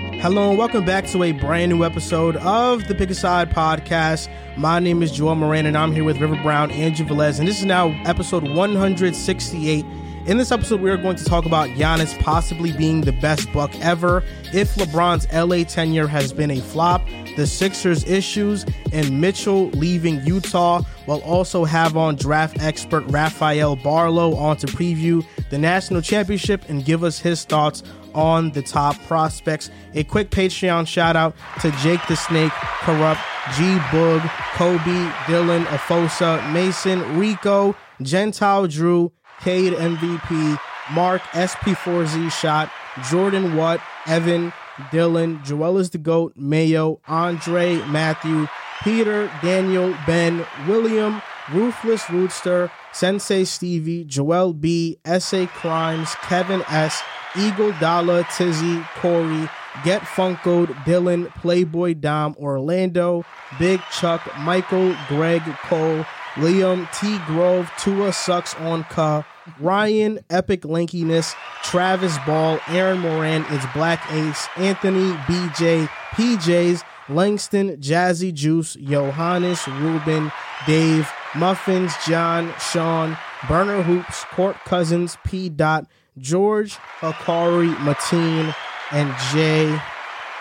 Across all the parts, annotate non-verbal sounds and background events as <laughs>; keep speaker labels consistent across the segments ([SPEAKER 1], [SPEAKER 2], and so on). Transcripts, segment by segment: [SPEAKER 1] Hello and welcome back to a brand new episode of the Pick Aside Podcast. My name is Joel Moran and I'm here with River Brown and Velez, and this is now episode 168. In this episode, we are going to talk about Giannis possibly being the best buck ever, if LeBron's LA tenure has been a flop, the Sixers issues, and Mitchell leaving Utah. We'll also have on draft expert Raphael Barlow on to preview the national championship and give us his thoughts on the top prospects. A quick Patreon shout out to Jake the Snake, Corrupt, G Boog, Kobe, Dylan, Afosa, Mason, Rico, Gentile Drew, Cade MVP, Mark SP4Z Shot, Jordan Watt, Evan, Dylan, Joel is the GOAT, Mayo, Andre, Matthew, Peter, Daniel, Ben, William, Ruthless Rootster, Sensei Stevie, Joel B, SA Crimes, Kevin S, Eagle Dollar, Tizzy, Corey, Get Funkoed, Dylan, Playboy Dom, Orlando, Big Chuck, Michael, Greg, Cole, Liam, T Grove, Tua Sucks on Ka, Ryan, Epic Linkiness, Travis Ball, Aaron Moran is Black Ace, Anthony, BJ, PJs, Langston, Jazzy Juice, Johannes, Ruben, Dave, Muffins, John, Sean, Burner Hoops, Court Cousins, P. Dot, George, Akari, Mateen, and Jay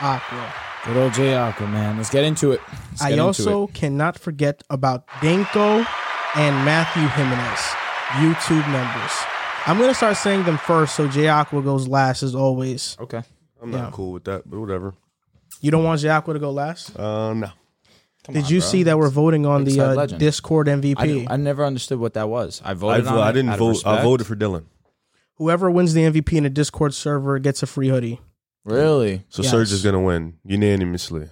[SPEAKER 1] Aqua.
[SPEAKER 2] Good old Jay Aqua, man. Let's get into it. Let's get
[SPEAKER 1] I
[SPEAKER 2] into
[SPEAKER 1] also
[SPEAKER 2] it.
[SPEAKER 1] cannot forget about Danko and Matthew Jimenez, YouTube members. I'm gonna start saying them first, so Jay Aqua goes last as always.
[SPEAKER 2] Okay.
[SPEAKER 3] I'm not
[SPEAKER 1] Yeah.
[SPEAKER 3] cool with that, but whatever.
[SPEAKER 1] You don't want Jay Aqua to go last?
[SPEAKER 2] Uh,
[SPEAKER 3] Um, no.
[SPEAKER 1] Did you see that we're voting on the
[SPEAKER 2] Inside
[SPEAKER 1] uh,
[SPEAKER 2] legend.
[SPEAKER 1] Discord
[SPEAKER 2] I,
[SPEAKER 1] MVP?
[SPEAKER 2] d- I never understood what that was. I
[SPEAKER 3] I,
[SPEAKER 2] voted.
[SPEAKER 3] vo-
[SPEAKER 2] on
[SPEAKER 3] I
[SPEAKER 2] it
[SPEAKER 3] didn't
[SPEAKER 2] out of
[SPEAKER 3] vote. I
[SPEAKER 2] respect.
[SPEAKER 3] voted for Dylan.
[SPEAKER 1] Whoever wins the MVP in a Discord server gets a free hoodie.
[SPEAKER 2] Really?
[SPEAKER 3] So
[SPEAKER 1] Yes.
[SPEAKER 3] Serge is going to win unanimously.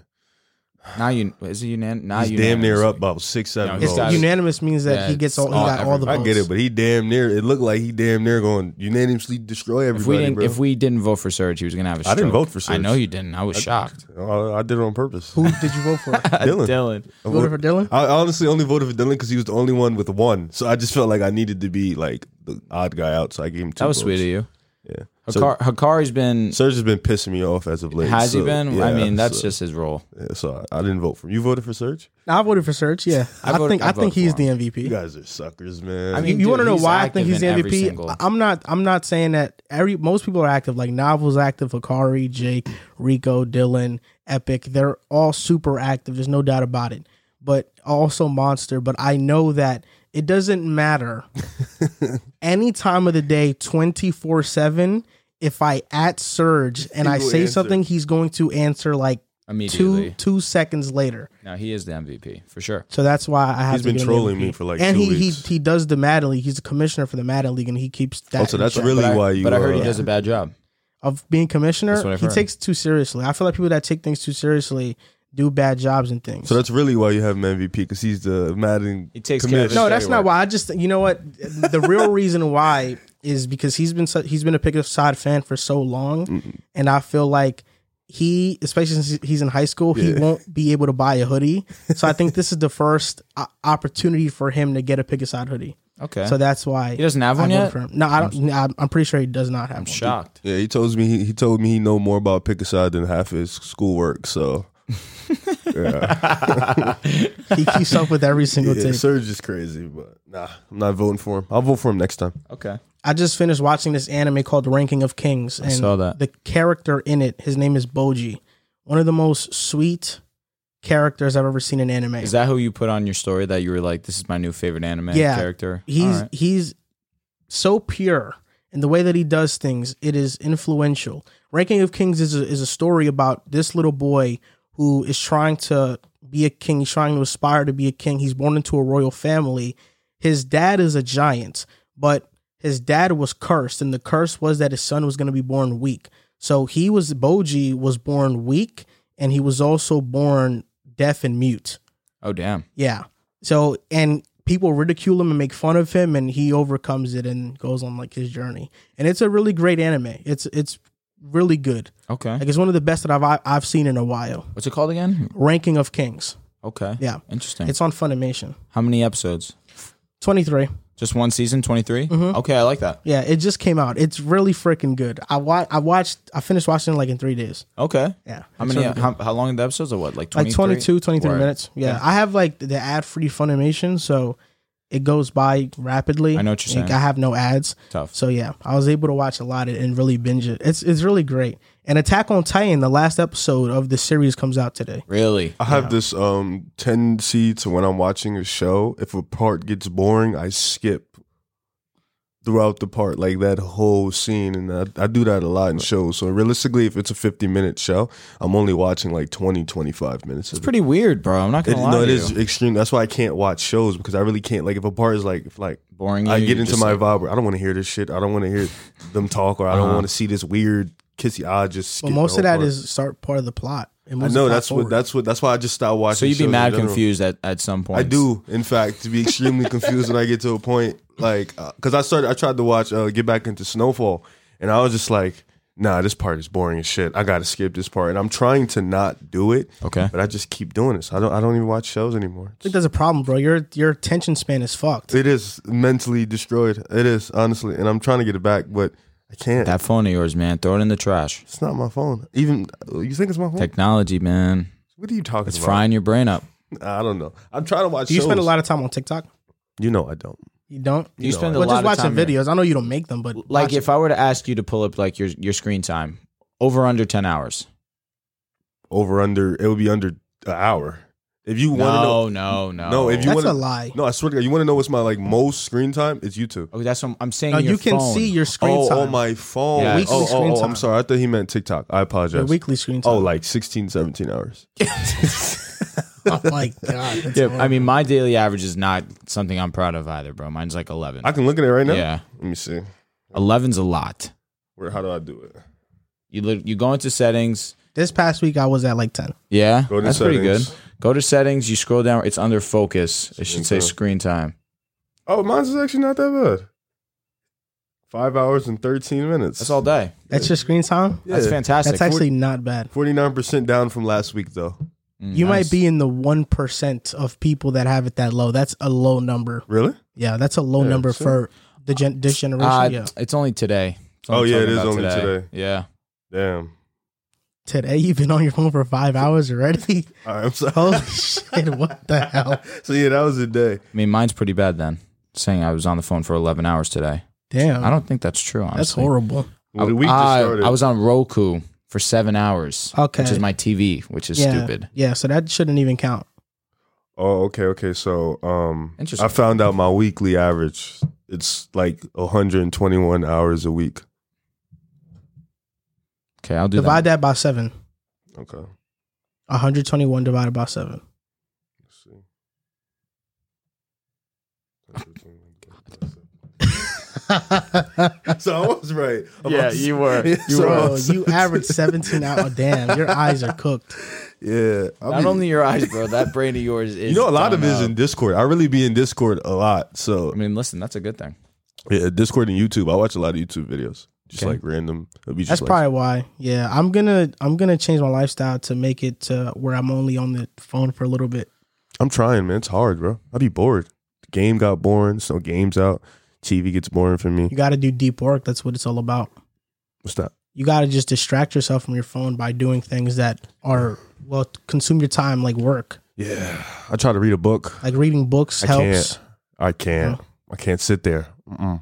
[SPEAKER 2] Now you is it unan- now
[SPEAKER 3] He's damn near up about six, seven
[SPEAKER 2] No, he's
[SPEAKER 1] It's
[SPEAKER 3] votes.
[SPEAKER 2] Ah, got it.
[SPEAKER 1] unanimous means that
[SPEAKER 2] Yeah,
[SPEAKER 1] he gets all, he
[SPEAKER 2] it's all-
[SPEAKER 1] got all the
[SPEAKER 3] I
[SPEAKER 1] votes.
[SPEAKER 3] get it, but he damn near. It looked like he damn near going unanimously destroy
[SPEAKER 2] If
[SPEAKER 3] everybody,
[SPEAKER 2] we didn't
[SPEAKER 3] bro.
[SPEAKER 2] if we didn't vote for Serge, he was gonna have a
[SPEAKER 3] I
[SPEAKER 2] stroke.
[SPEAKER 3] didn't vote for
[SPEAKER 2] I
[SPEAKER 3] Serge.
[SPEAKER 2] know you didn't. I was shocked.
[SPEAKER 3] I, I did it on purpose.
[SPEAKER 1] Who did you vote
[SPEAKER 3] <laughs>
[SPEAKER 1] for? You
[SPEAKER 3] Dylan.
[SPEAKER 2] Dylan.
[SPEAKER 3] I,
[SPEAKER 1] voted
[SPEAKER 3] voted-
[SPEAKER 1] for Dylan?
[SPEAKER 3] I honestly only voted for Dylan because he was the only one with one. So I just felt like I needed to be like the odd guy out. So I gave him two.
[SPEAKER 2] That was
[SPEAKER 3] votes.
[SPEAKER 2] sweet of you.
[SPEAKER 3] Yeah. So,
[SPEAKER 2] Hakar, Hakari's been
[SPEAKER 3] Serge has been pissing me off as of late.
[SPEAKER 2] has
[SPEAKER 3] so,
[SPEAKER 2] he been? I
[SPEAKER 3] yeah,
[SPEAKER 2] mean, that's
[SPEAKER 3] so-
[SPEAKER 2] just his role.
[SPEAKER 3] yeah, so I, I didn't vote for him. You voted for Serge?
[SPEAKER 1] I voted for Serge. Yeah, I,
[SPEAKER 2] I voted-
[SPEAKER 1] think
[SPEAKER 2] I
[SPEAKER 1] I, think
[SPEAKER 2] voted
[SPEAKER 1] he's
[SPEAKER 2] for
[SPEAKER 1] the
[SPEAKER 2] him.
[SPEAKER 1] MVP.
[SPEAKER 3] You guys are suckers, man.
[SPEAKER 2] I mean,
[SPEAKER 1] you, want to
[SPEAKER 2] dude,
[SPEAKER 1] know
[SPEAKER 2] he's
[SPEAKER 1] why I think
[SPEAKER 2] active
[SPEAKER 1] he's the
[SPEAKER 2] in every
[SPEAKER 1] MVP?
[SPEAKER 2] single-
[SPEAKER 1] I- I'm not. I'm not saying that every most people are active. Like Novel's active, Akari, Jake, Rico, Dylan, Epic. They're all super active. There's no doubt about it. But also Monster. But I know that it doesn't
[SPEAKER 2] <laughs>
[SPEAKER 1] matter any time of the day, twenty four seven. If I at Surge and I
[SPEAKER 3] will
[SPEAKER 1] say
[SPEAKER 3] answer.
[SPEAKER 1] something, he's going to answer like two
[SPEAKER 2] Immediately.
[SPEAKER 1] two seconds later.
[SPEAKER 2] No, he is the MVP for sure.
[SPEAKER 1] So that's why I have
[SPEAKER 3] He's
[SPEAKER 1] to
[SPEAKER 3] been
[SPEAKER 1] give him
[SPEAKER 3] trolling
[SPEAKER 1] MVP.
[SPEAKER 3] me for, like,
[SPEAKER 1] and
[SPEAKER 3] two
[SPEAKER 1] he,
[SPEAKER 3] weeks.
[SPEAKER 1] he he does the Madden League. He's the commissioner for the Madden League, and he keeps that.
[SPEAKER 3] Oh, so
[SPEAKER 1] in
[SPEAKER 3] that's
[SPEAKER 1] check.
[SPEAKER 3] really
[SPEAKER 2] But I-
[SPEAKER 3] why you.
[SPEAKER 2] but I heard he
[SPEAKER 3] uh,
[SPEAKER 2] does a bad job.
[SPEAKER 1] of being commissioner.
[SPEAKER 2] That's what I've
[SPEAKER 1] He
[SPEAKER 2] heard.
[SPEAKER 1] takes it too seriously. I feel like people that take things too seriously do bad jobs and things.
[SPEAKER 3] So that's really why you have him MVP because he's the Madden.
[SPEAKER 2] He takes
[SPEAKER 3] commish.
[SPEAKER 2] care of his
[SPEAKER 1] no, that's
[SPEAKER 2] Everywhere.
[SPEAKER 1] not why. I just you know what the
[SPEAKER 3] <laughs>
[SPEAKER 1] real reason why is because he's been so, he's been a pick side fan for so long, and I feel like. He, especially since he's in high school, he won't be able to buy a hoodie. So
[SPEAKER 3] <laughs>
[SPEAKER 1] I think this is the first o- opportunity for him to get a pick side hoodie.
[SPEAKER 2] Okay.
[SPEAKER 1] So that's why he
[SPEAKER 2] doesn't have one yet?
[SPEAKER 1] No, I don't. no, I'm- I'm pretty sure he does not have one.
[SPEAKER 2] shocked.
[SPEAKER 3] Yeah, he told me he, he told me he know more about pick a side than half his schoolwork. So
[SPEAKER 1] He keeps up with <laughs> every single
[SPEAKER 3] yeah,
[SPEAKER 1] thing.
[SPEAKER 3] Serge is crazy, but nah, I'm not voting for him. I'll vote for him next time.
[SPEAKER 2] Okay.
[SPEAKER 1] I just finished watching this anime called Ranking of Kings, and
[SPEAKER 2] saw that.
[SPEAKER 1] the character in it, his name is Boji, one of the most sweet characters I've ever seen in anime.
[SPEAKER 2] Is that who you put on your story that you were like, this is my new favorite anime
[SPEAKER 1] Yeah.
[SPEAKER 2] character?
[SPEAKER 1] he's
[SPEAKER 2] Alright.
[SPEAKER 1] he's so pure and the way that he does things it is influential ranking of kings is a, is a story about this little boy who is trying to be a king he's trying to aspire to be a king he's born into a royal family his dad is a giant but his dad was cursed and the curse was that his son was going to be born weak so he was boji was born weak and he was also born deaf and mute
[SPEAKER 2] Oh, damn.
[SPEAKER 1] yeah. So and people ridicule him and make fun of him, and he overcomes it and goes on like his journey. And it's a really great anime. It's it's really good.
[SPEAKER 2] Okay.
[SPEAKER 1] Like it's one of the best that I've I- I've seen in a while.
[SPEAKER 2] What's it called again?
[SPEAKER 1] Ranking of Kings.
[SPEAKER 2] Okay.
[SPEAKER 1] Yeah.
[SPEAKER 2] Interesting.
[SPEAKER 1] It's on Funimation.
[SPEAKER 2] How many episodes?
[SPEAKER 1] Twenty three.
[SPEAKER 2] Just one season, 23?
[SPEAKER 1] Mm-hmm.
[SPEAKER 2] Okay, I like that.
[SPEAKER 1] Yeah, it just came out. It's really freaking good. I wa- I watched. I finished watching it like in three days.
[SPEAKER 2] Okay.
[SPEAKER 1] Yeah.
[SPEAKER 2] How
[SPEAKER 1] It's
[SPEAKER 2] many? uh,
[SPEAKER 1] really good.
[SPEAKER 2] how, how long are the episodes? Or what? Like, 23?
[SPEAKER 1] like 22, 23
[SPEAKER 2] Word.
[SPEAKER 1] minutes. Yeah. I have like the ad free Funimation, so it goes by rapidly.
[SPEAKER 2] I know what you're
[SPEAKER 1] Like,
[SPEAKER 2] saying.
[SPEAKER 1] I have no ads.
[SPEAKER 2] Tough.
[SPEAKER 1] So yeah, I was able to watch a lot and really binge it. It's it's really great. And Attack on Titan, the last episode of the series comes out today.
[SPEAKER 2] Really?
[SPEAKER 4] I have this um tendency to when I'm watching a show, if a part gets boring, I skip throughout the part, like that whole scene, and I, I do that a lot in shows. So realistically, if it's a 50 minute show, I'm only watching like 20, 25 minutes.
[SPEAKER 2] It's
[SPEAKER 4] of it.
[SPEAKER 2] pretty weird, bro. I'm not
[SPEAKER 4] It,
[SPEAKER 2] gonna lie.
[SPEAKER 4] no, it
[SPEAKER 2] to
[SPEAKER 4] is
[SPEAKER 2] you.
[SPEAKER 4] extreme. That's why I can't watch shows because I really can't. Like, if a part is like, if like
[SPEAKER 2] boring.
[SPEAKER 4] I
[SPEAKER 2] you,
[SPEAKER 4] get
[SPEAKER 2] you're
[SPEAKER 4] into
[SPEAKER 2] just
[SPEAKER 4] my
[SPEAKER 2] like-
[SPEAKER 4] vibe, where I don't want to hear this shit. I don't want to hear them talk, or I don't
[SPEAKER 2] Uh-huh.
[SPEAKER 4] want to see this weird kissy. I just skip
[SPEAKER 1] But
[SPEAKER 4] the
[SPEAKER 1] most
[SPEAKER 4] whole
[SPEAKER 1] of that
[SPEAKER 4] part.
[SPEAKER 1] is start part of the plot. It
[SPEAKER 4] I
[SPEAKER 1] moves the
[SPEAKER 4] know
[SPEAKER 1] plot
[SPEAKER 4] that's what
[SPEAKER 1] forward.
[SPEAKER 4] that's what that's why I just stopped watching.
[SPEAKER 2] So you'd
[SPEAKER 4] shows
[SPEAKER 2] be
[SPEAKER 4] in
[SPEAKER 2] mad
[SPEAKER 4] general.
[SPEAKER 2] confused at, at some point.
[SPEAKER 4] I do, in fact, to be extremely confused when I get to a point like because I started, I tried to watch uh, Get Back into Snowfall, and I was just like, Nah, this part is boring as shit. I gotta skip this part, and I'm trying to not do it,
[SPEAKER 2] Okay.
[SPEAKER 4] but I just keep doing this. I don't, I don't even watch shows anymore.
[SPEAKER 1] I think that's a problem, bro. Your your attention span is fucked.
[SPEAKER 4] It is mentally destroyed. It is honestly, and I'm trying to get it back, but I can't.
[SPEAKER 2] That phone of yours, man. Throw it in the trash.
[SPEAKER 4] it's not my phone. Even you think it's my phone?
[SPEAKER 2] Technology, man.
[SPEAKER 4] what are you talking
[SPEAKER 2] It's
[SPEAKER 4] about?
[SPEAKER 2] frying your brain up.
[SPEAKER 4] I don't know. I'm trying to watch.
[SPEAKER 1] Do you
[SPEAKER 4] shows.
[SPEAKER 1] spend a lot of time on TikTok?
[SPEAKER 4] You know, I don't.
[SPEAKER 1] You don't.
[SPEAKER 2] You, spend a
[SPEAKER 1] Well,
[SPEAKER 2] lot
[SPEAKER 1] just
[SPEAKER 2] of
[SPEAKER 1] watching
[SPEAKER 2] time here.
[SPEAKER 1] videos. I know you don't make them, but
[SPEAKER 2] Like,
[SPEAKER 1] watch it.
[SPEAKER 2] if I were to ask you to pull up like your your screen time, over under ten hours.
[SPEAKER 4] Over under, it would be under an hour. If you want to know,
[SPEAKER 2] No, no, no.
[SPEAKER 4] No, if you
[SPEAKER 1] that's a
[SPEAKER 4] wanna-
[SPEAKER 1] lie.
[SPEAKER 4] No, I swear to God, you want to know what's my like most screen time? It's YouTube.
[SPEAKER 2] Okay, Oh, that's what I'm saying.
[SPEAKER 1] No,
[SPEAKER 2] your
[SPEAKER 1] you can
[SPEAKER 2] phone.
[SPEAKER 1] see your screen
[SPEAKER 4] oh,
[SPEAKER 1] time.
[SPEAKER 4] oh my phone.
[SPEAKER 2] Yeah. Weekly
[SPEAKER 4] Oh, oh,
[SPEAKER 1] screen
[SPEAKER 4] oh,
[SPEAKER 1] time.
[SPEAKER 4] I'm sorry. I thought he meant TikTok. I
[SPEAKER 1] Your
[SPEAKER 4] apologize.
[SPEAKER 1] weekly screen time.
[SPEAKER 4] oh, <laughs> like 16, 17 hours.
[SPEAKER 1] oh my god. that's
[SPEAKER 2] Yeah, I
[SPEAKER 1] horrible.
[SPEAKER 2] mean, my daily average is not something I'm proud of either, bro. Mine's like 11.
[SPEAKER 4] I can look at it right now.
[SPEAKER 2] yeah,
[SPEAKER 4] Let me see.
[SPEAKER 2] 11's a lot.
[SPEAKER 4] Where? How do I do it?
[SPEAKER 2] You lit- you go into settings.
[SPEAKER 1] this past week I was at like ten.
[SPEAKER 2] Yeah,
[SPEAKER 4] Go to
[SPEAKER 2] that's pretty
[SPEAKER 4] settings.
[SPEAKER 2] good. Go to settings. You scroll down. It's under focus. It
[SPEAKER 4] Screen
[SPEAKER 2] should say
[SPEAKER 4] time.
[SPEAKER 2] screen time.
[SPEAKER 4] Oh, mine's is actually not that bad. Five hours and 13 minutes.
[SPEAKER 2] That's all day.
[SPEAKER 1] That's your screen time.
[SPEAKER 2] That's fantastic.
[SPEAKER 1] That's actually not bad.
[SPEAKER 4] 49% down from last week, though.
[SPEAKER 2] Mm,
[SPEAKER 1] You
[SPEAKER 2] nice.
[SPEAKER 1] might be in the one percent of people that have it that low. That's a low number.
[SPEAKER 4] Really?
[SPEAKER 1] Yeah, that's a low
[SPEAKER 4] Yeah,
[SPEAKER 1] number
[SPEAKER 4] sure.
[SPEAKER 1] for the gen- this generation.
[SPEAKER 2] Uh,
[SPEAKER 1] yeah,
[SPEAKER 2] It's only today. It's
[SPEAKER 4] Oh, yeah, it
[SPEAKER 2] talking
[SPEAKER 4] is
[SPEAKER 2] about
[SPEAKER 4] only today.
[SPEAKER 2] Yeah.
[SPEAKER 4] Damn.
[SPEAKER 1] today <laughs> you've been on your phone for five hours already. <laughs>
[SPEAKER 4] All right, I'm sorry.
[SPEAKER 2] <laughs>
[SPEAKER 1] Holy
[SPEAKER 2] Oh,
[SPEAKER 4] <laughs>
[SPEAKER 1] shit! What the hell?
[SPEAKER 4] so, yeah, that was the day.
[SPEAKER 2] I mean, mine's pretty bad then. Saying I was on the phone for 11 hours today.
[SPEAKER 1] Damn,
[SPEAKER 2] I don't think that's true. Honestly.
[SPEAKER 1] that's horrible.
[SPEAKER 4] Well, the week just
[SPEAKER 2] Oh, I,
[SPEAKER 4] started.
[SPEAKER 2] I was on Roku for seven hours,
[SPEAKER 1] Okay,
[SPEAKER 2] which is my TV, which is
[SPEAKER 1] yeah.
[SPEAKER 2] stupid.
[SPEAKER 1] Yeah, so that shouldn't even count.
[SPEAKER 4] Oh, okay, okay. So, um,
[SPEAKER 2] Interesting.
[SPEAKER 4] I found out my weekly average. It's like 121 hours a week.
[SPEAKER 2] Okay, I'll do that.
[SPEAKER 1] Divide that by seven.
[SPEAKER 4] Okay. Let's
[SPEAKER 1] 121 divided by seven.
[SPEAKER 4] see.
[SPEAKER 2] <laughs>
[SPEAKER 4] so I was right.
[SPEAKER 2] Yeah, you
[SPEAKER 4] <laughs>
[SPEAKER 2] were.
[SPEAKER 4] Yeah,
[SPEAKER 2] You
[SPEAKER 4] so I
[SPEAKER 1] Bro,
[SPEAKER 2] <laughs>
[SPEAKER 4] was-
[SPEAKER 1] you average 17 out. Oh, damn, your eyes are cooked.
[SPEAKER 4] Yeah. I
[SPEAKER 2] Not
[SPEAKER 4] mean,
[SPEAKER 2] only your eyes, bro. That brain of yours is.
[SPEAKER 4] <laughs> you know, a lot of
[SPEAKER 2] done
[SPEAKER 4] it is
[SPEAKER 2] up.
[SPEAKER 4] in Discord. I really be in Discord a lot. So
[SPEAKER 2] I mean, listen, that's a good thing.
[SPEAKER 4] yeah, Discord and YouTube. I watch a lot of YouTube videos, just
[SPEAKER 2] Okay.
[SPEAKER 4] like random. It'll be just
[SPEAKER 1] That's
[SPEAKER 4] like,
[SPEAKER 1] probably why. Yeah, I'm gonna I'm gonna change my lifestyle to make it to where I'm only on the phone for a little bit.
[SPEAKER 4] I'm trying, man. It's hard, bro. I'd be bored. The game got boring. So games out. TV gets boring for me.
[SPEAKER 1] You got to do deep work. That's what it's all about.
[SPEAKER 4] What's that?
[SPEAKER 1] You got to just distract yourself from your phone by doing things that are well consume your time, like work,
[SPEAKER 4] Yeah, I try to read a book.
[SPEAKER 1] like reading books
[SPEAKER 4] I
[SPEAKER 1] helps.
[SPEAKER 4] I can't. I can't sit there. Mm-mm.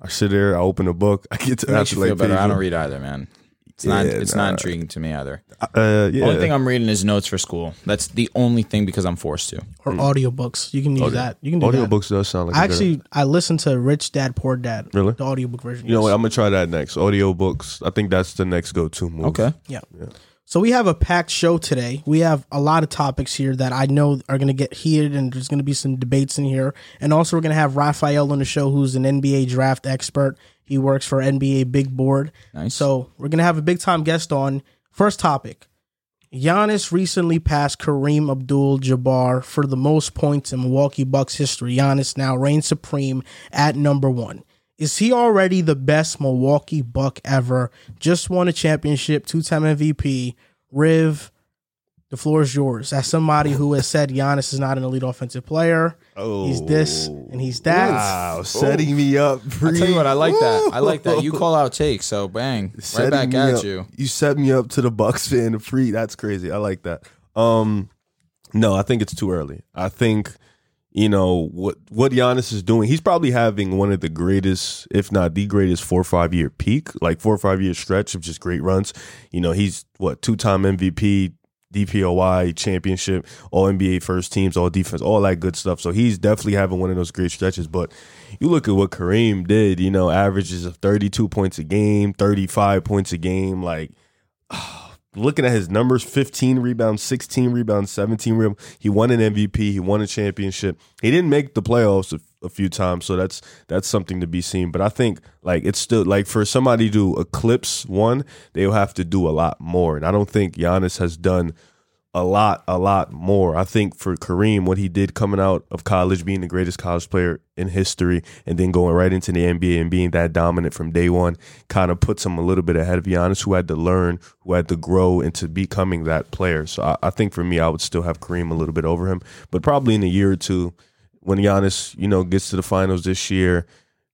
[SPEAKER 4] I sit there. I open a book. <laughs> I get to
[SPEAKER 2] It makes
[SPEAKER 4] actually
[SPEAKER 2] you feel
[SPEAKER 4] like
[SPEAKER 2] better. I
[SPEAKER 4] page
[SPEAKER 2] don't
[SPEAKER 4] one.
[SPEAKER 2] read either, man. It's not.
[SPEAKER 4] Yeah,
[SPEAKER 2] it's
[SPEAKER 4] nah.
[SPEAKER 2] not intriguing to me either.
[SPEAKER 4] Uh, yeah.
[SPEAKER 2] Only thing I'm reading is notes for school. That's the only thing because I'm forced to.
[SPEAKER 1] Or audiobooks. You can use
[SPEAKER 4] Mm. Audio-
[SPEAKER 1] that. You can do that.
[SPEAKER 4] Audiobooks does sound like
[SPEAKER 1] I
[SPEAKER 4] a good-
[SPEAKER 1] actually I listened to Rich Dad Poor Dad.
[SPEAKER 4] Really?
[SPEAKER 1] The audiobook version.
[SPEAKER 4] You know
[SPEAKER 1] yes.
[SPEAKER 4] what? I'm gonna try that next. Audiobooks. I think that's the next go-to move.
[SPEAKER 2] Okay.
[SPEAKER 1] Yeah. So we have a packed show today. We have a lot of topics here that I know are going to get heated, and there's going to be some debates in here. And also, we're going to have Raphael on the show, who's an NBA draft expert. He works for NBA Big Board.
[SPEAKER 2] Nice.
[SPEAKER 1] So we're going to have a big time guest on. First topic: Giannis recently passed Kareem Abdul-Jabbar for the most points in Milwaukee Bucks history. Giannis now reigns supreme at number one. Is he already the best Milwaukee Buck ever? Just won a championship, two-time MVP. Riv, The floor is yours. As somebody who has said Giannis is not an elite offensive player,
[SPEAKER 4] Oh,
[SPEAKER 1] he's this and he's that.
[SPEAKER 4] Wow, setting me up.
[SPEAKER 2] I tell you what, I like that. I like
[SPEAKER 4] <laughs>
[SPEAKER 2] that. You
[SPEAKER 4] Woo.
[SPEAKER 2] call out takes, so bang, right
[SPEAKER 4] Setting
[SPEAKER 2] back
[SPEAKER 4] me
[SPEAKER 2] at
[SPEAKER 4] up.
[SPEAKER 2] you.
[SPEAKER 4] You set me up to the Bucks fan free. That's crazy. I like that. Um, no, I think it's too early. I think you know what what Giannis is doing. He's probably having one of the greatest, if not the greatest, four or five year peak, like four or five year stretch of just great runs. You know, he's what two time MVP, DPOY championship, all NBA first teams, all defense, all that good stuff. So he's definitely having one of those great stretches. But you look at what Kareem did, you know, averages of 32 points a game, 35 points a game. Like, looking at his numbers 15 rebounds, 16 rebounds, 17 rebounds. He won an MVP, he won a championship. He didn't make the playoffs a, a few times, so that's that's something to be seen. But I think like it's still like for somebody to eclipse one, they'll have to do a lot more. And I don't think Giannis has done a lot, a lot more. I think for Kareem, what he did coming out of college, being the greatest college player in history, and then going right into the NBA and being that dominant from day one, kind of puts him a little bit ahead of Giannis, who had to learn, who had to grow into becoming that player. So I, I think for me, I would still have Kareem a little bit over him, but probably in a year or two, when Giannis, you know, gets to the finals this year,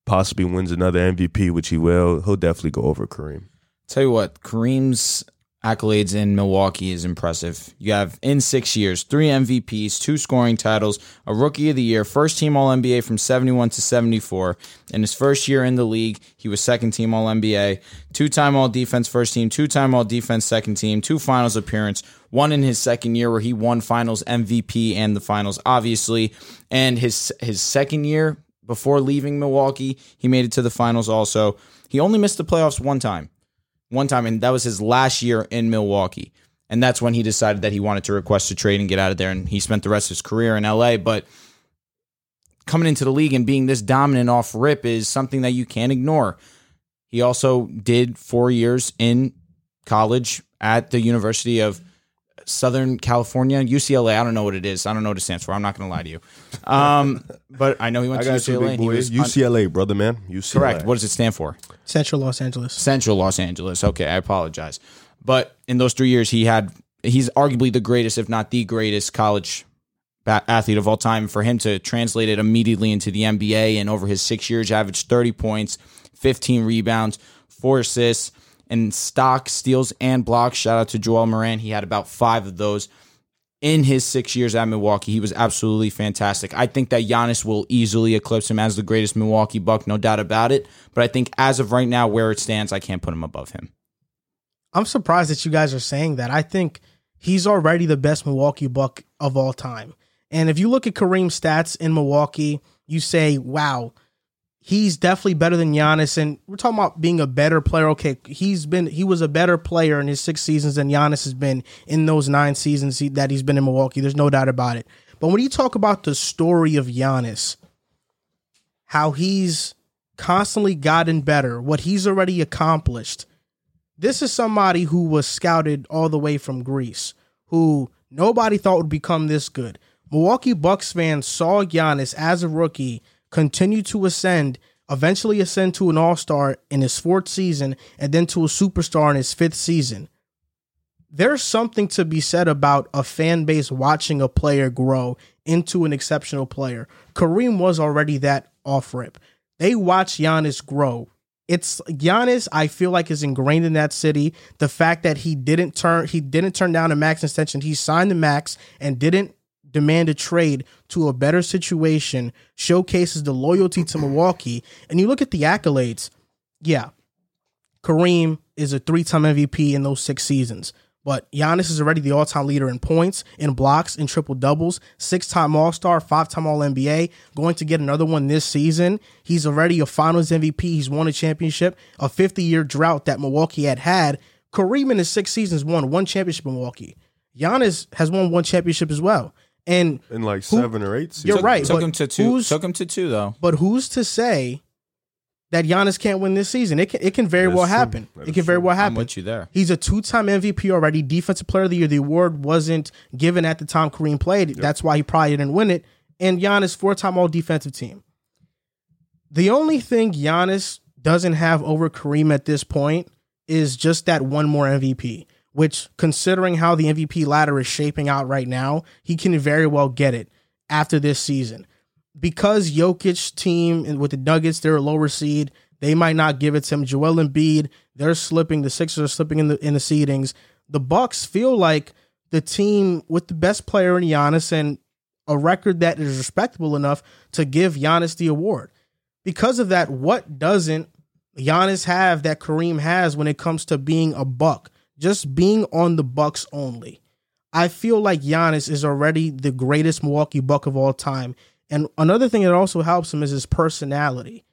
[SPEAKER 4] possibly wins another MVP, which he will, he'll definitely go over Kareem.
[SPEAKER 2] Tell you what, Kareem's accolades in Milwaukee is impressive. You have in six years, three MVPs, two scoring titles, a rookie of the year, first team All NBA from 71 to 74. In his first year in the league, he was second team All NBA, two time All Defense first team, two time All Defense second team, two finals appearance, one in his second year where he won finals MVP and the finals, obviously. And his his second year before leaving Milwaukee, he made it to the finals also. He only missed the playoffs one time one time, and that was his last year in Milwaukee. And that's when he decided that he wanted to request a trade and get out of there. And he spent the rest of his career in LA. But coming into the league and being this dominant off rip is something that you can't ignore. He also did four years in college at the University of Southern California, UCLA. I don't know what it is. I don't know what it stands for. I'm not going to lie to you. Um, but I know he went
[SPEAKER 4] <laughs> I
[SPEAKER 2] to
[SPEAKER 4] got you,
[SPEAKER 2] UCLA.
[SPEAKER 4] big
[SPEAKER 2] And he
[SPEAKER 4] boy.
[SPEAKER 2] was un-
[SPEAKER 4] UCLA, brother, man. UCLA.
[SPEAKER 2] correct. What does it stand for?
[SPEAKER 1] Central Los Angeles.
[SPEAKER 2] Central Los Angeles. Okay, I apologize. But in those three years, he had he's arguably the greatest, if not the greatest, college ba- athlete of all time. For him to translate it immediately into the NBA and over his six years, averaged thirty points, fifteen rebounds, four assists, and stock steals and blocks. Shout out to Joel Moran. He had about five of those. In his six years at Milwaukee, he was absolutely fantastic. I think that Giannis will easily eclipse him as the greatest Milwaukee Buck, no doubt about it. But I think as of right now, where it stands, I can't put him above him.
[SPEAKER 1] I'm surprised that you guys are saying that. I think he's already the best Milwaukee Buck of all time. And if you look at Kareem's stats in Milwaukee, you say, wow, he's definitely better than Giannis. And we're talking about being a better player. Okay, he's been he was a better player in his six seasons than Giannis has been in those nine seasons he- that he's been in Milwaukee. There's no doubt about it. But when you talk about the story of Giannis, how he's constantly gotten better, what he's already accomplished, this is somebody who was scouted all the way from Greece, who nobody thought would become this good. Milwaukee Bucks fans saw Giannis as a rookie continue to ascend, eventually ascend to an all star in his fourth season, and then to a superstar in his fifth season. There's something to be said about a fan base watching a player grow into an exceptional player. Kareem was already that off rip. They watch Giannis grow it's Giannis. I feel like is ingrained in that city. The fact that he didn't turn he didn't turn down a max extension. He signed the max and didn't demand a trade to a better situation showcases the loyalty to Milwaukee. And you look at the accolades. Yeah, Kareem is a three-time MVP in those six seasons. But Giannis is already the all-time leader in points, in blocks, in triple doubles, six-time All-Star, five-time All-NBA, going to get another one this season. He's already a Finals MVP. He's won a championship, a 50-year drought that Milwaukee had had. Kareem in his six seasons won one championship in Milwaukee. Giannis has won one championship as well. And
[SPEAKER 4] In like
[SPEAKER 1] Who-
[SPEAKER 4] seven or eight seasons.
[SPEAKER 1] You're right,
[SPEAKER 2] Took
[SPEAKER 1] but
[SPEAKER 2] him to two.
[SPEAKER 1] who's-
[SPEAKER 2] Took him to two though.
[SPEAKER 1] but who's to say that Giannis can't win this season? It can, it can very
[SPEAKER 4] That's
[SPEAKER 1] well
[SPEAKER 4] true.
[SPEAKER 1] happen.
[SPEAKER 4] That
[SPEAKER 1] It
[SPEAKER 4] is
[SPEAKER 1] can very
[SPEAKER 4] true.
[SPEAKER 1] well
[SPEAKER 2] I'm
[SPEAKER 1] happen.
[SPEAKER 2] with you there.
[SPEAKER 1] He's a two-time MVP already, defensive player of the year. The award wasn't given at the time Kareem played. That's why he probably didn't win it. And Giannis, four-time all defensive team. The only thing Giannis doesn't have over Kareem at this point is just that one more MVP. which considering how the MVP ladder is shaping out right now, he can very well get it after this season. Because Jokic's team and with the Nuggets, they're a lower seed. They might not give it to him. Joel Embiid, they're slipping. The Sixers are slipping in the in the seedings. The Bucks feel like the team with the best player in Giannis and a record that is respectable enough to give Giannis the award. Because of that, what doesn't Giannis have that Kareem has when it comes to being a buck? Just being on the Bucks only. I feel like Giannis is already the greatest Milwaukee Buck of all time. And another thing that also helps him is his personality.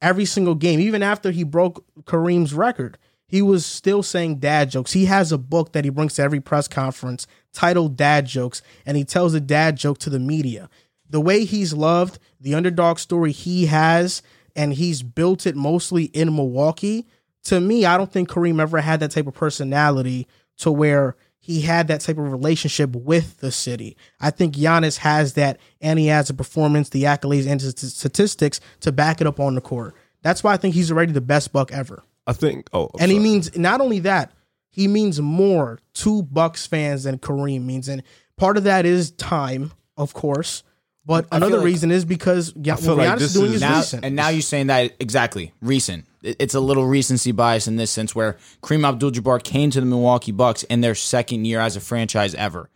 [SPEAKER 1] Every single game, even after he broke Kareem's record, he was still saying dad jokes. He has a book that he brings to every press conference titled Dad Jokes, and he tells a dad joke to the media. The way he's loved, the underdog story he has, and he's built it mostly in Milwaukee. To me, I don't think Kareem ever had that type of personality to where he had that type of relationship with the city. I think Giannis has that, and he has the performance, the accolades, and the statistics to back it up on the court. That's why I think he's already the best buck ever.
[SPEAKER 4] I think. Oh, I'm
[SPEAKER 1] And he
[SPEAKER 4] sorry.
[SPEAKER 1] means not only that, he means more to Bucks fans than Kareem means. And part of that is time, of course. But
[SPEAKER 2] feel
[SPEAKER 1] another
[SPEAKER 2] like-
[SPEAKER 1] reason is because yeah,
[SPEAKER 4] feel
[SPEAKER 1] what
[SPEAKER 4] like
[SPEAKER 1] Giannis is
[SPEAKER 4] this
[SPEAKER 1] doing
[SPEAKER 4] is-
[SPEAKER 1] is
[SPEAKER 2] now,
[SPEAKER 1] recent.
[SPEAKER 2] And now you're saying that exactly recent. It- It's a little recency bias in this sense where Kareem Abdul-Jabbar came to the Milwaukee Bucks in their second year as a franchise ever.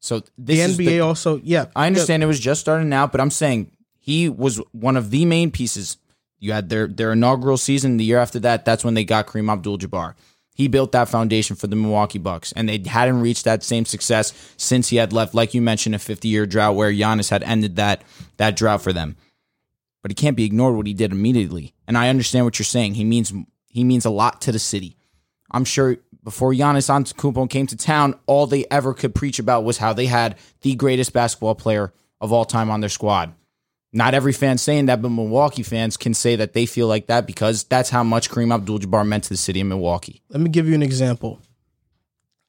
[SPEAKER 2] So this
[SPEAKER 1] the
[SPEAKER 2] is
[SPEAKER 1] NBA also, yeah.
[SPEAKER 2] I understand it was just starting out, but I'm saying he was one of the main pieces. You had their their inaugural season. The year after that, that's when they got Kareem Abdul-Jabbar. He built that foundation for the Milwaukee Bucks, and they hadn't reached that same success since he had left. Like you mentioned, a 50 year drought where Giannis had ended that that drought for them. But he can't be ignored what he did immediately. And I understand what you're saying. He means he means a lot to the city. I'm sure before Giannis Antetokounmpo came to town, all they ever could preach about was how they had the greatest basketball player of all time on their squad. Not every fan saying that, but Milwaukee fans can say that they feel like that because that's how much Kareem Abdul-Jabbar meant to the city of Milwaukee.
[SPEAKER 1] Let me give you an example.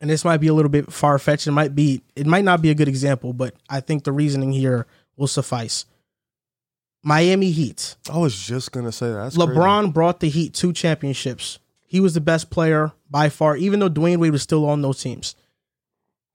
[SPEAKER 1] And this might be a little bit far fetched. It might be it might not be a good example, but I think the reasoning here will suffice. Miami Heat.
[SPEAKER 4] I was just gonna say that. That's
[SPEAKER 1] LeBron brought the Heat two championships. He was the best player by far, even though Dwayne Wade was still on those teams.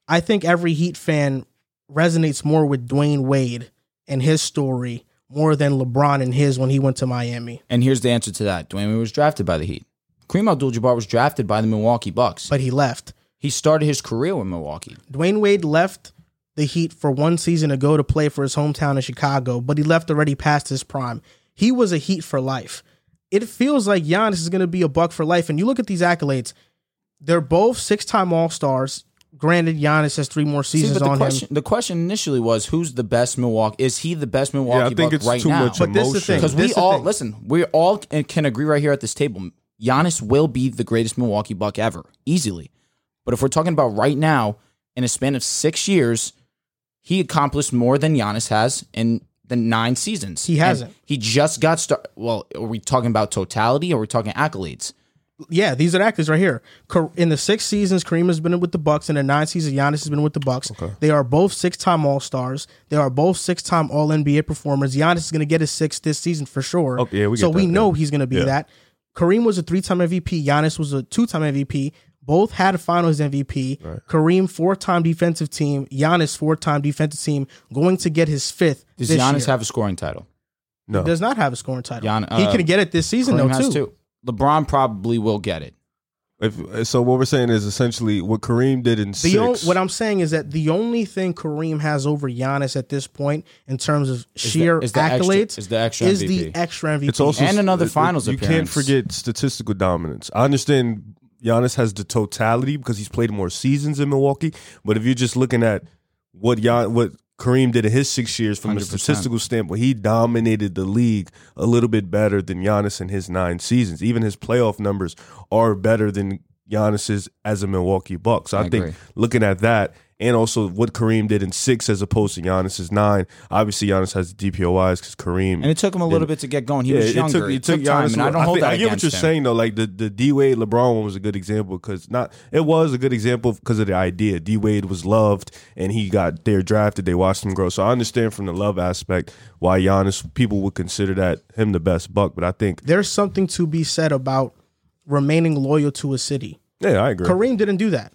[SPEAKER 1] I think every Heat fan resonates more with Dwayne Wade and his story more than LeBron and his when he went to Miami.
[SPEAKER 2] And here's the answer to that. Dwayne Wade was drafted by the Heat. Kareem Abdul-Jabbar was drafted by the Milwaukee Bucks.
[SPEAKER 1] But he left.
[SPEAKER 2] He started his career with Milwaukee.
[SPEAKER 1] Dwayne Wade left the Heat for one season to go to play for his hometown in Chicago, but he left already past his prime. He was a Heat for life. It feels like Giannis is going to be a buck for life. And you look at these accolades, they're both six time All Stars. Granted, Giannis has three more
[SPEAKER 2] See,
[SPEAKER 1] seasons
[SPEAKER 2] but the
[SPEAKER 1] on
[SPEAKER 2] question,
[SPEAKER 1] him.
[SPEAKER 2] the question initially was, who's the best Milwaukee? Is he the best Milwaukee
[SPEAKER 4] Yeah, I think
[SPEAKER 2] Buck
[SPEAKER 4] it's
[SPEAKER 2] right
[SPEAKER 4] too
[SPEAKER 2] now?
[SPEAKER 4] much
[SPEAKER 1] But this is
[SPEAKER 4] emotion.
[SPEAKER 1] the thing.
[SPEAKER 2] Because
[SPEAKER 1] This
[SPEAKER 2] we
[SPEAKER 1] is the
[SPEAKER 2] all
[SPEAKER 1] thing.
[SPEAKER 2] listen, we all can can agree right here at this table. Giannis will be the greatest Milwaukee Buck ever, easily. But if we're talking about right now, in a span of six years, he accomplished more than Giannis has in the nine seasons.
[SPEAKER 1] He
[SPEAKER 2] And
[SPEAKER 1] hasn't.
[SPEAKER 2] he just got started. Well, are we talking about totality or are we talking accolades?
[SPEAKER 1] Yeah, these are the actors right here. Ka- In the six seasons, Kareem has been with the Bucks. In the nine seasons, Giannis has been with the Bucks. They are both six-time All Stars. They are both six-time All NBA performers. Giannis is going to get his sixth this season for sure.
[SPEAKER 4] Okay, yeah, we
[SPEAKER 1] so
[SPEAKER 4] get
[SPEAKER 1] we
[SPEAKER 4] that,
[SPEAKER 1] know he's going to be
[SPEAKER 4] Yeah.
[SPEAKER 1] that. Kareem was a three-time MVP. Giannis was a two-time MVP. Both had a Finals MVP. Kareem four-time defensive team. Giannis four-time defensive team. Going to get his fifth.
[SPEAKER 2] Does
[SPEAKER 1] this
[SPEAKER 2] Giannis
[SPEAKER 1] year.
[SPEAKER 2] have a scoring title?
[SPEAKER 4] No,
[SPEAKER 1] Does not have a scoring title.
[SPEAKER 2] Gian-
[SPEAKER 1] he
[SPEAKER 2] uh,
[SPEAKER 1] can get it this season
[SPEAKER 2] Kareem
[SPEAKER 1] though
[SPEAKER 2] has
[SPEAKER 1] too.
[SPEAKER 2] two. LeBron probably will get it.
[SPEAKER 4] If, so what we're saying is essentially what Kareem did in
[SPEAKER 1] The on,
[SPEAKER 4] six.
[SPEAKER 1] what I'm saying is that the only thing Kareem has over Giannis at this point in terms of sheer
[SPEAKER 2] is the extra-
[SPEAKER 1] accolades
[SPEAKER 2] is the extra
[SPEAKER 1] is the
[SPEAKER 2] MVP.
[SPEAKER 1] extra MVP.
[SPEAKER 4] it's also
[SPEAKER 2] And another
[SPEAKER 4] it- it-
[SPEAKER 2] finals
[SPEAKER 4] You can't
[SPEAKER 2] appearance.
[SPEAKER 4] forget statistical dominance. I understand Giannis has the totality because he's played more seasons in Milwaukee. But if you're just looking at what Gian, what Kareem did in his six years from a
[SPEAKER 2] 100%.
[SPEAKER 4] statistical standpoint, he dominated the league a little bit better than Giannis in his nine seasons. Even his playoff numbers are better than Giannis's as a Milwaukee Buck. So I,
[SPEAKER 2] I
[SPEAKER 4] think
[SPEAKER 2] agree.
[SPEAKER 4] looking at that and also what Kareem did in six as opposed to Giannis's nine. Obviously, Giannis has the DPOIs because Kareem
[SPEAKER 2] And it took him a little bit to get going. He was younger. It took, time,
[SPEAKER 4] Giannis
[SPEAKER 2] and I
[SPEAKER 4] a-
[SPEAKER 2] don't hold
[SPEAKER 4] think-
[SPEAKER 2] that
[SPEAKER 4] I get what
[SPEAKER 2] against
[SPEAKER 4] you're
[SPEAKER 2] him.
[SPEAKER 4] saying though. Like the the D Wade LeBron one was a good example because not it was a good example because of the idea. D Wade was loved and he got there drafted. They watched him grow. So I understand from the love aspect why Giannis people would consider that him the best buck. But I think
[SPEAKER 1] There's something to be said about remaining loyal to a city.
[SPEAKER 3] Yeah, I agree.
[SPEAKER 1] Kareem didn't do that.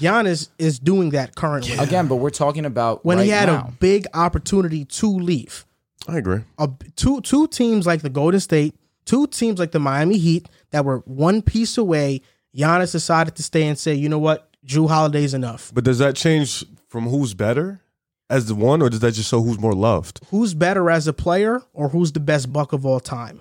[SPEAKER 1] Giannis is doing that currently.
[SPEAKER 2] Again, but we're talking about
[SPEAKER 1] When
[SPEAKER 2] right
[SPEAKER 1] he had
[SPEAKER 2] now.
[SPEAKER 1] a big opportunity to leave,
[SPEAKER 3] I agree.
[SPEAKER 1] a, two two teams like the Golden State, two teams like the Miami Heat that were one piece away. Giannis decided to stay and say, you know what, Drew Holiday's enough.
[SPEAKER 3] But does that change from who's better as the one, or does that just show who's more loved?
[SPEAKER 1] Who's better as a player, or who's the best buck of all time?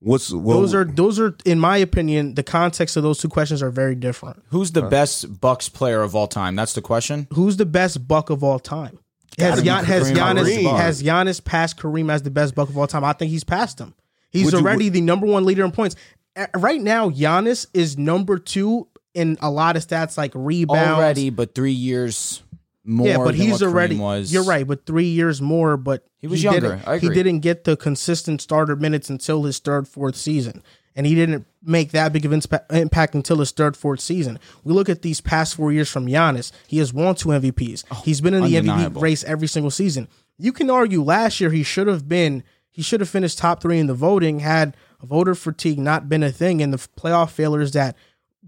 [SPEAKER 3] What's well,
[SPEAKER 1] those
[SPEAKER 4] <laughs>
[SPEAKER 1] are those are, in my opinion, the context of those two questions are very different.
[SPEAKER 2] Who's the best Bucks player of all time? That's the question.
[SPEAKER 1] Who's the best buck of all time? Has,
[SPEAKER 2] Gotta be
[SPEAKER 1] Gian, has
[SPEAKER 2] Kareem
[SPEAKER 1] Giannis
[SPEAKER 2] Abdul-Jabbar.
[SPEAKER 1] has Giannis passed Kareem as the best buck of all time? I think he's passed him. He's
[SPEAKER 3] Would you-
[SPEAKER 1] already the number one leader in points. Uh, Right now, Giannis is number two in a lot of stats like rebounds.
[SPEAKER 2] Already, but three years more.
[SPEAKER 1] yeah, but
[SPEAKER 2] than
[SPEAKER 1] he's
[SPEAKER 2] what Kareem
[SPEAKER 1] already.
[SPEAKER 2] Was.
[SPEAKER 1] You're right, but three years more. But
[SPEAKER 2] He was younger.
[SPEAKER 1] Didn't,
[SPEAKER 2] I
[SPEAKER 1] He
[SPEAKER 2] agree.
[SPEAKER 1] didn't get the consistent starter minutes until his third, fourth season, and he didn't make that big of inspa- impact until his third, fourth season. We look at these past four years from Giannis. He has won two MVPs. He's been in the MVP
[SPEAKER 2] undeniable.
[SPEAKER 1] race every single season. You can argue last year he should have been. He should have finished top three in the voting had voter fatigue not been a thing, and the playoff failures that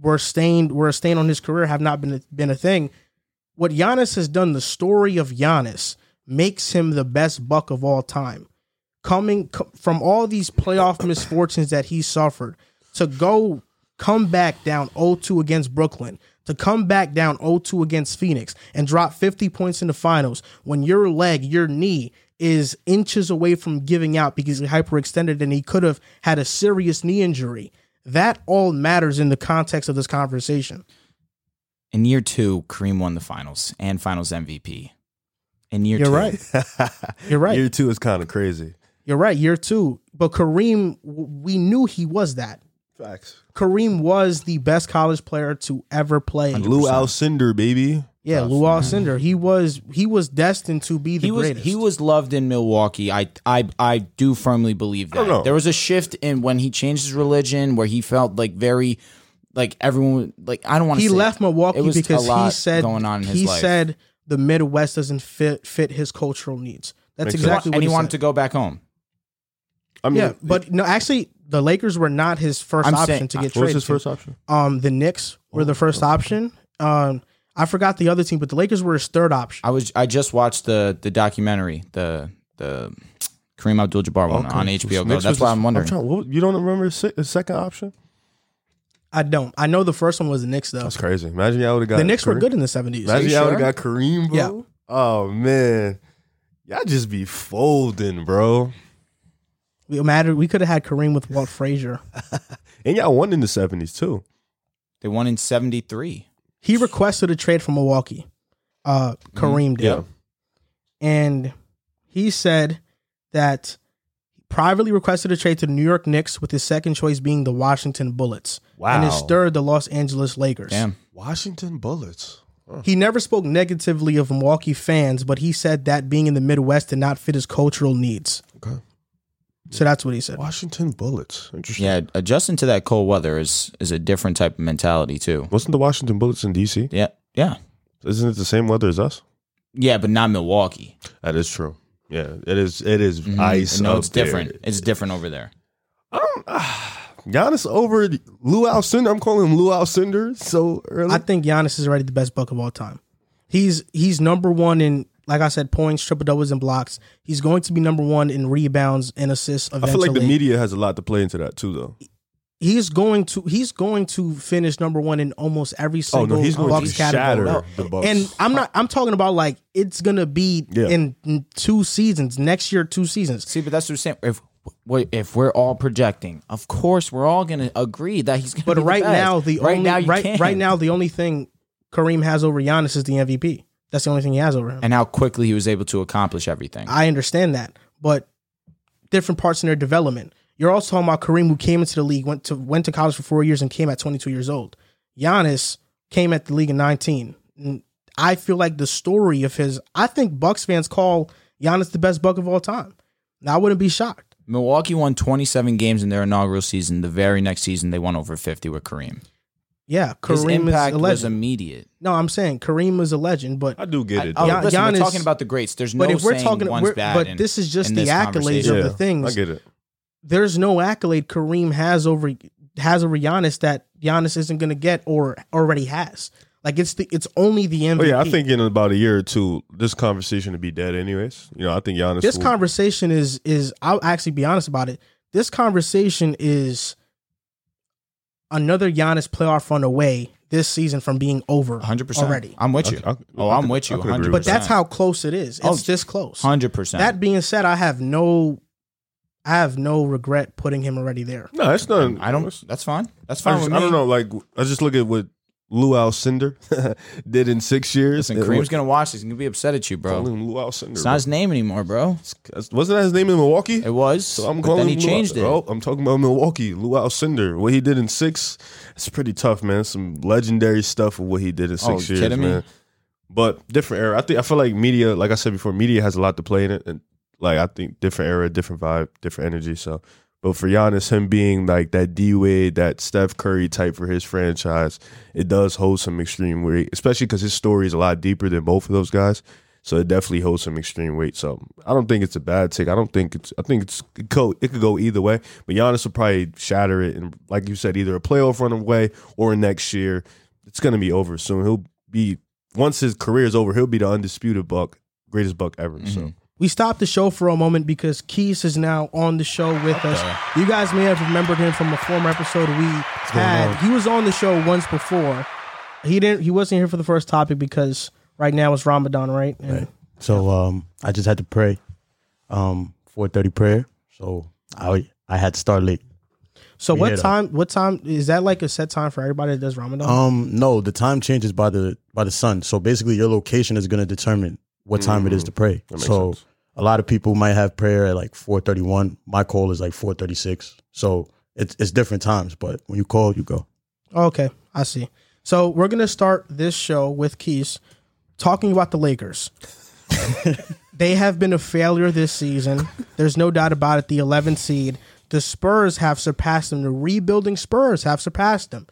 [SPEAKER 1] were stained were a stain on his career have not been a, been a thing what Giannis has done, the story of Giannis makes him the best buck of all time. Coming c- from all these playoff misfortunes that he suffered, to go come back down 0-2 against Brooklyn, to come back down 0-2 against Phoenix and drop 50 points in the finals when your leg, your knee is inches away from giving out because he hyperextended and he could have had a serious knee injury. That all matters in the context of this conversation.
[SPEAKER 2] In year two, Kareem won the finals and finals MVP. In year
[SPEAKER 1] You're
[SPEAKER 2] two,
[SPEAKER 1] right. You're right.
[SPEAKER 3] year two is kind of crazy.
[SPEAKER 1] You're right, year two. But Kareem, w- we knew he was that.
[SPEAKER 3] Facts.
[SPEAKER 1] Kareem was the best college player to ever play.
[SPEAKER 3] Lou Alcindor, baby.
[SPEAKER 1] Yeah, Lou Alcindor. He was he was destined to be the
[SPEAKER 2] Mm-hmm. he was
[SPEAKER 1] greatest.
[SPEAKER 2] he was loved in Milwaukee. I I I do firmly believe that.
[SPEAKER 3] don't know.
[SPEAKER 2] There was a shift in when he changed his religion, where he felt like very, like everyone, like I don't want to.
[SPEAKER 1] he left Milwaukee
[SPEAKER 2] it was a
[SPEAKER 1] because he
[SPEAKER 2] lot
[SPEAKER 1] said
[SPEAKER 2] going on in his
[SPEAKER 1] he
[SPEAKER 2] life.
[SPEAKER 1] said the Midwest doesn't fit fit his cultural needs. That's
[SPEAKER 3] Makes
[SPEAKER 1] exactly what
[SPEAKER 2] and he wanted
[SPEAKER 1] said.
[SPEAKER 2] to go back home.
[SPEAKER 3] I mean,
[SPEAKER 1] Yeah, but no, actually, the Lakers were not his 1st
[SPEAKER 2] I'm
[SPEAKER 1] option
[SPEAKER 2] saying-
[SPEAKER 1] to get
[SPEAKER 3] what was
[SPEAKER 1] traded.
[SPEAKER 3] his
[SPEAKER 1] to.
[SPEAKER 3] first option?
[SPEAKER 1] Um, the Knicks were
[SPEAKER 2] Oh,
[SPEAKER 1] the first option. Um, I forgot the other team, but the Lakers were his third option.
[SPEAKER 2] I was I just watched the the documentary the the Kareem Abdul-Jabbar one on HBO. Go.
[SPEAKER 3] Next
[SPEAKER 2] That's
[SPEAKER 3] was
[SPEAKER 2] why
[SPEAKER 3] his-
[SPEAKER 2] I'm wondering.
[SPEAKER 3] trying- what- you don't remember his se- his second option?
[SPEAKER 1] I don't. I know the first one was the Knicks though.
[SPEAKER 3] That's crazy. Imagine y'all would have got
[SPEAKER 1] The Knicks were
[SPEAKER 3] Kareem.
[SPEAKER 1] good in the seventies.
[SPEAKER 3] Imagine
[SPEAKER 2] you
[SPEAKER 3] y'all would
[SPEAKER 2] sure?
[SPEAKER 3] have got Kareem, bro.
[SPEAKER 1] Yeah.
[SPEAKER 3] Oh man, y'all just be folding, bro.
[SPEAKER 1] We matter. We could have had Kareem with Walt Frazier.
[SPEAKER 3] And y'all won in the seventies too.
[SPEAKER 2] they won in '73.
[SPEAKER 1] He requested a trade from Milwaukee. Uh, Kareem did,
[SPEAKER 3] Mm, yeah.
[SPEAKER 1] and he said that he privately requested a trade to the New York Knicks, with his second choice being the Washington Bullets, and his
[SPEAKER 3] Wow.
[SPEAKER 1] third the Los Angeles Lakers.
[SPEAKER 2] Damn.
[SPEAKER 3] Washington Bullets.
[SPEAKER 1] He never spoke negatively of Milwaukee fans, but he said that being in the Midwest did not fit his cultural needs.
[SPEAKER 3] Okay.
[SPEAKER 1] So that's what he said.
[SPEAKER 3] Washington Bullets. Interesting.
[SPEAKER 2] Yeah, adjusting to that cold weather is is a different type of mentality too.
[SPEAKER 3] Wasn't the Washington Bullets in DC?
[SPEAKER 2] Yeah, yeah,
[SPEAKER 3] Isn't it the same weather as us?
[SPEAKER 2] yeah, but not Milwaukee.
[SPEAKER 3] That is true. Yeah, it is. It is
[SPEAKER 2] Mhm.
[SPEAKER 3] ice.
[SPEAKER 2] No,
[SPEAKER 3] up
[SPEAKER 2] it's
[SPEAKER 3] there.
[SPEAKER 2] different. It's different over there.
[SPEAKER 3] Um, ah, Giannis over Lou Alcindor. I'm calling him Lou Alcindor so early.
[SPEAKER 1] I think Giannis is already the best buck of all time. He's he's number one in like I said points, triple doubles, and blocks. He's going to be number one in rebounds and assists
[SPEAKER 3] I feel
[SPEAKER 1] eventually.
[SPEAKER 3] like the media has a lot to play into that too, though.
[SPEAKER 1] he's going to he's going to finish number one in almost every
[SPEAKER 3] Oh
[SPEAKER 1] single
[SPEAKER 3] no, he's going
[SPEAKER 1] Bucks
[SPEAKER 3] to shatter
[SPEAKER 1] category.
[SPEAKER 3] the Bucks.
[SPEAKER 1] And I'm not I'm talking about like it's gonna be
[SPEAKER 3] Yeah.
[SPEAKER 1] in in two seasons next year, two seasons.
[SPEAKER 2] See, but that's what I'm saying. If wait, if we're all projecting, of course we're all gonna agree that he's gonna.
[SPEAKER 1] But
[SPEAKER 2] be
[SPEAKER 1] right
[SPEAKER 2] the best.
[SPEAKER 1] now the
[SPEAKER 2] right
[SPEAKER 1] only
[SPEAKER 2] now you
[SPEAKER 1] right
[SPEAKER 2] can't.
[SPEAKER 1] right now the only thing Kareem has over Giannis is the MVP. That's the only thing he has over him.
[SPEAKER 2] and how quickly he was able to accomplish everything.
[SPEAKER 1] I understand that, but different parts in their development. You're also talking about Kareem, who came into the league, went to went to college for four years, and came at 22 years old. Giannis came at the league at 19. And I feel like the story of his. I think Bucks fans call Giannis the best Buck of all time. Now I wouldn't be shocked.
[SPEAKER 2] Milwaukee won 27 games in their inaugural season. The very next season, they won over 50 with Kareem.
[SPEAKER 1] Yeah,
[SPEAKER 2] His
[SPEAKER 1] Kareem is
[SPEAKER 2] impact
[SPEAKER 1] a
[SPEAKER 2] was
[SPEAKER 1] legend.
[SPEAKER 2] immediate.
[SPEAKER 1] no, I'm saying Kareem is a legend, but
[SPEAKER 3] I do get it.
[SPEAKER 2] Oh,
[SPEAKER 3] though.
[SPEAKER 1] Gian-
[SPEAKER 2] listen,
[SPEAKER 1] Giannis-
[SPEAKER 2] we're talking about the greats. There's no
[SPEAKER 1] but if we're
[SPEAKER 2] saying
[SPEAKER 1] talking,
[SPEAKER 2] one's
[SPEAKER 1] we're-
[SPEAKER 2] bad.
[SPEAKER 1] but
[SPEAKER 2] in-
[SPEAKER 1] this is just
[SPEAKER 2] in
[SPEAKER 1] the
[SPEAKER 2] this
[SPEAKER 1] accolades
[SPEAKER 2] conversation.
[SPEAKER 1] of the things.
[SPEAKER 3] I get it.
[SPEAKER 1] there's no accolade Kareem has over has a Giannis that Giannis isn't going to get or already has. Like it's the it's only the MVP.
[SPEAKER 4] Oh yeah, I think in about a year or two, this conversation would be dead. Anyways, you know, I think Giannis.
[SPEAKER 1] this
[SPEAKER 4] will-
[SPEAKER 1] conversation is is I'll actually be honest about it. This conversation is another Giannis playoff run away this season from being over
[SPEAKER 2] 100%.
[SPEAKER 1] already.
[SPEAKER 2] I'm with you.
[SPEAKER 4] I- I-
[SPEAKER 2] oh,
[SPEAKER 4] I
[SPEAKER 2] I'm
[SPEAKER 4] could-
[SPEAKER 2] with you.
[SPEAKER 4] I could agree
[SPEAKER 2] 100%.
[SPEAKER 4] with
[SPEAKER 1] But that's how close it is. It's
[SPEAKER 2] Oh,
[SPEAKER 1] this close.
[SPEAKER 2] 100%.
[SPEAKER 1] That being said, I have no I have no regret putting him already there.
[SPEAKER 4] no, it's not.
[SPEAKER 2] I don't. That's fine. That's
[SPEAKER 4] I,
[SPEAKER 2] fine
[SPEAKER 4] just-
[SPEAKER 2] with
[SPEAKER 4] I
[SPEAKER 2] me.
[SPEAKER 4] don't know. Like I just look at what Lou Alcindor <laughs> did in six years.
[SPEAKER 2] Listen,
[SPEAKER 4] It
[SPEAKER 2] Kareem's
[SPEAKER 4] was-
[SPEAKER 2] gonna watch this. He's gonna be upset at you,
[SPEAKER 4] calling
[SPEAKER 2] bro.
[SPEAKER 4] him Lou Alcindor.
[SPEAKER 2] It's not his name anymore, bro.
[SPEAKER 4] That's- Wasn't that his name in Milwaukee?
[SPEAKER 2] It was.
[SPEAKER 4] So I'm
[SPEAKER 2] but
[SPEAKER 4] calling.
[SPEAKER 2] then he
[SPEAKER 4] him Lou-
[SPEAKER 2] changed it.
[SPEAKER 4] Oh, I'm talking about Milwaukee. Lou Alcindor. What he did in six. It's pretty tough, man. Some legendary stuff of what he did in six
[SPEAKER 2] Oh, you
[SPEAKER 4] years,
[SPEAKER 2] kidding me?
[SPEAKER 4] man. But different era. I think I feel like media. Like I said before, media has a lot to play in it, and like I think different era, different vibe, different energy. So, but for Giannis, him being like that D Wade, that Steph Curry type for his franchise, it does hold some extreme weight, especially because his story is a lot deeper than both of those guys. So it definitely holds some extreme weight. So I don't think it's a bad take. I don't think it's. I think it's it go. It could go either way. But Giannis will probably shatter it, and like you said, either a playoff run away or next year, it's gonna be over soon. He'll be once his career is over, he'll be the undisputed buck, greatest buck ever. So
[SPEAKER 1] We stopped the show for a moment because Keys is now on the show with us. You guys may have remembered him from a former episode we had. He was on the show once before. He didn't. He wasn't here for the first topic because right now it's Ramadan, right? And
[SPEAKER 5] So um, I just had to pray, um, four thirty prayer. So I I had to start late.
[SPEAKER 1] So
[SPEAKER 5] We
[SPEAKER 1] what
[SPEAKER 5] hit
[SPEAKER 1] time? What time is that? Like a set time for everybody that does Ramadan?
[SPEAKER 5] Um, no, the time changes by the by the sun. So basically, your location is going to determine what time it is to pray.
[SPEAKER 4] Mm-hmm. makes
[SPEAKER 5] So
[SPEAKER 4] sense.
[SPEAKER 5] a lot of people might have prayer at like four thirty one. My call is like four thirty six. So it's it's different times, but when you call, you go.
[SPEAKER 1] Okay, I see. So we're gonna start this show with Keys talking about the
[SPEAKER 5] <laughs>
[SPEAKER 1] Lakers. they have been a failure this season. There's no doubt about it. The 11th seed, the Spurs have surpassed them. The rebuilding Spurs have surpassed them.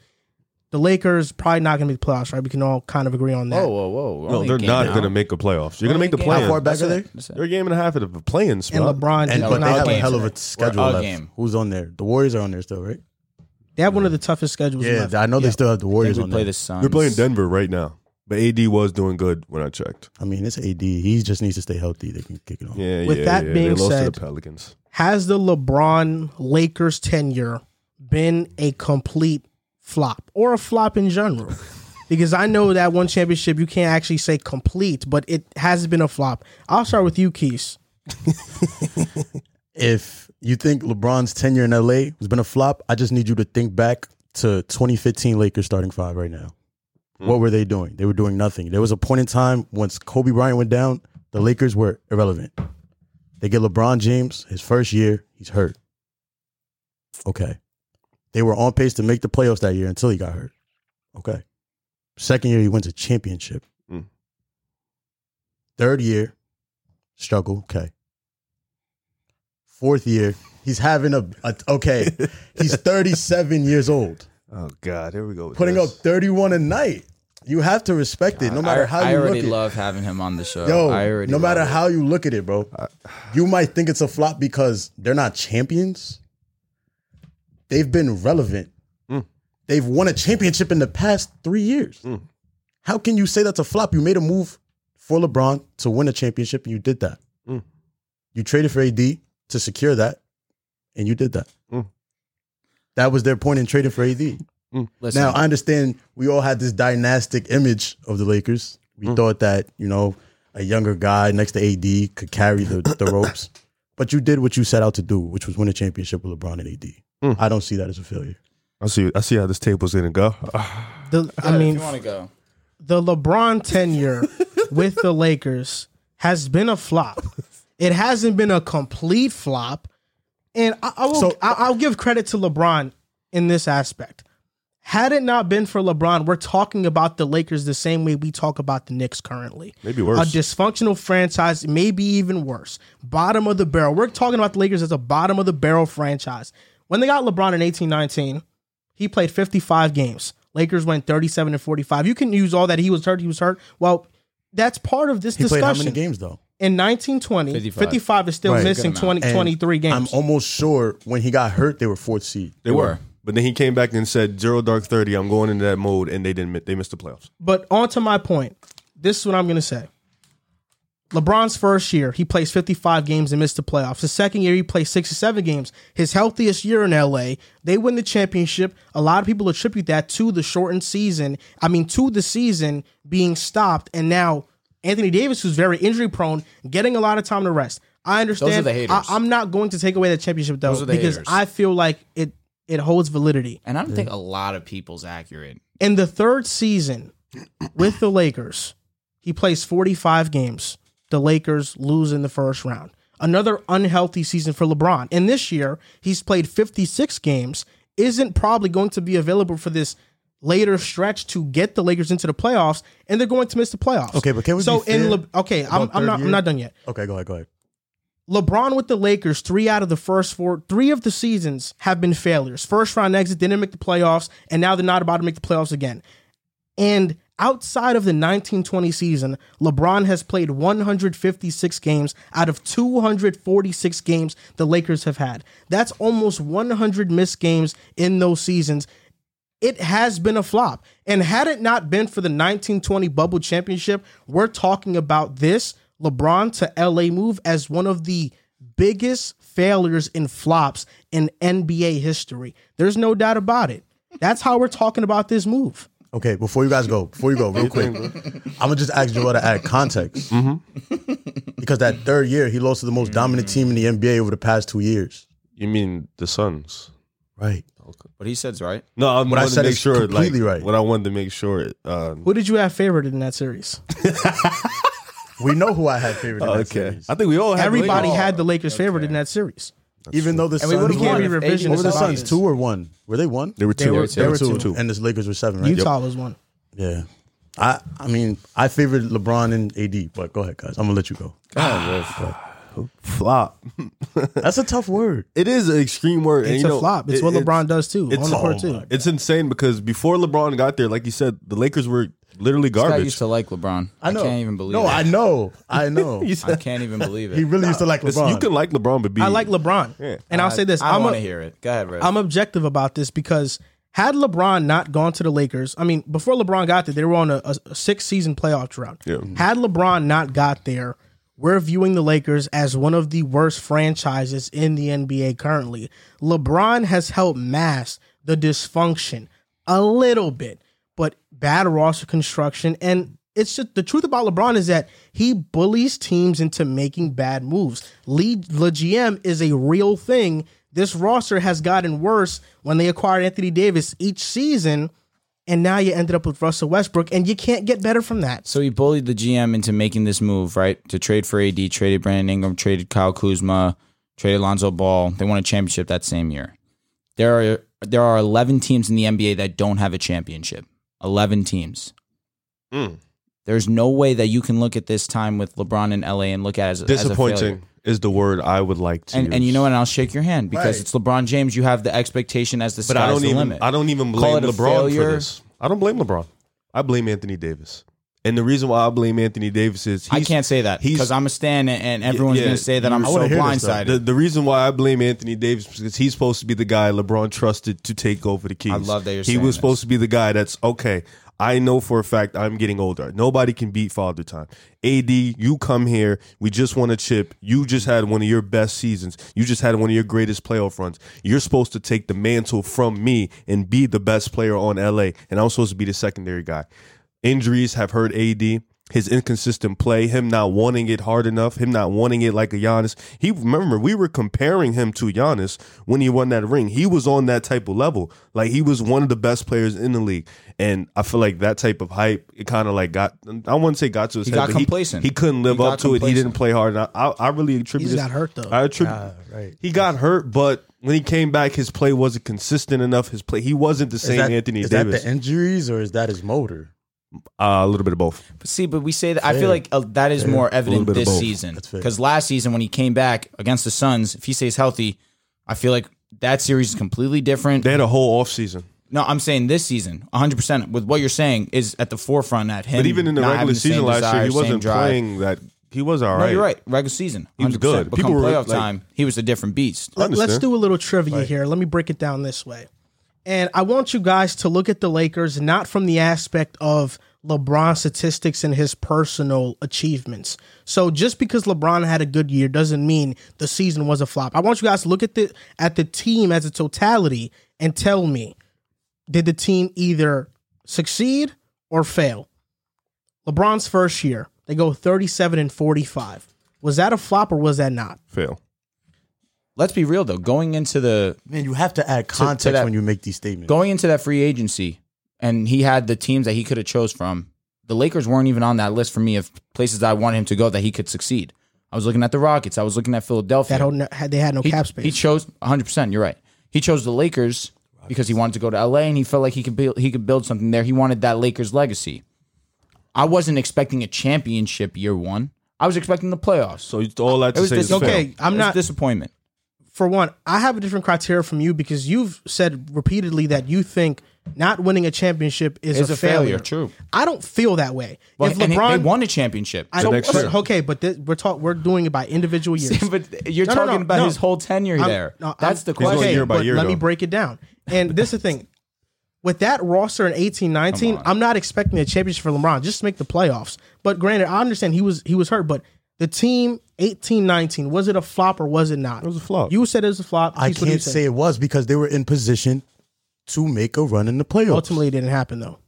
[SPEAKER 1] The Lakers probably not gonna be the playoffs, right? We can all kind of agree on that.
[SPEAKER 5] Oh,
[SPEAKER 2] Whoa, whoa, whoa!
[SPEAKER 4] no, they're not gonna make the playoffs. You're gonna make the
[SPEAKER 1] game out.
[SPEAKER 5] How far
[SPEAKER 4] play.
[SPEAKER 5] back are they?
[SPEAKER 4] They're a game and a half of the playing
[SPEAKER 1] and
[SPEAKER 4] spot.
[SPEAKER 1] LeBron did
[SPEAKER 5] And, but
[SPEAKER 1] not
[SPEAKER 5] they have a
[SPEAKER 1] play.
[SPEAKER 5] hell of a schedule
[SPEAKER 2] a
[SPEAKER 5] left.
[SPEAKER 2] game.
[SPEAKER 5] Who's on there? The Warriors are on there still, right?
[SPEAKER 1] They have one of the toughest schedules.
[SPEAKER 5] Yeah,
[SPEAKER 1] left.
[SPEAKER 5] I know they still have the
[SPEAKER 2] I
[SPEAKER 5] Warriors
[SPEAKER 2] think we
[SPEAKER 5] on
[SPEAKER 2] play
[SPEAKER 5] there.
[SPEAKER 2] the Suns.
[SPEAKER 4] They're playing Denver right now, but AD was doing good when I checked.
[SPEAKER 5] I mean, it's AD. He just needs to stay healthy. They can kick it off.
[SPEAKER 4] Yeah,
[SPEAKER 1] With
[SPEAKER 4] yeah,
[SPEAKER 1] that
[SPEAKER 4] yeah.
[SPEAKER 1] being
[SPEAKER 4] they lost to
[SPEAKER 1] said-
[SPEAKER 4] the Pelicans.
[SPEAKER 1] has the LeBron Lakers tenure been a complete flop or a flop in general?
[SPEAKER 2] <laughs>
[SPEAKER 1] because I know that one championship you can't actually say complete, but it has been a flop. I'll start with you, Keys.
[SPEAKER 5] if you think LeBron's tenure in LA has been a flop, I just need you to think back to 2015 Lakers starting five right now. What were they doing? They were doing nothing. There was a point in time once Kobe Bryant went down, the Lakers were irrelevant. They get LeBron James his first year, he's hurt. Okay. They were on pace to make the playoffs that year until he got hurt. Okay. Second year, he wins a championship.
[SPEAKER 4] Mm.
[SPEAKER 5] Third year, struggle. Okay fourth year. He's having a, a okay.
[SPEAKER 2] <laughs>
[SPEAKER 5] He's 37 years old,
[SPEAKER 4] Oh God, here we go. with
[SPEAKER 5] putting up
[SPEAKER 4] this.
[SPEAKER 5] 31 a night. You have to respect it, no matter
[SPEAKER 2] Uh, I,
[SPEAKER 5] how
[SPEAKER 2] I
[SPEAKER 5] you
[SPEAKER 2] already
[SPEAKER 5] look at it.
[SPEAKER 2] love having him on the show.
[SPEAKER 5] Yo,
[SPEAKER 2] I already
[SPEAKER 5] no matter
[SPEAKER 2] love it.
[SPEAKER 5] how you look at it, bro, you might think it's a flop because they're not champions. They've been relevant.
[SPEAKER 2] Mm.
[SPEAKER 5] They've won a championship in the past three years. How can you say that's a flop? You made a move for LeBron to win a championship, and you did that.
[SPEAKER 4] Mm.
[SPEAKER 5] You traded for AD to secure that, and you did that.
[SPEAKER 4] Mm.
[SPEAKER 5] That was their point in trading for AD.
[SPEAKER 2] Listen,
[SPEAKER 5] Now I understand we all had this dynastic image of the Lakers. We thought that you know a younger guy next to AD could carry the, the ropes, but you did what you set out to do, which was win a championship with LeBron and AD. I don't see that as a failure.
[SPEAKER 4] I see. I see how this table's gonna go.
[SPEAKER 1] The, I
[SPEAKER 2] if
[SPEAKER 1] mean,
[SPEAKER 2] you want to go,
[SPEAKER 1] the LeBron tenure with the Lakers has been a flop. It hasn't been a complete flop, and I, I will.
[SPEAKER 5] So-
[SPEAKER 1] I, I'll give credit to LeBron in this aspect. Had it not been for LeBron, we're talking about the Lakers the same way we talk about the Knicks currently.
[SPEAKER 4] Maybe worse.
[SPEAKER 1] A dysfunctional franchise, maybe even worse. Bottom of the barrel. We're talking about the Lakers as a bottom of the barrel franchise. When they got LeBron in eighteen nineteen. He played 55 games. Lakers went 37 and 45. You can use all that. He was hurt. He was hurt. Well, that's part of this
[SPEAKER 5] He played
[SPEAKER 1] discussion.
[SPEAKER 5] how many games though?
[SPEAKER 1] In 1920, 55,
[SPEAKER 2] 55.
[SPEAKER 1] is still
[SPEAKER 5] Right.
[SPEAKER 1] missing 20,
[SPEAKER 5] And
[SPEAKER 1] 23 games.
[SPEAKER 5] I'm almost sure when he got hurt, they were fourth seed.
[SPEAKER 2] they were.
[SPEAKER 4] But then he came back and said, "Zero Dark Thirty, I'm going into that mode," and they didn't. mi- They missed the playoffs.
[SPEAKER 1] But on to my point. This is what I'm going to say. LeBron's first year, he plays 55 games and missed the playoffs. His second year, he plays 67 games. His healthiest year in LA, they win the championship. A lot of people attribute that to the shortened season. I mean, to the season being stopped. And now Anthony Davis, who's very injury prone, getting a lot of time to rest. I understand.
[SPEAKER 2] the haters.
[SPEAKER 1] I, am not going to take away that championship, though,
[SPEAKER 2] Those are the
[SPEAKER 1] because
[SPEAKER 2] haters.
[SPEAKER 1] I feel like it, it holds validity
[SPEAKER 2] And I don't think a lot of people's accurate.
[SPEAKER 1] in the third season with the Lakers, he plays 45 games. The Lakers lose in the first round. Another unhealthy season for LeBron. And this year, he's played 56 games, isn't probably going to be available for this later stretch to get the Lakers into the playoffs, and they're going to miss the playoffs.
[SPEAKER 5] Okay, but can we
[SPEAKER 1] So
[SPEAKER 5] be
[SPEAKER 1] in
[SPEAKER 5] fair
[SPEAKER 1] Le- okay, I'm,
[SPEAKER 5] about
[SPEAKER 1] I'm
[SPEAKER 5] third
[SPEAKER 1] not I'm
[SPEAKER 5] year?
[SPEAKER 1] not done yet.
[SPEAKER 5] Okay, go ahead, go ahead.
[SPEAKER 1] LeBron with the Lakers, three out of the first four, three of the seasons have been failures. First round exit, didn't make the playoffs, and now they're not about to make the playoffs again. And outside of the 1920 season, LeBron has played 156 games out of 246 games the Lakers have had. That's almost 100 missed games in those seasons it has been a flop. And had it not been for the 1920 bubble championship, we're talking about this LeBron to LA move as one of the biggest failures and flops in NBA history. There's no doubt about it. That's how we're talking about this move.
[SPEAKER 5] Okay, before you guys go, before you go, real quick, I'm gonna just ask Joel to add context because that third year he lost to the most dominant
[SPEAKER 1] Mm.
[SPEAKER 5] team in the NBA over the past two years.
[SPEAKER 4] You mean the Suns?
[SPEAKER 5] Right.
[SPEAKER 2] What he said's right.
[SPEAKER 4] No, I
[SPEAKER 5] I
[SPEAKER 4] wanted
[SPEAKER 5] said
[SPEAKER 4] to make
[SPEAKER 5] is
[SPEAKER 4] sure. Like,
[SPEAKER 5] completely right.
[SPEAKER 4] What I wanted to make sure. Uh,
[SPEAKER 1] Who did you have favored in that series?
[SPEAKER 5] We know who I had favorite. In that
[SPEAKER 4] okay,
[SPEAKER 5] series.
[SPEAKER 4] I think we all have
[SPEAKER 1] Everybody
[SPEAKER 4] Lakers.
[SPEAKER 1] had the Lakers favored in that series.
[SPEAKER 5] Even though the
[SPEAKER 2] And we
[SPEAKER 5] Suns
[SPEAKER 2] would have
[SPEAKER 1] can't
[SPEAKER 2] won.
[SPEAKER 1] be
[SPEAKER 2] if
[SPEAKER 1] revisionist
[SPEAKER 2] 80
[SPEAKER 5] What were
[SPEAKER 2] was
[SPEAKER 5] the
[SPEAKER 1] about
[SPEAKER 2] allowed.
[SPEAKER 5] Suns? Two or one? Were they one?
[SPEAKER 4] They were two. They
[SPEAKER 2] were They were
[SPEAKER 1] two. two.
[SPEAKER 5] And the Lakers were seven, right?
[SPEAKER 1] Utah was one.
[SPEAKER 5] Yeah. I I mean I favored LeBron and AD, but go ahead, guys. I'm gonna let you go.
[SPEAKER 4] flop.
[SPEAKER 5] That's a tough word.
[SPEAKER 4] It is an extreme word. and
[SPEAKER 1] It's
[SPEAKER 4] you know,
[SPEAKER 1] a flop. It's
[SPEAKER 4] it-
[SPEAKER 1] what LeBron does too
[SPEAKER 4] it's-
[SPEAKER 1] on the court
[SPEAKER 5] oh
[SPEAKER 1] too.
[SPEAKER 5] my
[SPEAKER 4] It's insane because before LeBron got there, like you said, the Lakers were literally
[SPEAKER 2] I
[SPEAKER 4] garbage.
[SPEAKER 2] used to like LeBron. I,
[SPEAKER 5] know.
[SPEAKER 2] can't even believe
[SPEAKER 5] No,
[SPEAKER 2] it.
[SPEAKER 5] I know. <laughs> I know.
[SPEAKER 4] You
[SPEAKER 2] I can't even believe
[SPEAKER 5] <laughs> he
[SPEAKER 2] it.
[SPEAKER 5] really used to like
[SPEAKER 4] It's-
[SPEAKER 5] LeBron.
[SPEAKER 4] You can like LeBron, but be
[SPEAKER 1] I like LeBron, and I'll say this:
[SPEAKER 2] I
[SPEAKER 1] I'm
[SPEAKER 2] want
[SPEAKER 1] a,
[SPEAKER 2] to hear it. Go ahead, Red.
[SPEAKER 1] I'm objective about this because had LeBron not gone to the Lakers, I mean, before LeBron got there, they were on a, a, six season playoff drought.
[SPEAKER 4] Yeah.
[SPEAKER 1] Had LeBron not got there, we're viewing the Lakers as one of the worst franchises in the NBA currently. LeBron has helped mask the dysfunction a little bit, but bad roster construction and it's just the truth about LeBron is that he bullies teams into making bad moves. Lead the GM is a real thing. This roster has gotten worse when they acquired Anthony Davis each season, and now you ended up with Russell Westbrook, and you can't get better from that.
[SPEAKER 2] So he bullied the GM into making this move, right? To trade for AD, traded Brandon Ingram, traded Kyle Kuzma, traded Lonzo Ball. They won a championship that same year. There are there are 11 teams in the NBA that don't have a championship. 11 teams.
[SPEAKER 4] Mm.
[SPEAKER 2] There's no way that you can look at this time with LeBron in LA and look at it as As a failure.
[SPEAKER 4] disappointing. Is the word I would like to
[SPEAKER 2] and
[SPEAKER 4] use.
[SPEAKER 2] and you know what? I'll shake your hand because
[SPEAKER 5] Right.
[SPEAKER 2] it's LeBron James. You have the expectation as the
[SPEAKER 4] But I
[SPEAKER 2] sky's
[SPEAKER 4] don't
[SPEAKER 2] the
[SPEAKER 4] even.
[SPEAKER 2] limit.
[SPEAKER 4] I don't even
[SPEAKER 2] Call
[SPEAKER 4] blame
[SPEAKER 2] it a
[SPEAKER 4] LeBron for
[SPEAKER 2] failure.
[SPEAKER 4] this. I don't blame LeBron. I blame Anthony Davis. And the reason why I blame Anthony Davis is
[SPEAKER 2] I
[SPEAKER 4] he's-
[SPEAKER 2] can't say that
[SPEAKER 4] he's-
[SPEAKER 2] because I'm a stan and, and everyone's
[SPEAKER 4] yeah,
[SPEAKER 2] going to say that I'm
[SPEAKER 5] I
[SPEAKER 2] so
[SPEAKER 5] wanna hear this, though.
[SPEAKER 2] blindsided.
[SPEAKER 4] The, the reason why I blame Anthony Davis is because he's supposed to be the guy LeBron trusted to take over the keys.
[SPEAKER 2] I love that you're
[SPEAKER 4] he
[SPEAKER 2] saying
[SPEAKER 4] was
[SPEAKER 2] this.
[SPEAKER 4] supposed to be the guy that's okay. I know for a fact I'm getting older. Nobody can beat Father Time. AD, you come here. We just won a chip. You just had one of your best seasons. You just had one of your greatest playoff runs. You're supposed to take the mantle from me and be the best player on LA. And I'm supposed to be the secondary guy. Injuries have hurt AD. His inconsistent play, him not wanting it hard enough, him not wanting it like a Giannis. He remember we were comparing him to Giannis when he won that ring. He was on that type of level, like he was one of the best players in the league. And I feel like that type of hype, it kind of like got. I wouldn't say got to his
[SPEAKER 2] He
[SPEAKER 4] head.
[SPEAKER 2] got
[SPEAKER 4] but
[SPEAKER 2] complacent.
[SPEAKER 4] He, couldn't live
[SPEAKER 2] He got
[SPEAKER 4] up to it. He didn't
[SPEAKER 2] complacent.
[SPEAKER 4] play hard. And I, I, I really attribute.
[SPEAKER 1] He's
[SPEAKER 4] this-
[SPEAKER 1] got hurt, though.
[SPEAKER 4] I attribute.
[SPEAKER 5] right.
[SPEAKER 4] He got hurt, but when he came back, his play wasn't consistent enough. His play, he wasn't the same
[SPEAKER 5] is that,
[SPEAKER 4] Anthony
[SPEAKER 5] is
[SPEAKER 4] Davis.
[SPEAKER 5] that the injuries or is that his motor?
[SPEAKER 4] uh, a little bit of both.
[SPEAKER 2] But see, but we say that I feel like uh, that is more evident
[SPEAKER 4] bit of
[SPEAKER 2] this
[SPEAKER 4] both.
[SPEAKER 2] season
[SPEAKER 5] That's fair.
[SPEAKER 2] because last season when he came back against the Suns, if he stays healthy, I feel like that series is completely different.
[SPEAKER 4] They had a whole offseason.
[SPEAKER 2] no, I'm saying this season, 100 percent with what you're saying is at the forefront at him.
[SPEAKER 4] But even in the
[SPEAKER 2] not
[SPEAKER 4] regular
[SPEAKER 2] having
[SPEAKER 4] season
[SPEAKER 2] same
[SPEAKER 4] last
[SPEAKER 2] desire,
[SPEAKER 4] year, he
[SPEAKER 2] same
[SPEAKER 4] wasn't
[SPEAKER 2] drive.
[SPEAKER 4] playing that. He was all
[SPEAKER 2] No,
[SPEAKER 4] right.
[SPEAKER 2] you're right. Regular season, 100%.
[SPEAKER 4] He was good.
[SPEAKER 2] But
[SPEAKER 4] People
[SPEAKER 2] come
[SPEAKER 4] were,
[SPEAKER 2] playoff
[SPEAKER 4] like-
[SPEAKER 2] time, he was a different beast.
[SPEAKER 1] Let, us
[SPEAKER 4] understand.
[SPEAKER 1] do a little trivia here. Let me break it down this way. And I want you guys to look at the Lakers not from the aspect of LeBron's statistics and his personal achievements. So just because LeBron had a good year doesn't mean the season was a flop. I want you guys to look at the at the team as a totality and tell me did the team either succeed or fail? LeBron's first year, they go 37 and 45. Was that a flop or was that not?
[SPEAKER 4] Fail.
[SPEAKER 2] Let's be real though. Going into the
[SPEAKER 5] Man, you have to add context
[SPEAKER 2] that-
[SPEAKER 5] when you make these statements.
[SPEAKER 2] going into that free agency, and he had the teams that he could have chose from. The Lakers weren't even on that list for me of places I wanted him to go that he could succeed. I was looking at the Rockets. I was looking at Philadelphia.
[SPEAKER 1] That whole, had they had no
[SPEAKER 2] he,
[SPEAKER 1] cap space.
[SPEAKER 2] he chose 100. percent You're right. He chose the Lakers because he wanted to go to LA and he felt like he could build, he could build something there. He wanted that Lakers legacy. I wasn't expecting a championship year one. I was expecting the playoffs. So
[SPEAKER 4] So it's all I have
[SPEAKER 2] It
[SPEAKER 4] to
[SPEAKER 2] was
[SPEAKER 4] say is
[SPEAKER 2] dis-
[SPEAKER 4] fail.
[SPEAKER 1] okay, I'm
[SPEAKER 2] it's
[SPEAKER 1] not
[SPEAKER 2] disappointment.
[SPEAKER 1] for one, I have a different criteria from you because you've said repeatedly that you think not winning a championship is
[SPEAKER 2] It's
[SPEAKER 1] a,
[SPEAKER 2] a failure,
[SPEAKER 1] failure.
[SPEAKER 2] true.
[SPEAKER 1] I don't feel that way.
[SPEAKER 2] But
[SPEAKER 1] if
[SPEAKER 2] and he-
[SPEAKER 1] LeBron
[SPEAKER 2] they won a championship.
[SPEAKER 1] I
[SPEAKER 2] So-
[SPEAKER 1] don't,
[SPEAKER 4] next year.
[SPEAKER 1] okay, but thi- we're talk, we're doing it by individual
[SPEAKER 2] <laughs>
[SPEAKER 1] years.
[SPEAKER 2] but you're
[SPEAKER 1] No, no, no,
[SPEAKER 2] talking about
[SPEAKER 1] no.
[SPEAKER 2] his whole tenure
[SPEAKER 1] I'm-
[SPEAKER 2] there.
[SPEAKER 1] no, I'm-
[SPEAKER 2] That's the
[SPEAKER 4] going
[SPEAKER 2] question.
[SPEAKER 1] Okay,
[SPEAKER 4] year by
[SPEAKER 1] but
[SPEAKER 4] year,
[SPEAKER 1] let me
[SPEAKER 4] though.
[SPEAKER 1] break it down. And this is the thing. With that roster in eighteen
[SPEAKER 2] Come on.
[SPEAKER 1] I'm not expecting a championship for LeBron. Just to make the playoffs. But granted, I understand he was he was hurt, but the team eighteen nineteen was it a flop or was it not? It
[SPEAKER 4] was a flop.
[SPEAKER 1] You said it was a flop.
[SPEAKER 5] I
[SPEAKER 1] Here's what you
[SPEAKER 5] can't
[SPEAKER 1] said.
[SPEAKER 5] say it was because they were in position to make a run in the playoffs.
[SPEAKER 1] Ultimately, it didn't happen though.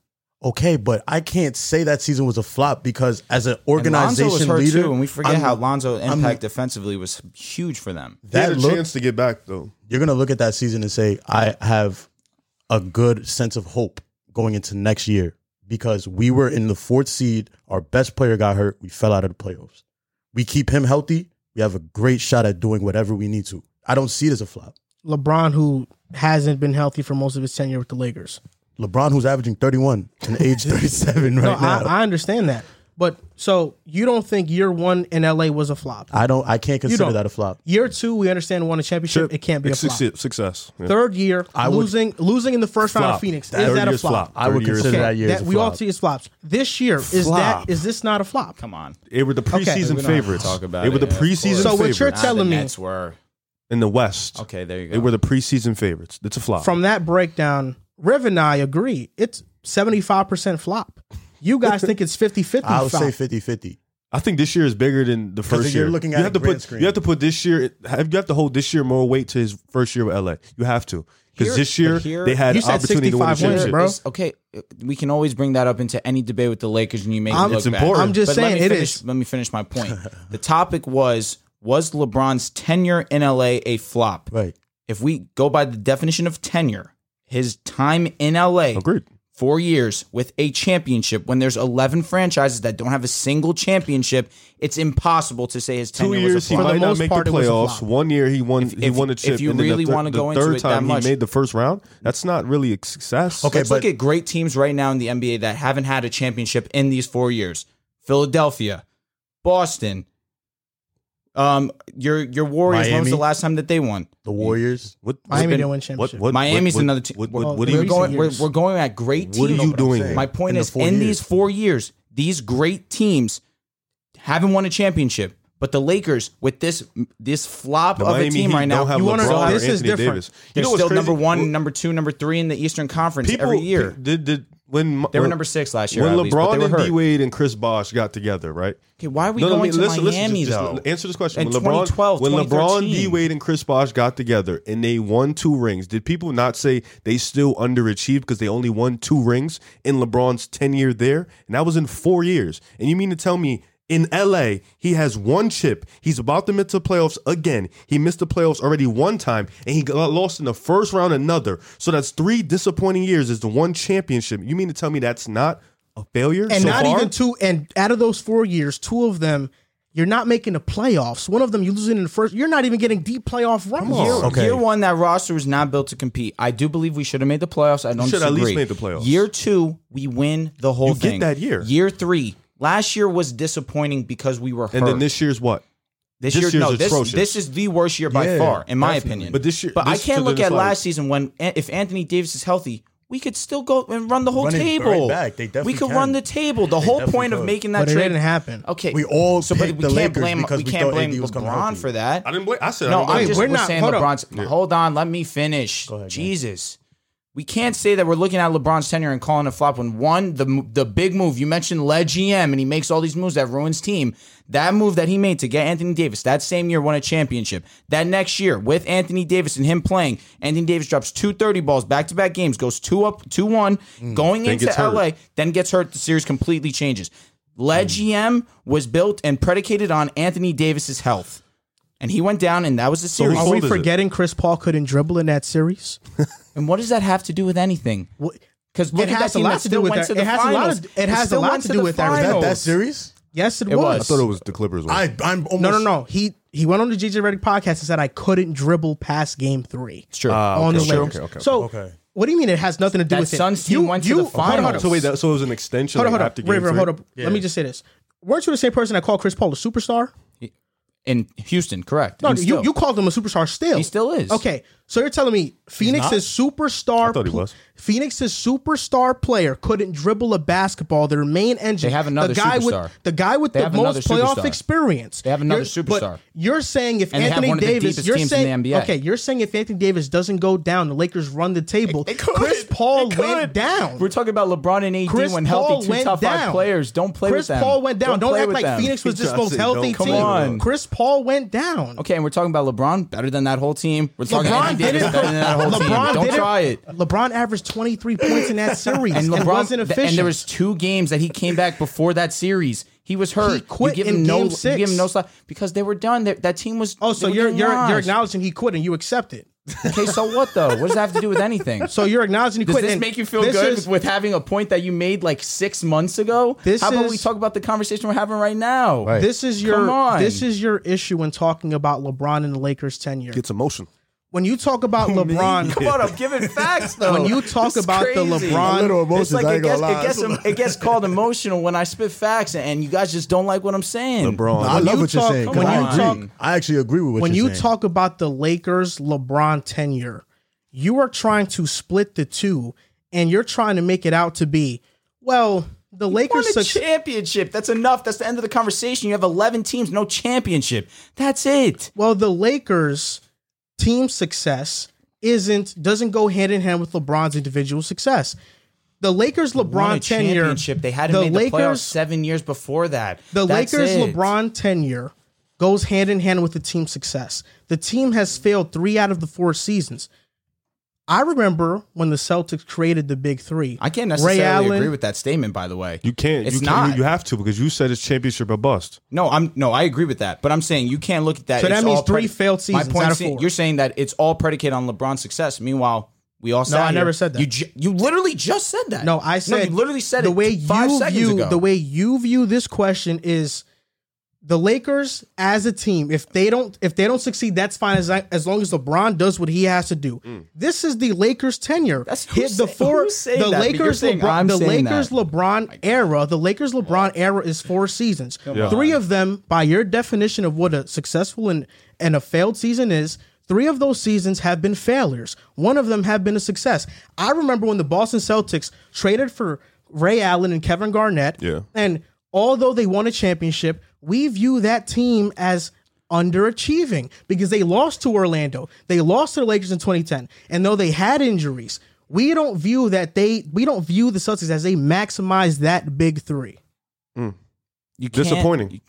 [SPEAKER 5] okay, but I can't say that season was a flop because as an
[SPEAKER 2] And Lonzo
[SPEAKER 5] organization
[SPEAKER 2] was hurt
[SPEAKER 5] leader,
[SPEAKER 2] too, and we forget
[SPEAKER 5] I'm-
[SPEAKER 2] how Lonzo's
[SPEAKER 5] I'm-
[SPEAKER 2] impact defensively was huge for them.
[SPEAKER 4] He had
[SPEAKER 5] that
[SPEAKER 4] a
[SPEAKER 5] look,
[SPEAKER 4] chance to get back though.
[SPEAKER 5] you're gonna look at that season and say, I have a good sense of hope going into next year because we were in the fourth seed. Our best player got hurt. We fell out of the playoffs. We keep him healthy. We have a great shot at doing whatever we need to. I don't see it as a flop.
[SPEAKER 1] LeBron, who hasn't been healthy for most of his tenure with the Lakers.
[SPEAKER 5] LeBron, who's averaging 31 and
[SPEAKER 2] <laughs>
[SPEAKER 5] age 37 right
[SPEAKER 1] No,
[SPEAKER 5] now.
[SPEAKER 1] I, I understand that. But so you don't think year one in LA was a flop?
[SPEAKER 5] I don't. I can't consider
[SPEAKER 1] don't.
[SPEAKER 5] that a flop.
[SPEAKER 1] Year two, we understand won a championship. It can't be a
[SPEAKER 4] It's
[SPEAKER 1] flop.
[SPEAKER 4] success. success. Yeah.
[SPEAKER 1] Third year,
[SPEAKER 5] would-
[SPEAKER 1] losing losing in the first round of
[SPEAKER 4] Flop.
[SPEAKER 1] Phoenix.
[SPEAKER 4] That
[SPEAKER 1] is
[SPEAKER 4] third
[SPEAKER 1] that a
[SPEAKER 4] year's
[SPEAKER 1] flop?
[SPEAKER 4] flop.
[SPEAKER 5] I would
[SPEAKER 4] Third year is
[SPEAKER 5] consider
[SPEAKER 4] flop.
[SPEAKER 5] that year as
[SPEAKER 1] That-
[SPEAKER 5] a
[SPEAKER 1] we
[SPEAKER 5] flop.
[SPEAKER 1] all see as flops. This year is
[SPEAKER 5] Flop.
[SPEAKER 1] that is this not a flop?
[SPEAKER 2] Come on.
[SPEAKER 4] They were the preseason
[SPEAKER 2] we don't have to
[SPEAKER 4] favorites.
[SPEAKER 2] talk about
[SPEAKER 4] they were
[SPEAKER 2] it,
[SPEAKER 4] the
[SPEAKER 2] yeah, of
[SPEAKER 4] preseason
[SPEAKER 2] course.
[SPEAKER 1] So what
[SPEAKER 4] favorites
[SPEAKER 1] you're
[SPEAKER 2] Ah, the
[SPEAKER 1] telling me-
[SPEAKER 2] Nets were
[SPEAKER 4] in the West.
[SPEAKER 2] okay. There you go.
[SPEAKER 4] They were the preseason favorites. That's a flop.
[SPEAKER 1] From that breakdown, Riv and I agree. It's seventy five percent flop. You
[SPEAKER 5] <laughs>
[SPEAKER 1] guys think it's 50-50
[SPEAKER 5] I would
[SPEAKER 1] flop.
[SPEAKER 5] say 50 50.
[SPEAKER 4] I think this year is bigger than the first
[SPEAKER 5] you're
[SPEAKER 4] year.
[SPEAKER 5] looking at
[SPEAKER 4] you
[SPEAKER 5] it
[SPEAKER 4] have to
[SPEAKER 5] grand
[SPEAKER 4] put
[SPEAKER 5] screen.
[SPEAKER 4] you have to put this year. have- You have to hold this year more weight to his first year with LA. You have to
[SPEAKER 2] Here-
[SPEAKER 4] because this year
[SPEAKER 2] but here-
[SPEAKER 4] they had
[SPEAKER 1] You said
[SPEAKER 4] opportunity to win the
[SPEAKER 1] 65 wins,
[SPEAKER 4] championship.
[SPEAKER 1] bro.
[SPEAKER 2] It's- okay, we can always bring that up into any debate with the Lakers, and you make
[SPEAKER 1] I'm-
[SPEAKER 2] it look
[SPEAKER 1] It's
[SPEAKER 2] bad.
[SPEAKER 4] important.
[SPEAKER 1] I'm just
[SPEAKER 2] But let
[SPEAKER 1] saying
[SPEAKER 2] me
[SPEAKER 1] it
[SPEAKER 2] finish-
[SPEAKER 1] is.
[SPEAKER 2] Let me finish
[SPEAKER 1] <laughs>
[SPEAKER 2] my point. the topic was was LeBron's tenure in LA a flop?
[SPEAKER 5] Right.
[SPEAKER 2] If we go by the definition of tenure, his time in LA,
[SPEAKER 4] Agreed.
[SPEAKER 2] four years with a championship, when there's 11 franchises that don't have a single championship, it's impossible to say his
[SPEAKER 4] Two
[SPEAKER 2] tenure
[SPEAKER 4] years
[SPEAKER 2] was a
[SPEAKER 4] he
[SPEAKER 2] flop.
[SPEAKER 1] For the
[SPEAKER 4] might not
[SPEAKER 1] most
[SPEAKER 4] make
[SPEAKER 1] part,
[SPEAKER 4] the
[SPEAKER 1] it was a
[SPEAKER 4] playoffs.
[SPEAKER 1] flop.
[SPEAKER 4] One year he won. he
[SPEAKER 2] if-
[SPEAKER 4] won a
[SPEAKER 2] if
[SPEAKER 4] chip.
[SPEAKER 2] you
[SPEAKER 4] and then the
[SPEAKER 2] really
[SPEAKER 4] thir-
[SPEAKER 2] wanna go
[SPEAKER 4] the
[SPEAKER 2] into
[SPEAKER 4] third
[SPEAKER 2] it that
[SPEAKER 4] time
[SPEAKER 2] much.
[SPEAKER 4] he made the first round. That's not really a success.
[SPEAKER 5] Okay,
[SPEAKER 2] Let's
[SPEAKER 5] but
[SPEAKER 2] look at great teams right now in the NBA that haven't had a championship in these four years: Philadelphia, Boston. Um, your your Warriors. When was
[SPEAKER 5] Miami.
[SPEAKER 2] the last time that they won?
[SPEAKER 5] the Warriors.
[SPEAKER 4] What,
[SPEAKER 1] Miami
[SPEAKER 4] what-
[SPEAKER 1] didn't win
[SPEAKER 4] what-
[SPEAKER 1] championship.
[SPEAKER 4] what-
[SPEAKER 2] Miami's
[SPEAKER 4] what-
[SPEAKER 2] another team.
[SPEAKER 4] What, what,
[SPEAKER 1] Well,
[SPEAKER 4] what do you
[SPEAKER 2] We're
[SPEAKER 1] recent
[SPEAKER 2] going. We're,
[SPEAKER 1] years.
[SPEAKER 2] we're going at great
[SPEAKER 4] What are
[SPEAKER 2] teams.
[SPEAKER 4] you doing here?
[SPEAKER 2] My point
[SPEAKER 5] In the
[SPEAKER 2] is,
[SPEAKER 5] four
[SPEAKER 2] in
[SPEAKER 5] years.
[SPEAKER 2] these four years, these great teams haven't won a championship. But the Lakers, with this this flop
[SPEAKER 4] The
[SPEAKER 2] of
[SPEAKER 4] Miami
[SPEAKER 2] a team
[SPEAKER 4] Heat
[SPEAKER 2] right now,
[SPEAKER 4] don't have
[SPEAKER 2] you wanna
[SPEAKER 1] LeBron
[SPEAKER 2] know-
[SPEAKER 1] or
[SPEAKER 2] they're
[SPEAKER 1] this is
[SPEAKER 4] Anthony
[SPEAKER 1] different.
[SPEAKER 4] Davis. what's
[SPEAKER 2] still number
[SPEAKER 4] crazy?
[SPEAKER 2] one, number two, number three in the Eastern Conference every year.
[SPEAKER 4] pe- Did, did when uh,
[SPEAKER 2] They were number six last year,
[SPEAKER 4] When
[SPEAKER 2] at
[SPEAKER 4] LeBron
[SPEAKER 2] least, but they were
[SPEAKER 4] and
[SPEAKER 2] hurt.
[SPEAKER 4] D Wade and Chris Bosh got together, right?
[SPEAKER 2] Okay, why are we
[SPEAKER 4] No, no,
[SPEAKER 2] going
[SPEAKER 4] I mean,
[SPEAKER 2] to
[SPEAKER 4] listen, listen,
[SPEAKER 2] Miami
[SPEAKER 4] just- just
[SPEAKER 2] though?
[SPEAKER 4] answer this question.
[SPEAKER 2] In
[SPEAKER 4] when LeBron,
[SPEAKER 2] 2012,
[SPEAKER 4] when LeBron,
[SPEAKER 2] 2013.
[SPEAKER 4] D Wade, and Chris Bosh got together and they won two rings, did people not say they still underachieved because they only won two rings in LeBron's tenure there? And that was in four years. And you mean to tell me? In LA, he has one chip. He's about to miss the playoffs again. He missed the playoffs already one time, and he got lost in the first round another. So that's three disappointing years. Is the one championship? You mean to tell me that's not a failure?
[SPEAKER 1] and
[SPEAKER 4] so
[SPEAKER 1] not
[SPEAKER 4] far?
[SPEAKER 1] even two. And out of those four years, two of them you're not making the playoffs. One of them you losing in the first. You're not even getting deep playoff runs.
[SPEAKER 2] Year,
[SPEAKER 4] Oh,
[SPEAKER 5] Okay.
[SPEAKER 2] year one, that roster was not built to compete. I do believe we should have made the playoffs. I don't
[SPEAKER 4] should at least
[SPEAKER 2] disagree.
[SPEAKER 4] made the playoffs.
[SPEAKER 2] Year two, we win the whole
[SPEAKER 4] You get
[SPEAKER 2] thing.
[SPEAKER 4] that year.
[SPEAKER 2] Year three, last year was disappointing because we were hurt.
[SPEAKER 4] And then this year's what?
[SPEAKER 2] This
[SPEAKER 4] this
[SPEAKER 2] year,
[SPEAKER 4] year's
[SPEAKER 2] no, this,
[SPEAKER 4] atrocious.
[SPEAKER 2] this is the worst year by far, in my opinion.
[SPEAKER 4] But this year-
[SPEAKER 2] but
[SPEAKER 4] this-
[SPEAKER 2] I
[SPEAKER 4] so
[SPEAKER 2] can't look
[SPEAKER 4] then
[SPEAKER 2] at
[SPEAKER 4] it's like-
[SPEAKER 2] last season when if Anthony Davis is healthy. We could still go and run the whole
[SPEAKER 5] Run it right
[SPEAKER 2] table.
[SPEAKER 5] back. They definitely
[SPEAKER 2] we could
[SPEAKER 5] can.
[SPEAKER 2] run the table. The whole
[SPEAKER 5] definitely
[SPEAKER 2] point of
[SPEAKER 5] could.
[SPEAKER 2] making that
[SPEAKER 1] but it
[SPEAKER 2] trade
[SPEAKER 1] didn't happen.
[SPEAKER 2] Okay,
[SPEAKER 5] We all
[SPEAKER 2] so but
[SPEAKER 5] picked
[SPEAKER 2] we
[SPEAKER 5] the
[SPEAKER 2] can't
[SPEAKER 5] Lakers
[SPEAKER 2] blame
[SPEAKER 5] because
[SPEAKER 2] we
[SPEAKER 5] we
[SPEAKER 2] can't
[SPEAKER 5] thought
[SPEAKER 2] blame
[SPEAKER 5] AD was coming
[SPEAKER 2] LeBron
[SPEAKER 5] healthy.
[SPEAKER 2] for that.
[SPEAKER 4] I didn't blame. I said I
[SPEAKER 2] No,
[SPEAKER 4] don't blame
[SPEAKER 2] I'm
[SPEAKER 4] him.
[SPEAKER 2] just
[SPEAKER 1] we're
[SPEAKER 2] we're
[SPEAKER 1] not-
[SPEAKER 2] saying
[SPEAKER 1] hold up.
[SPEAKER 2] LeBron's. Hold on, let me finish.
[SPEAKER 5] ahead, man.
[SPEAKER 2] Jesus, we can't say that we're looking at LeBron's tenure and calling a flop when one the mo- the big move you mentioned led GM and he makes all these moves that ruins team. That move that he made to get Anthony Davis that same year won a championship. That next year with Anthony Davis and him playing, Anthony Davis drops two thirty balls back to back games, goes two up two one, going into
[SPEAKER 3] gets hurt.
[SPEAKER 2] LA, then gets hurt. The series completely changes. Led GM was built and predicated on Anthony Davis's health, and he went down, and that was the series.
[SPEAKER 1] Are we
[SPEAKER 3] old is it?
[SPEAKER 1] forgetting Chris Paul couldn't dribble in that series?
[SPEAKER 2] and what does that have to do with anything?
[SPEAKER 1] What-
[SPEAKER 2] Because look
[SPEAKER 1] It
[SPEAKER 2] at
[SPEAKER 1] has a
[SPEAKER 2] that team
[SPEAKER 1] lot
[SPEAKER 2] that
[SPEAKER 1] to do
[SPEAKER 2] still
[SPEAKER 1] with
[SPEAKER 2] went
[SPEAKER 1] that.
[SPEAKER 2] to the
[SPEAKER 1] It has a lot
[SPEAKER 2] finals.
[SPEAKER 1] to- it has a
[SPEAKER 2] still
[SPEAKER 1] lot
[SPEAKER 2] went
[SPEAKER 1] to do
[SPEAKER 2] the
[SPEAKER 1] with that. Is
[SPEAKER 5] That, that
[SPEAKER 2] finals.
[SPEAKER 5] serious?
[SPEAKER 1] Yes, it,
[SPEAKER 2] It
[SPEAKER 1] was.
[SPEAKER 3] I thought it was the Clippers one.
[SPEAKER 5] I, I'm almost.
[SPEAKER 1] No, no, no. He he went on the JJ Redick podcast and said I couldn't dribble past game three
[SPEAKER 2] It's true.
[SPEAKER 1] on the
[SPEAKER 3] okay, okay,
[SPEAKER 1] Lakers.
[SPEAKER 3] okay, okay.
[SPEAKER 1] So
[SPEAKER 5] Okay.
[SPEAKER 1] what do you mean it has nothing to do
[SPEAKER 2] That
[SPEAKER 1] with
[SPEAKER 2] Suns
[SPEAKER 1] it?
[SPEAKER 2] team went to the
[SPEAKER 1] hold on, hold on.
[SPEAKER 2] finals.
[SPEAKER 3] So wait, that, so it was an extension.
[SPEAKER 1] Hold on,
[SPEAKER 3] like,
[SPEAKER 1] hold on.
[SPEAKER 3] after game
[SPEAKER 1] Wait, wait,
[SPEAKER 3] three?
[SPEAKER 1] hold up. Let me just say this. Weren't you the same person that called Chris Paul a superstar?
[SPEAKER 2] in Houston, correct.
[SPEAKER 1] No,
[SPEAKER 2] And
[SPEAKER 1] you,
[SPEAKER 2] still,
[SPEAKER 1] you called him a superstar still.
[SPEAKER 2] He still is.
[SPEAKER 1] Okay. So you're telling me Phoenix is superstar
[SPEAKER 3] I thought he
[SPEAKER 1] pl-
[SPEAKER 3] was.
[SPEAKER 1] Phoenix's superstar player couldn't dribble a basketball, their main engine.
[SPEAKER 2] They have
[SPEAKER 1] the
[SPEAKER 2] another
[SPEAKER 1] guy
[SPEAKER 2] superstar.
[SPEAKER 1] with the guy with
[SPEAKER 2] They
[SPEAKER 1] the
[SPEAKER 2] have another
[SPEAKER 1] most playoff
[SPEAKER 2] superstar.
[SPEAKER 1] experience.
[SPEAKER 2] They have another
[SPEAKER 1] You're-
[SPEAKER 2] superstar.
[SPEAKER 1] But you're saying if
[SPEAKER 2] And they have
[SPEAKER 1] Anthony
[SPEAKER 2] one of the
[SPEAKER 1] Davis
[SPEAKER 2] deepest
[SPEAKER 1] you're
[SPEAKER 2] teams in
[SPEAKER 1] saying
[SPEAKER 2] the NBA.
[SPEAKER 1] Okay, you're saying if Anthony Davis doesn't go down, the Lakers run the table.
[SPEAKER 2] They could.
[SPEAKER 1] Chris Paul
[SPEAKER 2] They
[SPEAKER 1] went
[SPEAKER 2] could.
[SPEAKER 1] down.
[SPEAKER 2] We're talking about LeBron and AD
[SPEAKER 1] Chris
[SPEAKER 2] when
[SPEAKER 1] Paul
[SPEAKER 2] healthy, two
[SPEAKER 1] went
[SPEAKER 2] top
[SPEAKER 1] down.
[SPEAKER 2] five players. Don't play
[SPEAKER 1] Chris
[SPEAKER 2] with them.
[SPEAKER 1] Paul went down. Don't,
[SPEAKER 2] play
[SPEAKER 1] act
[SPEAKER 2] with
[SPEAKER 1] like
[SPEAKER 2] them.
[SPEAKER 1] Phoenix was this
[SPEAKER 3] Johnson,
[SPEAKER 1] most healthy
[SPEAKER 3] don't
[SPEAKER 1] team.
[SPEAKER 2] play with them.
[SPEAKER 1] Chris Paul went down.
[SPEAKER 2] Okay, and we're talking about LeBron, better than that whole team. We're talking
[SPEAKER 1] LeBron
[SPEAKER 2] Anthony Davis
[SPEAKER 1] didn't-
[SPEAKER 2] better than that whole
[SPEAKER 1] LeBron
[SPEAKER 2] team. Don't
[SPEAKER 1] didn't-
[SPEAKER 2] try it.
[SPEAKER 1] LeBron averaged 23 points in
[SPEAKER 2] <laughs>
[SPEAKER 1] that series and,
[SPEAKER 2] And LeBron
[SPEAKER 1] wasn't
[SPEAKER 2] th-
[SPEAKER 1] efficient.
[SPEAKER 2] And there was two games that he came back before that series. He was hurt. You
[SPEAKER 1] quit
[SPEAKER 2] give
[SPEAKER 1] in
[SPEAKER 2] him no,
[SPEAKER 1] game
[SPEAKER 2] You give
[SPEAKER 1] six.
[SPEAKER 2] him no slack because they were done. That that team was.
[SPEAKER 1] oh, so
[SPEAKER 2] they were
[SPEAKER 1] you're
[SPEAKER 2] getting
[SPEAKER 1] you're you're
[SPEAKER 2] lost.
[SPEAKER 1] acknowledging he quit and you accept it.
[SPEAKER 2] Okay, so what though? What does that have to do with anything?
[SPEAKER 1] <laughs> So you're acknowledging he
[SPEAKER 2] Does
[SPEAKER 1] quit.
[SPEAKER 2] this
[SPEAKER 1] and
[SPEAKER 2] make you feel
[SPEAKER 1] this
[SPEAKER 2] good
[SPEAKER 1] is-
[SPEAKER 2] with having a point that you made like six months ago?
[SPEAKER 1] This
[SPEAKER 2] How about
[SPEAKER 1] is-
[SPEAKER 2] we talk about the conversation we're having right now?
[SPEAKER 3] Right.
[SPEAKER 1] this is your
[SPEAKER 2] Come on.
[SPEAKER 1] this is your issue when talking about LeBron and the Lakers tenure.
[SPEAKER 3] It's emotional.
[SPEAKER 1] When you talk about
[SPEAKER 2] <laughs> Come
[SPEAKER 1] LeBron,
[SPEAKER 2] on, I'm
[SPEAKER 1] <laughs>
[SPEAKER 2] giving facts though.
[SPEAKER 1] When you talk
[SPEAKER 2] This is
[SPEAKER 1] about the
[SPEAKER 2] crazy.
[SPEAKER 1] LeBron-
[SPEAKER 5] little
[SPEAKER 2] It's
[SPEAKER 5] emotions.
[SPEAKER 2] like
[SPEAKER 5] I
[SPEAKER 2] it
[SPEAKER 5] ain't gonna
[SPEAKER 2] gets,
[SPEAKER 5] lie.
[SPEAKER 2] it, gets, em- it gets called emotional when I spit facts and you guys just don't like what I'm saying.
[SPEAKER 3] LeBron.
[SPEAKER 5] I love
[SPEAKER 1] you
[SPEAKER 5] what you're
[SPEAKER 1] talk-
[SPEAKER 5] saying. 'cause
[SPEAKER 1] when
[SPEAKER 5] I
[SPEAKER 1] you
[SPEAKER 5] agree.
[SPEAKER 1] talk-
[SPEAKER 5] I actually agree with what
[SPEAKER 1] when
[SPEAKER 5] you're
[SPEAKER 1] you
[SPEAKER 5] saying.
[SPEAKER 1] talk about the Lakers LeBron tenure, you are trying to split the two and you're trying to make it out to be, well, the
[SPEAKER 2] Won
[SPEAKER 1] Lakers
[SPEAKER 2] a
[SPEAKER 1] success
[SPEAKER 2] championship. That's enough. That's the end of the conversation. You have 11 teams, no championship. That's it.
[SPEAKER 1] Well, the Lakers team success isn't doesn't go hand in hand with LeBron's individual success. The Lakers
[SPEAKER 2] Won a
[SPEAKER 1] LeBron tenure,
[SPEAKER 2] championship. They hadn't
[SPEAKER 1] the
[SPEAKER 2] made the playoffs
[SPEAKER 1] Lakers
[SPEAKER 2] seven years before that.
[SPEAKER 1] the
[SPEAKER 2] That's
[SPEAKER 1] Lakers
[SPEAKER 2] it.
[SPEAKER 1] LeBron tenure goes hand in hand with the team success. The team has failed 3 out of the 4 seasons. I remember when the Celtics created the Big 3.
[SPEAKER 2] I can't
[SPEAKER 1] Ray
[SPEAKER 2] necessarily
[SPEAKER 1] Allen,
[SPEAKER 2] agree with that statement, by the way.
[SPEAKER 3] You can't.
[SPEAKER 2] It's
[SPEAKER 3] you
[SPEAKER 2] not.
[SPEAKER 3] Can't, you- you have to because you said it's championship or bust.
[SPEAKER 2] No, I'm no, I agree with that. But I'm saying you can't look at that.
[SPEAKER 1] So that
[SPEAKER 2] it's
[SPEAKER 1] means
[SPEAKER 2] all
[SPEAKER 1] three failed seasons
[SPEAKER 2] My point
[SPEAKER 1] out
[SPEAKER 2] is
[SPEAKER 1] of four.
[SPEAKER 2] you're saying that it's all predicated on LeBron's success. Meanwhile, we all
[SPEAKER 1] I never said that.
[SPEAKER 2] You ju- you literally just said that.
[SPEAKER 1] No, I said
[SPEAKER 2] you literally said
[SPEAKER 1] the
[SPEAKER 2] it
[SPEAKER 1] way
[SPEAKER 2] five
[SPEAKER 1] you
[SPEAKER 2] seconds
[SPEAKER 1] view
[SPEAKER 2] ago.
[SPEAKER 1] the way you view this question is the Lakers as a team. If they don't if they don't succeed, that's fine as as long as LeBron does what he has to do. This is the Lakers tenure.
[SPEAKER 2] Mm. That's
[SPEAKER 1] Hit
[SPEAKER 2] who's
[SPEAKER 1] the
[SPEAKER 2] say-
[SPEAKER 1] four
[SPEAKER 2] who's saying
[SPEAKER 1] the
[SPEAKER 2] that? But you're
[SPEAKER 1] Lakers
[SPEAKER 2] saying I'm
[SPEAKER 1] LeBron, the
[SPEAKER 2] saying
[SPEAKER 1] Lakers
[SPEAKER 2] that.
[SPEAKER 1] LeBron era. The Lakers LeBron era is four seasons. Three of them, by your definition of what a successful and and a failed season is. Three of those seasons have been failures. One of them have been a success. I remember when the Boston Celtics traded for Ray Allen and Kevin Garnett.
[SPEAKER 3] Yeah.
[SPEAKER 1] And although they won a championship, we view that team as underachieving because they lost to Orlando. They lost to the Lakers in 2010. And though they had injuries, we don't view that they we don't view the Celtics as they maximize that big three.
[SPEAKER 2] You can't-
[SPEAKER 3] Disappointing.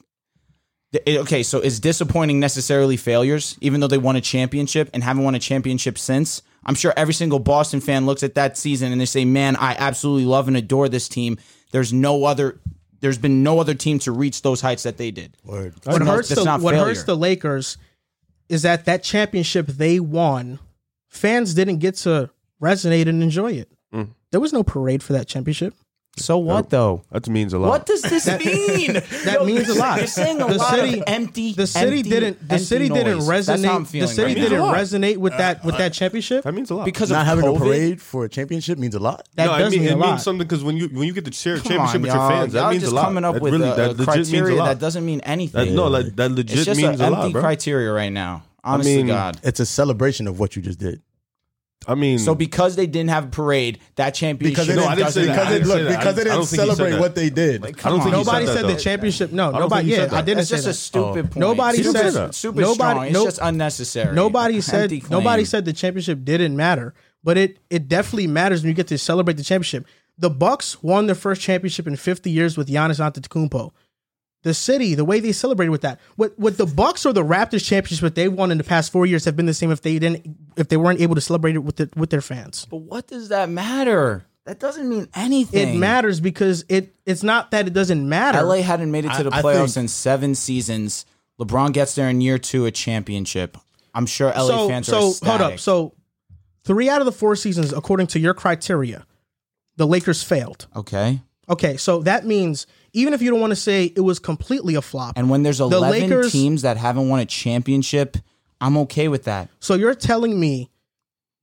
[SPEAKER 2] Th- it- Okay, so is disappointing necessarily failures, even though they won a championship and haven't won a championship since? I'm sure every single Boston fan looks at that season and they say, "Man, I absolutely love and adore this team." There's no other. There's been no other team to reach those heights that they did.
[SPEAKER 5] Word.
[SPEAKER 1] What
[SPEAKER 2] No,
[SPEAKER 1] hurts
[SPEAKER 2] that's
[SPEAKER 1] the
[SPEAKER 2] not
[SPEAKER 1] what
[SPEAKER 2] failure.
[SPEAKER 1] hurts the Lakers is that that championship they won, fans didn't get to resonate and enjoy it.
[SPEAKER 2] Mm.
[SPEAKER 1] There was no parade for that championship.
[SPEAKER 2] So what though?
[SPEAKER 3] That means a lot.
[SPEAKER 2] What does this mean?
[SPEAKER 1] <laughs> That means a lot.
[SPEAKER 2] You're saying a
[SPEAKER 1] The
[SPEAKER 2] lot
[SPEAKER 1] city-
[SPEAKER 2] of empty.
[SPEAKER 1] The city
[SPEAKER 2] empty-
[SPEAKER 1] didn't. The
[SPEAKER 2] empty
[SPEAKER 1] city didn't
[SPEAKER 2] noise.
[SPEAKER 1] resonate.
[SPEAKER 2] That's how I'm feeling
[SPEAKER 1] the city
[SPEAKER 2] right now.
[SPEAKER 1] didn't
[SPEAKER 3] Yeah.
[SPEAKER 1] resonate with that
[SPEAKER 3] Uh,
[SPEAKER 1] with that championship.
[SPEAKER 3] that means a lot.
[SPEAKER 2] because
[SPEAKER 5] Not
[SPEAKER 2] of
[SPEAKER 5] having
[SPEAKER 2] COVID,
[SPEAKER 5] a parade for a championship means a lot.
[SPEAKER 1] That
[SPEAKER 3] no,
[SPEAKER 1] does
[SPEAKER 3] I mean,
[SPEAKER 1] mean a
[SPEAKER 3] it
[SPEAKER 1] lot.
[SPEAKER 3] means something because when you when you get to share a
[SPEAKER 2] Come
[SPEAKER 3] championship
[SPEAKER 2] on,
[SPEAKER 3] with your
[SPEAKER 2] y'all.
[SPEAKER 3] fans,
[SPEAKER 2] Y'all
[SPEAKER 3] that means
[SPEAKER 2] just
[SPEAKER 3] a lot.
[SPEAKER 2] coming up
[SPEAKER 3] that
[SPEAKER 2] with
[SPEAKER 3] really,
[SPEAKER 2] a,
[SPEAKER 3] that
[SPEAKER 2] a
[SPEAKER 3] legit means
[SPEAKER 2] criteria
[SPEAKER 3] a lot.
[SPEAKER 2] that doesn't mean anything.
[SPEAKER 3] That- no, that, that
[SPEAKER 2] it's
[SPEAKER 3] legit
[SPEAKER 2] just
[SPEAKER 3] means
[SPEAKER 2] an
[SPEAKER 3] a
[SPEAKER 2] empty
[SPEAKER 3] lot, bro.
[SPEAKER 2] criteria right now. Honest
[SPEAKER 3] mean,
[SPEAKER 2] to God.
[SPEAKER 5] It's a celebration of what you just did.
[SPEAKER 3] I mean,
[SPEAKER 2] So because they didn't have a parade, that championship
[SPEAKER 5] Because they
[SPEAKER 3] No, I
[SPEAKER 5] didn't,
[SPEAKER 3] didn't say
[SPEAKER 5] because
[SPEAKER 3] that. I
[SPEAKER 5] they,
[SPEAKER 3] didn't
[SPEAKER 5] look,
[SPEAKER 3] say that.
[SPEAKER 5] because they
[SPEAKER 3] I don't
[SPEAKER 5] didn't
[SPEAKER 3] think he said
[SPEAKER 5] celebrate
[SPEAKER 3] that.
[SPEAKER 5] what they did.
[SPEAKER 3] I don't think he
[SPEAKER 1] Nobody
[SPEAKER 3] said
[SPEAKER 1] said
[SPEAKER 3] that,
[SPEAKER 1] the
[SPEAKER 3] though.
[SPEAKER 1] championship. No,
[SPEAKER 3] don't
[SPEAKER 1] nobody.
[SPEAKER 3] think he
[SPEAKER 1] Yeah,
[SPEAKER 3] said
[SPEAKER 1] I
[SPEAKER 3] that.
[SPEAKER 1] didn't
[SPEAKER 2] That's
[SPEAKER 1] say
[SPEAKER 2] just
[SPEAKER 1] that.
[SPEAKER 2] a stupid point.
[SPEAKER 1] Nobody
[SPEAKER 2] super,
[SPEAKER 1] said that.
[SPEAKER 2] super
[SPEAKER 1] Nobody-
[SPEAKER 2] strong. It's
[SPEAKER 1] nope.
[SPEAKER 2] just unnecessary.
[SPEAKER 1] Nobody
[SPEAKER 2] Empty
[SPEAKER 1] said
[SPEAKER 2] claim.
[SPEAKER 1] nobody said the championship didn't matter. but it it definitely matters when you get to celebrate the championship. The Bucks won their first championship in 50 years with Giannis Antetokounmpo. The city, the way they celebrated with that, what what the Bucks or the Raptors championships that they've won in the past four years have been the same if they didn't if they weren't able to celebrate it with the, with their fans.
[SPEAKER 2] But what does that matter? That doesn't mean
[SPEAKER 1] It
[SPEAKER 2] anything.
[SPEAKER 1] matters because it it's not that it doesn't matter.
[SPEAKER 2] LA hadn't made it to the
[SPEAKER 5] I- I
[SPEAKER 2] playoffs
[SPEAKER 5] think-
[SPEAKER 2] in seven seasons. LeBron gets there in year two, a championship. I'm sure LA
[SPEAKER 1] so
[SPEAKER 2] fans
[SPEAKER 1] so
[SPEAKER 2] are
[SPEAKER 1] hold
[SPEAKER 2] ecstatic.
[SPEAKER 1] up. So three out of the four seasons, according to your criteria, the Lakers failed.
[SPEAKER 2] okay.
[SPEAKER 1] Okay, so that means even if you don't want to say it was completely a flop,
[SPEAKER 2] And when there's 11
[SPEAKER 1] Lakers-
[SPEAKER 2] teams that haven't won a championship, I'm okay with that.
[SPEAKER 1] so you're telling me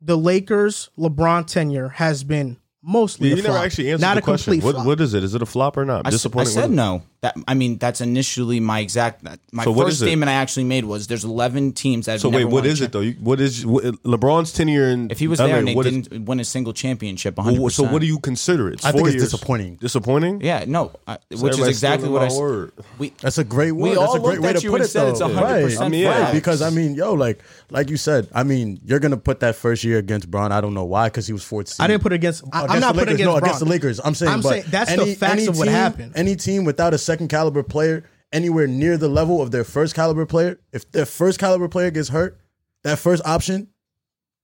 [SPEAKER 1] the Lakers LeBron tenure has been mostly
[SPEAKER 4] You
[SPEAKER 1] a
[SPEAKER 4] never
[SPEAKER 1] flop,
[SPEAKER 4] actually answered
[SPEAKER 1] not
[SPEAKER 4] the
[SPEAKER 1] a
[SPEAKER 4] question.
[SPEAKER 1] complete
[SPEAKER 4] What,
[SPEAKER 1] flop.
[SPEAKER 4] what is it? Is it a flop or
[SPEAKER 2] I,
[SPEAKER 4] not?
[SPEAKER 2] s- I
[SPEAKER 4] Disappointing.
[SPEAKER 2] said no. That I mean, that's initially my exact. that- My
[SPEAKER 4] So what
[SPEAKER 2] first
[SPEAKER 4] is it?
[SPEAKER 2] statement I actually made was there's 11 teams that.
[SPEAKER 4] So wait, what is it though? You, what is what, LeBron's tenure in?
[SPEAKER 2] If he was
[SPEAKER 4] LA,
[SPEAKER 2] there and they
[SPEAKER 4] what is-
[SPEAKER 2] didn't win a single championship, 100.
[SPEAKER 4] well, so what do you consider it?
[SPEAKER 5] I think
[SPEAKER 4] four
[SPEAKER 5] it's
[SPEAKER 4] years.
[SPEAKER 5] disappointing.
[SPEAKER 4] Disappointing.
[SPEAKER 2] Yeah, no, I, which is
[SPEAKER 4] Everybody's
[SPEAKER 2] exactly
[SPEAKER 4] stealing
[SPEAKER 2] what
[SPEAKER 4] my
[SPEAKER 2] I. s-
[SPEAKER 4] word.
[SPEAKER 2] We,
[SPEAKER 5] That's a great
[SPEAKER 2] We
[SPEAKER 5] word. That's
[SPEAKER 2] all
[SPEAKER 5] a great
[SPEAKER 2] looked
[SPEAKER 5] way
[SPEAKER 2] at
[SPEAKER 5] to
[SPEAKER 2] you
[SPEAKER 5] put
[SPEAKER 2] and
[SPEAKER 5] it
[SPEAKER 2] said
[SPEAKER 5] though.
[SPEAKER 2] it's
[SPEAKER 5] right.
[SPEAKER 2] 100%
[SPEAKER 5] I mean,
[SPEAKER 4] facts.
[SPEAKER 5] right. Because I mean, yo, like like you said, I mean, you're gonna put that first year against Braun. I don't know why, because he was fourth. Seed.
[SPEAKER 1] I didn't put it against. I-
[SPEAKER 5] Against
[SPEAKER 1] I'm not
[SPEAKER 5] the
[SPEAKER 1] putting
[SPEAKER 5] Lakers.
[SPEAKER 1] against
[SPEAKER 5] no,
[SPEAKER 1] Bron.
[SPEAKER 5] against the Lakers. I'm saying,
[SPEAKER 1] I'm
[SPEAKER 5] but
[SPEAKER 1] saying that's
[SPEAKER 5] any,
[SPEAKER 1] the facts
[SPEAKER 5] any
[SPEAKER 1] of what
[SPEAKER 5] team-
[SPEAKER 1] happened.
[SPEAKER 5] Any team without a second caliber player anywhere near the level of their first caliber player, if their first caliber player gets hurt, that first option,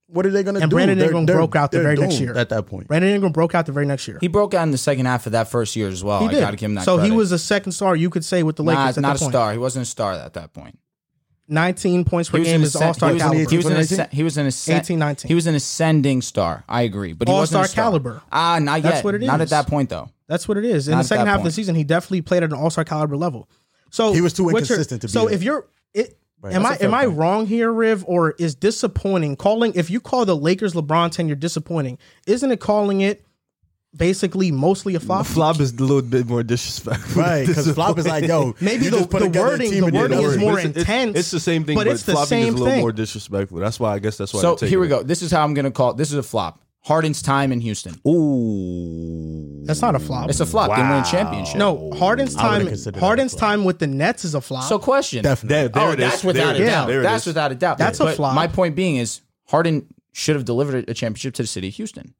[SPEAKER 5] what are they gonna
[SPEAKER 1] And
[SPEAKER 5] do?
[SPEAKER 1] Brandon
[SPEAKER 5] They're-
[SPEAKER 1] Ingram
[SPEAKER 5] they're-
[SPEAKER 1] broke out the
[SPEAKER 5] they're
[SPEAKER 1] very next
[SPEAKER 5] doomed
[SPEAKER 1] year.
[SPEAKER 5] At that point, <laughs>
[SPEAKER 1] Brandon Ingram broke out the very next year.
[SPEAKER 2] he broke out in the second half of that first year as well.
[SPEAKER 1] He
[SPEAKER 2] Oh, I gotta give him that.
[SPEAKER 1] so he
[SPEAKER 2] credit.
[SPEAKER 1] was a second star, you could say, with the
[SPEAKER 2] Nah,
[SPEAKER 1] Lakers. at
[SPEAKER 2] not
[SPEAKER 1] that
[SPEAKER 2] a
[SPEAKER 1] point.
[SPEAKER 2] star. He wasn't a star at that point.
[SPEAKER 1] 19 points per
[SPEAKER 2] He was
[SPEAKER 1] game
[SPEAKER 2] an
[SPEAKER 1] is
[SPEAKER 2] ascend-
[SPEAKER 1] all star
[SPEAKER 2] he was an-
[SPEAKER 1] caliber.
[SPEAKER 2] He was an
[SPEAKER 5] 2019?
[SPEAKER 2] ascen- he was an ascen-
[SPEAKER 1] 18, 19.
[SPEAKER 2] He was an ascending star. I agree, but he wasn't a
[SPEAKER 1] All-star
[SPEAKER 2] star.
[SPEAKER 1] caliber.
[SPEAKER 2] Ah, not
[SPEAKER 1] That's
[SPEAKER 2] yet.
[SPEAKER 1] what it
[SPEAKER 2] Not
[SPEAKER 1] is.
[SPEAKER 2] at that point though.
[SPEAKER 1] That's what it is. In the
[SPEAKER 2] Not at
[SPEAKER 1] second
[SPEAKER 2] that
[SPEAKER 1] half of the
[SPEAKER 2] point.
[SPEAKER 1] season, he definitely played at an all star caliber level. So
[SPEAKER 5] He was too
[SPEAKER 1] what you're-
[SPEAKER 5] inconsistent to be
[SPEAKER 1] So
[SPEAKER 5] there.
[SPEAKER 1] if you're, it,
[SPEAKER 5] Right.
[SPEAKER 1] am
[SPEAKER 5] That's
[SPEAKER 1] I
[SPEAKER 5] a fair
[SPEAKER 1] am I
[SPEAKER 5] point.
[SPEAKER 1] wrong here, Riv, or is disappointing calling? If you call the Lakers LeBron tenure disappointing, isn't it calling it basically mostly a flop?
[SPEAKER 4] flop is a little bit more disrespectful.
[SPEAKER 5] <laughs> right? Because flop is like, yo,
[SPEAKER 1] Maybe
[SPEAKER 5] you
[SPEAKER 1] the-
[SPEAKER 5] just put
[SPEAKER 1] the
[SPEAKER 5] together a
[SPEAKER 1] wording-
[SPEAKER 5] team
[SPEAKER 1] the
[SPEAKER 5] and you
[SPEAKER 1] wording
[SPEAKER 5] don't
[SPEAKER 1] is
[SPEAKER 5] worry.
[SPEAKER 1] more
[SPEAKER 4] It's- it's-
[SPEAKER 1] intense,
[SPEAKER 4] It's the same thing,
[SPEAKER 1] but
[SPEAKER 4] but,
[SPEAKER 1] it's the
[SPEAKER 4] flopping
[SPEAKER 1] same
[SPEAKER 4] is a little
[SPEAKER 1] thing.
[SPEAKER 4] more disrespectful. That's why I guess that's why.
[SPEAKER 2] So
[SPEAKER 4] I take
[SPEAKER 2] here
[SPEAKER 4] it.
[SPEAKER 2] we go. This is how I'm gonna call. This is a flop. Harden's time in Houston.
[SPEAKER 4] Ooh,
[SPEAKER 1] That's not a flop.
[SPEAKER 2] It's a flop. They win a championship.
[SPEAKER 1] no, Harden's time.
[SPEAKER 5] Oh, considered that a
[SPEAKER 1] Harden's
[SPEAKER 5] flop.
[SPEAKER 1] time with the Nets is a flop.
[SPEAKER 2] So question.
[SPEAKER 5] Definitely.
[SPEAKER 4] there, there
[SPEAKER 2] oh,
[SPEAKER 4] it is.
[SPEAKER 2] that's without
[SPEAKER 4] there
[SPEAKER 2] a
[SPEAKER 4] it is.
[SPEAKER 2] doubt.
[SPEAKER 4] There it
[SPEAKER 2] That's
[SPEAKER 4] is.
[SPEAKER 2] without a doubt.
[SPEAKER 1] That's a
[SPEAKER 2] But
[SPEAKER 1] flop.
[SPEAKER 2] My point being is Harden should have delivered a championship to the city of Houston.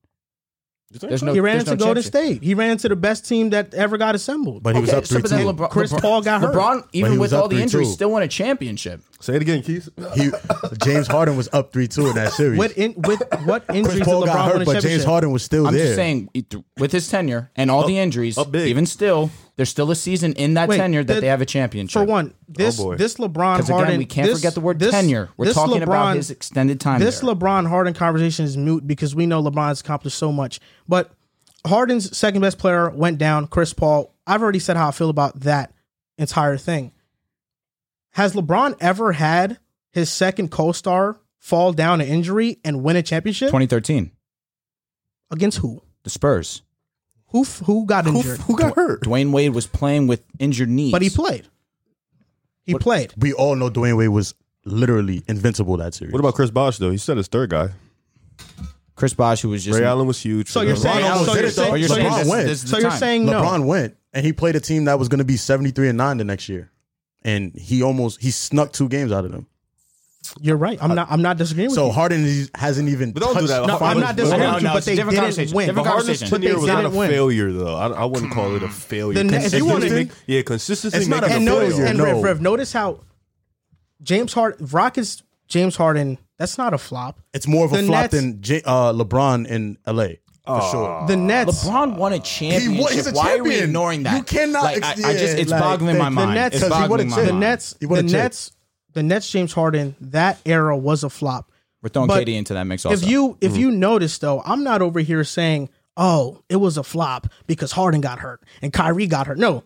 [SPEAKER 2] There's no.
[SPEAKER 1] he ran
[SPEAKER 2] there's
[SPEAKER 1] into
[SPEAKER 2] no
[SPEAKER 1] Golden
[SPEAKER 2] championship.
[SPEAKER 1] State. He ran into the best team that ever got assembled.
[SPEAKER 5] But he was
[SPEAKER 2] Okay,
[SPEAKER 5] up
[SPEAKER 2] so
[SPEAKER 5] three
[SPEAKER 2] but then
[SPEAKER 5] two.
[SPEAKER 2] LeBron-
[SPEAKER 1] Chris
[SPEAKER 2] LeBron-
[SPEAKER 1] Paul got hurt.
[SPEAKER 2] LeBron, even
[SPEAKER 5] was
[SPEAKER 2] with
[SPEAKER 5] up
[SPEAKER 2] all the injuries,
[SPEAKER 5] 3-2.
[SPEAKER 2] still won a championship.
[SPEAKER 4] Say it again, Keith.
[SPEAKER 5] He James Harden was up three two in that series.
[SPEAKER 1] What in
[SPEAKER 5] <laughs>
[SPEAKER 1] with what injuries
[SPEAKER 5] Chris
[SPEAKER 1] did
[SPEAKER 5] Paul
[SPEAKER 1] LeBron
[SPEAKER 5] got
[SPEAKER 1] win a
[SPEAKER 5] hurt, but James
[SPEAKER 1] championship?
[SPEAKER 5] Harden was still
[SPEAKER 2] I'm
[SPEAKER 5] there.
[SPEAKER 2] just saying, with his tenure and all the injuries,
[SPEAKER 4] up big.
[SPEAKER 2] even still, there's still a season in that
[SPEAKER 1] Wait,
[SPEAKER 2] tenure that
[SPEAKER 1] the-
[SPEAKER 2] they have a championship.
[SPEAKER 1] For
[SPEAKER 5] Oh,
[SPEAKER 1] one, this
[SPEAKER 4] boy.
[SPEAKER 1] this LeBron
[SPEAKER 2] because again,
[SPEAKER 1] Harden.
[SPEAKER 2] we can't
[SPEAKER 1] this-
[SPEAKER 2] forget the word
[SPEAKER 1] this-
[SPEAKER 2] tenure. We're
[SPEAKER 1] this
[SPEAKER 2] talking
[SPEAKER 1] LeBron-
[SPEAKER 2] about his extended time.
[SPEAKER 1] This
[SPEAKER 2] there.
[SPEAKER 1] LeBron Harden conversation is mute because we know LeBron's accomplished so much. But Harden's second best player went down. Chris Paul. I've already said how I feel about that entire thing. Has LeBron ever had his second co-star fall down an injury and win a championship
[SPEAKER 2] 2013,
[SPEAKER 1] against who?
[SPEAKER 2] the Spurs.
[SPEAKER 1] Who f- who got
[SPEAKER 4] Who,
[SPEAKER 1] injured?
[SPEAKER 4] who got hurt?
[SPEAKER 2] Dwayne Wade was playing with injured knees,
[SPEAKER 1] But he played. He played.
[SPEAKER 5] we all know Dwayne Wade was literally invincible that series.
[SPEAKER 4] What about Chris Bosh though? He said his third guy.
[SPEAKER 2] Chris Bosh, who was just
[SPEAKER 4] Ray Allen was huge.
[SPEAKER 1] So you're saying- so
[SPEAKER 5] LeBron did
[SPEAKER 1] you're
[SPEAKER 5] it, though.
[SPEAKER 1] saying-
[SPEAKER 2] But you're
[SPEAKER 1] so
[SPEAKER 2] saying
[SPEAKER 5] LeBron
[SPEAKER 2] this,
[SPEAKER 5] went.
[SPEAKER 2] this is
[SPEAKER 1] So
[SPEAKER 2] the
[SPEAKER 1] you're
[SPEAKER 2] time.
[SPEAKER 1] saying no?
[SPEAKER 5] LeBron went, and he played a team that was going to be seventy three and nine the next year, and he almost he snuck two games out of them.
[SPEAKER 1] You're right. I'm not. I'm not disagreeing with
[SPEAKER 5] So
[SPEAKER 1] you.
[SPEAKER 5] Harden is- hasn't even.
[SPEAKER 4] But don't do
[SPEAKER 5] touched
[SPEAKER 4] that.
[SPEAKER 5] the
[SPEAKER 4] No, I'm
[SPEAKER 5] finals.
[SPEAKER 1] not disagreeing.
[SPEAKER 2] no,
[SPEAKER 1] with you,
[SPEAKER 2] no,
[SPEAKER 1] but
[SPEAKER 2] it's a
[SPEAKER 1] they
[SPEAKER 2] different
[SPEAKER 1] didn't
[SPEAKER 2] conversation.
[SPEAKER 1] win.
[SPEAKER 2] Different
[SPEAKER 1] But
[SPEAKER 4] Harden's
[SPEAKER 2] conversation.
[SPEAKER 1] But they
[SPEAKER 4] tenure was not a
[SPEAKER 1] didn't win.
[SPEAKER 4] failure though. I, I wouldn't call it a failure.
[SPEAKER 1] Then if you wanna-
[SPEAKER 4] Consistency- yeah, consistency.
[SPEAKER 5] It's not
[SPEAKER 4] making
[SPEAKER 5] a
[SPEAKER 1] and
[SPEAKER 4] the
[SPEAKER 1] notice
[SPEAKER 5] failure,
[SPEAKER 4] playoffs.
[SPEAKER 1] and
[SPEAKER 5] no.
[SPEAKER 1] Rev, Rev, notice how James Harden, Rockets, James Harden. That's not a flop.
[SPEAKER 5] It's more of a
[SPEAKER 1] The
[SPEAKER 5] flop
[SPEAKER 1] Nets-
[SPEAKER 5] than J, uh, LeBron in LA for sure.
[SPEAKER 1] The Nets,
[SPEAKER 2] LeBron won a
[SPEAKER 5] He
[SPEAKER 2] championship.
[SPEAKER 5] won- he's a
[SPEAKER 2] Why are we
[SPEAKER 5] champion.
[SPEAKER 2] ignoring that?
[SPEAKER 5] You cannot
[SPEAKER 2] Like, I, I
[SPEAKER 5] ex-
[SPEAKER 2] just,
[SPEAKER 5] yeah,
[SPEAKER 2] it's
[SPEAKER 5] like,
[SPEAKER 2] boggling
[SPEAKER 5] the-
[SPEAKER 2] my
[SPEAKER 5] the
[SPEAKER 2] mind.
[SPEAKER 1] Nets-
[SPEAKER 2] it's
[SPEAKER 1] 'cause he
[SPEAKER 5] won a
[SPEAKER 2] boggling my
[SPEAKER 5] chip.
[SPEAKER 1] the
[SPEAKER 2] mind.
[SPEAKER 1] Nets,
[SPEAKER 5] He won a
[SPEAKER 1] the
[SPEAKER 5] chip.
[SPEAKER 1] Nets, the Nets. James Harden. That era was a flop.
[SPEAKER 2] We're throwing
[SPEAKER 1] But
[SPEAKER 2] Katie into that mix also.
[SPEAKER 1] If you
[SPEAKER 5] Mm.
[SPEAKER 1] if you notice though, I'm not over here saying, "Oh, it was a flop because Harden got hurt and Kyrie got hurt." No.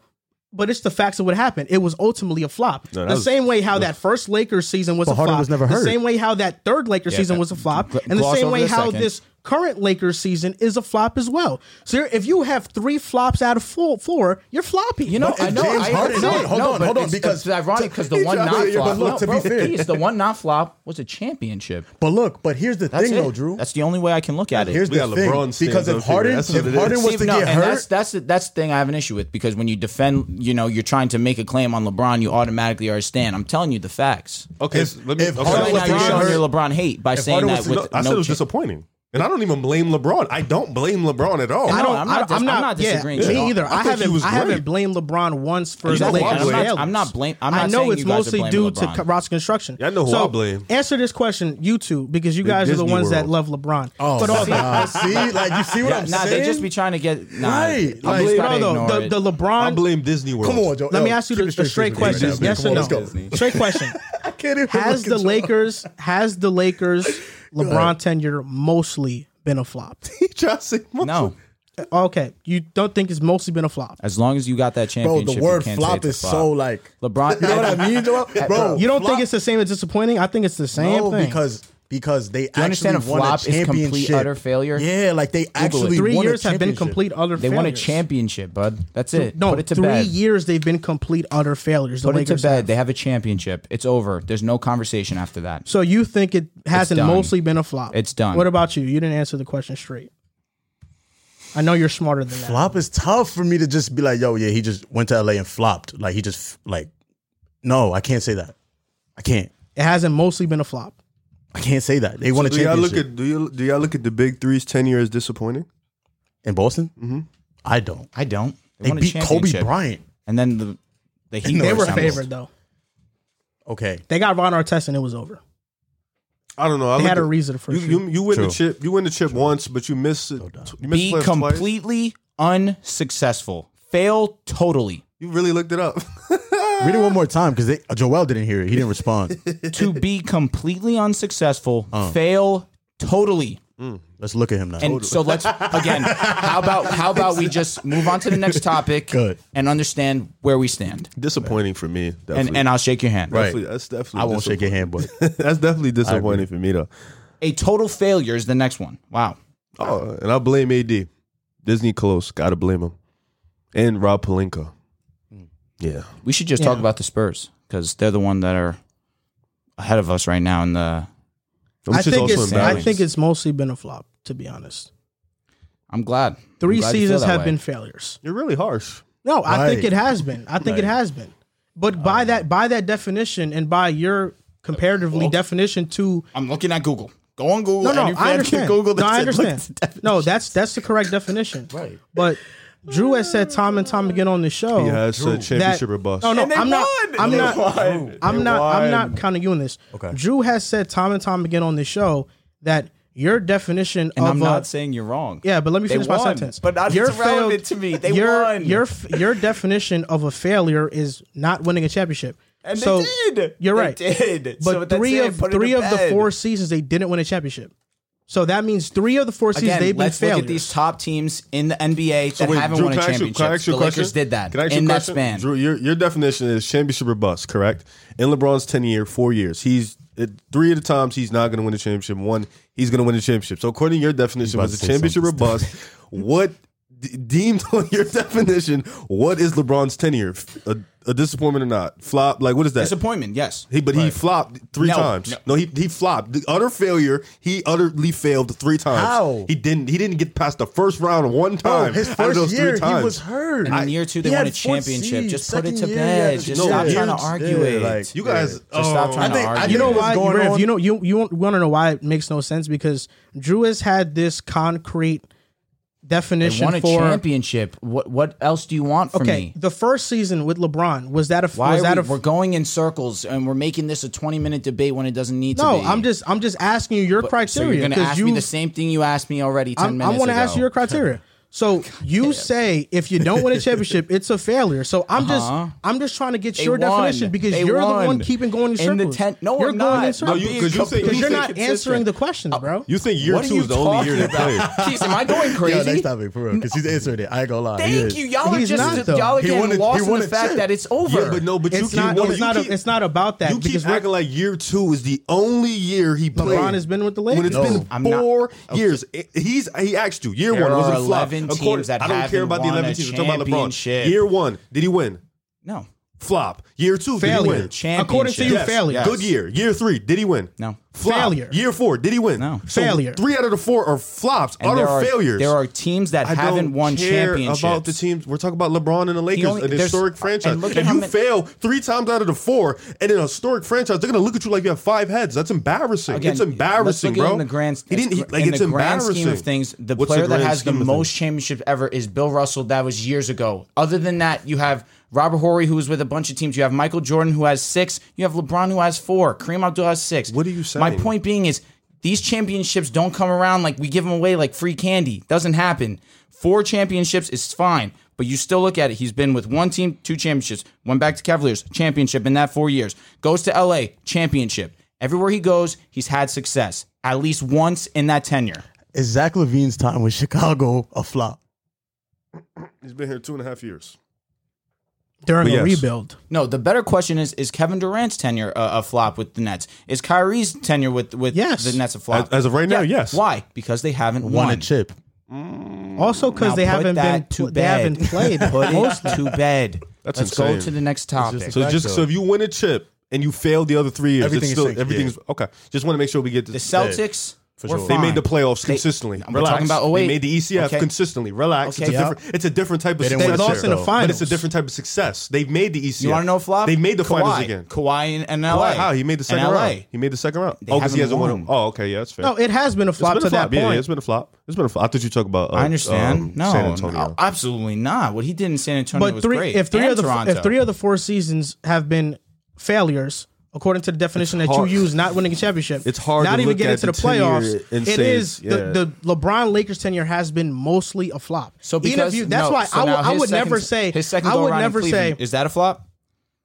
[SPEAKER 1] But it's the facts of what happened. It was ultimately a flop.
[SPEAKER 4] that
[SPEAKER 1] the
[SPEAKER 4] was-
[SPEAKER 1] same way how that first Lakers season was a
[SPEAKER 5] Harden
[SPEAKER 1] flop.
[SPEAKER 5] was never
[SPEAKER 1] the
[SPEAKER 5] hurt.
[SPEAKER 1] same way how that third Lakers season was a flop,
[SPEAKER 2] gl-
[SPEAKER 1] and the
[SPEAKER 2] gloss
[SPEAKER 1] same
[SPEAKER 2] over
[SPEAKER 1] way
[SPEAKER 2] the
[SPEAKER 1] how
[SPEAKER 2] second.
[SPEAKER 1] this current Lakers season is a flop as well. So you're- if you have three flops out of four, four you're floppy.
[SPEAKER 2] You know,
[SPEAKER 5] But if
[SPEAKER 2] I know.
[SPEAKER 5] James
[SPEAKER 2] I
[SPEAKER 5] Harden-
[SPEAKER 2] understand.
[SPEAKER 5] no, hold
[SPEAKER 2] No,
[SPEAKER 5] on,
[SPEAKER 2] but
[SPEAKER 5] hold on,
[SPEAKER 2] it's-
[SPEAKER 5] because-
[SPEAKER 2] it's ironic because the
[SPEAKER 5] He
[SPEAKER 2] one
[SPEAKER 5] tried-
[SPEAKER 2] not
[SPEAKER 5] but
[SPEAKER 2] flop.
[SPEAKER 5] look,
[SPEAKER 2] no,
[SPEAKER 5] to be
[SPEAKER 2] bro,
[SPEAKER 5] fair.
[SPEAKER 2] please, the one not flop was a championship.
[SPEAKER 5] But look, but here's the
[SPEAKER 2] That's
[SPEAKER 5] thing,
[SPEAKER 2] it.
[SPEAKER 5] though, Drew.
[SPEAKER 2] That's the only way I can look at it.
[SPEAKER 5] here's
[SPEAKER 4] We
[SPEAKER 5] the
[SPEAKER 4] got
[SPEAKER 5] thing.
[SPEAKER 4] LeBron stands
[SPEAKER 5] because
[SPEAKER 4] up
[SPEAKER 5] if
[SPEAKER 4] here.
[SPEAKER 5] Harden,
[SPEAKER 4] That's what
[SPEAKER 5] if
[SPEAKER 4] it is.
[SPEAKER 5] Harden was
[SPEAKER 2] See,
[SPEAKER 5] to
[SPEAKER 2] no,
[SPEAKER 5] get
[SPEAKER 2] and That's
[SPEAKER 5] hurt,
[SPEAKER 2] that's the, that's the thing I have an issue with because when you defend, you know, you're trying to make a claim on LeBron, you automatically are a stand. I'm telling you the facts.
[SPEAKER 4] Okay,
[SPEAKER 5] If-
[SPEAKER 4] so let me. okay,
[SPEAKER 5] if
[SPEAKER 2] So
[SPEAKER 5] Harden
[SPEAKER 2] right
[SPEAKER 5] was
[SPEAKER 2] now
[SPEAKER 5] to
[SPEAKER 2] you're
[SPEAKER 5] get
[SPEAKER 2] showing
[SPEAKER 5] hurt-
[SPEAKER 2] your LeBron hate by saying
[SPEAKER 5] Harden
[SPEAKER 2] that
[SPEAKER 5] was
[SPEAKER 2] with
[SPEAKER 4] No, I said it was
[SPEAKER 2] cha-
[SPEAKER 4] disappointing. And I don't even blame LeBron. I don't blame LeBron at all.
[SPEAKER 2] I
[SPEAKER 1] I
[SPEAKER 2] No,
[SPEAKER 1] don't.
[SPEAKER 2] I'm
[SPEAKER 1] I,
[SPEAKER 2] not dis-
[SPEAKER 1] am
[SPEAKER 2] I'm
[SPEAKER 1] not,
[SPEAKER 2] not
[SPEAKER 1] yeah,
[SPEAKER 2] disagreeing at all.
[SPEAKER 1] Me either.
[SPEAKER 4] I
[SPEAKER 1] I,
[SPEAKER 4] think he
[SPEAKER 1] haven't.
[SPEAKER 4] was
[SPEAKER 1] I haven't
[SPEAKER 4] great.
[SPEAKER 1] blamed LeBron once for
[SPEAKER 2] Exactly.
[SPEAKER 1] the Lakers
[SPEAKER 4] I'm not-
[SPEAKER 1] failures.
[SPEAKER 2] I'm not blame- I'm
[SPEAKER 1] I
[SPEAKER 2] not
[SPEAKER 1] know
[SPEAKER 2] saying
[SPEAKER 1] it's
[SPEAKER 2] you guys are
[SPEAKER 1] mostly
[SPEAKER 2] blaming
[SPEAKER 1] due
[SPEAKER 2] LeBron.
[SPEAKER 1] to roster construction.
[SPEAKER 4] Yeah, I know who
[SPEAKER 1] so,
[SPEAKER 4] I blame.
[SPEAKER 1] Answer this question, you two, because you
[SPEAKER 4] The
[SPEAKER 1] guys are the
[SPEAKER 4] Disney
[SPEAKER 1] ones that love
[SPEAKER 4] World.
[SPEAKER 1] LeBron.
[SPEAKER 5] Oh,
[SPEAKER 1] but also,
[SPEAKER 5] nah, see, like you see what
[SPEAKER 2] Yeah,
[SPEAKER 5] I'm
[SPEAKER 2] nah,
[SPEAKER 5] saying?
[SPEAKER 2] they just be trying to get nah,
[SPEAKER 5] Right.
[SPEAKER 2] I'm just
[SPEAKER 5] Like,
[SPEAKER 2] gotta
[SPEAKER 1] but although
[SPEAKER 2] ignore
[SPEAKER 1] the,
[SPEAKER 2] it.
[SPEAKER 1] the
[SPEAKER 4] I
[SPEAKER 1] LeBron.
[SPEAKER 4] blame Disney World.
[SPEAKER 5] Come
[SPEAKER 4] <laughs>
[SPEAKER 5] on, Joe.
[SPEAKER 1] Let me
[SPEAKER 5] Yo,
[SPEAKER 1] ask you
[SPEAKER 5] keep
[SPEAKER 1] the,
[SPEAKER 5] it
[SPEAKER 1] the straight
[SPEAKER 5] with
[SPEAKER 1] question.
[SPEAKER 5] me right now,
[SPEAKER 1] Yes
[SPEAKER 5] man.
[SPEAKER 1] or no?
[SPEAKER 5] Come on, let's go.
[SPEAKER 1] Straight question.
[SPEAKER 5] I can't even
[SPEAKER 1] Has
[SPEAKER 5] look
[SPEAKER 1] the
[SPEAKER 5] at Joe.
[SPEAKER 1] Lakers has the Lakers LeBron tenure mostly been a flop?
[SPEAKER 4] Johnson.
[SPEAKER 2] no.
[SPEAKER 1] Okay, you don't think it's mostly been a flop.
[SPEAKER 2] As long as you got that
[SPEAKER 5] Bro,
[SPEAKER 2] championship,
[SPEAKER 5] the word
[SPEAKER 2] you can't say
[SPEAKER 5] flop
[SPEAKER 2] it's a
[SPEAKER 5] is so like.
[SPEAKER 2] LeBron.
[SPEAKER 5] <laughs> You know what I mean,
[SPEAKER 1] <laughs>
[SPEAKER 5] Joel? Bro,
[SPEAKER 1] You don't
[SPEAKER 5] flop-
[SPEAKER 1] think it's the same as disappointing? I think it's the same
[SPEAKER 5] no,
[SPEAKER 1] thing.
[SPEAKER 5] because because they actually
[SPEAKER 2] understand a
[SPEAKER 5] won
[SPEAKER 2] flop is
[SPEAKER 5] a
[SPEAKER 2] complete,
[SPEAKER 5] championship.
[SPEAKER 2] utter failure?
[SPEAKER 5] Yeah, like they actually
[SPEAKER 1] three
[SPEAKER 5] won a
[SPEAKER 1] years have been
[SPEAKER 5] championship.
[SPEAKER 1] complete utter.
[SPEAKER 2] They won a
[SPEAKER 1] failures.
[SPEAKER 2] championship, bud. That's it.
[SPEAKER 1] No,
[SPEAKER 2] Put it to
[SPEAKER 1] three
[SPEAKER 2] bed.
[SPEAKER 1] years they've been complete utter failures. The
[SPEAKER 2] Put it to
[SPEAKER 1] Lakers
[SPEAKER 2] bed.
[SPEAKER 1] have.
[SPEAKER 2] They have a championship. It's over. There's no conversation after that.
[SPEAKER 1] So you think it hasn't
[SPEAKER 2] done.
[SPEAKER 1] mostly been a flop?
[SPEAKER 2] It's done.
[SPEAKER 1] What about you? You didn't answer the question straight. I know you're smarter than that.
[SPEAKER 5] Flop is tough for me to just be like, yo, yeah, he just went to LA and flopped. Like he just like, no, I can't say that. I can't.
[SPEAKER 1] It hasn't mostly been a flop.
[SPEAKER 5] I can't say that. They won a
[SPEAKER 3] Do y'all
[SPEAKER 5] championship
[SPEAKER 3] look at do you do y'all look at the Big Three's tenure as disappointing?
[SPEAKER 5] in Boston. Mm-hmm. I don't.
[SPEAKER 2] I don't.
[SPEAKER 5] They
[SPEAKER 2] won a
[SPEAKER 5] beat Kobe
[SPEAKER 2] championship.
[SPEAKER 5] Bryant.
[SPEAKER 2] and then the the Heat.
[SPEAKER 1] They
[SPEAKER 2] were
[SPEAKER 1] were
[SPEAKER 2] assembled.
[SPEAKER 1] favored though.
[SPEAKER 5] Okay,
[SPEAKER 1] They got Ron Artest and it was over.
[SPEAKER 4] I don't know. I
[SPEAKER 1] They
[SPEAKER 4] look
[SPEAKER 1] had a
[SPEAKER 4] at-
[SPEAKER 1] reason for
[SPEAKER 4] you,
[SPEAKER 1] sure.
[SPEAKER 4] you, you win the
[SPEAKER 5] True.
[SPEAKER 4] chip. You win the chip once, but you miss it. tw- You miss
[SPEAKER 2] Be
[SPEAKER 4] playoffs twice.
[SPEAKER 2] completely unsuccessful. Fail totally.
[SPEAKER 4] You really looked it up.
[SPEAKER 5] read it one more time because Joel didn't hear it. He
[SPEAKER 2] <laughs>
[SPEAKER 5] didn't respond.
[SPEAKER 2] to be completely unsuccessful. Fail totally.
[SPEAKER 5] Let's look at him now.
[SPEAKER 2] And so let's again. How about how about we just move on to the next topic
[SPEAKER 5] Good.
[SPEAKER 2] and understand where we stand.
[SPEAKER 4] disappointing for me. Definitely.
[SPEAKER 2] And and I'll shake your hand.
[SPEAKER 5] Right.
[SPEAKER 4] Definitely- That's definitely.
[SPEAKER 5] I won't shake your hand, but
[SPEAKER 4] disappointing. <laughs> That's definitely disappointing for me though.
[SPEAKER 2] A total failure is the next one. Wow.
[SPEAKER 4] Oh, and I blame AD. Disney close. Gotta blame him. And Rob Palinka. Yeah.
[SPEAKER 2] We should just talk about the Spurs because they're the one that are ahead of us right now in the
[SPEAKER 4] Which
[SPEAKER 1] I
[SPEAKER 4] is
[SPEAKER 1] think
[SPEAKER 4] also
[SPEAKER 1] it's I
[SPEAKER 4] embarrassing.
[SPEAKER 1] think it's mostly been a flop, to be honest.
[SPEAKER 2] I'm glad.
[SPEAKER 1] Three
[SPEAKER 2] I'm glad you feel
[SPEAKER 1] seasons
[SPEAKER 2] that
[SPEAKER 1] have
[SPEAKER 2] way.
[SPEAKER 1] been failures.
[SPEAKER 4] You're really harsh.
[SPEAKER 1] No, I think
[SPEAKER 5] Right.
[SPEAKER 1] it has been. I think it has been. But
[SPEAKER 2] Uh,
[SPEAKER 1] by that by that definition and by your comparatively definition to
[SPEAKER 2] I'm looking at Google. Go on Google.
[SPEAKER 1] no no
[SPEAKER 2] and you
[SPEAKER 1] I
[SPEAKER 2] can
[SPEAKER 1] understand.
[SPEAKER 2] Google this
[SPEAKER 1] no, I
[SPEAKER 2] and look
[SPEAKER 1] understand.
[SPEAKER 2] at the
[SPEAKER 1] No, that's that's the correct definition. right. But Drew has said time and time again on the show.
[SPEAKER 4] He has said
[SPEAKER 1] that-
[SPEAKER 4] championship or bust.
[SPEAKER 1] No, no, I'm not. I'm
[SPEAKER 2] They
[SPEAKER 1] not. I'm not. I'm not counting you in this.
[SPEAKER 5] Okay.
[SPEAKER 1] Drew has said time and time again on this show that your definition
[SPEAKER 2] And
[SPEAKER 1] of
[SPEAKER 2] I'm
[SPEAKER 1] a-
[SPEAKER 2] not saying you're wrong.
[SPEAKER 1] yeah, but let me
[SPEAKER 2] They
[SPEAKER 1] finish my
[SPEAKER 2] won,
[SPEAKER 1] sentence.
[SPEAKER 2] but that
[SPEAKER 1] Your
[SPEAKER 2] is irrelevant to me. They
[SPEAKER 1] your,
[SPEAKER 2] won.
[SPEAKER 1] Your f- your definition of a failure is not winning a championship.
[SPEAKER 2] And they
[SPEAKER 1] so
[SPEAKER 2] did.
[SPEAKER 1] You're
[SPEAKER 2] They
[SPEAKER 1] right.
[SPEAKER 2] did.
[SPEAKER 1] But
[SPEAKER 2] So that's
[SPEAKER 1] three
[SPEAKER 2] it.
[SPEAKER 1] of
[SPEAKER 2] Put it to
[SPEAKER 1] three of the
[SPEAKER 2] bed.
[SPEAKER 1] four seasons they didn't win a championship. So that means three of the four seasons
[SPEAKER 2] Again,
[SPEAKER 1] they've been
[SPEAKER 2] let's
[SPEAKER 1] failures.
[SPEAKER 2] look at these top teams in the NBA that
[SPEAKER 4] Wait,
[SPEAKER 2] haven't
[SPEAKER 4] Drew,
[SPEAKER 2] won a
[SPEAKER 4] can I ask you-
[SPEAKER 2] championship.
[SPEAKER 4] can I ask you
[SPEAKER 2] The
[SPEAKER 4] a question?
[SPEAKER 2] Lakers did that
[SPEAKER 4] Can I ask you
[SPEAKER 2] in
[SPEAKER 4] a
[SPEAKER 2] that
[SPEAKER 4] question?
[SPEAKER 2] span.
[SPEAKER 4] Drew, your, your definition is championship or bust, correct? In LeBron's ten year, four years, he's at three of the times he's not going to win the championship. One, he's going to win the championship. So according to your definition,
[SPEAKER 5] about
[SPEAKER 4] was
[SPEAKER 5] to
[SPEAKER 4] a
[SPEAKER 5] say
[SPEAKER 4] championship or bust? what d- deemed <laughs> on your definition? What is LeBron's tenure? A, a disappointment or not? Flop? Like what is that?
[SPEAKER 2] Disappointment, yes.
[SPEAKER 4] He, but he flopped three
[SPEAKER 2] No,
[SPEAKER 4] times.
[SPEAKER 2] no.
[SPEAKER 4] No, he, he flopped. The utter failure. He utterly failed three times.
[SPEAKER 5] How?
[SPEAKER 4] He didn't. He didn't get past the first round one
[SPEAKER 5] Bro,
[SPEAKER 4] time.
[SPEAKER 5] his
[SPEAKER 4] out of
[SPEAKER 5] first
[SPEAKER 4] those
[SPEAKER 5] year
[SPEAKER 4] three times.
[SPEAKER 5] he was hurt.
[SPEAKER 2] And in year two, they
[SPEAKER 5] He
[SPEAKER 2] won a
[SPEAKER 5] had fourth
[SPEAKER 2] championship.
[SPEAKER 5] seed.
[SPEAKER 2] Just put it
[SPEAKER 5] Second
[SPEAKER 2] to
[SPEAKER 5] year,
[SPEAKER 2] bed.
[SPEAKER 5] yeah,
[SPEAKER 2] Just
[SPEAKER 5] no,
[SPEAKER 2] stop
[SPEAKER 5] yeah.
[SPEAKER 2] trying to
[SPEAKER 5] Yeah,
[SPEAKER 2] argue it.
[SPEAKER 5] like,
[SPEAKER 4] You guys, Oh.
[SPEAKER 2] Just stop trying
[SPEAKER 5] think-
[SPEAKER 2] to
[SPEAKER 5] I
[SPEAKER 2] argue.
[SPEAKER 5] think
[SPEAKER 1] You know
[SPEAKER 5] what's
[SPEAKER 1] why?
[SPEAKER 5] going
[SPEAKER 1] Griff,
[SPEAKER 5] on-
[SPEAKER 1] You know you you want to know why it makes no sense because Drew has had this concrete
[SPEAKER 2] They
[SPEAKER 1] definition
[SPEAKER 2] won a
[SPEAKER 1] for
[SPEAKER 2] championship. What what else do you want from
[SPEAKER 1] okay.
[SPEAKER 2] me?
[SPEAKER 1] The first season with LeBron was that a
[SPEAKER 2] Why
[SPEAKER 1] was that
[SPEAKER 2] are
[SPEAKER 1] a
[SPEAKER 2] we, we're going in circles and we're making this a 20 minute debate when it doesn't need to
[SPEAKER 1] no?
[SPEAKER 2] be.
[SPEAKER 1] I'm just I'm just asking you your
[SPEAKER 2] So you're
[SPEAKER 1] criteria
[SPEAKER 2] going to
[SPEAKER 1] because
[SPEAKER 2] ask
[SPEAKER 1] you
[SPEAKER 2] me the same thing you asked me already 10
[SPEAKER 1] I'm,
[SPEAKER 2] minutes
[SPEAKER 1] I want to
[SPEAKER 2] ago.
[SPEAKER 1] ask you your criteria. So you say if you don't win a championship, it's a failure. So I'm just I'm just trying to get your
[SPEAKER 2] won.
[SPEAKER 1] definition because
[SPEAKER 2] They
[SPEAKER 1] you're
[SPEAKER 2] won.
[SPEAKER 1] the one keeping going in
[SPEAKER 2] In
[SPEAKER 1] circles.
[SPEAKER 2] the ten- no,
[SPEAKER 1] you're
[SPEAKER 2] I'm
[SPEAKER 1] going
[SPEAKER 2] not.
[SPEAKER 1] in
[SPEAKER 2] No,
[SPEAKER 1] circles.
[SPEAKER 4] you- 'cause you think-
[SPEAKER 1] because
[SPEAKER 4] you
[SPEAKER 1] you're
[SPEAKER 4] think
[SPEAKER 1] not
[SPEAKER 4] consistent.
[SPEAKER 1] answering the questions, bro.
[SPEAKER 4] You think year
[SPEAKER 2] What are
[SPEAKER 4] two
[SPEAKER 2] you
[SPEAKER 4] is the only year they
[SPEAKER 2] talking
[SPEAKER 4] played?
[SPEAKER 2] about? <laughs> Jeez, am I
[SPEAKER 4] <laughs>
[SPEAKER 2] going
[SPEAKER 5] Yo,
[SPEAKER 2] crazy?
[SPEAKER 5] next topic for real, because he's answering it. I ain't gonna lie. He
[SPEAKER 2] Thank
[SPEAKER 5] is.
[SPEAKER 2] you. Y'all are
[SPEAKER 1] He's
[SPEAKER 2] just
[SPEAKER 1] not, though.
[SPEAKER 2] y'all are
[SPEAKER 1] He
[SPEAKER 2] getting
[SPEAKER 5] won a-
[SPEAKER 2] lost
[SPEAKER 5] he
[SPEAKER 2] in
[SPEAKER 5] won
[SPEAKER 2] the
[SPEAKER 5] a
[SPEAKER 2] fact
[SPEAKER 5] chip.
[SPEAKER 2] that it's over.
[SPEAKER 4] Yeah, but no, but you
[SPEAKER 1] It's
[SPEAKER 4] keep
[SPEAKER 1] not.
[SPEAKER 4] well,
[SPEAKER 1] It's
[SPEAKER 4] you
[SPEAKER 1] not.
[SPEAKER 4] keep-
[SPEAKER 1] a, it's not about that
[SPEAKER 4] You
[SPEAKER 1] because
[SPEAKER 4] keep
[SPEAKER 1] we're-
[SPEAKER 4] acting like year two is the only year he played.
[SPEAKER 1] has been with the
[SPEAKER 4] When it's
[SPEAKER 1] Lakers.
[SPEAKER 4] been
[SPEAKER 2] I'm not-
[SPEAKER 4] four years, It- he's he asked you. Year
[SPEAKER 2] There
[SPEAKER 4] one was
[SPEAKER 2] are
[SPEAKER 4] it a flop?
[SPEAKER 2] 11
[SPEAKER 4] According-
[SPEAKER 2] teams that
[SPEAKER 4] I don't care
[SPEAKER 2] haven't
[SPEAKER 4] about the
[SPEAKER 2] won
[SPEAKER 4] eleven
[SPEAKER 2] a
[SPEAKER 4] teams. We're talking about LeBron.
[SPEAKER 2] championship.
[SPEAKER 4] Year one, did he win?
[SPEAKER 2] No.
[SPEAKER 4] Flop. Year two, did
[SPEAKER 1] Failure.
[SPEAKER 4] he win?
[SPEAKER 2] Championship.
[SPEAKER 1] According to you,
[SPEAKER 4] Yes.
[SPEAKER 1] failure.
[SPEAKER 4] Good year. Year three, did he win?
[SPEAKER 2] No.
[SPEAKER 4] Flop.
[SPEAKER 1] Failure.
[SPEAKER 4] Year four, did he win?
[SPEAKER 2] No.
[SPEAKER 1] Failure.
[SPEAKER 4] Three out of the four are flops.
[SPEAKER 2] And
[SPEAKER 4] Other
[SPEAKER 2] there are
[SPEAKER 4] failures.
[SPEAKER 2] There are teams that
[SPEAKER 4] I
[SPEAKER 2] haven't
[SPEAKER 4] don't
[SPEAKER 2] won
[SPEAKER 4] care
[SPEAKER 2] championships.
[SPEAKER 4] about the teams. We're talking about LeBron and the Lakers,
[SPEAKER 2] only-
[SPEAKER 4] an
[SPEAKER 2] there's-
[SPEAKER 4] historic
[SPEAKER 2] and
[SPEAKER 4] franchise.
[SPEAKER 2] look at
[SPEAKER 4] if
[SPEAKER 2] how
[SPEAKER 4] you
[SPEAKER 2] many-
[SPEAKER 4] fail three times out of the four, and in a historic franchise, they're gonna look at you like you have five heads. That's embarrassing.
[SPEAKER 2] Again,
[SPEAKER 4] it's
[SPEAKER 2] let's
[SPEAKER 4] embarrassing,
[SPEAKER 2] look at it
[SPEAKER 4] bro.
[SPEAKER 2] In the grand,
[SPEAKER 4] he didn't. He, like
[SPEAKER 2] in
[SPEAKER 4] it's
[SPEAKER 2] the grand
[SPEAKER 4] embarrassing.
[SPEAKER 2] scheme of things, the
[SPEAKER 4] What's
[SPEAKER 2] player that
[SPEAKER 4] grand
[SPEAKER 2] has the
[SPEAKER 4] scheme of
[SPEAKER 2] most
[SPEAKER 4] things?
[SPEAKER 2] championships ever is Bill Russell. That was years ago. Other than that, you have Robert Horry, who was with a bunch of teams. You have Michael Jordan, who has six. You have LeBron, who has four. Kareem Abdul has six.
[SPEAKER 4] What are you
[SPEAKER 2] My
[SPEAKER 4] saying?
[SPEAKER 2] point being is these championships don't come around like we give them away like free candy. Doesn't happen. Four championships is fine, but you still look at it. He's been with one team, two championships. Went back to Cavaliers, championship in that four years. Goes to LA, championship. Everywhere he goes, he's had success at least once in that tenure.
[SPEAKER 5] Is Zach Levine's time with Chicago a flop?
[SPEAKER 4] He's been here two and a half years.
[SPEAKER 1] during
[SPEAKER 4] But
[SPEAKER 1] a
[SPEAKER 4] yes.
[SPEAKER 1] rebuild.
[SPEAKER 2] No, the better question is: Is Kevin Durant's tenure a, a flop with the Nets? Is Kyrie's tenure with with
[SPEAKER 1] Yes.
[SPEAKER 2] the Nets a flop?
[SPEAKER 4] As- as of right now, yes.
[SPEAKER 2] Why? Because they haven't
[SPEAKER 5] Won a
[SPEAKER 2] won.
[SPEAKER 5] chip.
[SPEAKER 1] Also, because
[SPEAKER 2] Now
[SPEAKER 1] they
[SPEAKER 2] put
[SPEAKER 1] haven't been
[SPEAKER 2] that to
[SPEAKER 1] they
[SPEAKER 2] bed. <laughs>
[SPEAKER 1] haven't played.
[SPEAKER 2] Put it to bed.
[SPEAKER 4] That's
[SPEAKER 2] Let's go
[SPEAKER 4] insane.
[SPEAKER 2] to the next topic.
[SPEAKER 4] So just so if you win a chip and you failed the other three years,
[SPEAKER 5] Everything
[SPEAKER 4] it's
[SPEAKER 5] is
[SPEAKER 4] still
[SPEAKER 5] synced, yeah.
[SPEAKER 4] everything's okay. Just want to make sure we get
[SPEAKER 2] The
[SPEAKER 4] this.
[SPEAKER 2] Celtics were
[SPEAKER 5] sure.
[SPEAKER 4] They
[SPEAKER 2] fine.
[SPEAKER 4] made the playoffs
[SPEAKER 2] They-
[SPEAKER 4] consistently.
[SPEAKER 2] We're
[SPEAKER 4] Relax.
[SPEAKER 2] talking about
[SPEAKER 4] They
[SPEAKER 2] 08.
[SPEAKER 4] made the ECF
[SPEAKER 2] Okay.
[SPEAKER 4] consistently. Relax.
[SPEAKER 2] Okay.
[SPEAKER 4] It's, a
[SPEAKER 2] Yeah.
[SPEAKER 4] different, it's a different type of
[SPEAKER 5] They didn't
[SPEAKER 4] success.
[SPEAKER 5] win
[SPEAKER 1] lost
[SPEAKER 5] shit,
[SPEAKER 1] in the
[SPEAKER 5] though. But
[SPEAKER 4] But
[SPEAKER 1] finals.
[SPEAKER 4] it's a different type of success. They've made the E ECF.
[SPEAKER 2] You want to know a flop?
[SPEAKER 4] They made the finals
[SPEAKER 2] Kawhi.
[SPEAKER 4] again.
[SPEAKER 2] Kawhi and, and LA.
[SPEAKER 4] Kawhi, how? He made the
[SPEAKER 2] And
[SPEAKER 4] second
[SPEAKER 2] LA.
[SPEAKER 4] round. He made the second round. oh, because
[SPEAKER 2] haven't
[SPEAKER 4] he hasn't won.
[SPEAKER 2] won.
[SPEAKER 4] them. Oh, okay. Yeah, that's fair.
[SPEAKER 1] No, it has been a
[SPEAKER 4] It's
[SPEAKER 1] flop
[SPEAKER 4] been
[SPEAKER 1] to
[SPEAKER 4] a flop.
[SPEAKER 1] that
[SPEAKER 4] Yeah, yeah,
[SPEAKER 1] point.
[SPEAKER 4] it's been a flop. It's been a flop. I thought you talk about. Uh,
[SPEAKER 2] I understand.
[SPEAKER 4] um,
[SPEAKER 2] no,
[SPEAKER 4] San Antonio.
[SPEAKER 2] no, absolutely not. What he did in San Antonio
[SPEAKER 1] but
[SPEAKER 2] was
[SPEAKER 1] three,
[SPEAKER 2] great.
[SPEAKER 1] if three
[SPEAKER 2] And
[SPEAKER 1] of the
[SPEAKER 2] Toronto.
[SPEAKER 1] if three of the four seasons have been failures, according to the definition that
[SPEAKER 4] hard-
[SPEAKER 1] you use, not winning a championship,
[SPEAKER 4] It's hard
[SPEAKER 1] Not
[SPEAKER 4] to
[SPEAKER 1] even
[SPEAKER 4] look
[SPEAKER 1] getting
[SPEAKER 4] at
[SPEAKER 1] to the
[SPEAKER 4] the tenure
[SPEAKER 1] playoffs.
[SPEAKER 4] and
[SPEAKER 1] It
[SPEAKER 4] say,
[SPEAKER 1] is
[SPEAKER 4] yeah.
[SPEAKER 1] the, the LeBron Lakers tenure has been mostly a flop.
[SPEAKER 2] so
[SPEAKER 1] Even if
[SPEAKER 2] because
[SPEAKER 1] you- that's
[SPEAKER 2] no,
[SPEAKER 1] why
[SPEAKER 2] so
[SPEAKER 1] I would-
[SPEAKER 2] now
[SPEAKER 1] I
[SPEAKER 2] his
[SPEAKER 1] would
[SPEAKER 2] second-
[SPEAKER 1] never say
[SPEAKER 2] his second
[SPEAKER 1] I
[SPEAKER 2] go
[SPEAKER 1] would
[SPEAKER 2] around in
[SPEAKER 1] never
[SPEAKER 2] Cleveland,
[SPEAKER 1] say
[SPEAKER 2] is that a flop?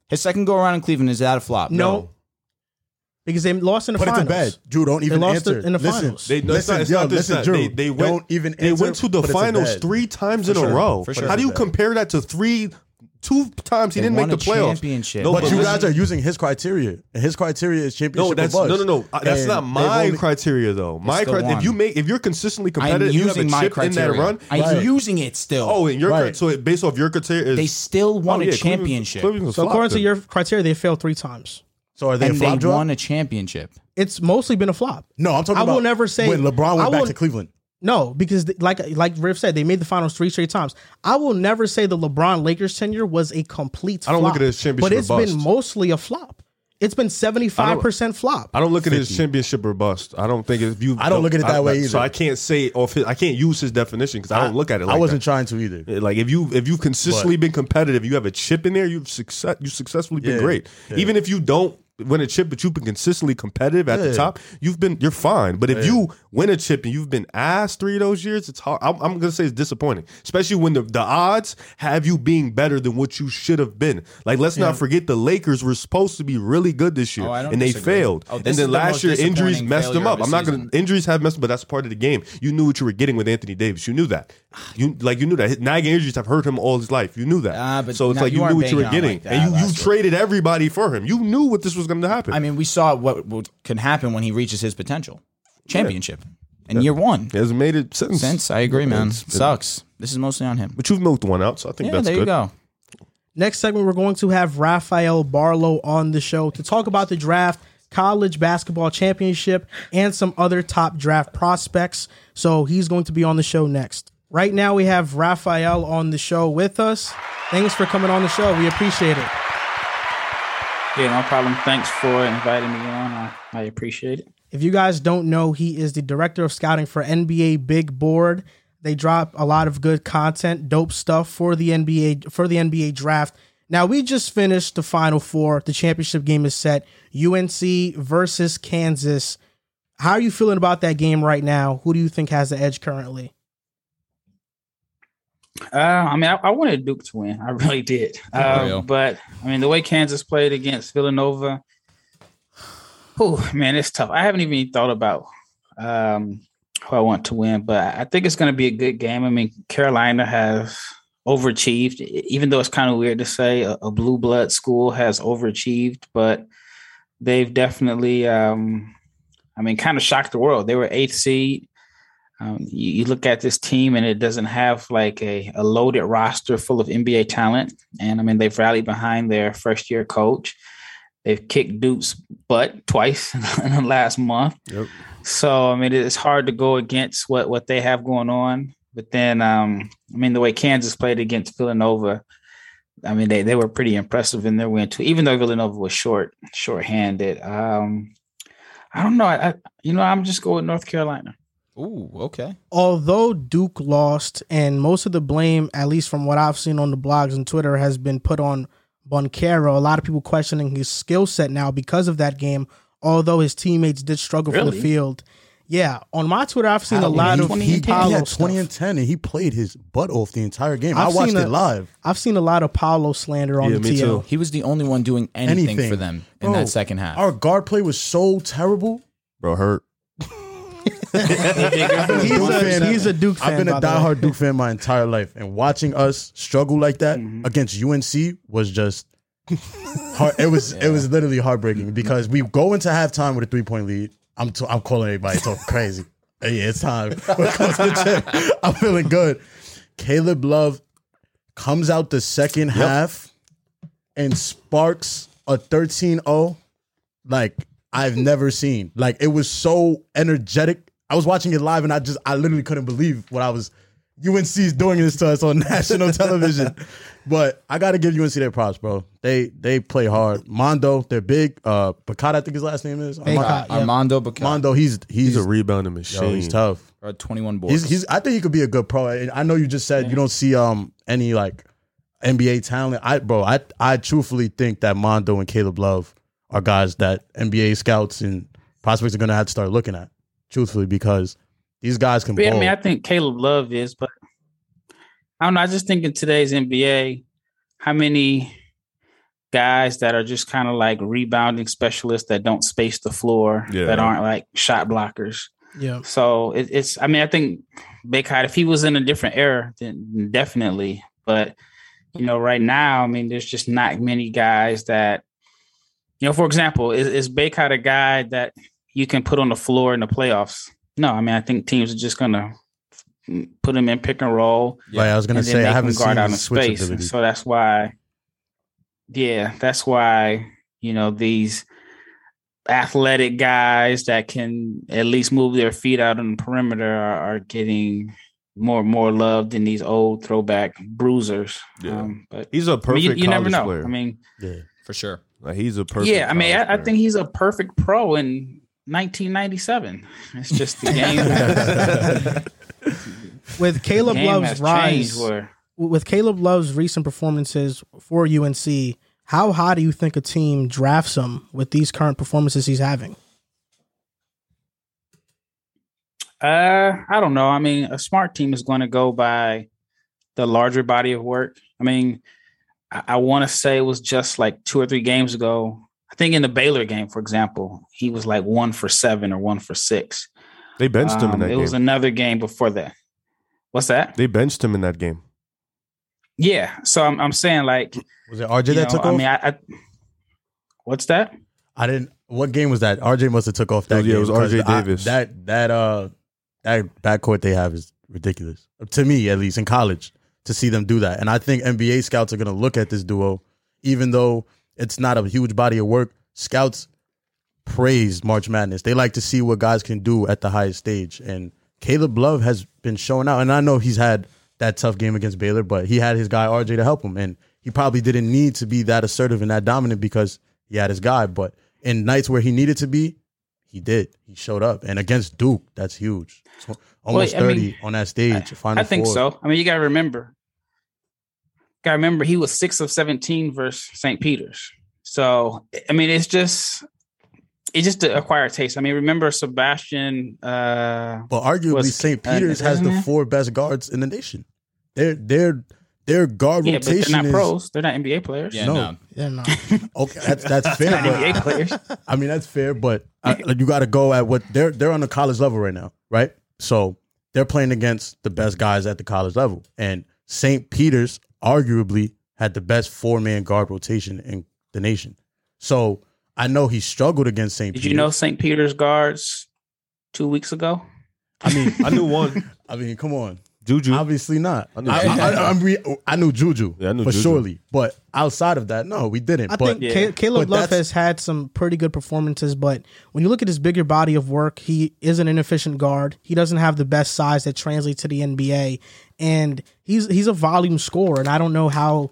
[SPEAKER 2] His second go around in Cleveland is that a flop?
[SPEAKER 1] no, because they lost in the
[SPEAKER 5] Put it
[SPEAKER 1] finals.
[SPEAKER 5] to bed. Drew, don't even
[SPEAKER 1] lost
[SPEAKER 5] answer.
[SPEAKER 1] it in the
[SPEAKER 5] Listen,
[SPEAKER 1] finals.
[SPEAKER 4] They, no,
[SPEAKER 5] Listen,
[SPEAKER 4] it's
[SPEAKER 5] yo,
[SPEAKER 4] not, it's
[SPEAKER 5] listen,
[SPEAKER 4] not this.
[SPEAKER 5] Drew,
[SPEAKER 4] They, they
[SPEAKER 5] don't
[SPEAKER 4] went.
[SPEAKER 5] even
[SPEAKER 4] they
[SPEAKER 5] answer,
[SPEAKER 4] went to the
[SPEAKER 5] but it's a
[SPEAKER 4] finals
[SPEAKER 5] bad.
[SPEAKER 4] three times
[SPEAKER 5] For
[SPEAKER 4] in
[SPEAKER 5] sure.
[SPEAKER 4] a row.
[SPEAKER 2] For sure.
[SPEAKER 4] How do you
[SPEAKER 5] It's a bad.
[SPEAKER 4] compare that to three, two times he
[SPEAKER 2] They
[SPEAKER 4] didn't
[SPEAKER 2] won
[SPEAKER 4] make the
[SPEAKER 2] a
[SPEAKER 4] playoffs?
[SPEAKER 2] championship.
[SPEAKER 4] No,
[SPEAKER 5] But,
[SPEAKER 4] but
[SPEAKER 5] you
[SPEAKER 4] listen-
[SPEAKER 5] guys are using his criteria, and his criteria is championship.
[SPEAKER 4] No, that's
[SPEAKER 5] or
[SPEAKER 4] no,
[SPEAKER 5] bust.
[SPEAKER 4] no, no. Uh, That's
[SPEAKER 5] And
[SPEAKER 4] not
[SPEAKER 5] they've
[SPEAKER 4] my
[SPEAKER 5] only-
[SPEAKER 4] criteria, though. My
[SPEAKER 2] still
[SPEAKER 4] criteria.
[SPEAKER 2] one.
[SPEAKER 4] If you make, if you're consistently
[SPEAKER 2] I'm
[SPEAKER 4] competitive, you have a
[SPEAKER 2] using my
[SPEAKER 4] chip in
[SPEAKER 2] criteria.
[SPEAKER 4] that run.
[SPEAKER 2] I'm
[SPEAKER 5] Right.
[SPEAKER 2] using it still.
[SPEAKER 4] Oh, and your
[SPEAKER 5] Right.
[SPEAKER 4] so it- based off your criteria is
[SPEAKER 2] they still won
[SPEAKER 4] Oh,
[SPEAKER 2] a
[SPEAKER 4] yeah, Cleveland's-
[SPEAKER 2] championship,
[SPEAKER 4] Cleveland's a
[SPEAKER 1] So
[SPEAKER 4] flop
[SPEAKER 1] according to
[SPEAKER 4] then.
[SPEAKER 1] your criteria, they failed three times.
[SPEAKER 5] So are they a
[SPEAKER 2] and they
[SPEAKER 5] flop drop?
[SPEAKER 2] won a championship.
[SPEAKER 1] It's mostly been a flop.
[SPEAKER 5] No, I'm talking
[SPEAKER 1] I
[SPEAKER 5] about
[SPEAKER 1] will never say
[SPEAKER 5] when LeBron
[SPEAKER 1] I
[SPEAKER 5] went back
[SPEAKER 1] will-
[SPEAKER 5] to Cleveland.
[SPEAKER 1] No, because th- like like Riff said, they made the finals three straight times. I will never say the LeBron Lakers tenure was a complete.
[SPEAKER 4] I don't
[SPEAKER 1] flop,
[SPEAKER 4] look at it as championship
[SPEAKER 1] but it's
[SPEAKER 4] or
[SPEAKER 1] been
[SPEAKER 4] bust.
[SPEAKER 1] mostly a flop. It's been seventy five percent flop.
[SPEAKER 4] I don't look at it as championship or bust. I don't think if you.
[SPEAKER 5] I don't look at it that way either.
[SPEAKER 4] So I can't say it off. His, I can't use his definition because I, don't look at it. Like
[SPEAKER 5] I wasn't
[SPEAKER 4] that.
[SPEAKER 5] trying to either.
[SPEAKER 4] Like if you if you've consistently been competitive, you have a chip in there. You've success. You successfully been
[SPEAKER 5] Yeah,
[SPEAKER 4] great.
[SPEAKER 5] yeah.
[SPEAKER 4] Even if you don't win a chip, but you've been consistently competitive at the
[SPEAKER 5] Yeah.
[SPEAKER 4] top, you've been you're fine. But if you win a chip and you've been ass three of those years, it's hard. I'm, I'm gonna say it's disappointing, especially when the, the odds have you being better than what you should have been. Like let's not forget the Lakers were supposed to be really good this year
[SPEAKER 2] Oh, I don't
[SPEAKER 4] and they
[SPEAKER 2] disagree.
[SPEAKER 4] failed.
[SPEAKER 2] Oh, this
[SPEAKER 4] and
[SPEAKER 2] is
[SPEAKER 4] then
[SPEAKER 2] the
[SPEAKER 4] last
[SPEAKER 2] most
[SPEAKER 4] year injuries
[SPEAKER 2] disappointing
[SPEAKER 4] messed them
[SPEAKER 2] failure
[SPEAKER 4] up.
[SPEAKER 2] of
[SPEAKER 4] I'm
[SPEAKER 2] the
[SPEAKER 4] not gonna
[SPEAKER 2] season.
[SPEAKER 4] injuries have messed, up, but that's part of the game. You knew what you were getting with Anthony Davis. You knew that. You like you knew that His nagging injuries have hurt him all his life. You knew that.
[SPEAKER 2] Ah, but
[SPEAKER 4] so it's
[SPEAKER 2] now
[SPEAKER 4] like
[SPEAKER 2] you
[SPEAKER 4] you, knew
[SPEAKER 2] aren't
[SPEAKER 4] what you were
[SPEAKER 2] banging on
[SPEAKER 4] getting,
[SPEAKER 2] like that
[SPEAKER 4] and you, you
[SPEAKER 2] last week.
[SPEAKER 4] traded everybody for him. You knew what this was going to happen.
[SPEAKER 2] I mean, we saw what, what can happen when he reaches his potential championship in year one.
[SPEAKER 4] it hasn't made it since.
[SPEAKER 2] Since I agree, man,
[SPEAKER 4] It's-
[SPEAKER 2] sucks. This is mostly on him.
[SPEAKER 4] But you've milked one out, so I think
[SPEAKER 2] Yeah,
[SPEAKER 4] that's
[SPEAKER 2] there
[SPEAKER 4] good.
[SPEAKER 2] you go.
[SPEAKER 1] Next segment, we're going to have Rafael Barlow on the show to talk about the draft, college basketball championship, and some other top draft prospects. So he's going to be on the show next. Right now, we have Rafael on the show with us. Thanks for coming on the show. We appreciate it.
[SPEAKER 6] Yeah, no problem. Thanks for inviting me on. I, I appreciate it.
[SPEAKER 1] If you guys don't know, he is the director of scouting for NBA Big Board. They drop a lot of good content, dope stuff for the NBA for the NBA draft. Now we just finished the final four. The championship game is set. UNC versus Kansas. How are you feeling about that game right now? Who do you think has the edge currently?
[SPEAKER 6] Uh, I mean, I, I wanted Duke to win. I <laughs> really did.
[SPEAKER 2] Oh, yeah.
[SPEAKER 6] Uh, but I mean, the way Kansas played against Villanova, oh man, it's tough. I haven't even thought about um, who I want to win, but I think it's going to be a good game. I mean, Carolina has overachieved, e- even though it's kind of weird to say a, a blue blood school has overachieved, but they've definitely, um, I mean, kind of shocked the world. They were eighth seed. Um, you, you look at this team and it doesn't have like a, a loaded roster full of NBA talent. And I mean, they've rallied behind their first year coach. They've kicked Duke's butt twice <laughs> in the last month.
[SPEAKER 4] Yep.
[SPEAKER 6] So I mean, it's hard to go against what what they have going on. But then, um, I mean, the way Kansas played against Villanova, I mean, they they were pretty impressive in their win too. Even though Villanova was short short-handed, um, I don't know. I, I you know, I'm just going with North Carolina.
[SPEAKER 2] Ooh, okay.
[SPEAKER 1] although Duke lost, and most of the blame, at least from what I've seen on the blogs and Twitter, has been put on Boncaro. A lot of people questioning his skill set now because of that game, although his teammates did struggle for the
[SPEAKER 6] Really?
[SPEAKER 1] field. Yeah, on my Twitter, I've seen a
[SPEAKER 2] How
[SPEAKER 1] lot
[SPEAKER 2] did
[SPEAKER 1] of
[SPEAKER 2] he- he
[SPEAKER 1] he
[SPEAKER 2] had
[SPEAKER 5] He
[SPEAKER 1] Paolo
[SPEAKER 5] had 20
[SPEAKER 1] stuff.
[SPEAKER 5] and 10, and he played his butt off the entire game. i
[SPEAKER 1] I've
[SPEAKER 5] watched
[SPEAKER 1] seen
[SPEAKER 5] it
[SPEAKER 1] a-
[SPEAKER 5] live.
[SPEAKER 1] I've seen a lot of Paolo slander on
[SPEAKER 4] Yeah,
[SPEAKER 1] the
[SPEAKER 4] me
[SPEAKER 1] TL.
[SPEAKER 4] too.
[SPEAKER 2] He was the only one doing anything,
[SPEAKER 5] Anything.
[SPEAKER 2] for them in
[SPEAKER 5] Bro,
[SPEAKER 4] Oh.
[SPEAKER 2] that second half.
[SPEAKER 5] Our guard play was so terrible.
[SPEAKER 4] Bro, hurt.
[SPEAKER 2] <laughs>
[SPEAKER 4] <laughs>
[SPEAKER 1] He's
[SPEAKER 5] Duke
[SPEAKER 1] a,
[SPEAKER 5] fan.
[SPEAKER 1] he's a Duke fan.
[SPEAKER 5] I've been a
[SPEAKER 1] by the way.
[SPEAKER 5] diehard Duke fan my entire life, and watching us struggle like that
[SPEAKER 1] Mm-hmm.
[SPEAKER 5] against UNC was just heart, it was it was literally heartbreaking because we go into halftime with a three point lead. I'm t- I'm calling everybody talking crazy. Hey, yeah, it's time. <laughs> Here comes the tip. I'm feeling good. Caleb Love comes out the second half and sparks a 13-0 like I've never seen. Like it was so energetic. I was watching it live and I just I literally couldn't believe what I was UNC's doing this to us on <laughs> national television. But I gotta give UNC their props, bro. They they play hard. Mondo, they're big. Uh Picard, I think his last name is.
[SPEAKER 1] Bacot, yeah.
[SPEAKER 2] Armando Bacca,
[SPEAKER 5] Mondo, he's he's,
[SPEAKER 4] He's a rebounding
[SPEAKER 5] yo,
[SPEAKER 4] machine.
[SPEAKER 5] he's tough.
[SPEAKER 2] uh, 21 boards.
[SPEAKER 5] He's, he's. I think he could be a good pro. And I know you just said you don't see um any like NBA talent. I bro, I I truthfully think that Mondo and Caleb Love are guys that NBA scouts and prospects are gonna have to start looking at. Truthfully, because these guys can
[SPEAKER 6] But, yeah, I
[SPEAKER 5] ball.
[SPEAKER 6] mean, I think Caleb Love is, but I don't know. I just think in today's NBA, how many guys that are just kind of like rebounding specialists that don't space the floor,
[SPEAKER 4] Yeah.
[SPEAKER 6] that aren't like shot blockers.
[SPEAKER 1] Yeah.
[SPEAKER 6] So it, it's, I mean, I think Baycott, if he was in a different era, then definitely. But, you know, right now, I mean, there's just not many guys that, you know, for example, is, is Baycott a guy that you can put on the floor in the playoffs? No, I mean, I think teams are just going to put him in pick and roll
[SPEAKER 5] like I was gonna
[SPEAKER 6] and then
[SPEAKER 5] say, I
[SPEAKER 6] make
[SPEAKER 5] haven't
[SPEAKER 6] him guard
[SPEAKER 5] seen
[SPEAKER 6] out
[SPEAKER 5] his
[SPEAKER 6] in
[SPEAKER 5] switch
[SPEAKER 6] space. And
[SPEAKER 5] ability.
[SPEAKER 6] so that's why, yeah, that's why you know these athletic guys that can at least move their feet out on the perimeter are, are getting more more love than these old throwback bruisers.
[SPEAKER 4] Yeah.
[SPEAKER 6] Um, but
[SPEAKER 4] He's a
[SPEAKER 6] I mean,
[SPEAKER 4] perfect
[SPEAKER 6] you, you
[SPEAKER 4] college
[SPEAKER 6] never know.
[SPEAKER 4] player.
[SPEAKER 6] I mean,
[SPEAKER 5] yeah.
[SPEAKER 2] for sure.
[SPEAKER 4] like, he's a perfect.
[SPEAKER 6] yeah, I mean,
[SPEAKER 4] college
[SPEAKER 6] I, I
[SPEAKER 4] player.
[SPEAKER 6] think he's a perfect pro in 1997. It's just the game.
[SPEAKER 1] With
[SPEAKER 6] the
[SPEAKER 1] Caleb
[SPEAKER 6] <laughs> game
[SPEAKER 1] Love's
[SPEAKER 6] has
[SPEAKER 1] rise,
[SPEAKER 6] changed where
[SPEAKER 1] with Caleb Love's recent performances for UNC, how high do you think a team drafts him with these current performances he's having?
[SPEAKER 6] Uh, I don't know. I mean, a smart team is going to go by the larger body of work. I mean, I, I want to say it was just like two or three games ago. I think in the Baylor game, for example, he was like one for seven or one for six.
[SPEAKER 4] <laughs> they benched him in
[SPEAKER 6] Um,
[SPEAKER 4] that
[SPEAKER 6] it
[SPEAKER 4] game.
[SPEAKER 6] was another game before that. What's that?
[SPEAKER 4] they benched him in that game.
[SPEAKER 6] Yeah. So I'm, I'm saying like,
[SPEAKER 5] Was it RJ
[SPEAKER 6] you
[SPEAKER 5] that
[SPEAKER 6] know,
[SPEAKER 5] took
[SPEAKER 6] I
[SPEAKER 5] off?
[SPEAKER 6] mean, I, I what's that?
[SPEAKER 5] I didn't. What game was that? RJ must have took off
[SPEAKER 4] It
[SPEAKER 5] that.
[SPEAKER 4] was- yeah,
[SPEAKER 5] game
[SPEAKER 4] it was
[SPEAKER 5] because
[SPEAKER 4] RJ
[SPEAKER 5] I-
[SPEAKER 4] Davis.
[SPEAKER 5] that that uh that backcourt they have is ridiculous to me, at least in college, to see them do that. And I think NBA scouts are going to look at this duo, even though it's not a huge body of work. Scouts praise March Madness. They like to see what guys can do at the highest stage. And Caleb Love has been showing out. And I know he's had that tough game against Baylor, but he had his guy RJ to help him. And he probably didn't need to be that assertive and that dominant because he had his guy. But in nights where he needed to be, he did. He showed up. And against Duke, that's huge. So almost
[SPEAKER 6] Well, I mean,
[SPEAKER 5] 30 on that stage. final
[SPEAKER 6] I think
[SPEAKER 5] four.
[SPEAKER 6] so. I mean, you got to remember. Got to remember, he was six of seventeen versus St. Peter's. So I mean, it's just it's just to acquire taste. I mean, remember Sebastian? Uh,
[SPEAKER 5] But arguably,
[SPEAKER 6] Was-
[SPEAKER 5] St.
[SPEAKER 6] uh,
[SPEAKER 5] Peter's has the
[SPEAKER 6] isn't it?
[SPEAKER 5] four best guards in the nation. Their their their guard
[SPEAKER 6] yeah, but they're
[SPEAKER 5] rotation
[SPEAKER 6] not
[SPEAKER 5] is
[SPEAKER 6] pros. They're not NBA players.
[SPEAKER 2] Yeah,
[SPEAKER 5] No.
[SPEAKER 2] no.
[SPEAKER 1] Yeah,
[SPEAKER 5] <laughs>
[SPEAKER 1] no.
[SPEAKER 5] okay. That's
[SPEAKER 6] <laughs>
[SPEAKER 5] that's fair.
[SPEAKER 6] Not
[SPEAKER 5] but- <laughs>
[SPEAKER 6] NBA players.
[SPEAKER 5] I mean, that's fair, but I, like, you got to go at what they're they're on the college level right now, right? So they're playing against the best guys at the college level, and St. Peter's arguably had the best four man guard rotation in the nation. So I know he struggled against St.
[SPEAKER 6] Did
[SPEAKER 5] Peter's.
[SPEAKER 6] you know St. Peter's guards two weeks ago?
[SPEAKER 5] I mean,
[SPEAKER 4] I knew one.
[SPEAKER 5] I mean, come on.
[SPEAKER 4] <laughs> Juju.
[SPEAKER 5] Obviously not. I,
[SPEAKER 4] Hmm? I knew
[SPEAKER 5] I,
[SPEAKER 4] Juju.
[SPEAKER 5] I, I'm re- I knew Juju
[SPEAKER 4] Yeah, I knew
[SPEAKER 5] for
[SPEAKER 4] Juju.
[SPEAKER 5] surely, but outside of that, no, we didn't.
[SPEAKER 1] I
[SPEAKER 5] but
[SPEAKER 1] think Ca- Caleb
[SPEAKER 5] but
[SPEAKER 1] Love has
[SPEAKER 5] that's-
[SPEAKER 1] had some pretty good performances, but when you look at his bigger body of work, he is an inefficient guard. He doesn't have the best size that translates to the NBA, and he's he's a volume scorer, and I don't know how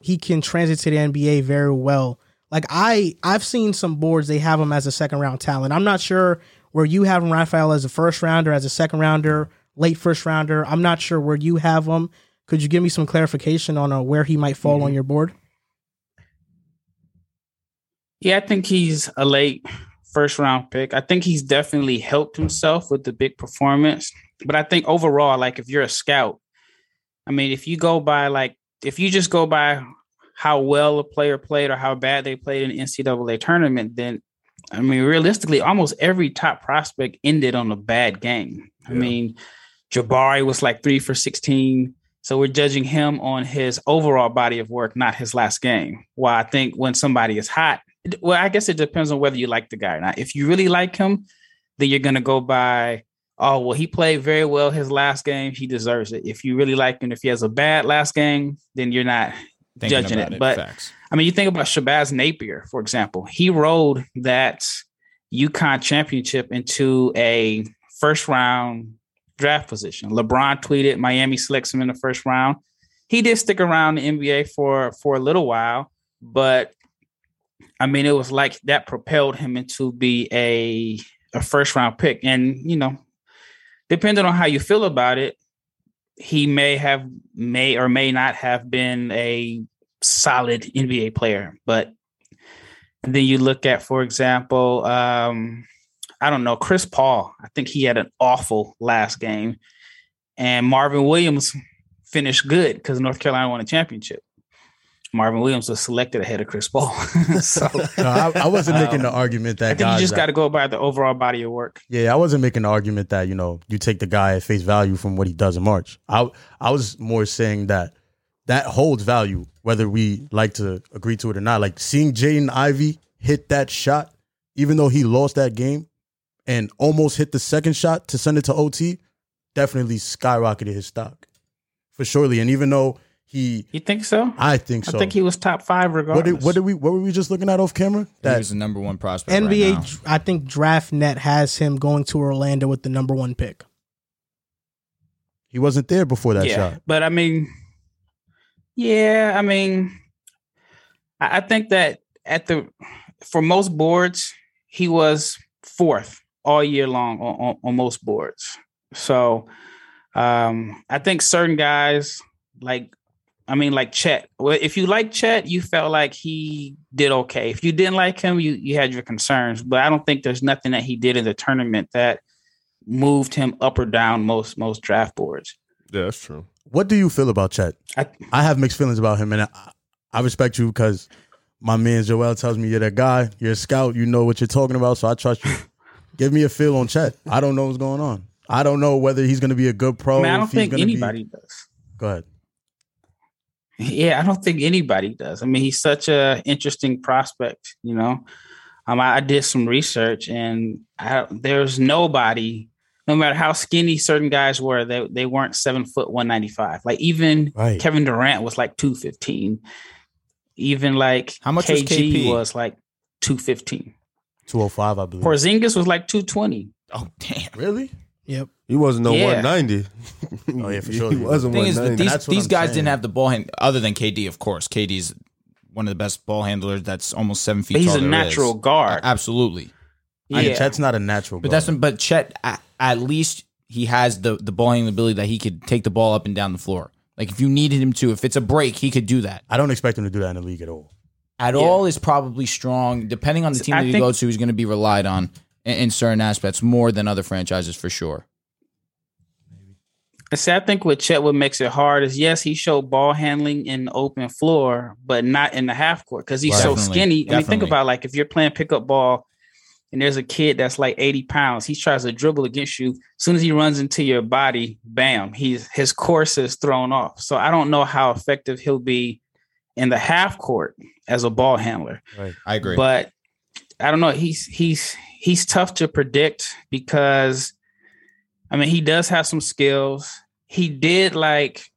[SPEAKER 1] he can translate to the NBA very well. Like I I've seen some boards they have him as a second round talent. I'm not sure where you have him, Raphael, as a first rounder, as a second rounder, late first rounder. I'm not sure where you have him. Could you give me some clarification on uh, where he might fall
[SPEAKER 5] Mm-hmm.
[SPEAKER 1] on your board?
[SPEAKER 6] Yeah, I think he's a late first round pick. I think he's definitely helped himself with the big performance. But I think overall, like if you're a scout, I mean, if you go by like if you just go by how well a player played or how bad they played in the NCAA tournament, then I mean, realistically, almost every top prospect ended on a bad game. I mean, Jabari was like three for 16. So we're judging him on his overall body of work, not his last game. While I think when somebody is hot, well, I guess it depends on whether you like the guy or not. If you really like him, then you're gonna go by, oh well, he played very well his last game, he deserves it. If you really like him, if he has a bad last game, then you're not
[SPEAKER 2] Thinking
[SPEAKER 6] judging
[SPEAKER 2] about
[SPEAKER 6] it. But
[SPEAKER 2] facts.
[SPEAKER 6] I mean, you think about Shabazz Napier, for example. He rode that UConn championship into a first round draft position. LeBron tweeted Miami selects him in the first round. He did stick around the NBA for for a little while, but I mean, it was like that propelled him into be a a first round pick. And you know, depending on how you feel about it, he may have may or may not have been a solid NBA player. But then you look at, for example, um, I don't know, Chris Paul. I think he had an awful last game, and Marvin Williams finished good because North Carolina won a championship. Marvin Williams was selected ahead of Chris Paul, <laughs> so
[SPEAKER 5] No, uh, I, I wasn't making the
[SPEAKER 6] Um,
[SPEAKER 5] argument
[SPEAKER 6] I
[SPEAKER 5] Oh, that
[SPEAKER 6] think you
[SPEAKER 5] guys
[SPEAKER 6] just
[SPEAKER 5] out-
[SPEAKER 6] got to go by the overall body of work.
[SPEAKER 5] Yeah, I wasn't making the argument that you know you take the guy at face value from what he does in March. I I was more saying that that holds value whether we like to agree to it or not. Like seeing Jaden Ivy hit that shot, even though he lost that game and almost hit the second shot to send it to OT, definitely skyrocketed his stock for surely. And even though he,
[SPEAKER 6] You think so? I,
[SPEAKER 5] I think so.
[SPEAKER 6] think he was top five
[SPEAKER 5] what
[SPEAKER 6] regardless.
[SPEAKER 5] did, what did we what were we just looking at off camera?
[SPEAKER 2] He
[SPEAKER 5] That
[SPEAKER 2] was the number one prospect.
[SPEAKER 1] NBA,
[SPEAKER 2] Right now.
[SPEAKER 1] I think DraftNet has him going to Orlando with the number one pick.
[SPEAKER 5] he wasn't there before that
[SPEAKER 6] yeah,
[SPEAKER 5] shot.
[SPEAKER 6] But I mean, yeah, I mean, I, I think that at the for most boards, he was fourth all year long on, on, on most boards. So um I think certain guys like I mean like Chet. Well, if you like Chet, you felt like he did okay. If you didn't like him, you you had your concerns. But I don't think there's nothing that he did in the tournament that moved him up or down most most draft boards.
[SPEAKER 4] Yeah, that's true.
[SPEAKER 5] What do you feel about Chet?
[SPEAKER 6] I,
[SPEAKER 5] I have mixed feelings about him, and I, I respect you because my man Joel tells me you're that guy. You're a scout. You know what you're talking about, so I trust
[SPEAKER 6] <laughs>
[SPEAKER 5] you. Give me a feel on Chet. I don't know what's going on. I don't know whether he's going to be a good pro.
[SPEAKER 6] I mean, I don't
[SPEAKER 5] if he's
[SPEAKER 6] think
[SPEAKER 5] gonna be-
[SPEAKER 6] anybody does.
[SPEAKER 5] Go ahead.
[SPEAKER 6] Yeah, I don't think anybody does. I mean, he's such a interesting prospect, you know. Um, I, I did some research, and I, there's nobody, no matter how skinny certain guys were, they they weren't seven foot one ninety five. Like even
[SPEAKER 5] Right.
[SPEAKER 6] Kevin Durant was like two fifteen. Even like
[SPEAKER 2] How much was
[SPEAKER 6] KG
[SPEAKER 2] KP?
[SPEAKER 6] was like two fifteen.
[SPEAKER 5] 205, I believe.
[SPEAKER 6] Porzingis was like two twenty.
[SPEAKER 2] Oh damn!
[SPEAKER 5] really?
[SPEAKER 1] Yep.
[SPEAKER 3] He wasn't no
[SPEAKER 6] Yeah.
[SPEAKER 4] <laughs>
[SPEAKER 3] 190.
[SPEAKER 5] Oh, yeah, for sure he
[SPEAKER 3] He wasn't
[SPEAKER 5] wasn't.
[SPEAKER 2] Thing is, that
[SPEAKER 3] 190.
[SPEAKER 5] And
[SPEAKER 2] these
[SPEAKER 5] that's what
[SPEAKER 2] these
[SPEAKER 5] I'm
[SPEAKER 2] guys
[SPEAKER 5] saying.
[SPEAKER 2] didn't have the ball hand other than KD, of course. KD's one of the best ball handlers. That's almost seven feet.
[SPEAKER 6] But he's
[SPEAKER 2] tall
[SPEAKER 6] a
[SPEAKER 2] there is.
[SPEAKER 6] natural guard.
[SPEAKER 2] A- Absolutely,
[SPEAKER 5] I mean,
[SPEAKER 6] Yeah.
[SPEAKER 5] Chet's not a natural.
[SPEAKER 2] but
[SPEAKER 5] guard.
[SPEAKER 2] that's but Chet at, at least he has the the ball handling ability that he could take the ball up and down the floor. Like if you needed him to, if it's a break, he could do that.
[SPEAKER 5] I don't expect him to do that in the league at all.
[SPEAKER 2] At all is probably strong. Depending on the team
[SPEAKER 6] I
[SPEAKER 2] that you
[SPEAKER 6] think-
[SPEAKER 2] go to, he's going to be relied on in, in certain aspects more than other franchises for sure.
[SPEAKER 6] I See, I think with Chet, what makes it hard is yes, he showed ball handling in the open floor, but not in the half court because he's
[SPEAKER 2] Right.
[SPEAKER 6] so
[SPEAKER 2] Definitely,
[SPEAKER 6] skinny. I mean, think
[SPEAKER 2] definitely.
[SPEAKER 6] about like if you're playing pickup ball and there's a kid that's like 80 pounds, he tries to dribble against you. As soon as he runs into your body, bam, he's his course is thrown off. So I don't know how effective he'll be in the half court as a ball handler.
[SPEAKER 2] I agree.
[SPEAKER 6] But I don't know. He's he's he's tough to predict because I mean, he does have some skills. He did like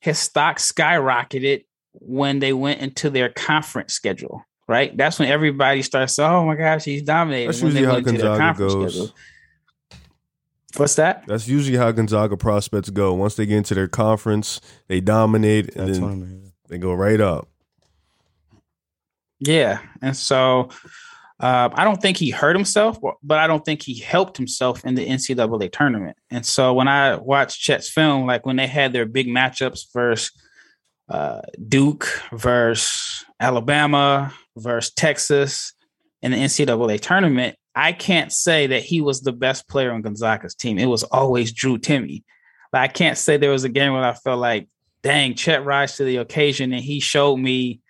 [SPEAKER 6] his stock skyrocketed when they went into their conference schedule, right? That's when everybody starts, oh my gosh, he's dominating.
[SPEAKER 3] That's
[SPEAKER 6] when they
[SPEAKER 3] usually how
[SPEAKER 6] went into their
[SPEAKER 3] Gonzaga
[SPEAKER 6] conference
[SPEAKER 3] goes.
[SPEAKER 6] schedule. What's that?
[SPEAKER 3] That's usually how Gonzaga prospects go. Once they get into their conference, they dominate and
[SPEAKER 5] That's
[SPEAKER 3] then
[SPEAKER 5] what I mean.
[SPEAKER 3] they go right up.
[SPEAKER 6] Yeah, and so uh, I don't think he hurt himself, bu- but I don't think he helped himself in the NCAA tournament. And so when I watched Chet's film, like when they had their big matchups versus uh, Duke, versus Alabama, versus Texas in the NCAA tournament, I can't say that he was the best player on Gonzaga's team. It was always Drew Timmy. But I can't say there was a game where I felt like, dang, Chet rise to the occasion, and he showed me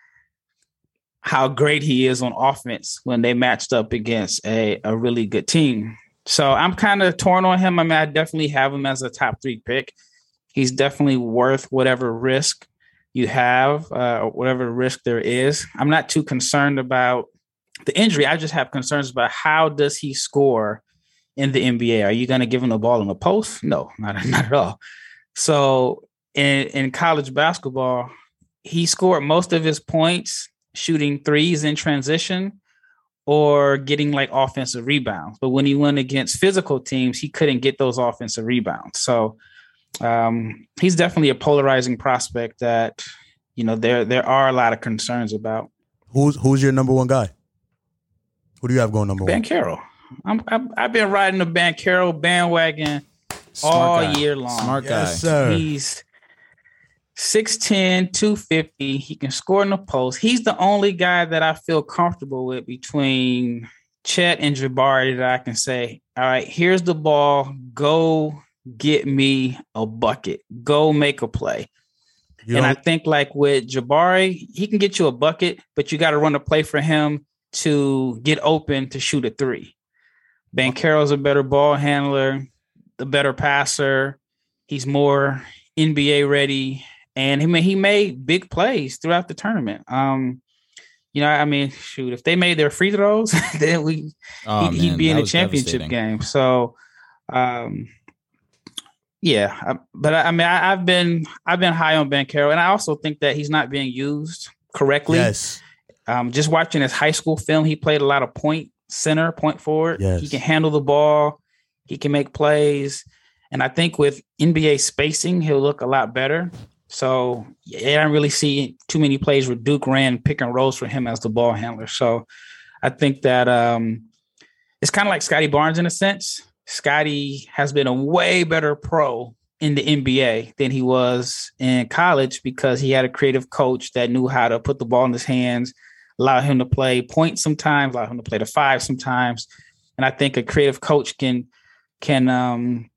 [SPEAKER 6] how great he is on offense when they matched up against a, a really good team. So I'm kind of torn on him. I mean, I definitely have him as a top three pick. He's definitely worth whatever risk you have, uh, or whatever risk there is. I'm not too concerned about the injury. I just have concerns about how does he score in the NBA? Are you going to give him the ball in the post? No, <laughs> not, not at all. So in, in college basketball, he scored most of his points shooting threes in transition or getting like offensive rebounds. But when he went against physical teams, he couldn't get those offensive rebounds. So um, he's definitely a polarizing prospect that you know there there are a lot of concerns about.
[SPEAKER 5] Who's who's your number one guy? Who do you have going number
[SPEAKER 6] Ban
[SPEAKER 5] one?
[SPEAKER 6] Carroll, I'm, I'm I've been riding the Ban Carroll bandwagon
[SPEAKER 2] Smart
[SPEAKER 6] all
[SPEAKER 2] guy.
[SPEAKER 6] year long.
[SPEAKER 2] Smart guy.
[SPEAKER 6] He's 6'10, 250. He can score in the post. He's the only guy that I feel comfortable with between Chet and Jabari that I can say, all right, here's the ball. Go get me a bucket. Go make a play.
[SPEAKER 5] You
[SPEAKER 6] and I
[SPEAKER 5] don't-
[SPEAKER 6] think like with Jabari, he can get you a bucket, but you got to run a play for him to get open to shoot a three. Van Carroll's a better ball handler, the better passer. He's more NBA ready, and he made, he made big plays throughout the tournament. Um, you know, I mean, shoot, if they made their free throws, <laughs> then we
[SPEAKER 2] Oh,
[SPEAKER 6] he, would
[SPEAKER 2] man,
[SPEAKER 6] be in
[SPEAKER 2] that
[SPEAKER 6] a
[SPEAKER 2] was
[SPEAKER 6] championship
[SPEAKER 2] devastating.
[SPEAKER 6] game. So, um, yeah, I, but I, I mean, I, I've been I've been high on Ben Carroll, and I also think that he's not being used correctly.
[SPEAKER 5] yes,
[SPEAKER 6] Um, just watching his high school film, he played a lot of point center, point forward.
[SPEAKER 5] Yes.
[SPEAKER 6] He can handle the ball. He can make plays, and I think with NBA spacing, he'll look a lot better. So yeah, I don't really see too many plays where Duke ran pick and rolls for him as the ball handler. So I think that um, it's kind of like Scotty Barnes in a sense. Scotty has been a way better pro in the NBA than he was in college because he had a creative coach that knew how to put the ball in his hands, allow him to play point sometimes, allow him to play the five sometimes. And I think a creative coach can can um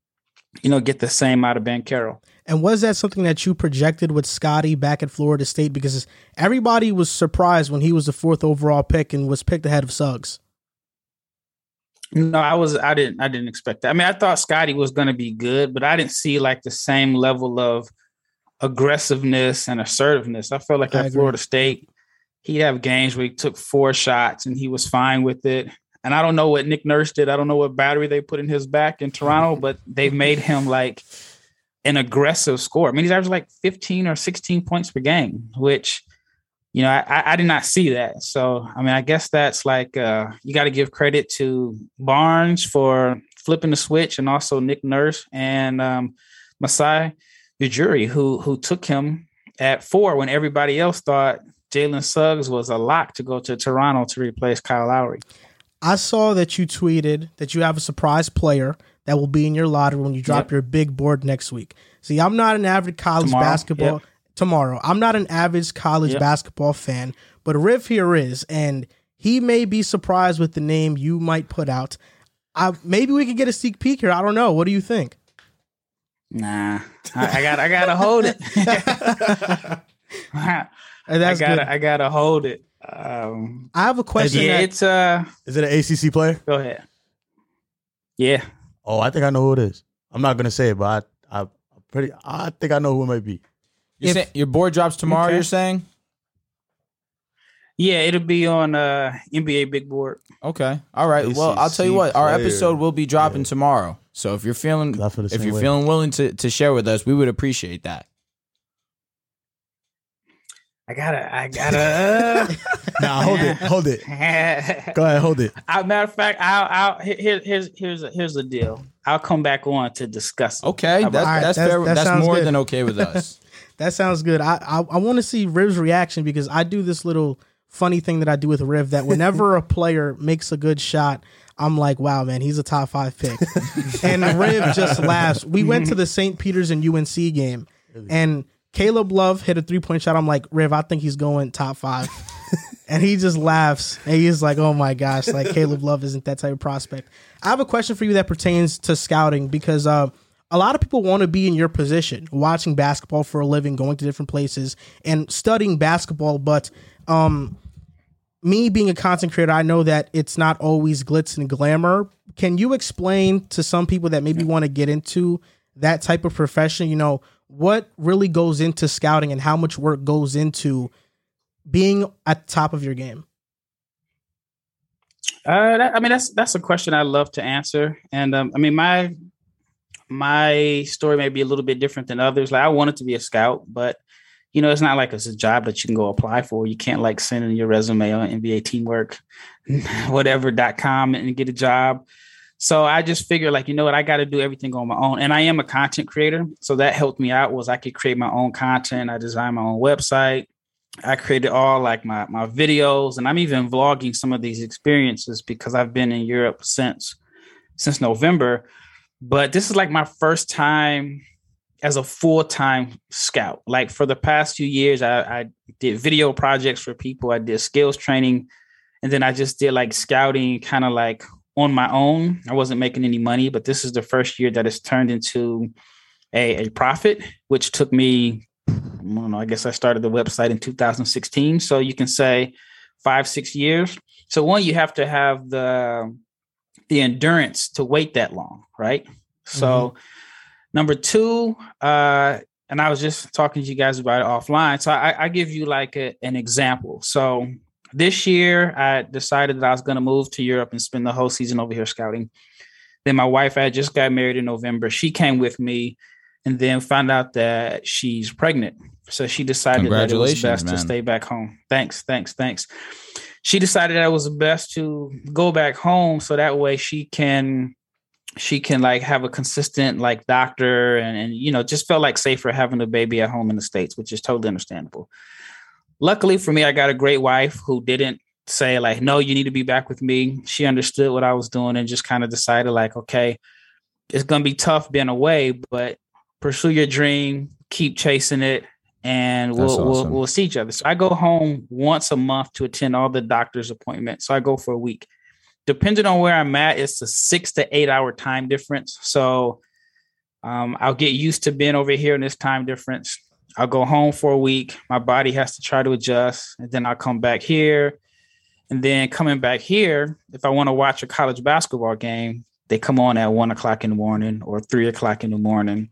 [SPEAKER 6] you know get the same out of Ben Carroll.
[SPEAKER 1] And was that something that you projected with Scotty back at Florida State? Because everybody was surprised when he was the fourth overall pick and was picked ahead of Suggs.
[SPEAKER 6] No, I was I didn't I didn't expect that. I mean, I thought Scotty was going to be good, but I didn't see like the same level of aggressiveness and assertiveness. I felt like
[SPEAKER 1] I
[SPEAKER 6] at
[SPEAKER 1] agree.
[SPEAKER 6] Florida State, he'd have games where he took four shots and he was fine with it. And I don't know what Nick Nurse did. I don't know what battery they put in his back
[SPEAKER 1] <laughs>
[SPEAKER 6] in Toronto, but they've made him like an aggressive scorer. I mean, he's averaged like 15 or 16 points per game, which you know, I, I- I did not see that. So, I mean, I guess that's like uh, you got to give credit to Barnes for flipping the switch, and also Nick Nurse and um, Masai Ujiri, who who took him at four when everybody else thought Jalen Suggs was a lock to go to Toronto to replace Kyle Lowry.
[SPEAKER 1] I saw that you tweeted that you have a surprise player that will be in your lottery when you drop
[SPEAKER 6] Yep.
[SPEAKER 1] your big board next week. See, I'm not an avid college
[SPEAKER 6] Tomorrow,
[SPEAKER 1] basketball
[SPEAKER 6] yep.
[SPEAKER 1] tomorrow. I'm not an avid college
[SPEAKER 6] Yep.
[SPEAKER 1] basketball fan, but Riv here is, and he may be surprised with the name you might put out. I, maybe we could get a sneak peek here. I don't know. What do you think?
[SPEAKER 6] Nah, I, I got I gotta hold <laughs> it.
[SPEAKER 1] Uh,
[SPEAKER 6] I
[SPEAKER 1] <laughs> That's
[SPEAKER 6] gotta
[SPEAKER 1] good.
[SPEAKER 6] I gotta hold it. Um,
[SPEAKER 1] I have a question.
[SPEAKER 6] yeah,
[SPEAKER 1] that-
[SPEAKER 6] it's uh.
[SPEAKER 5] Is it an ACC player?
[SPEAKER 6] Go ahead. Yeah.
[SPEAKER 5] Oh, I think I know who it is. I'm not gonna say it, but I, I I'm pretty. I think I know who it might be. <laughs>
[SPEAKER 2] You're
[SPEAKER 1] If-
[SPEAKER 2] saying- your board drops tomorrow,
[SPEAKER 6] Okay.
[SPEAKER 2] you're saying?
[SPEAKER 6] Yeah, it'll be on uh NBA Big Board.
[SPEAKER 2] Okay. All right. Well, I'll tell you
[SPEAKER 4] ACC
[SPEAKER 2] what, our
[SPEAKER 4] player.
[SPEAKER 2] episode will be dropping tomorrow. So if you're feeling
[SPEAKER 5] I feel the
[SPEAKER 2] if
[SPEAKER 5] same
[SPEAKER 2] you're
[SPEAKER 5] way.
[SPEAKER 2] feeling willing to, to share with us, we would appreciate that.
[SPEAKER 6] I gotta, I gotta.
[SPEAKER 5] Nah, hold it, hold it.
[SPEAKER 6] uh, <laughs>
[SPEAKER 5] Go ahead, hold it.
[SPEAKER 6] I, matter of fact, I'll, I'll here- here, here's here's a, here's the deal. I'll come back on to discuss. It.
[SPEAKER 2] Okay, that's
[SPEAKER 6] How
[SPEAKER 1] All
[SPEAKER 6] about-
[SPEAKER 1] right,
[SPEAKER 2] that's
[SPEAKER 1] that's-
[SPEAKER 2] fair.
[SPEAKER 1] that
[SPEAKER 2] That's,
[SPEAKER 1] sounds
[SPEAKER 2] more
[SPEAKER 1] good.
[SPEAKER 2] than okay with
[SPEAKER 6] <laughs>
[SPEAKER 2] us.
[SPEAKER 1] That sounds good. I I, I want to see Riv's reaction because I do this little funny thing that I do with Riv that whenever a player makes a good shot, I'm like, wow, man, he's a top five pick. and Riv just laughs. We went to the St. Peter's and UNC game, and Caleb Love hit a three point shot. I'm like, Riv, I think he's going top five. And he just laughs. And he's like, oh my gosh, like Caleb Love isn't that type of prospect. I have a question for you that pertains to scouting because uh, a lot of people want to be in your position, watching basketball for a living, going to different places, and studying basketball. But um, me being a content creator, I know that it's not always glitz and glamour. Can you explain to some people that maybe want to get into that type of profession, you know, what really goes into scouting and how much work goes into being at the top of your game?
[SPEAKER 6] Uh, that, I mean, that's that's a question I love to answer, and um, I mean my my story may be a little bit different than others. Like I wanted to be a scout, but you know, it's not like it's a job that you can go apply for. You can't like send in your resume on NBA Teamwork, <laughs> whatever.com and get a job. So I just figured like, you know what, I got to do everything on my own. And I am a content creator. So that helped me out was I could create my own content. I designed my own website. I created all like my my videos and I'm even vlogging some of these experiences because I've been in Europe since since November. But this is like my first time as a full-time scout. Like for the past few years, I, I did video projects for people. I did skills training, and then I just did like scouting, kind of like on my own. I wasn't making any money, but this is the first year that it's turned into a, a profit, which took me, I don't know, I guess I started the website in 2016. So you can say five, six years. So one, you have to have the the endurance to wait that long, right? So number two, uh, and I was just talking to you guys about it offline. So I, I give you like a, an example. So this year I decided that I was going to move to Europe and spend the whole season over here scouting. Then my wife, I just got married in November. She came with me and then found out that she's pregnant. So she decided that it was
[SPEAKER 2] Congratulations,
[SPEAKER 6] best
[SPEAKER 2] man.
[SPEAKER 6] to stay back home. Thanks, thanks, thanks. She decided that it was best to go back home so that way she can she can like have a consistent like doctor and and you know just felt like safer having a baby at home in the states which is totally understandable luckily for me i got a great wife who didn't say like no you need to be back with me she understood what i was doing and just kind of decided like okay it's going to be tough being away but pursue your dream keep chasing it and we'll,
[SPEAKER 2] That's
[SPEAKER 6] we'll
[SPEAKER 2] awesome.
[SPEAKER 6] we'll see each other so i go home once a month to attend all the doctor's appointments so i go for a week depending on where I'm at, it's a six to eight hour time difference. So um, I'll get used to being over here in this time difference. I'll go home for a week. My body has to try to adjust, and then I'll come back here. And then coming back here, if I want to watch a college basketball game, they come on at one o'clock in the morning or three o'clock in the morning.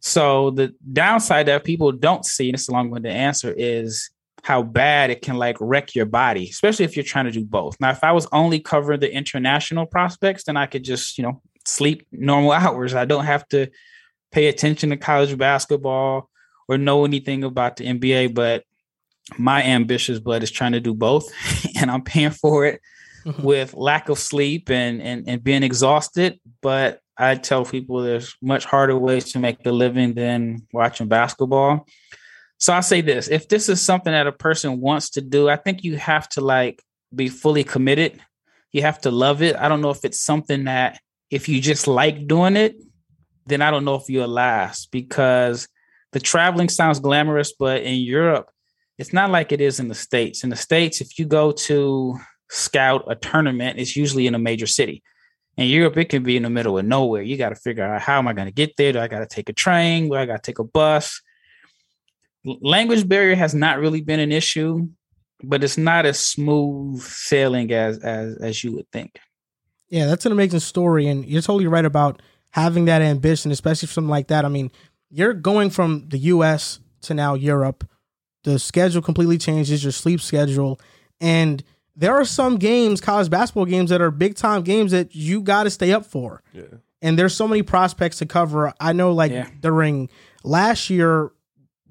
[SPEAKER 6] So the downside that people don't see, and it's a long-winded answer, is how bad it can like wreck your body, especially if you're trying to do both. Now, if I was only covering the international prospects, then I could just, you know, sleep normal <laughs> hours. I don't have to pay attention to college basketball or know anything about the NBA, but my ambitious butt is trying to do both <laughs> and I'm paying for it with lack of sleep and, and and being exhausted. But I tell people there's much harder ways to make a living than watching basketball. So I say this: if this is something that a person wants to do, I think you have to like be fully committed. You have to love it. I don't know if it's something that if you just like doing it, then I don't know if you'll last because the traveling sounds glamorous, but in Europe, it's not like it is in the States. In the States, if you go to scout a tournament, it's usually in a major city. In Europe, it can be in the middle of nowhere. You got to figure out how am I going to get there? Do I got to take a train? Do I got to take a bus? L- Language barrier has not really been an issue, but it's not as smooth sailing as as as you would think.
[SPEAKER 1] Yeah, that's an amazing story, and you're totally right about having that ambition, especially for something like that. I mean, you're going from the U.S. to now Europe. The schedule completely changes your sleep schedule, and there are some games, college basketball games, that are big time games that you got to stay up for.
[SPEAKER 4] Yeah.
[SPEAKER 1] and there's so many prospects to cover. I know, like
[SPEAKER 6] Yeah.
[SPEAKER 1] during last year,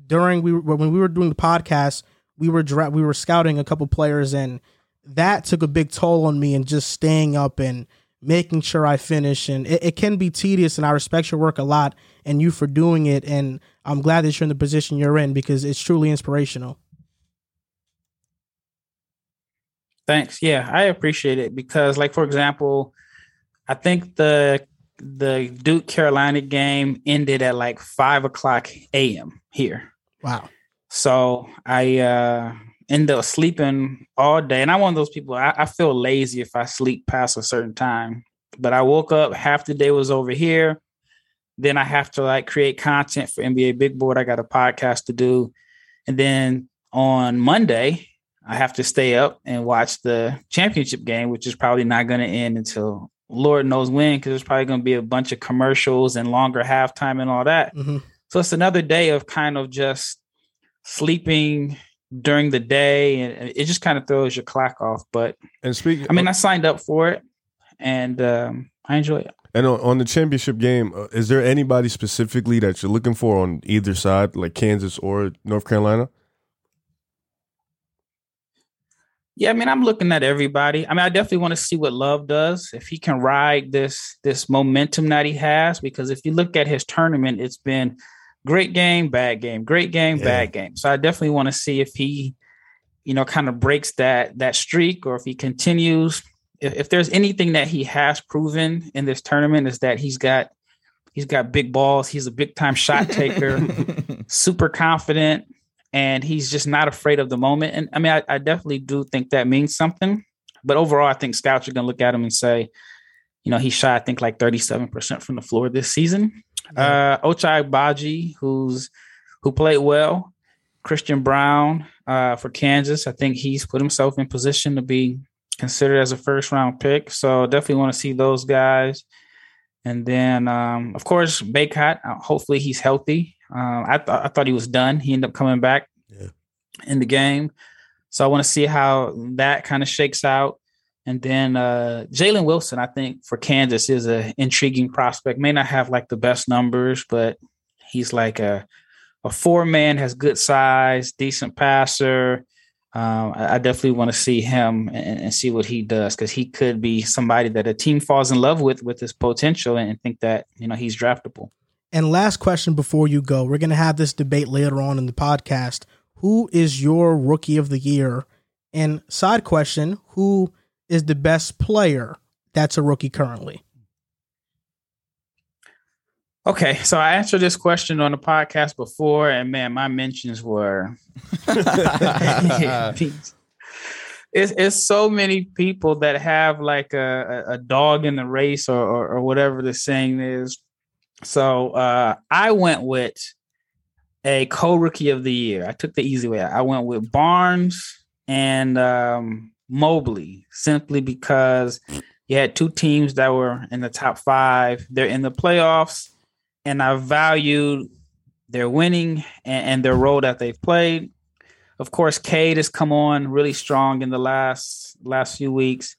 [SPEAKER 1] during we were, when we were doing the podcast, we were dra- we were scouting a couple players, and that took a big toll on me, and just staying up and making sure I finish. And it, it can be tedious, and I respect your work a lot, and you for doing it. And I'm glad that you're in the position you're in because it's truly inspirational.
[SPEAKER 6] Thanks. Yeah, I appreciate it because, like, for example, I think the the Duke Carolina game ended at like five o'clock a.m. here,
[SPEAKER 1] Wow.
[SPEAKER 6] so I uh end up sleeping all day. And I'm one of those people. I, I feel lazy if I sleep past a certain time. But I woke up half the day was over here. Then I have to like create content for NBA Big Board. I got a podcast to do, and then on Monday I have to stay up and watch the championship game, which is probably not going to end until Lord knows when, because there's probably going to be a bunch of commercials and longer halftime and all that.
[SPEAKER 1] hmm
[SPEAKER 6] So it's another day of kind of just sleeping during the day, and and it just kind of throws your clock off. But
[SPEAKER 4] And speaking,
[SPEAKER 6] I mean, I signed up for it, and um, I enjoy it.
[SPEAKER 4] and on, on the championship game, uh, is there anybody specifically that you're looking for on either side, like Kansas or North Carolina?
[SPEAKER 6] Yeah, I mean, I'm looking at everybody. I mean, I definitely want to see what Love does if he can ride this this momentum that he has. Because if you look at his tournament, it's been great game, bad game, great game, bad game. So I definitely want to see if he, you know, kind of breaks that that streak or if he continues. If, if there's anything that he has proven in this tournament is that he's got he's got big balls. He's a big
[SPEAKER 2] <laughs>
[SPEAKER 6] time shot taker <laughs> super confident and he's just not afraid of the moment. And I mean, I, I definitely do think that means something. But overall, I think scouts are going to look at him and say, you know, he shot, I think, like 37% from the floor this season. Uh, Ochai Baji, who's who played well, Christian Brown uh, for Kansas. I think he's put himself in position to be considered as a first round pick. So definitely want to see those guys. And then, um, of course, Baycott. uh, Hopefully, he's healthy. Um, I, th- I thought he was done. He ended up coming back
[SPEAKER 5] Yeah.
[SPEAKER 6] in the game. So I want to see how that kind of shakes out. And then uh, Jalen Wilson, I think for Kansas is an intriguing prospect. May not have like the best numbers, but he's like a a four man has good size, decent passer. Um, I, I definitely want to see him and, and see what he does because he could be somebody that a team falls in love with with his potential and think that you know he's draftable.
[SPEAKER 1] And last question before you go, we're going to have this debate later on in the podcast. Who is your rookie of the year? And side question, who is the best player that's a rookie currently? <laughs>
[SPEAKER 6] Okay, so I answered this question on the podcast before, and man, my mentions were it's it's so many people that have like a, a a dog in the race or, or or whatever the saying is. So uh, I went with a co rookie of the year. I took the easy way. out. I went with Barnes and um, Mobley simply because you had two teams that were in the top five. They're in the playoffs, and I valued their winning and, and their role that they've played of course, Cade has come on really strong in the last last few weeks.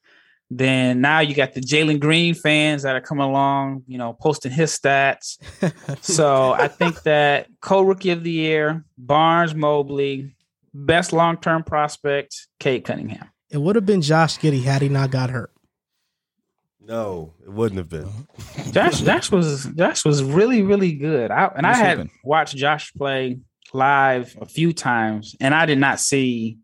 [SPEAKER 6] Then now you got the Jalen Green fans that are coming along, you know, posting his stats. so I think that co rookie of the year, Barnes Mobley, best long term prospect, Cade Cunningham.
[SPEAKER 1] It would have been Josh Giddy had he not got hurt.
[SPEAKER 4] No, it wouldn't have been.
[SPEAKER 6] Josh, Josh was Josh was really really good. I, and I
[SPEAKER 2] What's
[SPEAKER 6] had
[SPEAKER 2] happened?
[SPEAKER 6] watched Josh play live a few times, and I did not see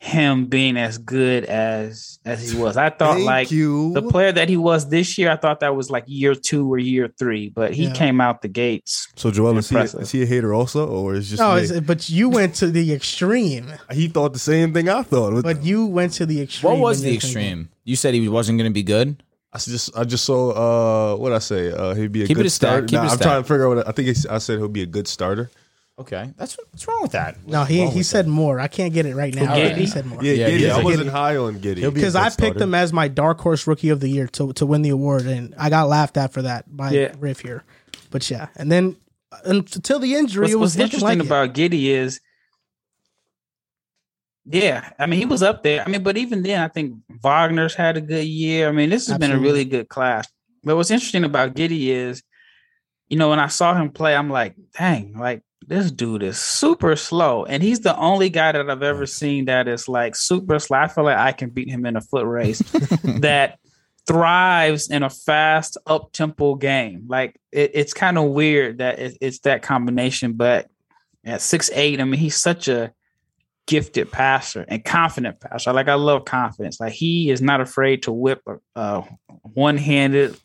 [SPEAKER 6] him being as good as as he was. I thought like
[SPEAKER 4] you.
[SPEAKER 6] the player that he was this year, I thought that was like year two or year three, but he
[SPEAKER 1] Yeah.
[SPEAKER 6] came out the gates.
[SPEAKER 4] so Joel, is he,
[SPEAKER 6] Impressive.
[SPEAKER 4] is he a hater also, or is just
[SPEAKER 1] No,
[SPEAKER 4] me?
[SPEAKER 1] it's, but you went to the extreme.
[SPEAKER 4] he thought the same thing I thought? What
[SPEAKER 1] But you went to the extreme.
[SPEAKER 2] what was
[SPEAKER 1] in
[SPEAKER 2] the
[SPEAKER 1] your thinking.
[SPEAKER 2] extreme? You said he wasn't going to be good.
[SPEAKER 4] I s- just I just saw uh what I say uh he'd be a
[SPEAKER 2] Keep it
[SPEAKER 4] good
[SPEAKER 2] a stack,
[SPEAKER 4] starter.
[SPEAKER 2] keep it
[SPEAKER 4] Nah,
[SPEAKER 2] a
[SPEAKER 4] I'm
[SPEAKER 2] stack.
[SPEAKER 4] trying to figure out what I, I think it's- I said he'll be a good starter.
[SPEAKER 2] Okay, that's what's wrong with that.
[SPEAKER 1] No, he he said more. I can't get it right now.
[SPEAKER 6] Giddy?
[SPEAKER 1] He said more.
[SPEAKER 4] Yeah,
[SPEAKER 2] Yeah,
[SPEAKER 4] Giddy.
[SPEAKER 2] Giddy.
[SPEAKER 4] I wasn't
[SPEAKER 1] Giddy.
[SPEAKER 4] high on Giddy.
[SPEAKER 5] He'll be-
[SPEAKER 1] Because I
[SPEAKER 5] Good starter.
[SPEAKER 1] picked him as my dark horse rookie of the year to, to win the award, and I got laughed at for that by
[SPEAKER 6] Yeah.
[SPEAKER 1] Riff here. But yeah, and then uh, until the injury,
[SPEAKER 6] What's,
[SPEAKER 1] it was
[SPEAKER 6] what's
[SPEAKER 1] looking like
[SPEAKER 6] interesting
[SPEAKER 1] it.
[SPEAKER 6] about Giddy is, yeah, I mean, he was up there. I mean, but even then, I think Wagner's had a good year. I mean, this has been a
[SPEAKER 1] Absolutely.
[SPEAKER 6] really good class. But what's interesting about Giddy is, you know, when I saw him play, I'm like, dang, like this dude is super slow. And he's the only guy that I've ever seen that is like super slow. I feel like I can beat him in a foot race that thrives in a fast up tempo game. Like it, it's kind of weird that it, it's that combination, but at six eight, I mean, he's such a gifted passer and confident passer. Like I love confidence. Like he is not afraid to whip a, a one-handed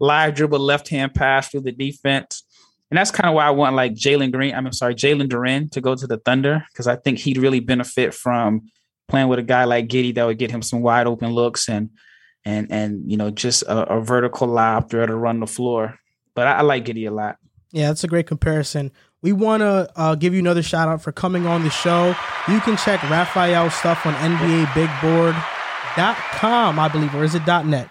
[SPEAKER 6] live dribble left-hand pass through the defense. And that's kind of why I want like Jalen Green. I'm sorry, Jalen Duran to go to the Thunder because I think he'd really benefit from playing with a guy like Giddy that would get him some wide open looks and and and you know just a, a vertical lob threat to run the floor. But I, I like Giddy a lot.
[SPEAKER 1] Yeah, that's a great comparison. We want to uh, give you another shout out for coming on the show. You can check Raphael's stuff on NBABigBoard.com, I believe, or is it .net?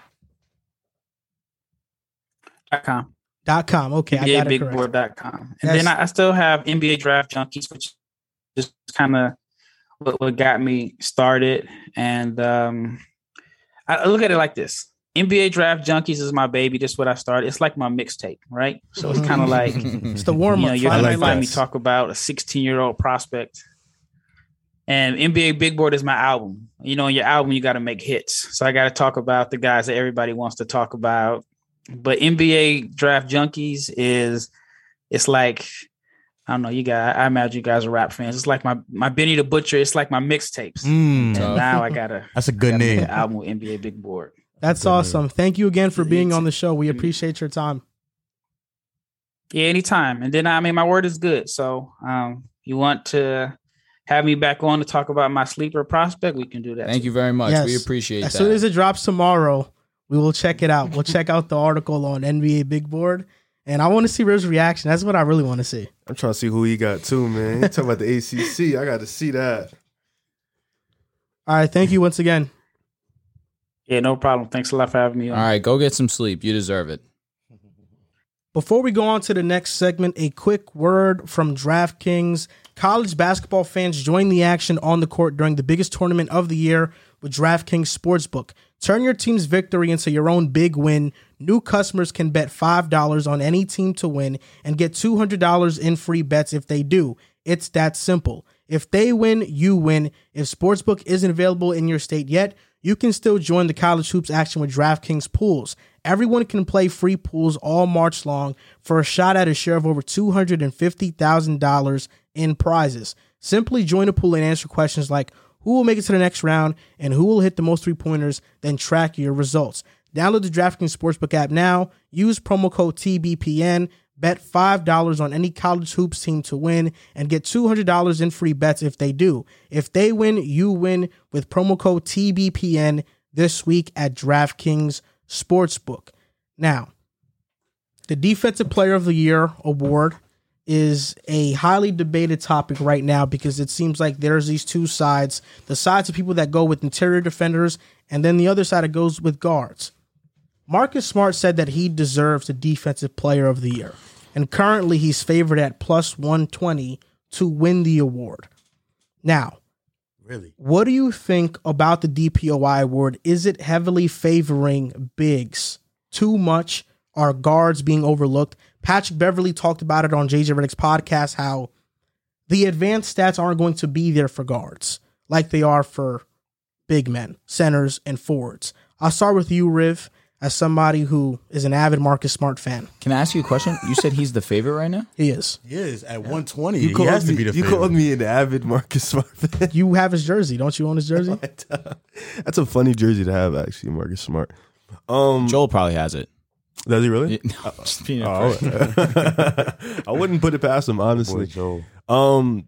[SPEAKER 6] .com.
[SPEAKER 1] Dot .com. Okay, I got it correct.
[SPEAKER 6] NBABigBoard.com. And
[SPEAKER 1] That's-
[SPEAKER 6] then I, I still have NBA Draft Junkies, which is kind of what, what got me started. And um, I I look at it like this. NBA Draft Junkies is my baby. That's what I started. It's like my mixtape, right? So it's kind of like
[SPEAKER 1] It's the warm
[SPEAKER 6] you
[SPEAKER 1] up.
[SPEAKER 6] know, you're not
[SPEAKER 5] I
[SPEAKER 6] gonna
[SPEAKER 5] like
[SPEAKER 6] find me
[SPEAKER 5] that.
[SPEAKER 6] talk about a 16 year old prospect. And NBA Big Board is my album. You know, in your album, you got to make hits. So I got to talk about the guys that everybody wants to talk about. But NBA Draft Junkies is, it's like, I don't know, you guys. I imagine you guys are rap fans. It's like my my Benny the Butcher. It's like my mixtapes.
[SPEAKER 5] Mm,
[SPEAKER 6] And
[SPEAKER 2] Tough.
[SPEAKER 6] now I gotta,
[SPEAKER 5] that's a good
[SPEAKER 6] gotta make
[SPEAKER 5] name.
[SPEAKER 6] an album with NBA Big Board.
[SPEAKER 1] That's awesome. Thank you again for being on the show. We appreciate your time.
[SPEAKER 6] Yeah, anytime. And then I mean, my word is good. So um, you want to have me back on to talk about my sleeper prospect? We can do that.
[SPEAKER 2] Thank you very much. We
[SPEAKER 1] Yes.
[SPEAKER 2] appreciate
[SPEAKER 1] As
[SPEAKER 2] that.
[SPEAKER 1] soon as it drops tomorrow, we will check it
[SPEAKER 2] <laughs>
[SPEAKER 1] out. We'll check out the article on NBA Big Board. And I want to see Riv's reaction. That's what I really want to see.
[SPEAKER 4] I'm trying to see who he got too, man. You talking about the ACC? I got to see that.
[SPEAKER 1] All right. Thank you once again.
[SPEAKER 6] Yeah, no problem. Thanks a lot for having me
[SPEAKER 2] All
[SPEAKER 6] on.
[SPEAKER 2] right, go get some sleep. You deserve it.
[SPEAKER 1] Before we go on to the next segment, a quick word from DraftKings. College basketball fans join the action on the court during the biggest tournament of the year with DraftKings Sportsbook. Turn your team's victory into your own big win. New customers can bet $5 on any team to win and get $200 in free bets if they do. It's that simple. If they win, you win. If Sportsbook isn't available in your state yet, you can still join the college hoops action with DraftKings pools. Everyone can play free pools all March long for a shot at a share of over $250,000 in prizes. Simply join a pool and answer questions like who will make it to the next round and who will hit the most three pointers, then track your results. Download the DraftKings Sportsbook app now. Use promo code TBPN. Bet $5 on any college hoops team to win and get $200 in free bets if they do. If they win, you win with promo code TBPN this week at DraftKings Sportsbook. Now, the Defensive Player of the Year award is a highly debated topic right now because it seems like there's these two sides the sides of people that go with interior defenders, and then the other side that goes with guards. Marcus Smart said that he deserves the Defensive Player of the Year, and currently he's favored at plus 120 to win the award. Now,
[SPEAKER 5] Really?
[SPEAKER 1] what do you think about the DPOI award? Is it heavily favoring bigs too much? Are guards being overlooked? Patrick Beverly talked about it on JJ Reddick's podcast how the advanced stats aren't going to be there for guards like they are for big men, centers, and forwards. I'll start with you, Riv, as somebody who is an avid Marcus Smart fan.
[SPEAKER 2] Can I ask you a question? You said he's the favorite right now?
[SPEAKER 1] He is.
[SPEAKER 5] He is at 120.
[SPEAKER 4] You
[SPEAKER 5] he
[SPEAKER 4] called
[SPEAKER 5] has
[SPEAKER 4] me,
[SPEAKER 5] to be the
[SPEAKER 4] you called
[SPEAKER 5] favorite.
[SPEAKER 4] me an avid Marcus Smart fan.
[SPEAKER 1] You have his jersey, don't you own his jersey?
[SPEAKER 4] <laughs> That's a funny jersey to have, actually, Marcus Smart. Um,
[SPEAKER 2] Joel probably has it.
[SPEAKER 4] does he really?
[SPEAKER 2] Yeah, <laughs> no, just being a
[SPEAKER 4] Oh,
[SPEAKER 2] prick.
[SPEAKER 4] <laughs> I wouldn't put it past him, honestly.
[SPEAKER 3] Joel.
[SPEAKER 4] Um,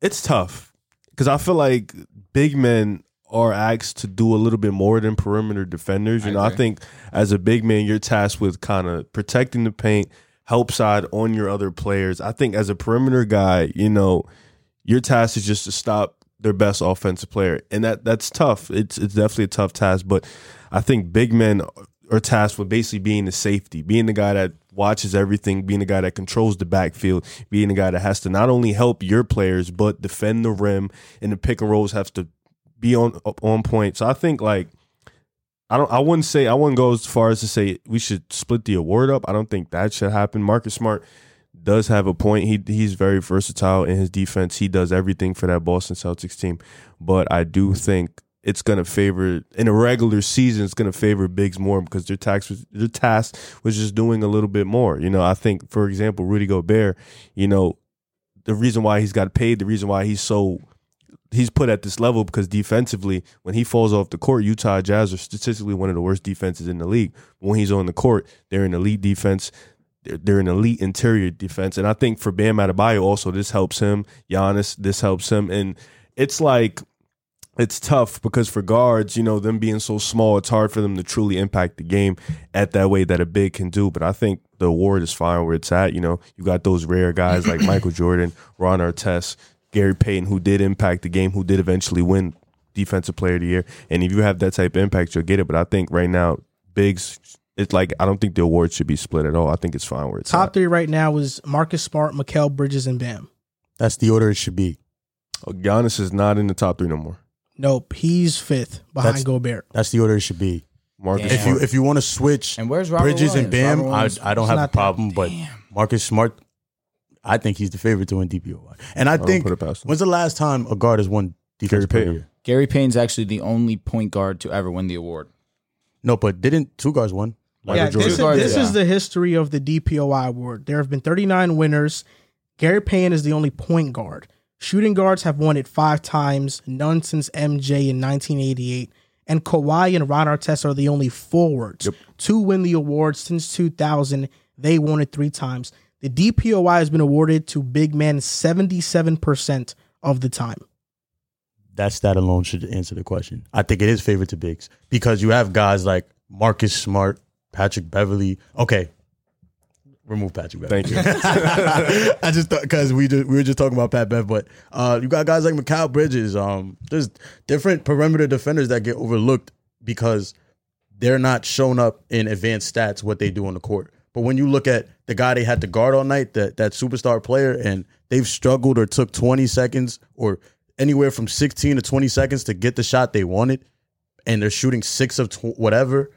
[SPEAKER 4] it's tough because I feel like big men are asked to do a little bit more than perimeter defenders. You
[SPEAKER 2] I
[SPEAKER 4] know, I
[SPEAKER 2] agree.
[SPEAKER 4] think as a big man, you're tasked with kind of protecting the paint, help side on your other players. I think as a perimeter guy, you know, your task is just to stop their best offensive player, and that that's tough. It's it's definitely a tough task, but I think big men are tasked with basically being the safety, being the guy that watches everything, being the guy that controls the backfield, being the guy that has to not only help your players but defend the rim, and the pick and rolls have to be on on point. So I think like I don't. I wouldn't say. I wouldn't go as far as to say we should split the award up. I don't think that should happen. Marcus Smart does have a point. He he's very versatile in his defense. He does everything for that Boston Celtics team. But I do think it's gonna favor in a regular season. It's gonna favor bigs more because their tax was their task was just doing a little bit more. You know, I think for example Rudy Gobert. You know, the reason why he's got paid, the reason why he's so he's put at this level because defensively, when he falls off the court, Utah Jazz are statistically one of the worst defenses in the league. When he's on the court, they're an elite defense. They're, they're an elite interior defense, and I think for Bam Adebayo also this helps him. Giannis, this helps him, and it's like it's tough because for guards, you know, them being so small, it's hard for them to truly impact the game at that way that a big can do. But I think the award is fine where it's at. You know, you got those rare guys like Michael Jordan, Ron Artest, Gary Payton, who did impact the game, who did eventually win Defensive Player of the Year. And if you have that type of impact, you'll get it. But I think right now, bigs, it's like I don't think the award should be split at all. I think it's fine where it's
[SPEAKER 1] Top
[SPEAKER 4] at.
[SPEAKER 1] three right now is Marcus Smart, Mikael Bridges, and Bam.
[SPEAKER 5] That's the order it should be.
[SPEAKER 4] Giannis is not in the top three no more.
[SPEAKER 1] Nope, he's fifth behind
[SPEAKER 5] That's-
[SPEAKER 1] Gobert.
[SPEAKER 5] That's the order it should be.
[SPEAKER 4] Marcus,
[SPEAKER 2] Damn.
[SPEAKER 5] If you if you want to switch
[SPEAKER 2] And where's Robert
[SPEAKER 5] Bridges
[SPEAKER 2] Williams?
[SPEAKER 5] and Bam,
[SPEAKER 2] Robert
[SPEAKER 5] I,
[SPEAKER 2] Williams-
[SPEAKER 5] I don't
[SPEAKER 1] It's
[SPEAKER 5] have a
[SPEAKER 1] not that-
[SPEAKER 5] problem. But Marcus Smart, I think he's the favorite to win DPOY. And I,
[SPEAKER 4] don't
[SPEAKER 5] think
[SPEAKER 4] put it past him.
[SPEAKER 5] when's the last time a guard has won
[SPEAKER 4] Gary
[SPEAKER 5] defensive player? of the
[SPEAKER 4] Payton.
[SPEAKER 5] Year?
[SPEAKER 2] Gary Payne's actually the only point guard to ever win the award.
[SPEAKER 5] No, but didn't two guards won?
[SPEAKER 1] yeah,
[SPEAKER 4] Jordan.
[SPEAKER 1] this, is,
[SPEAKER 2] Jordan.
[SPEAKER 1] this
[SPEAKER 2] Yeah.
[SPEAKER 1] is the history of the DPOI award. There have been 39 winners. Gary Payne is the only point guard. Shooting guards have won it five times, none since MJ in 1988. And Kawhi and Ron Artest are the only forwards to win the award since 2000. They won it three times. The DPOI has been awarded to big men 77% of the time.
[SPEAKER 5] That's that alone should answer the question. I think it is favorite to bigs because you have guys like Marcus Smart, Patrick Beverly. Okay, remove Patrick Beverly.
[SPEAKER 4] thank you.
[SPEAKER 5] I just thought because we just, we were just talking about Pat Bev, but uh, you got guys like Mikal Bridges. Um, there's different perimeter defenders that get overlooked because they're not shown up in advanced stats what they do on the court. But when you look at the guy they had to guard all night, that that superstar player, and they've struggled or took 20 seconds or anywhere from 16 to 20 seconds to get the shot they wanted, and they're shooting six of tw- whatever.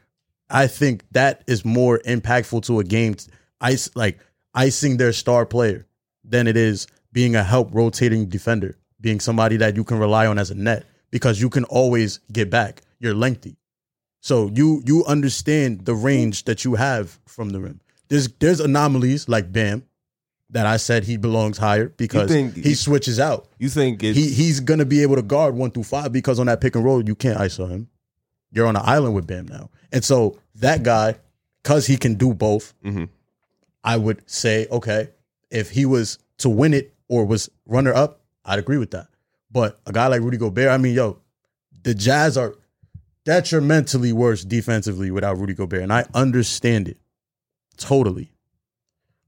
[SPEAKER 5] I think that is more impactful to a game, t- ice like icing their star player, than it is being a help rotating defender, being somebody that you can rely on as a net because you can always get back. You're lengthy, so you you understand the range that you have from the rim. There's there's anomalies like Bam that I said he belongs higher because
[SPEAKER 4] think-
[SPEAKER 5] he switches out
[SPEAKER 4] You think it's
[SPEAKER 5] he he's gonna be able to guard one through five because on that pick and roll you can't iso him. You're on an island with Bam now, and so that guy, cause he can do both.
[SPEAKER 4] Mhm.
[SPEAKER 5] I would say okay, if he was to win it or was runner up, I'd agree with that. But a guy like Rudy Gobert, I mean, yo, the Jazz are detrimentally worse defensively without Rudy Gobert, and I understand it totally.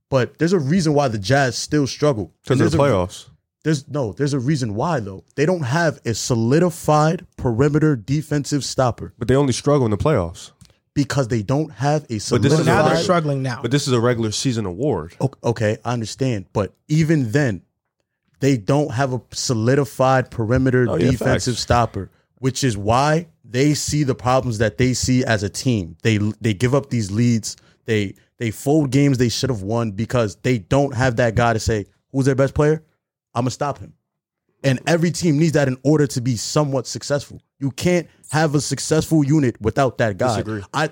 [SPEAKER 5] But there's a reason why the Jazz still struggle
[SPEAKER 4] because
[SPEAKER 5] And
[SPEAKER 4] of the
[SPEAKER 5] there's a-
[SPEAKER 4] playoffs?
[SPEAKER 5] there's no, there's a reason why though. They don't have a solidified perimeter defensive stopper
[SPEAKER 4] But they only struggle in the playoffs.
[SPEAKER 5] because they don't have a
[SPEAKER 4] But this
[SPEAKER 1] So
[SPEAKER 4] is
[SPEAKER 1] now
[SPEAKER 4] a-
[SPEAKER 1] they're
[SPEAKER 4] right.
[SPEAKER 5] solidified.
[SPEAKER 1] struggling
[SPEAKER 2] Oh.
[SPEAKER 1] now.
[SPEAKER 4] But this is a regular season award.
[SPEAKER 5] O- Okay, I understand, but even then, they don't have a solidified perimeter
[SPEAKER 4] Oh, yeah,
[SPEAKER 5] defensive
[SPEAKER 4] facts.
[SPEAKER 5] stopper, which is why they see the problems that they see as a team. They they give up these leads. They they fold games they should have won because they don't have that guy to say who's their best player. I'm gonna stop him. And every team needs that in order to be somewhat successful. You can't have a successful unit without that guy.
[SPEAKER 4] Disagree.
[SPEAKER 5] I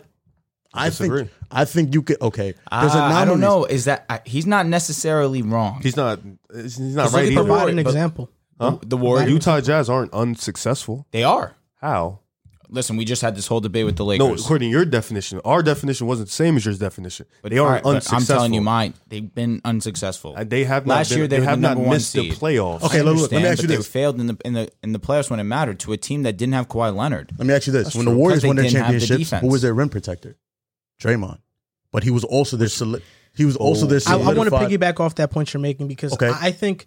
[SPEAKER 5] I
[SPEAKER 4] Disagree.
[SPEAKER 5] think I think you could okay. There's
[SPEAKER 2] Ah, I don't
[SPEAKER 5] anomalies.
[SPEAKER 2] know. Is that I, he's not necessarily wrong?
[SPEAKER 4] He's not. He's not
[SPEAKER 2] Let's look
[SPEAKER 4] right
[SPEAKER 2] at the
[SPEAKER 4] either.
[SPEAKER 1] Provide an
[SPEAKER 2] But-
[SPEAKER 1] example.
[SPEAKER 4] Huh?
[SPEAKER 2] The Warriors.
[SPEAKER 4] Utah Jazz aren't unsuccessful.
[SPEAKER 2] They are.
[SPEAKER 4] How?
[SPEAKER 2] Listen, we just had this whole debate with the Lakers.
[SPEAKER 4] No, according to your definition, our definition wasn't the same as your definition.
[SPEAKER 2] But-
[SPEAKER 4] they aren't
[SPEAKER 2] all right, but
[SPEAKER 4] unsuccessful.
[SPEAKER 2] I'm telling you, mine. They've been unsuccessful.
[SPEAKER 4] Uh, They have not
[SPEAKER 2] Last
[SPEAKER 4] been-
[SPEAKER 2] year they,
[SPEAKER 4] they
[SPEAKER 2] were
[SPEAKER 4] have
[SPEAKER 2] the
[SPEAKER 4] not
[SPEAKER 2] number one
[SPEAKER 4] missed the
[SPEAKER 2] seed.
[SPEAKER 4] playoffs.
[SPEAKER 5] Okay,
[SPEAKER 2] I
[SPEAKER 5] look, look, let me
[SPEAKER 2] understand,
[SPEAKER 5] ask you
[SPEAKER 2] but
[SPEAKER 5] this.
[SPEAKER 2] They failed in the in the in the playoffs when it mattered to a team that didn't have Kawhi Leonard.
[SPEAKER 5] Let me ask you this:
[SPEAKER 2] That's
[SPEAKER 5] When
[SPEAKER 2] true,
[SPEAKER 5] the
[SPEAKER 2] 'cause
[SPEAKER 5] Warriors
[SPEAKER 2] they
[SPEAKER 5] won their
[SPEAKER 2] didn't have the
[SPEAKER 5] championships,
[SPEAKER 2] defense.
[SPEAKER 5] who was their rim protector? Draymond, but he was also their soli- he was also their
[SPEAKER 2] Oh,
[SPEAKER 1] I, I want
[SPEAKER 5] solidified.
[SPEAKER 1] to piggyback off that point you're making because
[SPEAKER 5] Okay.
[SPEAKER 1] I, I think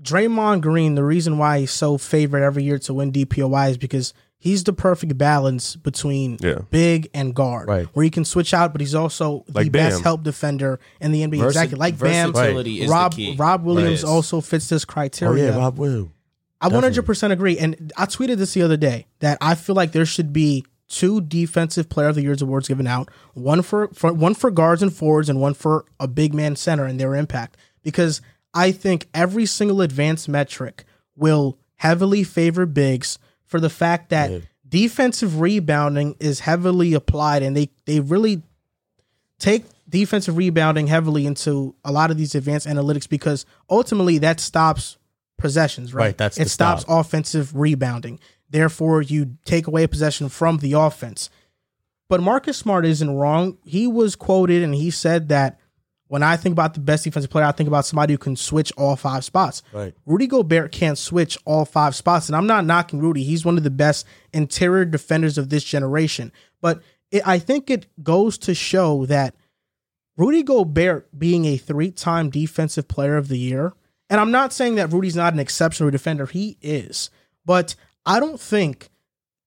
[SPEAKER 1] Draymond Green, the reason why he's so favored every year to win DPOY is because he's the perfect balance between
[SPEAKER 4] Yeah.
[SPEAKER 1] big and guard,
[SPEAKER 5] Right.
[SPEAKER 1] where he can switch out, but he's also the
[SPEAKER 4] Like
[SPEAKER 1] best
[SPEAKER 4] Bam.
[SPEAKER 1] help defender in the NBA.
[SPEAKER 2] Versi-
[SPEAKER 1] exactly like Bam.
[SPEAKER 2] versatility is the
[SPEAKER 1] Rob
[SPEAKER 2] key.
[SPEAKER 1] Rob Williams
[SPEAKER 2] Right.
[SPEAKER 1] also fits this
[SPEAKER 5] Oh
[SPEAKER 1] criteria.
[SPEAKER 5] yeah, Rob Will.
[SPEAKER 1] I 100 percent agree, and I tweeted this the other day that I feel like there should be two Defensive Player of the Year's awards given out, one for, for one for guards and forwards, and one for a big man center and their impact. Because I think every single advanced metric will heavily favor bigs for the fact that defensive rebounding is heavily applied, and they they really take defensive rebounding heavily into a lot of these advanced analytics because ultimately that stops possessions, right?
[SPEAKER 5] Right, that's
[SPEAKER 1] it
[SPEAKER 5] the
[SPEAKER 1] stops
[SPEAKER 5] stop.
[SPEAKER 1] offensive rebounding. Therefore, you take away possession from the offense. But Marcus Smart isn't wrong. He was quoted and he said that when I think about the best defensive player, I think about somebody who can switch all five spots.
[SPEAKER 5] Right.
[SPEAKER 1] Rudy Gobert can't switch all five spots, and I'm not knocking Rudy. He's one of the best interior defenders of this generation. But it, I think it goes to show that Rudy Gobert being a three-time defensive player of the year, and I'm not saying that Rudy's not an exceptional defender. He is. But I don't think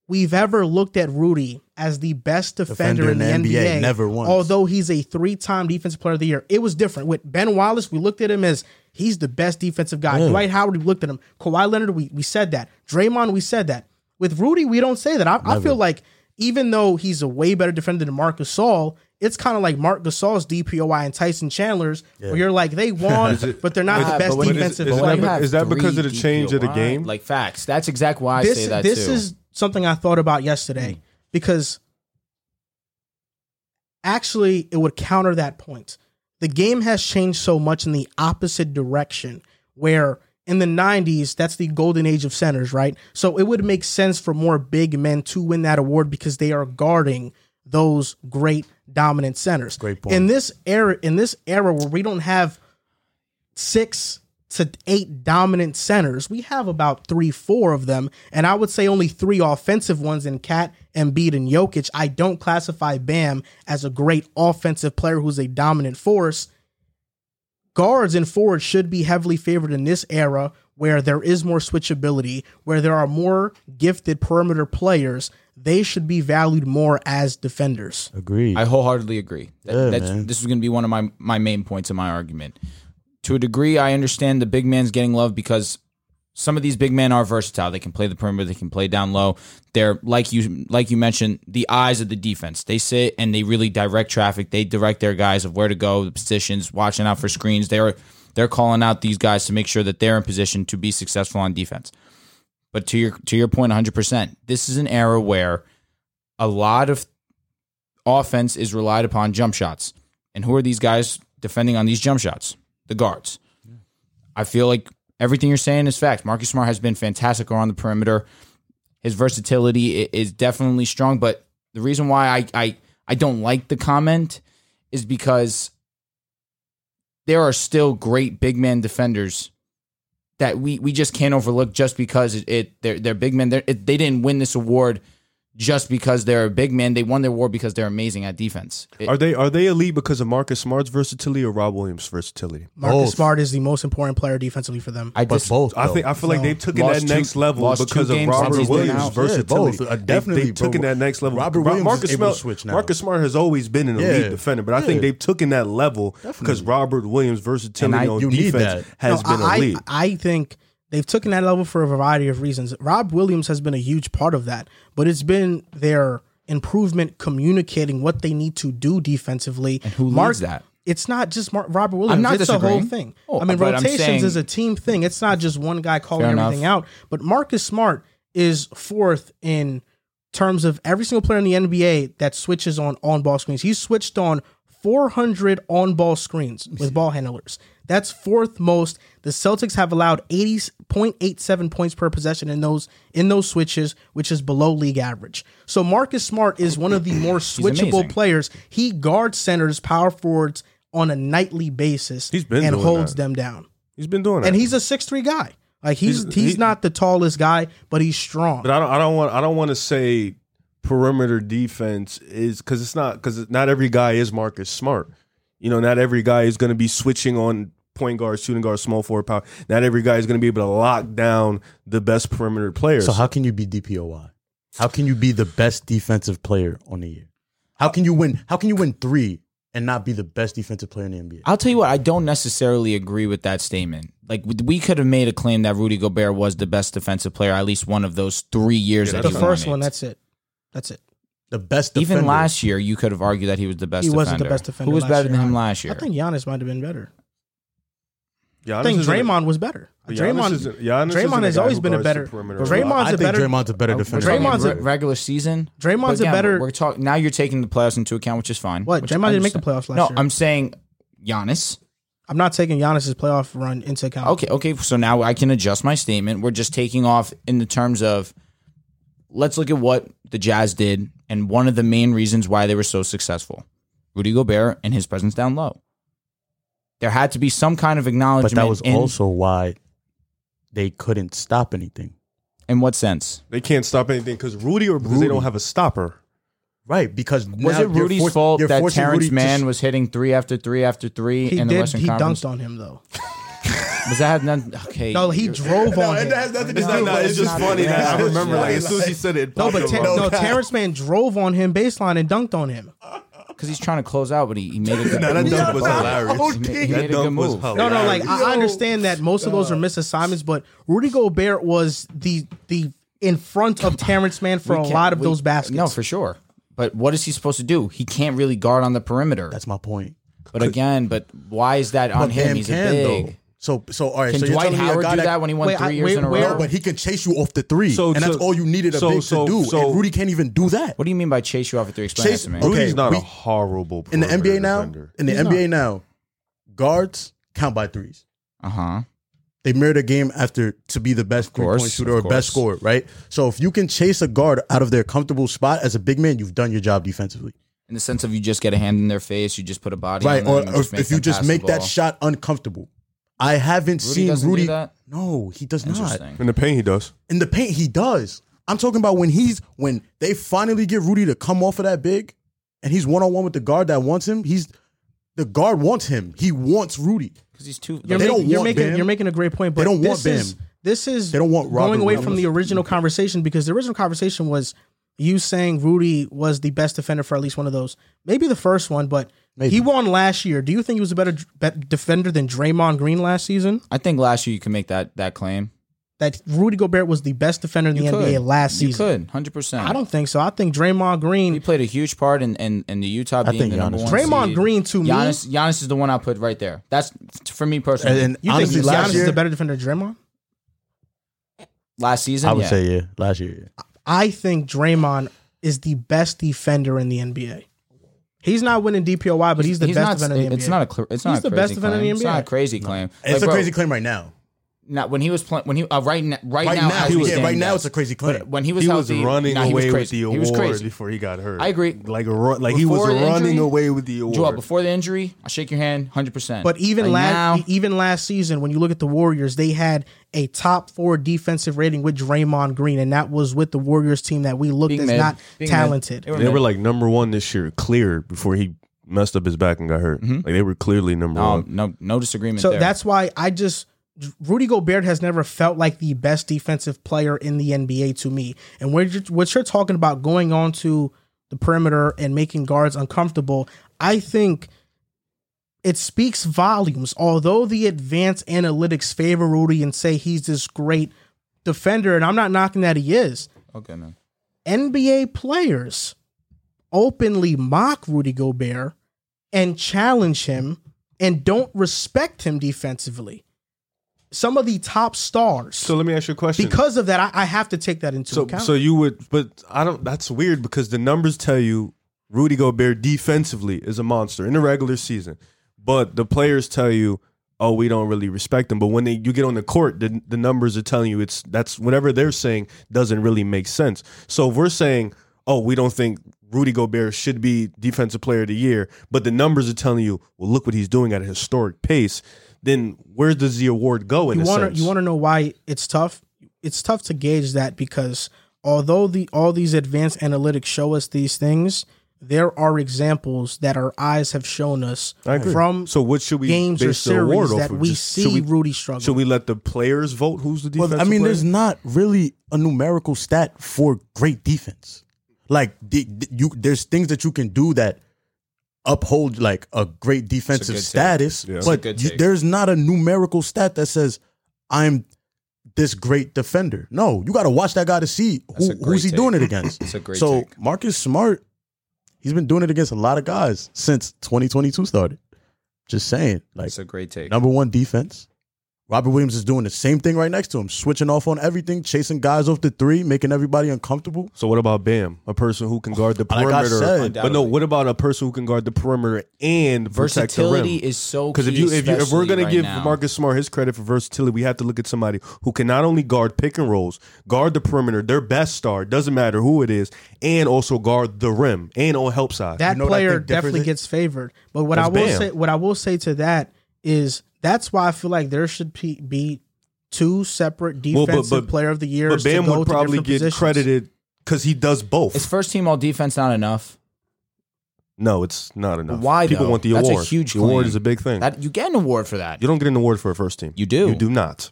[SPEAKER 1] we've ever looked at Rudy as the best defender,
[SPEAKER 5] Defender
[SPEAKER 1] in the NBA.
[SPEAKER 5] never once.
[SPEAKER 1] Although he's a three-time defensive player of the year. It was different. With Ben Wallace, we looked at him as he's the best defensive guy.
[SPEAKER 2] Mm.
[SPEAKER 1] Dwight Howard, we looked at him. Kawhi Leonard, we, we said that. Draymond, we said that. With Rudy, we don't say that. I, I feel like even though he's a way better defender than Marc Gasol, it's kind of like Marc Gasol's DPOI and Tyson Chandler's, where you're like, they
[SPEAKER 2] <laughs>
[SPEAKER 1] won, but they're not the best
[SPEAKER 2] but when-
[SPEAKER 1] defensive
[SPEAKER 4] is it-
[SPEAKER 2] But
[SPEAKER 1] player.
[SPEAKER 2] when
[SPEAKER 4] that
[SPEAKER 2] you
[SPEAKER 4] be-
[SPEAKER 2] have
[SPEAKER 4] is that
[SPEAKER 2] three
[SPEAKER 4] because of the change of the
[SPEAKER 2] DPOY?
[SPEAKER 4] game?
[SPEAKER 2] Like facts. That's exactly why I
[SPEAKER 1] this
[SPEAKER 2] say that
[SPEAKER 1] this
[SPEAKER 2] too. Mm.
[SPEAKER 1] is something I thought about yesterday because actually it would counter that point. The game has changed so much in the opposite direction where in the 90s that's the golden age of centers, right? So it would make sense for more big men to win that award because they are guarding those great dominant centers.
[SPEAKER 5] Great point.
[SPEAKER 1] In this era in this era where we don't have six to eight dominant centers. We have about three, four of them, and I would say only three offensive ones in Cat, Embiid, and Jokic. I don't classify Bam as a great offensive player who's a dominant force. Guards and forwards should be heavily favored in this era where there is more switchability, where there are more gifted perimeter players. They should be valued more as defenders.
[SPEAKER 5] Agreed.
[SPEAKER 2] I wholeheartedly agree. That,
[SPEAKER 5] Yeah,
[SPEAKER 2] that's,
[SPEAKER 5] man.
[SPEAKER 2] This is going to be one of my, my main points in my argument. To a degree, I understand the big man's getting love because some of these big men are versatile. They can play the perimeter. They can play down low. They're like you like you mentioned the eyes of the defense. They sit and they really direct traffic. They direct their guys of where to go, the positions, watching out for screens. They're they're calling out these guys to make sure that they're in position to be successful on defense. But to your to your point, 100%. This is an era where a lot of offense is relied upon jump shots. And who are these guys defending on these jump shots? The guards. I feel like everything you're saying is fact. Marcus Smart has been fantastic around the perimeter. His versatility i- is definitely strong, but the reason why I I, I don't like the comment is because there are still great big man defenders that we, we just can't overlook just because it, it they're, they're big men. They're, it, they didn't win this award just because they're a big man. They won their award because they're amazing at defense. It-
[SPEAKER 4] Are they are they elite because of Marcus Smart's versatility or Rob Williams' versatility?
[SPEAKER 1] Marcus
[SPEAKER 5] Both.
[SPEAKER 1] Smart is the most important player defensively for them.
[SPEAKER 2] I
[SPEAKER 5] but
[SPEAKER 2] just
[SPEAKER 5] both.
[SPEAKER 4] I
[SPEAKER 5] though.
[SPEAKER 4] think I feel like they've taken that
[SPEAKER 2] Lost two-
[SPEAKER 4] next level
[SPEAKER 2] lost two
[SPEAKER 4] because of
[SPEAKER 2] games since
[SPEAKER 4] Robert
[SPEAKER 2] he's been
[SPEAKER 4] Williams'
[SPEAKER 2] out.
[SPEAKER 4] versatility.
[SPEAKER 5] Yeah, both. Uh,
[SPEAKER 4] They-
[SPEAKER 5] definitely,
[SPEAKER 4] they've taken
[SPEAKER 5] bro.
[SPEAKER 4] that next level.
[SPEAKER 5] Robert Williams
[SPEAKER 4] Marcus
[SPEAKER 5] is able to
[SPEAKER 4] Smart-
[SPEAKER 5] switch now.
[SPEAKER 4] Marcus Smart has always been an elite
[SPEAKER 5] Yeah.
[SPEAKER 4] defender, but I think
[SPEAKER 5] Yeah.
[SPEAKER 4] they've taken that level because Robert Williams' versatility
[SPEAKER 2] And I-
[SPEAKER 4] on
[SPEAKER 5] you need that.
[SPEAKER 4] defense has
[SPEAKER 1] No,
[SPEAKER 4] been
[SPEAKER 1] I,
[SPEAKER 4] elite.
[SPEAKER 1] I, I think they've taken that level for a variety of reasons. Rob Williams has been a huge part of that, but it's been their improvement communicating what they need to do defensively. And
[SPEAKER 2] who leads that?
[SPEAKER 1] It's not just Mark, Robert Williams.
[SPEAKER 2] not
[SPEAKER 1] it's a whole
[SPEAKER 2] disagreeing.
[SPEAKER 1] thing.
[SPEAKER 2] Oh,
[SPEAKER 1] I mean,
[SPEAKER 2] but I'm
[SPEAKER 1] rotations
[SPEAKER 2] saying-
[SPEAKER 1] is a team thing. It's not just one guy calling
[SPEAKER 2] Fair
[SPEAKER 1] everything out. But Marcus Smart is fourth in terms of every single player in the NBA that switches on on ball screens. He's switched on 400 on ball screens with ball handlers. That's fourth most. The Celtics have allowed 80.87 points per possession in those in those switches, which is below league average. So Marcus Smart is one of the
[SPEAKER 4] <clears throat>
[SPEAKER 1] more switchable
[SPEAKER 2] amazing.
[SPEAKER 1] players. He guards centers, power forwards on a nightly basis
[SPEAKER 4] He's been
[SPEAKER 1] and
[SPEAKER 4] doing
[SPEAKER 1] holds
[SPEAKER 4] that.
[SPEAKER 1] them down.
[SPEAKER 4] he's been doing that.
[SPEAKER 1] And he's a six three guy. Like he's he's,
[SPEAKER 4] He's- he-
[SPEAKER 1] not the tallest guy, but he's strong.
[SPEAKER 4] But I don't. I don't want. I don't want to say perimeter defense is because it's not because not every guy is Marcus Smart. You know, not every guy is going to be switching on point guard, shooting guard, small forward, power. Not every guy is going to be able to lock down the best perimeter players.
[SPEAKER 5] So how can you be DPOY? How can you be the best defensive player on the year? How can you win? How can you win three and not be the best defensive player in the NBA?
[SPEAKER 2] I'll tell you what, I don't necessarily agree with that statement. Like we could have made a claim that Rudy Gobert was the best defensive player, at least one of those three years. that
[SPEAKER 4] Yeah,
[SPEAKER 1] the
[SPEAKER 2] he
[SPEAKER 4] that's
[SPEAKER 2] won
[SPEAKER 1] first
[SPEAKER 2] it.
[SPEAKER 1] one, that's it. That's it.
[SPEAKER 5] The best defender.
[SPEAKER 2] Even last year, you could have argued that he was the best.
[SPEAKER 1] He
[SPEAKER 2] defender.
[SPEAKER 1] wasn't the best defender
[SPEAKER 2] Who was
[SPEAKER 1] last
[SPEAKER 2] better than
[SPEAKER 1] year?
[SPEAKER 2] him last year?
[SPEAKER 1] I think Giannis might have been better.
[SPEAKER 4] Giannis
[SPEAKER 1] I think
[SPEAKER 4] isn't a-
[SPEAKER 1] Draymond was better.
[SPEAKER 4] Giannis
[SPEAKER 1] Draymond,
[SPEAKER 4] isn't- Giannis isn't
[SPEAKER 1] Draymond
[SPEAKER 4] a
[SPEAKER 1] has
[SPEAKER 4] guy
[SPEAKER 1] always
[SPEAKER 4] who
[SPEAKER 1] been a
[SPEAKER 4] guards the
[SPEAKER 1] better.
[SPEAKER 4] perimeter a
[SPEAKER 1] Draymond's
[SPEAKER 4] lot.
[SPEAKER 1] a
[SPEAKER 5] I think
[SPEAKER 1] better.
[SPEAKER 5] Draymond's a better
[SPEAKER 2] We're
[SPEAKER 5] defender.
[SPEAKER 2] talking
[SPEAKER 1] Draymond's a-
[SPEAKER 2] re- regular season.
[SPEAKER 1] Draymond's
[SPEAKER 2] But again,
[SPEAKER 1] a better.
[SPEAKER 2] We're talking now. You're taking the playoffs into account, which is fine.
[SPEAKER 1] What?
[SPEAKER 2] which
[SPEAKER 1] Draymond
[SPEAKER 2] I
[SPEAKER 1] didn't make the
[SPEAKER 2] understand.
[SPEAKER 1] playoffs last
[SPEAKER 2] no,
[SPEAKER 1] year.
[SPEAKER 2] I'm saying Giannis.
[SPEAKER 1] I'm not taking Giannis's playoff run into account.
[SPEAKER 2] Okay, okay. So now I can adjust my statement. We're just taking off in the terms of let's look at what the Jazz did and one of the main reasons why they were so successful. Rudy Gobert and his presence down low. There had to be some kind of
[SPEAKER 5] but
[SPEAKER 2] acknowledgement.
[SPEAKER 5] that was
[SPEAKER 2] in,
[SPEAKER 5] also why they couldn't stop anything.
[SPEAKER 2] in what sense?
[SPEAKER 4] They can't stop anything because Rudy or because they don't have a stopper.
[SPEAKER 5] Right, because
[SPEAKER 2] Was it Rudy's fault that Terrence Mann was hitting three after three after three
[SPEAKER 1] He
[SPEAKER 2] in the
[SPEAKER 1] did.
[SPEAKER 2] Western
[SPEAKER 1] He
[SPEAKER 2] Conference?
[SPEAKER 1] dunked on him though.
[SPEAKER 2] Was that none? Okay,
[SPEAKER 1] No, he
[SPEAKER 2] <laughs>
[SPEAKER 1] drove on him.
[SPEAKER 4] nothing
[SPEAKER 1] to do with it. It's not even-
[SPEAKER 4] that I remember.
[SPEAKER 2] Yeah.
[SPEAKER 4] Like as soon as he said it, it
[SPEAKER 1] No, but
[SPEAKER 4] popped
[SPEAKER 1] Ter-
[SPEAKER 4] in
[SPEAKER 2] <laughs>
[SPEAKER 4] my
[SPEAKER 1] no,
[SPEAKER 4] mind.
[SPEAKER 1] Terrence Mann drove on him baseline and dunked on him.
[SPEAKER 2] because he's trying to close out, but he, he
[SPEAKER 4] <laughs>
[SPEAKER 2] made a good
[SPEAKER 4] No, that
[SPEAKER 2] move.
[SPEAKER 4] dunk was
[SPEAKER 2] He
[SPEAKER 4] hilarious.
[SPEAKER 2] made, he made a
[SPEAKER 4] That
[SPEAKER 2] good
[SPEAKER 4] dunk was
[SPEAKER 2] move.
[SPEAKER 4] hilarious.
[SPEAKER 1] No, no, like I understand that most of those are misassignments, but Rudy Gobert was the the in front of Terrence Mann for
[SPEAKER 2] We
[SPEAKER 1] a
[SPEAKER 2] can't-
[SPEAKER 1] lot of
[SPEAKER 2] we-
[SPEAKER 1] those baskets.
[SPEAKER 2] No, for sure. But what is he supposed to do? He can't really guard on the perimeter.
[SPEAKER 5] That's my point.
[SPEAKER 2] but again, but why is that on
[SPEAKER 5] But
[SPEAKER 2] him?
[SPEAKER 5] Bam
[SPEAKER 2] He's
[SPEAKER 5] can,
[SPEAKER 2] a big.
[SPEAKER 5] though. So, so all right.
[SPEAKER 2] Can
[SPEAKER 5] so you're
[SPEAKER 2] Dwight
[SPEAKER 5] telling me a
[SPEAKER 2] Howard
[SPEAKER 5] guy
[SPEAKER 2] do
[SPEAKER 5] that,
[SPEAKER 2] that when he won
[SPEAKER 1] Wait,
[SPEAKER 2] three
[SPEAKER 1] I-
[SPEAKER 2] years
[SPEAKER 1] wait,
[SPEAKER 2] in a
[SPEAKER 1] where-
[SPEAKER 2] row?
[SPEAKER 5] No, but he can chase you off the three,
[SPEAKER 4] So
[SPEAKER 5] and that's
[SPEAKER 4] to-
[SPEAKER 5] all you needed a
[SPEAKER 4] so-
[SPEAKER 5] big
[SPEAKER 4] so-
[SPEAKER 5] to do.
[SPEAKER 4] so-
[SPEAKER 5] and Rudy can't even do that.
[SPEAKER 2] what do you mean by chase you off at three? Explain
[SPEAKER 5] Chase-
[SPEAKER 2] that to me.
[SPEAKER 5] okay,
[SPEAKER 4] Rudy's not
[SPEAKER 5] we-
[SPEAKER 4] a horrible
[SPEAKER 5] in the
[SPEAKER 4] perimeter
[SPEAKER 5] NBA now,
[SPEAKER 4] defender.
[SPEAKER 5] in the
[SPEAKER 1] He's
[SPEAKER 5] NBA now, guards count by threes.
[SPEAKER 2] Uh huh.
[SPEAKER 5] They mirrored a game after to be the best three
[SPEAKER 2] course,
[SPEAKER 5] point shooter
[SPEAKER 2] of
[SPEAKER 5] or
[SPEAKER 2] course.
[SPEAKER 5] best scorer, right? So if you can chase a guard out of their comfortable spot as a big man, you've done your job defensively,
[SPEAKER 2] In the sense of you just get a hand in their face, you just put a body on
[SPEAKER 5] right?
[SPEAKER 2] them
[SPEAKER 5] Or,
[SPEAKER 2] and
[SPEAKER 5] or
[SPEAKER 2] just make
[SPEAKER 5] if you
[SPEAKER 2] them
[SPEAKER 5] just
[SPEAKER 2] pass
[SPEAKER 5] make
[SPEAKER 2] the
[SPEAKER 5] that
[SPEAKER 2] ball.
[SPEAKER 5] shot uncomfortable, I haven't
[SPEAKER 2] Rudy
[SPEAKER 5] seen
[SPEAKER 2] doesn't
[SPEAKER 5] Rudy.
[SPEAKER 2] do that.
[SPEAKER 5] No, he does not.
[SPEAKER 2] Interesting.
[SPEAKER 4] In the paint, he does.
[SPEAKER 5] In the paint, he does. I'm talking about when he's when they finally get Rudy to come off of that big, and he's one on one with the guard that wants him. He's the guard wants him. He wants Rudy.
[SPEAKER 2] Because he's too.
[SPEAKER 1] You're,
[SPEAKER 5] They
[SPEAKER 1] making,
[SPEAKER 5] don't
[SPEAKER 1] you're,
[SPEAKER 5] want
[SPEAKER 1] making,
[SPEAKER 5] Bam.
[SPEAKER 1] you're making a great point, but
[SPEAKER 5] They don't
[SPEAKER 1] this
[SPEAKER 5] want
[SPEAKER 1] is
[SPEAKER 5] Bam.
[SPEAKER 1] this is
[SPEAKER 5] They don't want Robert
[SPEAKER 1] going away from
[SPEAKER 5] Williams.
[SPEAKER 1] the original conversation because the original conversation was you saying Rudy was the best defender for at least one of those, maybe the first one, but he won last year. Do you think he was a better dr- bet defender than Draymond Green last season?
[SPEAKER 2] I think last year you can make that that claim.
[SPEAKER 1] That Rudy Gobert was the best defender in the
[SPEAKER 2] You could.
[SPEAKER 1] NBA last
[SPEAKER 2] You
[SPEAKER 1] season.
[SPEAKER 2] could, hundred percent.
[SPEAKER 1] I don't think so. I think Draymond Green
[SPEAKER 2] He played a huge part in in, in the Utah being
[SPEAKER 5] think
[SPEAKER 2] the number
[SPEAKER 5] Giannis-
[SPEAKER 2] one.
[SPEAKER 1] Draymond
[SPEAKER 2] seed.
[SPEAKER 1] Green to me-
[SPEAKER 2] Giannis, Giannis is the one I put right there. That's for me personally.
[SPEAKER 5] And, and
[SPEAKER 1] You
[SPEAKER 5] honestly,
[SPEAKER 1] think Giannis
[SPEAKER 5] last year,
[SPEAKER 1] is a better defender than Draymond?
[SPEAKER 2] last season,
[SPEAKER 5] I would
[SPEAKER 2] yeah.
[SPEAKER 5] say yeah, last year. Yeah.
[SPEAKER 1] I think Draymond is the best defender in the NBA. He's not winning DPOY, but he's, the best
[SPEAKER 2] not,
[SPEAKER 1] defender in the NBA.
[SPEAKER 2] It's not a. cl- It's not
[SPEAKER 1] He's the
[SPEAKER 2] a crazy
[SPEAKER 1] best defender in
[SPEAKER 2] claim.
[SPEAKER 1] the
[SPEAKER 2] It's not a
[SPEAKER 1] NBA.
[SPEAKER 2] crazy claim.
[SPEAKER 5] It's
[SPEAKER 2] Like,
[SPEAKER 5] a
[SPEAKER 2] bro,
[SPEAKER 5] crazy claim right now.
[SPEAKER 2] Not when he was playing. When he uh, right now. Right,
[SPEAKER 5] Right
[SPEAKER 2] now.
[SPEAKER 5] now,
[SPEAKER 2] as
[SPEAKER 5] he
[SPEAKER 2] we
[SPEAKER 5] was-
[SPEAKER 2] stand,
[SPEAKER 5] right now,
[SPEAKER 2] yes.
[SPEAKER 5] it's a crazy claim.
[SPEAKER 2] But when he was
[SPEAKER 4] He was
[SPEAKER 2] healthy,
[SPEAKER 4] running
[SPEAKER 2] nah, he was
[SPEAKER 4] away with
[SPEAKER 2] crazy.
[SPEAKER 4] the
[SPEAKER 2] He was
[SPEAKER 4] award
[SPEAKER 2] crazy.
[SPEAKER 4] before he got hurt.
[SPEAKER 2] I agree.
[SPEAKER 4] Like a ru- like he was
[SPEAKER 2] Before the
[SPEAKER 4] running
[SPEAKER 2] injury-
[SPEAKER 4] away with the award.
[SPEAKER 2] Joel, before the injury, I shake your hand, hundred percent.
[SPEAKER 1] But even
[SPEAKER 2] like
[SPEAKER 1] last
[SPEAKER 2] now,
[SPEAKER 1] even last season, when you look at the Warriors, they had a top four defensive rating with Draymond Green, and that was with the Warriors team that we looked
[SPEAKER 2] Being
[SPEAKER 1] as
[SPEAKER 2] mid.
[SPEAKER 1] not
[SPEAKER 2] Being mid.
[SPEAKER 1] talented.
[SPEAKER 2] They were
[SPEAKER 4] They were like number one this year, clear before he messed up his back and got hurt. Like they were clearly number
[SPEAKER 2] no,
[SPEAKER 4] one.
[SPEAKER 2] um, no, no disagreement.
[SPEAKER 1] So
[SPEAKER 2] there.
[SPEAKER 1] that's why I just Rudy Gobert has never felt like the best defensive player in the NBA to me. And when you're, what you're talking about going on to the perimeter and making guards uncomfortable, I think it speaks volumes. Although the advanced analytics favor Rudy and say he's this great defender, and I'm not knocking that he is.
[SPEAKER 2] okay, man.
[SPEAKER 1] NBA players openly mock Rudy Gobert and challenge him and don't respect him defensively. Some of the top stars.
[SPEAKER 4] So let me ask you a question.
[SPEAKER 1] because of that, I, I have to take that into
[SPEAKER 4] so
[SPEAKER 1] account.
[SPEAKER 4] so you would, but I don't. That's weird because the numbers tell you Rudy Gobert defensively is a monster in the regular season, but the players tell you. Oh, we don't really respect him. But when they, you get on the court, the, the numbers are telling you it's that's whatever they're saying doesn't really make sense. So if we're saying, oh, we don't think Rudy Gobert should be defensive player of the year, but the numbers are telling you, well, look what he's doing at a historic pace. Then where does the award go? In
[SPEAKER 1] you
[SPEAKER 4] a
[SPEAKER 1] want to
[SPEAKER 4] sense?
[SPEAKER 1] you want to know why it's tough. It's tough to gauge that because although the all these advanced analytics show us these things, there are examples that our eyes have shown us
[SPEAKER 4] I agree.
[SPEAKER 1] from
[SPEAKER 4] so what should we
[SPEAKER 1] games or
[SPEAKER 4] base the award
[SPEAKER 1] series
[SPEAKER 4] off
[SPEAKER 1] that
[SPEAKER 4] of?
[SPEAKER 1] we
[SPEAKER 4] Just-
[SPEAKER 1] see
[SPEAKER 4] should we,
[SPEAKER 1] Rudy struggle.
[SPEAKER 4] Should we let the players vote who's the defensive
[SPEAKER 5] Well, I mean,
[SPEAKER 4] player?
[SPEAKER 5] there's not really a numerical stat for great defense. Like the, the- you, there's things that you can do that uphold like a great defensive
[SPEAKER 2] good take.
[SPEAKER 5] status,
[SPEAKER 4] Yeah. It's a
[SPEAKER 5] but
[SPEAKER 2] good
[SPEAKER 5] you,
[SPEAKER 2] take.
[SPEAKER 5] there's not a numerical stat that says I'm this great defender. No, you got to watch that guy to see
[SPEAKER 2] That's
[SPEAKER 5] who,
[SPEAKER 2] a great
[SPEAKER 5] who's he
[SPEAKER 2] take.
[SPEAKER 5] doing
[SPEAKER 2] <laughs>
[SPEAKER 5] it against.
[SPEAKER 2] It's a great
[SPEAKER 5] so
[SPEAKER 2] take.
[SPEAKER 5] Marcus Smart, he's been doing it against a lot of guys since 2022 started. Just saying, like
[SPEAKER 2] It's a great take.
[SPEAKER 5] number one defense. Robert Williams is doing the same thing right next to him, switching off on everything, chasing guys off the three, making everybody uncomfortable.
[SPEAKER 4] So what about Bam, a person who can guard the
[SPEAKER 5] Like
[SPEAKER 4] perimeter?
[SPEAKER 5] I said,
[SPEAKER 4] but no, what about a person who can guard the perimeter and protect the
[SPEAKER 2] Versatility
[SPEAKER 4] rim?
[SPEAKER 2] is so
[SPEAKER 4] Because
[SPEAKER 2] because
[SPEAKER 4] if you if, you, if we're gonna
[SPEAKER 2] right
[SPEAKER 4] give
[SPEAKER 2] now.
[SPEAKER 4] Marcus Smart his credit for versatility, we have to look at somebody who can not only guard pick and rolls, guard the perimeter, their best star doesn't matter who it is, and also guard the rim and on help side.
[SPEAKER 1] that
[SPEAKER 5] You know what I
[SPEAKER 1] player
[SPEAKER 5] think differs
[SPEAKER 1] definitely
[SPEAKER 5] it?
[SPEAKER 1] gets favored. But what I
[SPEAKER 4] That's
[SPEAKER 1] will
[SPEAKER 4] Bam.
[SPEAKER 1] say, what I will say to that is that's why I feel like there should pe- be two separate
[SPEAKER 4] Well,
[SPEAKER 1] defensive
[SPEAKER 4] but- but-
[SPEAKER 1] player of the year.
[SPEAKER 4] but Bam
[SPEAKER 1] to go
[SPEAKER 4] would
[SPEAKER 1] to
[SPEAKER 4] probably
[SPEAKER 1] different
[SPEAKER 4] get
[SPEAKER 1] positions.
[SPEAKER 4] credited because he does both.
[SPEAKER 2] is first team all defense not enough?
[SPEAKER 4] no, it's not enough.
[SPEAKER 2] Why
[SPEAKER 4] people
[SPEAKER 2] though?
[SPEAKER 4] want the
[SPEAKER 2] That's a
[SPEAKER 4] award?
[SPEAKER 2] huge
[SPEAKER 4] the award
[SPEAKER 2] claim.
[SPEAKER 4] is a big thing.
[SPEAKER 2] That you get an award for that.
[SPEAKER 4] Hmm.
[SPEAKER 2] You,
[SPEAKER 4] you don't get an award for a first team.
[SPEAKER 2] do.
[SPEAKER 4] You do not.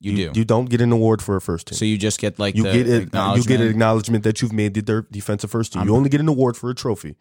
[SPEAKER 2] You, do.
[SPEAKER 4] You don't get an award for a first team.
[SPEAKER 2] so you just get like
[SPEAKER 4] you
[SPEAKER 2] the
[SPEAKER 4] get it. You get an
[SPEAKER 2] acknowledgement.
[SPEAKER 4] acknowledgement that you've made the thir- defensive first team.
[SPEAKER 2] I'm-
[SPEAKER 4] you only get an award for a trophy,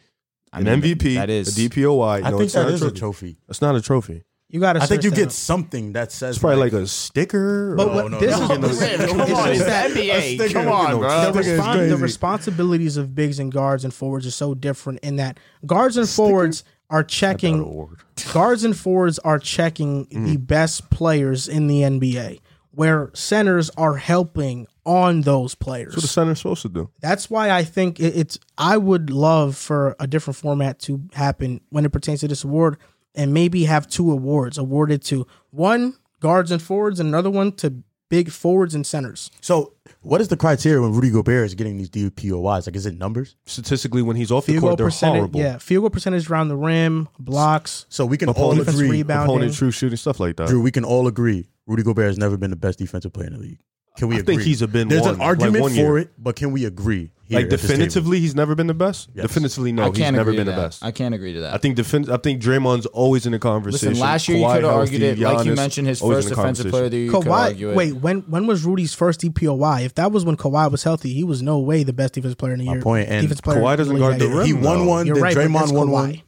[SPEAKER 2] I
[SPEAKER 4] an
[SPEAKER 2] mean,
[SPEAKER 4] MVP,
[SPEAKER 2] That is <laughs>
[SPEAKER 4] a DPOI.
[SPEAKER 5] I
[SPEAKER 4] no,
[SPEAKER 5] think
[SPEAKER 4] it's not
[SPEAKER 5] that is a
[SPEAKER 4] trophy.
[SPEAKER 5] trophy.
[SPEAKER 4] It's not a trophy.
[SPEAKER 1] You got to.
[SPEAKER 5] I think you get something that says
[SPEAKER 4] It's probably like a sticker.
[SPEAKER 1] But
[SPEAKER 4] or-
[SPEAKER 1] what this
[SPEAKER 5] no,
[SPEAKER 1] is,
[SPEAKER 5] no,
[SPEAKER 4] Oh, no,
[SPEAKER 1] it's-
[SPEAKER 4] no,
[SPEAKER 1] it's
[SPEAKER 4] come on,
[SPEAKER 1] just
[SPEAKER 4] it's
[SPEAKER 1] that
[SPEAKER 2] NBA.
[SPEAKER 4] Come on, bro.
[SPEAKER 1] the,
[SPEAKER 4] This is
[SPEAKER 1] respon- the
[SPEAKER 4] crazy.
[SPEAKER 1] responsibilities of bigs and guards and forwards are so different in that guards and forwards are checking guards and forwards are checking the best players in the NBA, where centers are helping on those players.
[SPEAKER 4] That's what the center's supposed to do.
[SPEAKER 1] That's why I think it, it's. I would love for a different format to happen when it pertains to this award, and maybe have two awards awarded to one guards and forwards, and another one to big forwards and centers.
[SPEAKER 5] So, what is the criteria when Rudy Gobert is getting these DPOIs? Like, is it numbers?
[SPEAKER 4] Statistically, when he's off the
[SPEAKER 1] Field
[SPEAKER 4] court,
[SPEAKER 1] goal
[SPEAKER 4] they're
[SPEAKER 1] percentage,
[SPEAKER 4] horrible.
[SPEAKER 1] yeah. Field goal percentage around the rim, blocks,
[SPEAKER 5] So we can all
[SPEAKER 4] Opponent
[SPEAKER 1] defense
[SPEAKER 5] agree,
[SPEAKER 1] rebounding.
[SPEAKER 4] Opponent, true shooting, stuff like that.
[SPEAKER 5] Drew. We can all agree Rudy Gobert has never been the best defensive player in the league. Can we
[SPEAKER 4] I
[SPEAKER 5] agree?
[SPEAKER 4] think he's a been
[SPEAKER 5] There's
[SPEAKER 4] one,
[SPEAKER 5] an
[SPEAKER 4] like
[SPEAKER 5] argument
[SPEAKER 4] one year.
[SPEAKER 5] for it, but can we agree? here
[SPEAKER 4] Like
[SPEAKER 5] at this table?
[SPEAKER 4] definitively, he's never been the best.
[SPEAKER 5] Yes.
[SPEAKER 4] Definitively,
[SPEAKER 2] I
[SPEAKER 4] no,
[SPEAKER 2] can't
[SPEAKER 4] he's never
[SPEAKER 2] agree to
[SPEAKER 4] been the
[SPEAKER 2] that.
[SPEAKER 4] best.
[SPEAKER 2] I can't agree to that.
[SPEAKER 4] I think defense. I think Draymond's always in the conversation.
[SPEAKER 2] Listen, last year you
[SPEAKER 4] Kawhi
[SPEAKER 2] could have
[SPEAKER 4] healthy,
[SPEAKER 2] argued it, like you
[SPEAKER 4] Giannis,
[SPEAKER 2] mentioned, his
[SPEAKER 4] always in
[SPEAKER 2] first
[SPEAKER 4] the
[SPEAKER 2] defensive
[SPEAKER 4] conversation.
[SPEAKER 2] player of the year. You could argue
[SPEAKER 1] Kawhi.
[SPEAKER 2] it.
[SPEAKER 1] Wait, when when was Rudy's first DPOY? If that was when Kawhi was healthy, he was no way the best defense player in the
[SPEAKER 5] My
[SPEAKER 1] year.
[SPEAKER 5] point, and
[SPEAKER 1] defense player
[SPEAKER 4] Kawhi doesn't
[SPEAKER 1] in
[SPEAKER 4] guard the
[SPEAKER 1] league.
[SPEAKER 4] rim.
[SPEAKER 5] he won
[SPEAKER 4] though.
[SPEAKER 5] one,
[SPEAKER 1] You're
[SPEAKER 5] then
[SPEAKER 1] right. but that's
[SPEAKER 5] Draymond won
[SPEAKER 1] Kawhi.
[SPEAKER 5] one.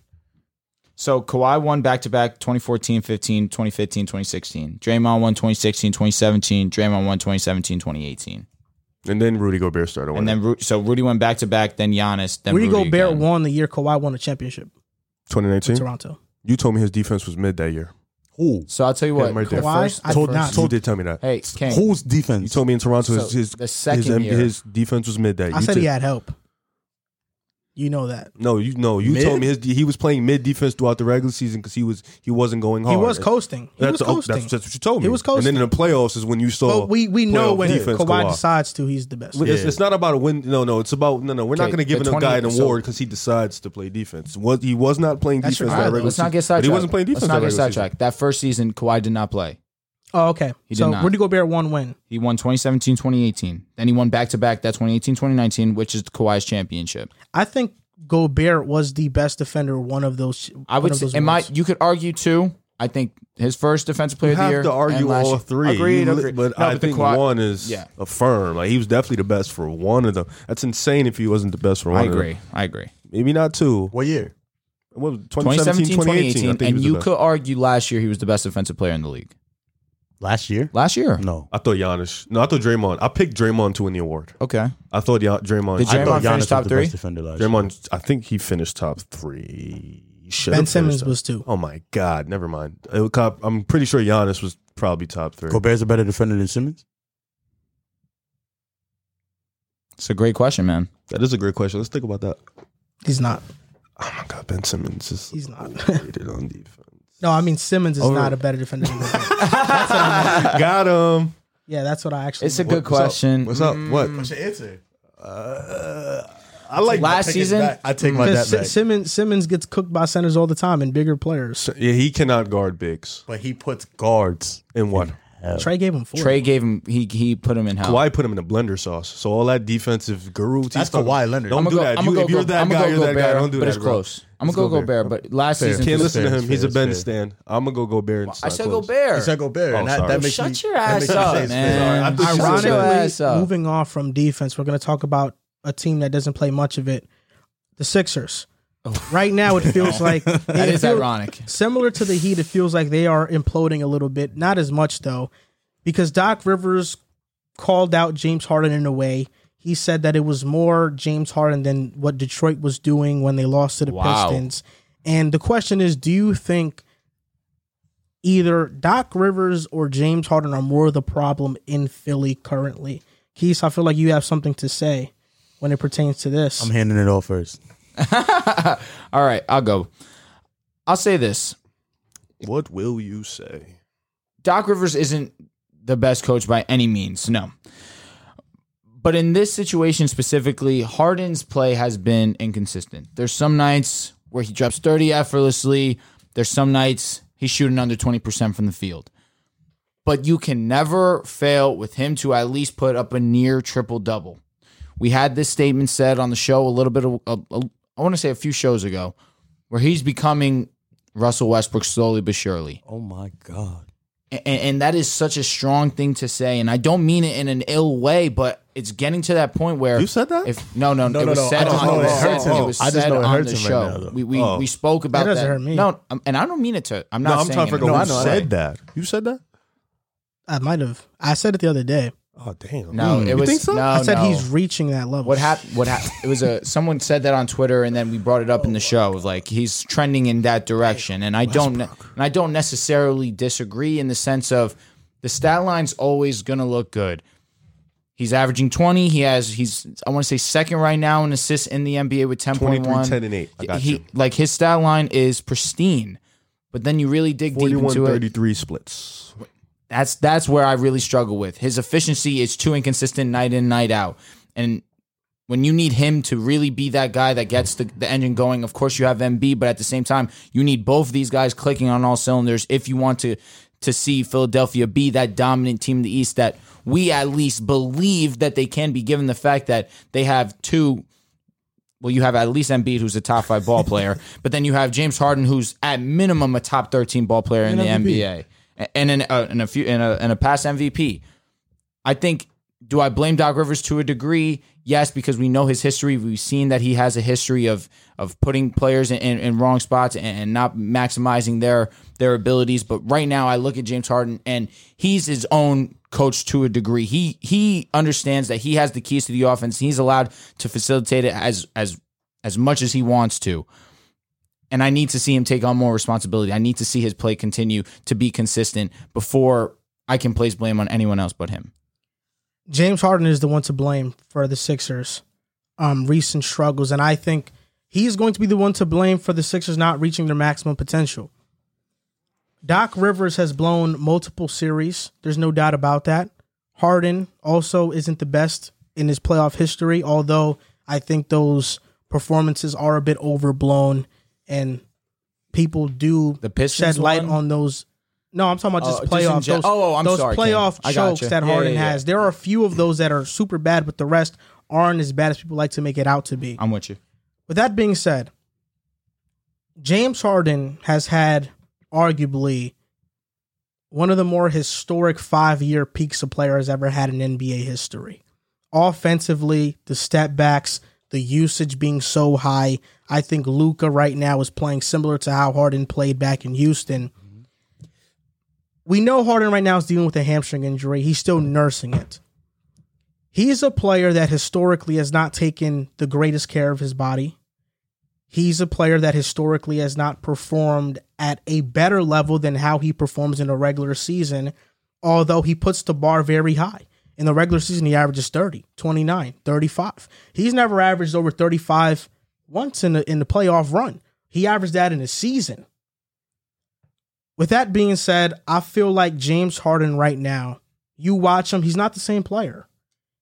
[SPEAKER 2] So Kawhi won back to back 2014, 15, 2015, 2016. Draymond won 2016, 2017. Draymond won 2017, 2018.
[SPEAKER 4] And then Rudy Gobert started
[SPEAKER 2] And
[SPEAKER 4] winning.
[SPEAKER 2] then Ru- so Rudy went back to back, then Giannis, then
[SPEAKER 1] Rudy
[SPEAKER 2] Rudy
[SPEAKER 1] Gobert
[SPEAKER 2] again.
[SPEAKER 1] won the year Kawhi won a championship. in
[SPEAKER 4] 2019.
[SPEAKER 1] Toronto.
[SPEAKER 4] You told me his defense was mid that year.
[SPEAKER 5] Who?
[SPEAKER 2] So I'll tell you what,
[SPEAKER 4] Him right there.
[SPEAKER 1] Kawhi,
[SPEAKER 2] first,
[SPEAKER 1] I
[SPEAKER 5] Told-
[SPEAKER 1] forgot.
[SPEAKER 4] You did tell me that.
[SPEAKER 2] hey King,
[SPEAKER 5] Whose
[SPEAKER 4] You
[SPEAKER 5] defense?
[SPEAKER 4] told me in Toronto
[SPEAKER 2] So,
[SPEAKER 4] his his,
[SPEAKER 2] the second
[SPEAKER 4] his,
[SPEAKER 2] year.
[SPEAKER 4] his defense was mid that.
[SPEAKER 1] I
[SPEAKER 4] You
[SPEAKER 1] said he
[SPEAKER 4] did-
[SPEAKER 1] had help. You know that.
[SPEAKER 4] No, you no, you
[SPEAKER 5] Mid?
[SPEAKER 4] told me his he was playing mid defense throughout the regular season because he was he wasn't going hard.
[SPEAKER 1] He was coasting. He
[SPEAKER 4] That's,
[SPEAKER 1] was
[SPEAKER 4] oh,
[SPEAKER 1] coasting.
[SPEAKER 4] that's, that's what you told me.
[SPEAKER 1] He was coasting.
[SPEAKER 4] And then in the playoffs is when you saw.
[SPEAKER 1] but we, we know
[SPEAKER 4] playoff
[SPEAKER 1] when
[SPEAKER 4] defense,
[SPEAKER 1] Kawhi, decides to, he's the best.
[SPEAKER 4] Well, It's,
[SPEAKER 5] Yeah.
[SPEAKER 4] it's not about a win. No, no, it's about no, no. We're not
[SPEAKER 2] Okay,
[SPEAKER 4] going to give
[SPEAKER 2] the
[SPEAKER 4] a guy an
[SPEAKER 2] 20 so-
[SPEAKER 4] award because he decides to play defense. Was he was not playing
[SPEAKER 1] That's
[SPEAKER 4] defense
[SPEAKER 1] right.
[SPEAKER 4] that
[SPEAKER 2] Alright,
[SPEAKER 4] regular
[SPEAKER 2] let's not get
[SPEAKER 4] season. But
[SPEAKER 2] sidetracked.
[SPEAKER 4] he wasn't playing defense.
[SPEAKER 2] Let's not
[SPEAKER 4] that
[SPEAKER 2] get
[SPEAKER 4] regular season.
[SPEAKER 2] sidetracked. That first season, Kawhi did not play.
[SPEAKER 1] Oh, okay.
[SPEAKER 2] He did
[SPEAKER 1] so
[SPEAKER 2] not.
[SPEAKER 1] Rudy Gobert won win.
[SPEAKER 2] He won 2017, 2018. Then he won back to back that 2018, 2019, which is Kawhi's championship.
[SPEAKER 1] I think Gobert was the best defender one of those
[SPEAKER 2] I
[SPEAKER 1] one
[SPEAKER 2] would
[SPEAKER 1] of
[SPEAKER 2] say,
[SPEAKER 1] those
[SPEAKER 2] and my,
[SPEAKER 1] awards.
[SPEAKER 2] you could argue too. I think his first defensive player
[SPEAKER 4] You
[SPEAKER 2] of the
[SPEAKER 4] have
[SPEAKER 2] year.
[SPEAKER 4] to
[SPEAKER 2] and
[SPEAKER 4] argue
[SPEAKER 2] last
[SPEAKER 4] all
[SPEAKER 2] year-
[SPEAKER 4] three.
[SPEAKER 2] Agreed,
[SPEAKER 4] You-
[SPEAKER 2] agreed.
[SPEAKER 4] But
[SPEAKER 2] No,
[SPEAKER 4] I
[SPEAKER 2] the
[SPEAKER 4] think
[SPEAKER 2] Kawhi-
[SPEAKER 4] one is
[SPEAKER 2] Yeah.
[SPEAKER 4] a firm. Like he was definitely the best for one of them. That's insane if he wasn't the best for one.
[SPEAKER 2] I
[SPEAKER 4] of them.
[SPEAKER 2] agree. I agree.
[SPEAKER 4] Maybe not two.
[SPEAKER 5] What year?
[SPEAKER 4] What was it,
[SPEAKER 2] 2017,
[SPEAKER 4] 2017, 2018. I think he
[SPEAKER 2] and
[SPEAKER 4] was
[SPEAKER 2] you
[SPEAKER 4] the best.
[SPEAKER 2] could argue last year he was the best defensive player in the league.
[SPEAKER 5] Last year?
[SPEAKER 2] Last year.
[SPEAKER 5] No.
[SPEAKER 4] I thought Giannis. No, I thought Draymond. I picked Draymond to win the award.
[SPEAKER 2] Okay.
[SPEAKER 4] I thought Gian- Draymond.
[SPEAKER 2] Did
[SPEAKER 4] I
[SPEAKER 2] Draymond
[SPEAKER 4] thought
[SPEAKER 2] finish
[SPEAKER 5] was
[SPEAKER 2] top
[SPEAKER 5] the
[SPEAKER 2] three?
[SPEAKER 5] best defender last year.
[SPEAKER 4] Draymond. I think he finished top three. He should
[SPEAKER 1] Ben
[SPEAKER 4] have finished
[SPEAKER 1] Simmons
[SPEAKER 4] top-
[SPEAKER 1] was two.
[SPEAKER 4] Oh my God! Never mind. It was top- I'm pretty sure Giannis was probably top three.
[SPEAKER 5] Gobert's a better defender than Simmons?
[SPEAKER 2] It's a great question, man.
[SPEAKER 4] That is a great question. Let's think about that.
[SPEAKER 1] He's not.
[SPEAKER 4] Oh my God! Ben Simmons is
[SPEAKER 1] He's not. <laughs>
[SPEAKER 4] overrated on defense.
[SPEAKER 1] No, I mean Simmons is
[SPEAKER 4] Over-
[SPEAKER 1] not a better defender. than Gobert. <laughs>
[SPEAKER 4] Got him.
[SPEAKER 1] yeah, that's what I actually.
[SPEAKER 2] It's a <laughs> good question.
[SPEAKER 4] What's up? What?
[SPEAKER 5] your answer? Uh,
[SPEAKER 4] I like
[SPEAKER 2] Last season,
[SPEAKER 5] I take my
[SPEAKER 1] Because
[SPEAKER 5] that back.
[SPEAKER 1] Si- Simmons Simmons gets cooked by centers all the time and bigger players.
[SPEAKER 4] Yeah, he cannot guard bigs.
[SPEAKER 5] But he puts guards.
[SPEAKER 4] And what?
[SPEAKER 1] Trey gave him four.
[SPEAKER 2] Trey gave him he he put him in hell.
[SPEAKER 4] Kawhi put him in a blender sauce. So all that defensive guru.
[SPEAKER 5] That's Kawhi Leonard.
[SPEAKER 4] Don't
[SPEAKER 2] I'ma
[SPEAKER 4] do that.
[SPEAKER 2] I'ma
[SPEAKER 4] You- if you're that
[SPEAKER 2] I'ma
[SPEAKER 4] guy, you're that guy.
[SPEAKER 2] Gobert,
[SPEAKER 4] Don't do
[SPEAKER 2] But
[SPEAKER 4] that,
[SPEAKER 2] it's
[SPEAKER 4] bro.
[SPEAKER 2] close. I'm gonna
[SPEAKER 4] Let's
[SPEAKER 2] go
[SPEAKER 4] go
[SPEAKER 2] Gobert, but last season
[SPEAKER 4] Can't
[SPEAKER 5] It's
[SPEAKER 4] listen to
[SPEAKER 5] fair,
[SPEAKER 4] him.
[SPEAKER 5] it's
[SPEAKER 4] He's
[SPEAKER 5] fair,
[SPEAKER 4] a Ben
[SPEAKER 5] it's
[SPEAKER 4] stand. I'm gonna go Gobert.
[SPEAKER 2] I said
[SPEAKER 4] go
[SPEAKER 2] Gobert.
[SPEAKER 5] He said Gobert.
[SPEAKER 4] Oh,
[SPEAKER 5] and that,
[SPEAKER 4] sorry.
[SPEAKER 5] that makes me,
[SPEAKER 2] Shut your
[SPEAKER 5] that
[SPEAKER 2] ass
[SPEAKER 5] makes me
[SPEAKER 2] up,
[SPEAKER 5] say it's fair.
[SPEAKER 2] man.
[SPEAKER 4] I thought you said
[SPEAKER 2] Ironically,
[SPEAKER 4] Shut
[SPEAKER 1] Ironically,
[SPEAKER 2] ass up.
[SPEAKER 1] moving off from defense, we're going to talk about a team that doesn't play much of it, the Sixers. Right now,
[SPEAKER 2] <laughs>
[SPEAKER 1] it feels like
[SPEAKER 2] Oh. That
[SPEAKER 1] it
[SPEAKER 2] is
[SPEAKER 1] feel-
[SPEAKER 2] ironic.
[SPEAKER 1] Similar to the Heat, it feels like they are imploding a little bit. Not as much though. because Doc Rivers called out James Harden in a way. He said that it was more James Harden than what Detroit was doing when they lost to the
[SPEAKER 2] Wow.
[SPEAKER 1] Pistons. And the question is, do you think either Doc Rivers or James Harden are more the problem in Philly currently? Keith, I feel like you have something to say when it pertains to this.
[SPEAKER 5] I'm handing it all first.
[SPEAKER 2] All right, I'll go. I'll say this.
[SPEAKER 4] What will you say?
[SPEAKER 2] Doc Rivers isn't the best coach by any means, no. But in this situation specifically, Harden's play has been inconsistent. There's some nights where he drops 30 effortlessly, there's some nights he's shooting under 20% from the field. But you can never fail with him to at least put up a near triple double. We had this statement said on the show a little bit of, a- a- I want to say a few shows ago, where he's becoming Russell Westbrook slowly but surely
[SPEAKER 5] Oh my God.
[SPEAKER 2] and, and that is such a strong thing to say and i don't mean it in an ill way but it's getting to that point where
[SPEAKER 4] You said that?
[SPEAKER 2] if no no,
[SPEAKER 5] No,
[SPEAKER 2] it
[SPEAKER 5] no,
[SPEAKER 2] was
[SPEAKER 5] no,
[SPEAKER 2] said
[SPEAKER 5] I just
[SPEAKER 2] on,
[SPEAKER 5] know
[SPEAKER 2] it was
[SPEAKER 5] it
[SPEAKER 2] said-
[SPEAKER 5] hurts
[SPEAKER 2] it
[SPEAKER 5] him.
[SPEAKER 2] was
[SPEAKER 5] I just
[SPEAKER 2] said
[SPEAKER 5] know it
[SPEAKER 2] on
[SPEAKER 5] hurts
[SPEAKER 2] the
[SPEAKER 5] him right
[SPEAKER 2] show
[SPEAKER 5] now, though.
[SPEAKER 2] we we,
[SPEAKER 4] Oh.
[SPEAKER 2] we spoke about
[SPEAKER 1] doesn't
[SPEAKER 2] that
[SPEAKER 1] hurt me.
[SPEAKER 2] no um, and i don't mean it to i'm
[SPEAKER 4] No,
[SPEAKER 2] not
[SPEAKER 4] I'm
[SPEAKER 2] saying
[SPEAKER 4] trying to
[SPEAKER 2] it
[SPEAKER 4] figure
[SPEAKER 2] in
[SPEAKER 4] out
[SPEAKER 2] a
[SPEAKER 4] who
[SPEAKER 5] No, I know, I
[SPEAKER 4] said that. You said that?
[SPEAKER 1] I might have. I said it the other day.
[SPEAKER 4] Oh damn.
[SPEAKER 2] no it was
[SPEAKER 4] think so?
[SPEAKER 2] no
[SPEAKER 1] I said
[SPEAKER 2] Oh, no.
[SPEAKER 1] he's reaching that level.
[SPEAKER 2] what happened what happened it was a someone said that on twitter and then we brought it up in the show of like he's trending in that direction and i don't ne- and i don't necessarily disagree in the sense of the stat line's always going to look good he's averaging 20 he has he's i want to say second right now in assists in the nba with 10.1
[SPEAKER 4] 23, 10, and 8. I got
[SPEAKER 2] he
[SPEAKER 4] you.
[SPEAKER 2] like his stat line is pristine but then you really dig deep
[SPEAKER 4] 41
[SPEAKER 2] into it
[SPEAKER 4] 33 splits.
[SPEAKER 2] that's that's where I really struggle with. His efficiency is too inconsistent night in, night out. And when you need him to really be that guy that gets the, the engine going, of course you have MB, but at the same time, you need both these guys clicking on all cylinders if you want to to see Philadelphia be that dominant team in the East that we at least believe that they can be given the fact that they have two well, you have at least Embiid, who's a top five ball player, but then you have James Harden, who's at minimum a top thirteen ball player in the NBA, A- and in a, in a few in a in a past MVP. I think. Do I blame Doc Rivers to a degree? Yes, because we know his history. We've seen that he has a history of of putting players in, in, in wrong spots and, and not maximizing their their abilities. But right now, I look at James Harden, and he's his own coach to a degree. He he understands that he has the keys to the offense. He's allowed to facilitate it as as as much as he wants to. And I need to see him take on more responsibility. I need to see his play continue to be consistent before I can place blame on anyone else but him.
[SPEAKER 1] James Harden is the one to blame for the Sixers' um, recent struggles, and I think he's going to be the one to blame for the Sixers not reaching their maximum potential. Doc Rivers has blown multiple series. There's no doubt about that. Harden also isn't the best in his playoff history, although I think those performances are a bit overblown, and people do
[SPEAKER 2] The Pistons
[SPEAKER 1] shed light
[SPEAKER 2] one?
[SPEAKER 1] on those. No, I'm talking about
[SPEAKER 2] Oh,
[SPEAKER 1] just
[SPEAKER 2] just in
[SPEAKER 1] playoff.
[SPEAKER 2] gen-
[SPEAKER 1] those
[SPEAKER 2] oh, oh, I'm
[SPEAKER 1] those
[SPEAKER 2] sorry, Ken.
[SPEAKER 1] playoff
[SPEAKER 2] I gotcha.
[SPEAKER 1] chokes that
[SPEAKER 2] Yeah, yeah,
[SPEAKER 1] Harden
[SPEAKER 2] yeah.
[SPEAKER 1] has. There are a few of those that are super bad, but the rest aren't as bad as people like to make it out to be.
[SPEAKER 2] I'm with you.
[SPEAKER 1] With that being said, James Harden has had arguably one of the more historic five year peaks a player has ever had in NBA history. Offensively, the step backs, the usage being so high. I think Luca right now is playing similar to how Harden played back in Houston. We know Harden right now is dealing with a hamstring injury. He's still nursing it he's a player that historically has not taken the greatest care of his body. He's a player that historically has not performed at a better level than how he performs in a regular season, although he puts the bar very high. In the regular season, he averages 30, 29, 35. He's never averaged over 35 once in the, in the playoff run. He averaged that in a season. With that being said, I feel like James Harden right now, you watch him, he's not the same player.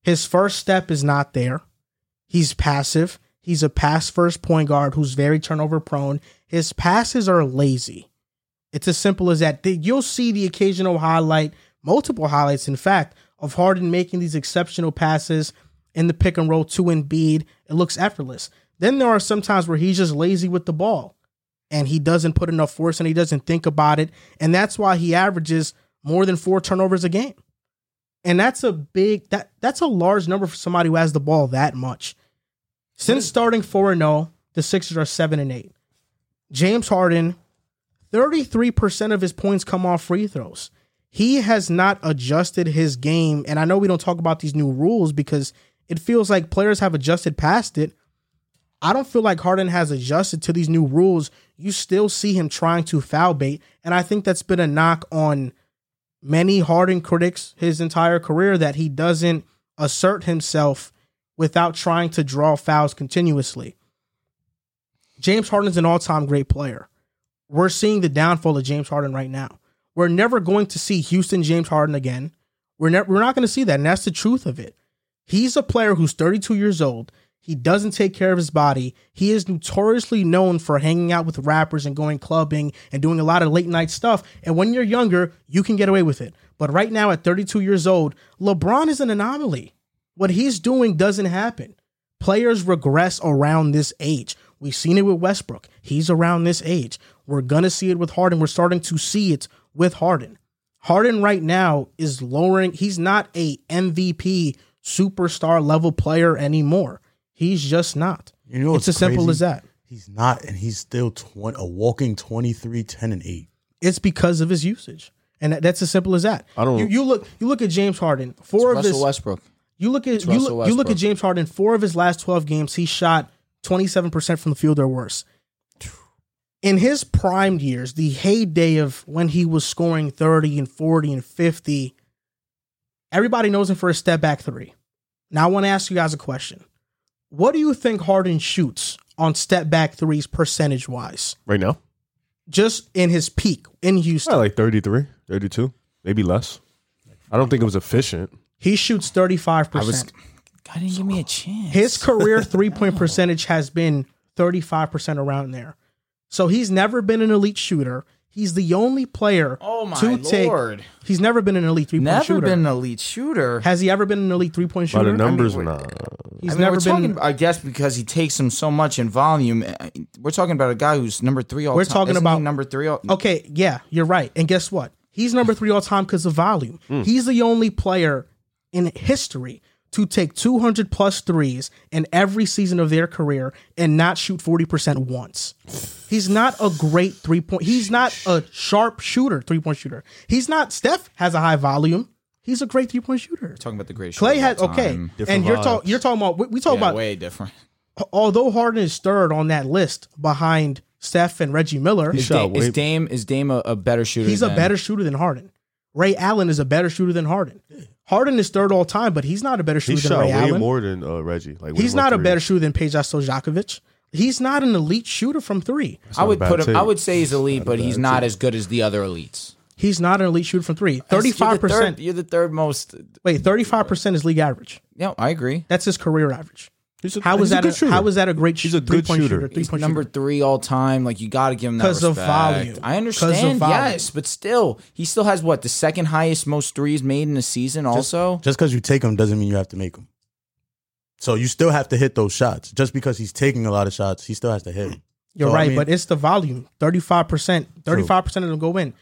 [SPEAKER 1] His first step is not there. He's passive. He's a pass first point guard who's very turnover prone. His passes are lazy. It's as simple as that. The- You'll see the occasional highlight, multiple highlights, in fact, of Harden making these exceptional passes in the pick and roll to Embiid. It looks effortless. Then there are some times where he's just lazy with the ball and he doesn't put enough force and he doesn't think about it. And that's why he averages more than four turnovers a game and that's a big that that's a large number for somebody who has the ball that much. Since starting four and zero, the Sixers are seven and eight. James Harden, thirty three percent of his points come off free throws. he has not adjusted his game. And I know we don't talk about these new rules because it feels like players have adjusted past it. I don't feel like Harden has adjusted to these new rules. You still see him trying to foul bait. And I think that's been a knock on many Harden critics his entire career that he doesn't assert himself without trying to draw fouls continuously. James Harden's an all time great player. We're seeing the downfall of James Harden right now. We're never going to see Houston James Harden again. We're, ne- we're not going to see that. And that's the truth of it. He's a player who's 32 years old. He doesn't take care of his body. He is notoriously known for hanging out with rappers and going clubbing and doing a lot of late night stuff. And when you're younger, you can get away with it. But right now, at 32 years old, LeBron is an anomaly. What he's doing doesn't happen. Players regress around this age. We've seen it with Westbrook. He's around this age. We're going to see it with Harden. We're starting to see it with Harden. Harden right now is lowering. He's not a MVP superstar level player anymore. He's just not.
[SPEAKER 5] You know
[SPEAKER 1] it's
[SPEAKER 5] what's
[SPEAKER 1] as simple
[SPEAKER 5] crazy?
[SPEAKER 1] as that.
[SPEAKER 5] He's not, and he's still 20, a walking 23, 10, and 8.
[SPEAKER 1] It's because of his usage. And that- that's as simple as that.
[SPEAKER 3] I don't-
[SPEAKER 1] You, you look. You look at James Harden. Four of
[SPEAKER 2] Russell
[SPEAKER 1] his.
[SPEAKER 2] Westbrook.
[SPEAKER 1] You look at
[SPEAKER 2] It's
[SPEAKER 1] you
[SPEAKER 2] Russell
[SPEAKER 1] look, you look
[SPEAKER 2] Westbrook.
[SPEAKER 1] at James Harden. Four of his last twelve games, he shot twenty seven percent from the field or worse. In his prime years, the heyday of when he was scoring thirty and forty and fifty, everybody knows him for a step back three. Now I want to ask you guys a question: What do you think Harden shoots on step back threes percentage wise,
[SPEAKER 4] right now.
[SPEAKER 1] just in his peak in Houston?
[SPEAKER 4] Probably like 33, 32, maybe less. I don't think it was efficient.
[SPEAKER 1] He shoots thirty five
[SPEAKER 2] I was.
[SPEAKER 1] percent.
[SPEAKER 2] God didn't give me a chance.
[SPEAKER 1] His
[SPEAKER 2] <laughs>
[SPEAKER 1] career three point percentage has been 35% around there. So he's never been an elite shooter. He's the only player
[SPEAKER 2] Oh my
[SPEAKER 1] to take.
[SPEAKER 2] lord!
[SPEAKER 1] He's never been an elite three point
[SPEAKER 2] Never
[SPEAKER 1] shooter.
[SPEAKER 2] been an elite shooter.
[SPEAKER 1] has he ever been an elite three point
[SPEAKER 4] By
[SPEAKER 1] shooter?
[SPEAKER 4] the numbers,
[SPEAKER 2] we're-
[SPEAKER 4] nah.
[SPEAKER 1] he's
[SPEAKER 2] I mean,
[SPEAKER 1] never
[SPEAKER 2] we're talking.
[SPEAKER 1] been.
[SPEAKER 2] I guess because he takes him so much in volume. I- We're talking about a guy who's number three all.
[SPEAKER 1] We're
[SPEAKER 2] time.
[SPEAKER 1] talking
[SPEAKER 2] Isn't he
[SPEAKER 1] about-
[SPEAKER 2] number three all.
[SPEAKER 1] Okay, yeah, you're right. And guess what? He's number three all time because of volume.
[SPEAKER 2] Hmm.
[SPEAKER 1] He's the only player in history to take 200 plus threes in every season of their career and not shoot 40% once. He's not a great three point. He's not a sharp shooter, three point shooter. He's not. Steph has a high volume. He's a great three point shooter.
[SPEAKER 2] Talking about the great.
[SPEAKER 1] Clay
[SPEAKER 2] shooter
[SPEAKER 1] had
[SPEAKER 2] of all
[SPEAKER 1] okay,
[SPEAKER 2] time.
[SPEAKER 1] and you're talking. You're talking about we, we talk
[SPEAKER 2] Yeah,
[SPEAKER 1] about
[SPEAKER 2] way different.
[SPEAKER 1] although Harden is third on that list behind Steph and Reggie Miller.
[SPEAKER 2] Is,
[SPEAKER 4] shot
[SPEAKER 2] Dame, is
[SPEAKER 4] way-
[SPEAKER 2] Dame is Dame a, a better shooter?
[SPEAKER 1] He's a
[SPEAKER 2] than-
[SPEAKER 1] better shooter than Harden. Ray Allen is a better shooter than Harden. Harden is third all time, but he's not a better
[SPEAKER 4] He
[SPEAKER 1] shooter than
[SPEAKER 4] shot
[SPEAKER 1] Ray
[SPEAKER 4] way
[SPEAKER 1] Allen.
[SPEAKER 4] more than uh, Reggie. Like way
[SPEAKER 1] he's
[SPEAKER 4] more
[SPEAKER 1] not a
[SPEAKER 4] threes.
[SPEAKER 1] better shooter than Peja Stojakovic. He's not an elite shooter from three.
[SPEAKER 2] I would
[SPEAKER 4] Not a
[SPEAKER 2] put
[SPEAKER 4] bad
[SPEAKER 2] him. I
[SPEAKER 4] take.
[SPEAKER 2] would say he's elite, but he's not as good as the other elites.
[SPEAKER 1] He's not an elite shooter from three.
[SPEAKER 2] You're the
[SPEAKER 1] Thirty-five
[SPEAKER 2] third-
[SPEAKER 1] percent.
[SPEAKER 2] You're the third most.
[SPEAKER 1] Wait, thirty-five percent is league average.
[SPEAKER 2] Yeah, I agree.
[SPEAKER 1] That's his career average.
[SPEAKER 4] He's a-
[SPEAKER 1] How
[SPEAKER 4] he's
[SPEAKER 1] is
[SPEAKER 4] a
[SPEAKER 1] that?
[SPEAKER 4] good
[SPEAKER 1] A,
[SPEAKER 4] shooter.
[SPEAKER 1] how is that a great
[SPEAKER 4] He's
[SPEAKER 1] shooter?
[SPEAKER 4] a good
[SPEAKER 1] three-point shooter?
[SPEAKER 4] shooter.
[SPEAKER 2] He's
[SPEAKER 1] Three-point
[SPEAKER 2] number
[SPEAKER 1] shooter.
[SPEAKER 2] three all time. Like you got to give him that
[SPEAKER 1] 'Cause of
[SPEAKER 2] respect.
[SPEAKER 1] volume. 'Cause
[SPEAKER 2] I
[SPEAKER 1] of
[SPEAKER 2] understand.
[SPEAKER 1] volume.
[SPEAKER 2] Yes, but still, he still has what the second highest most threes made in a season. Also,
[SPEAKER 5] Just because you take them doesn't mean you have to make them. So you still have to hit those shots. Just because he's taking a lot of shots, he still has to hit 'em.
[SPEAKER 1] You're
[SPEAKER 5] So, I
[SPEAKER 1] right,
[SPEAKER 5] mean-
[SPEAKER 1] but it's the volume. Thirty-five percent. Thirty-five percent of them go in.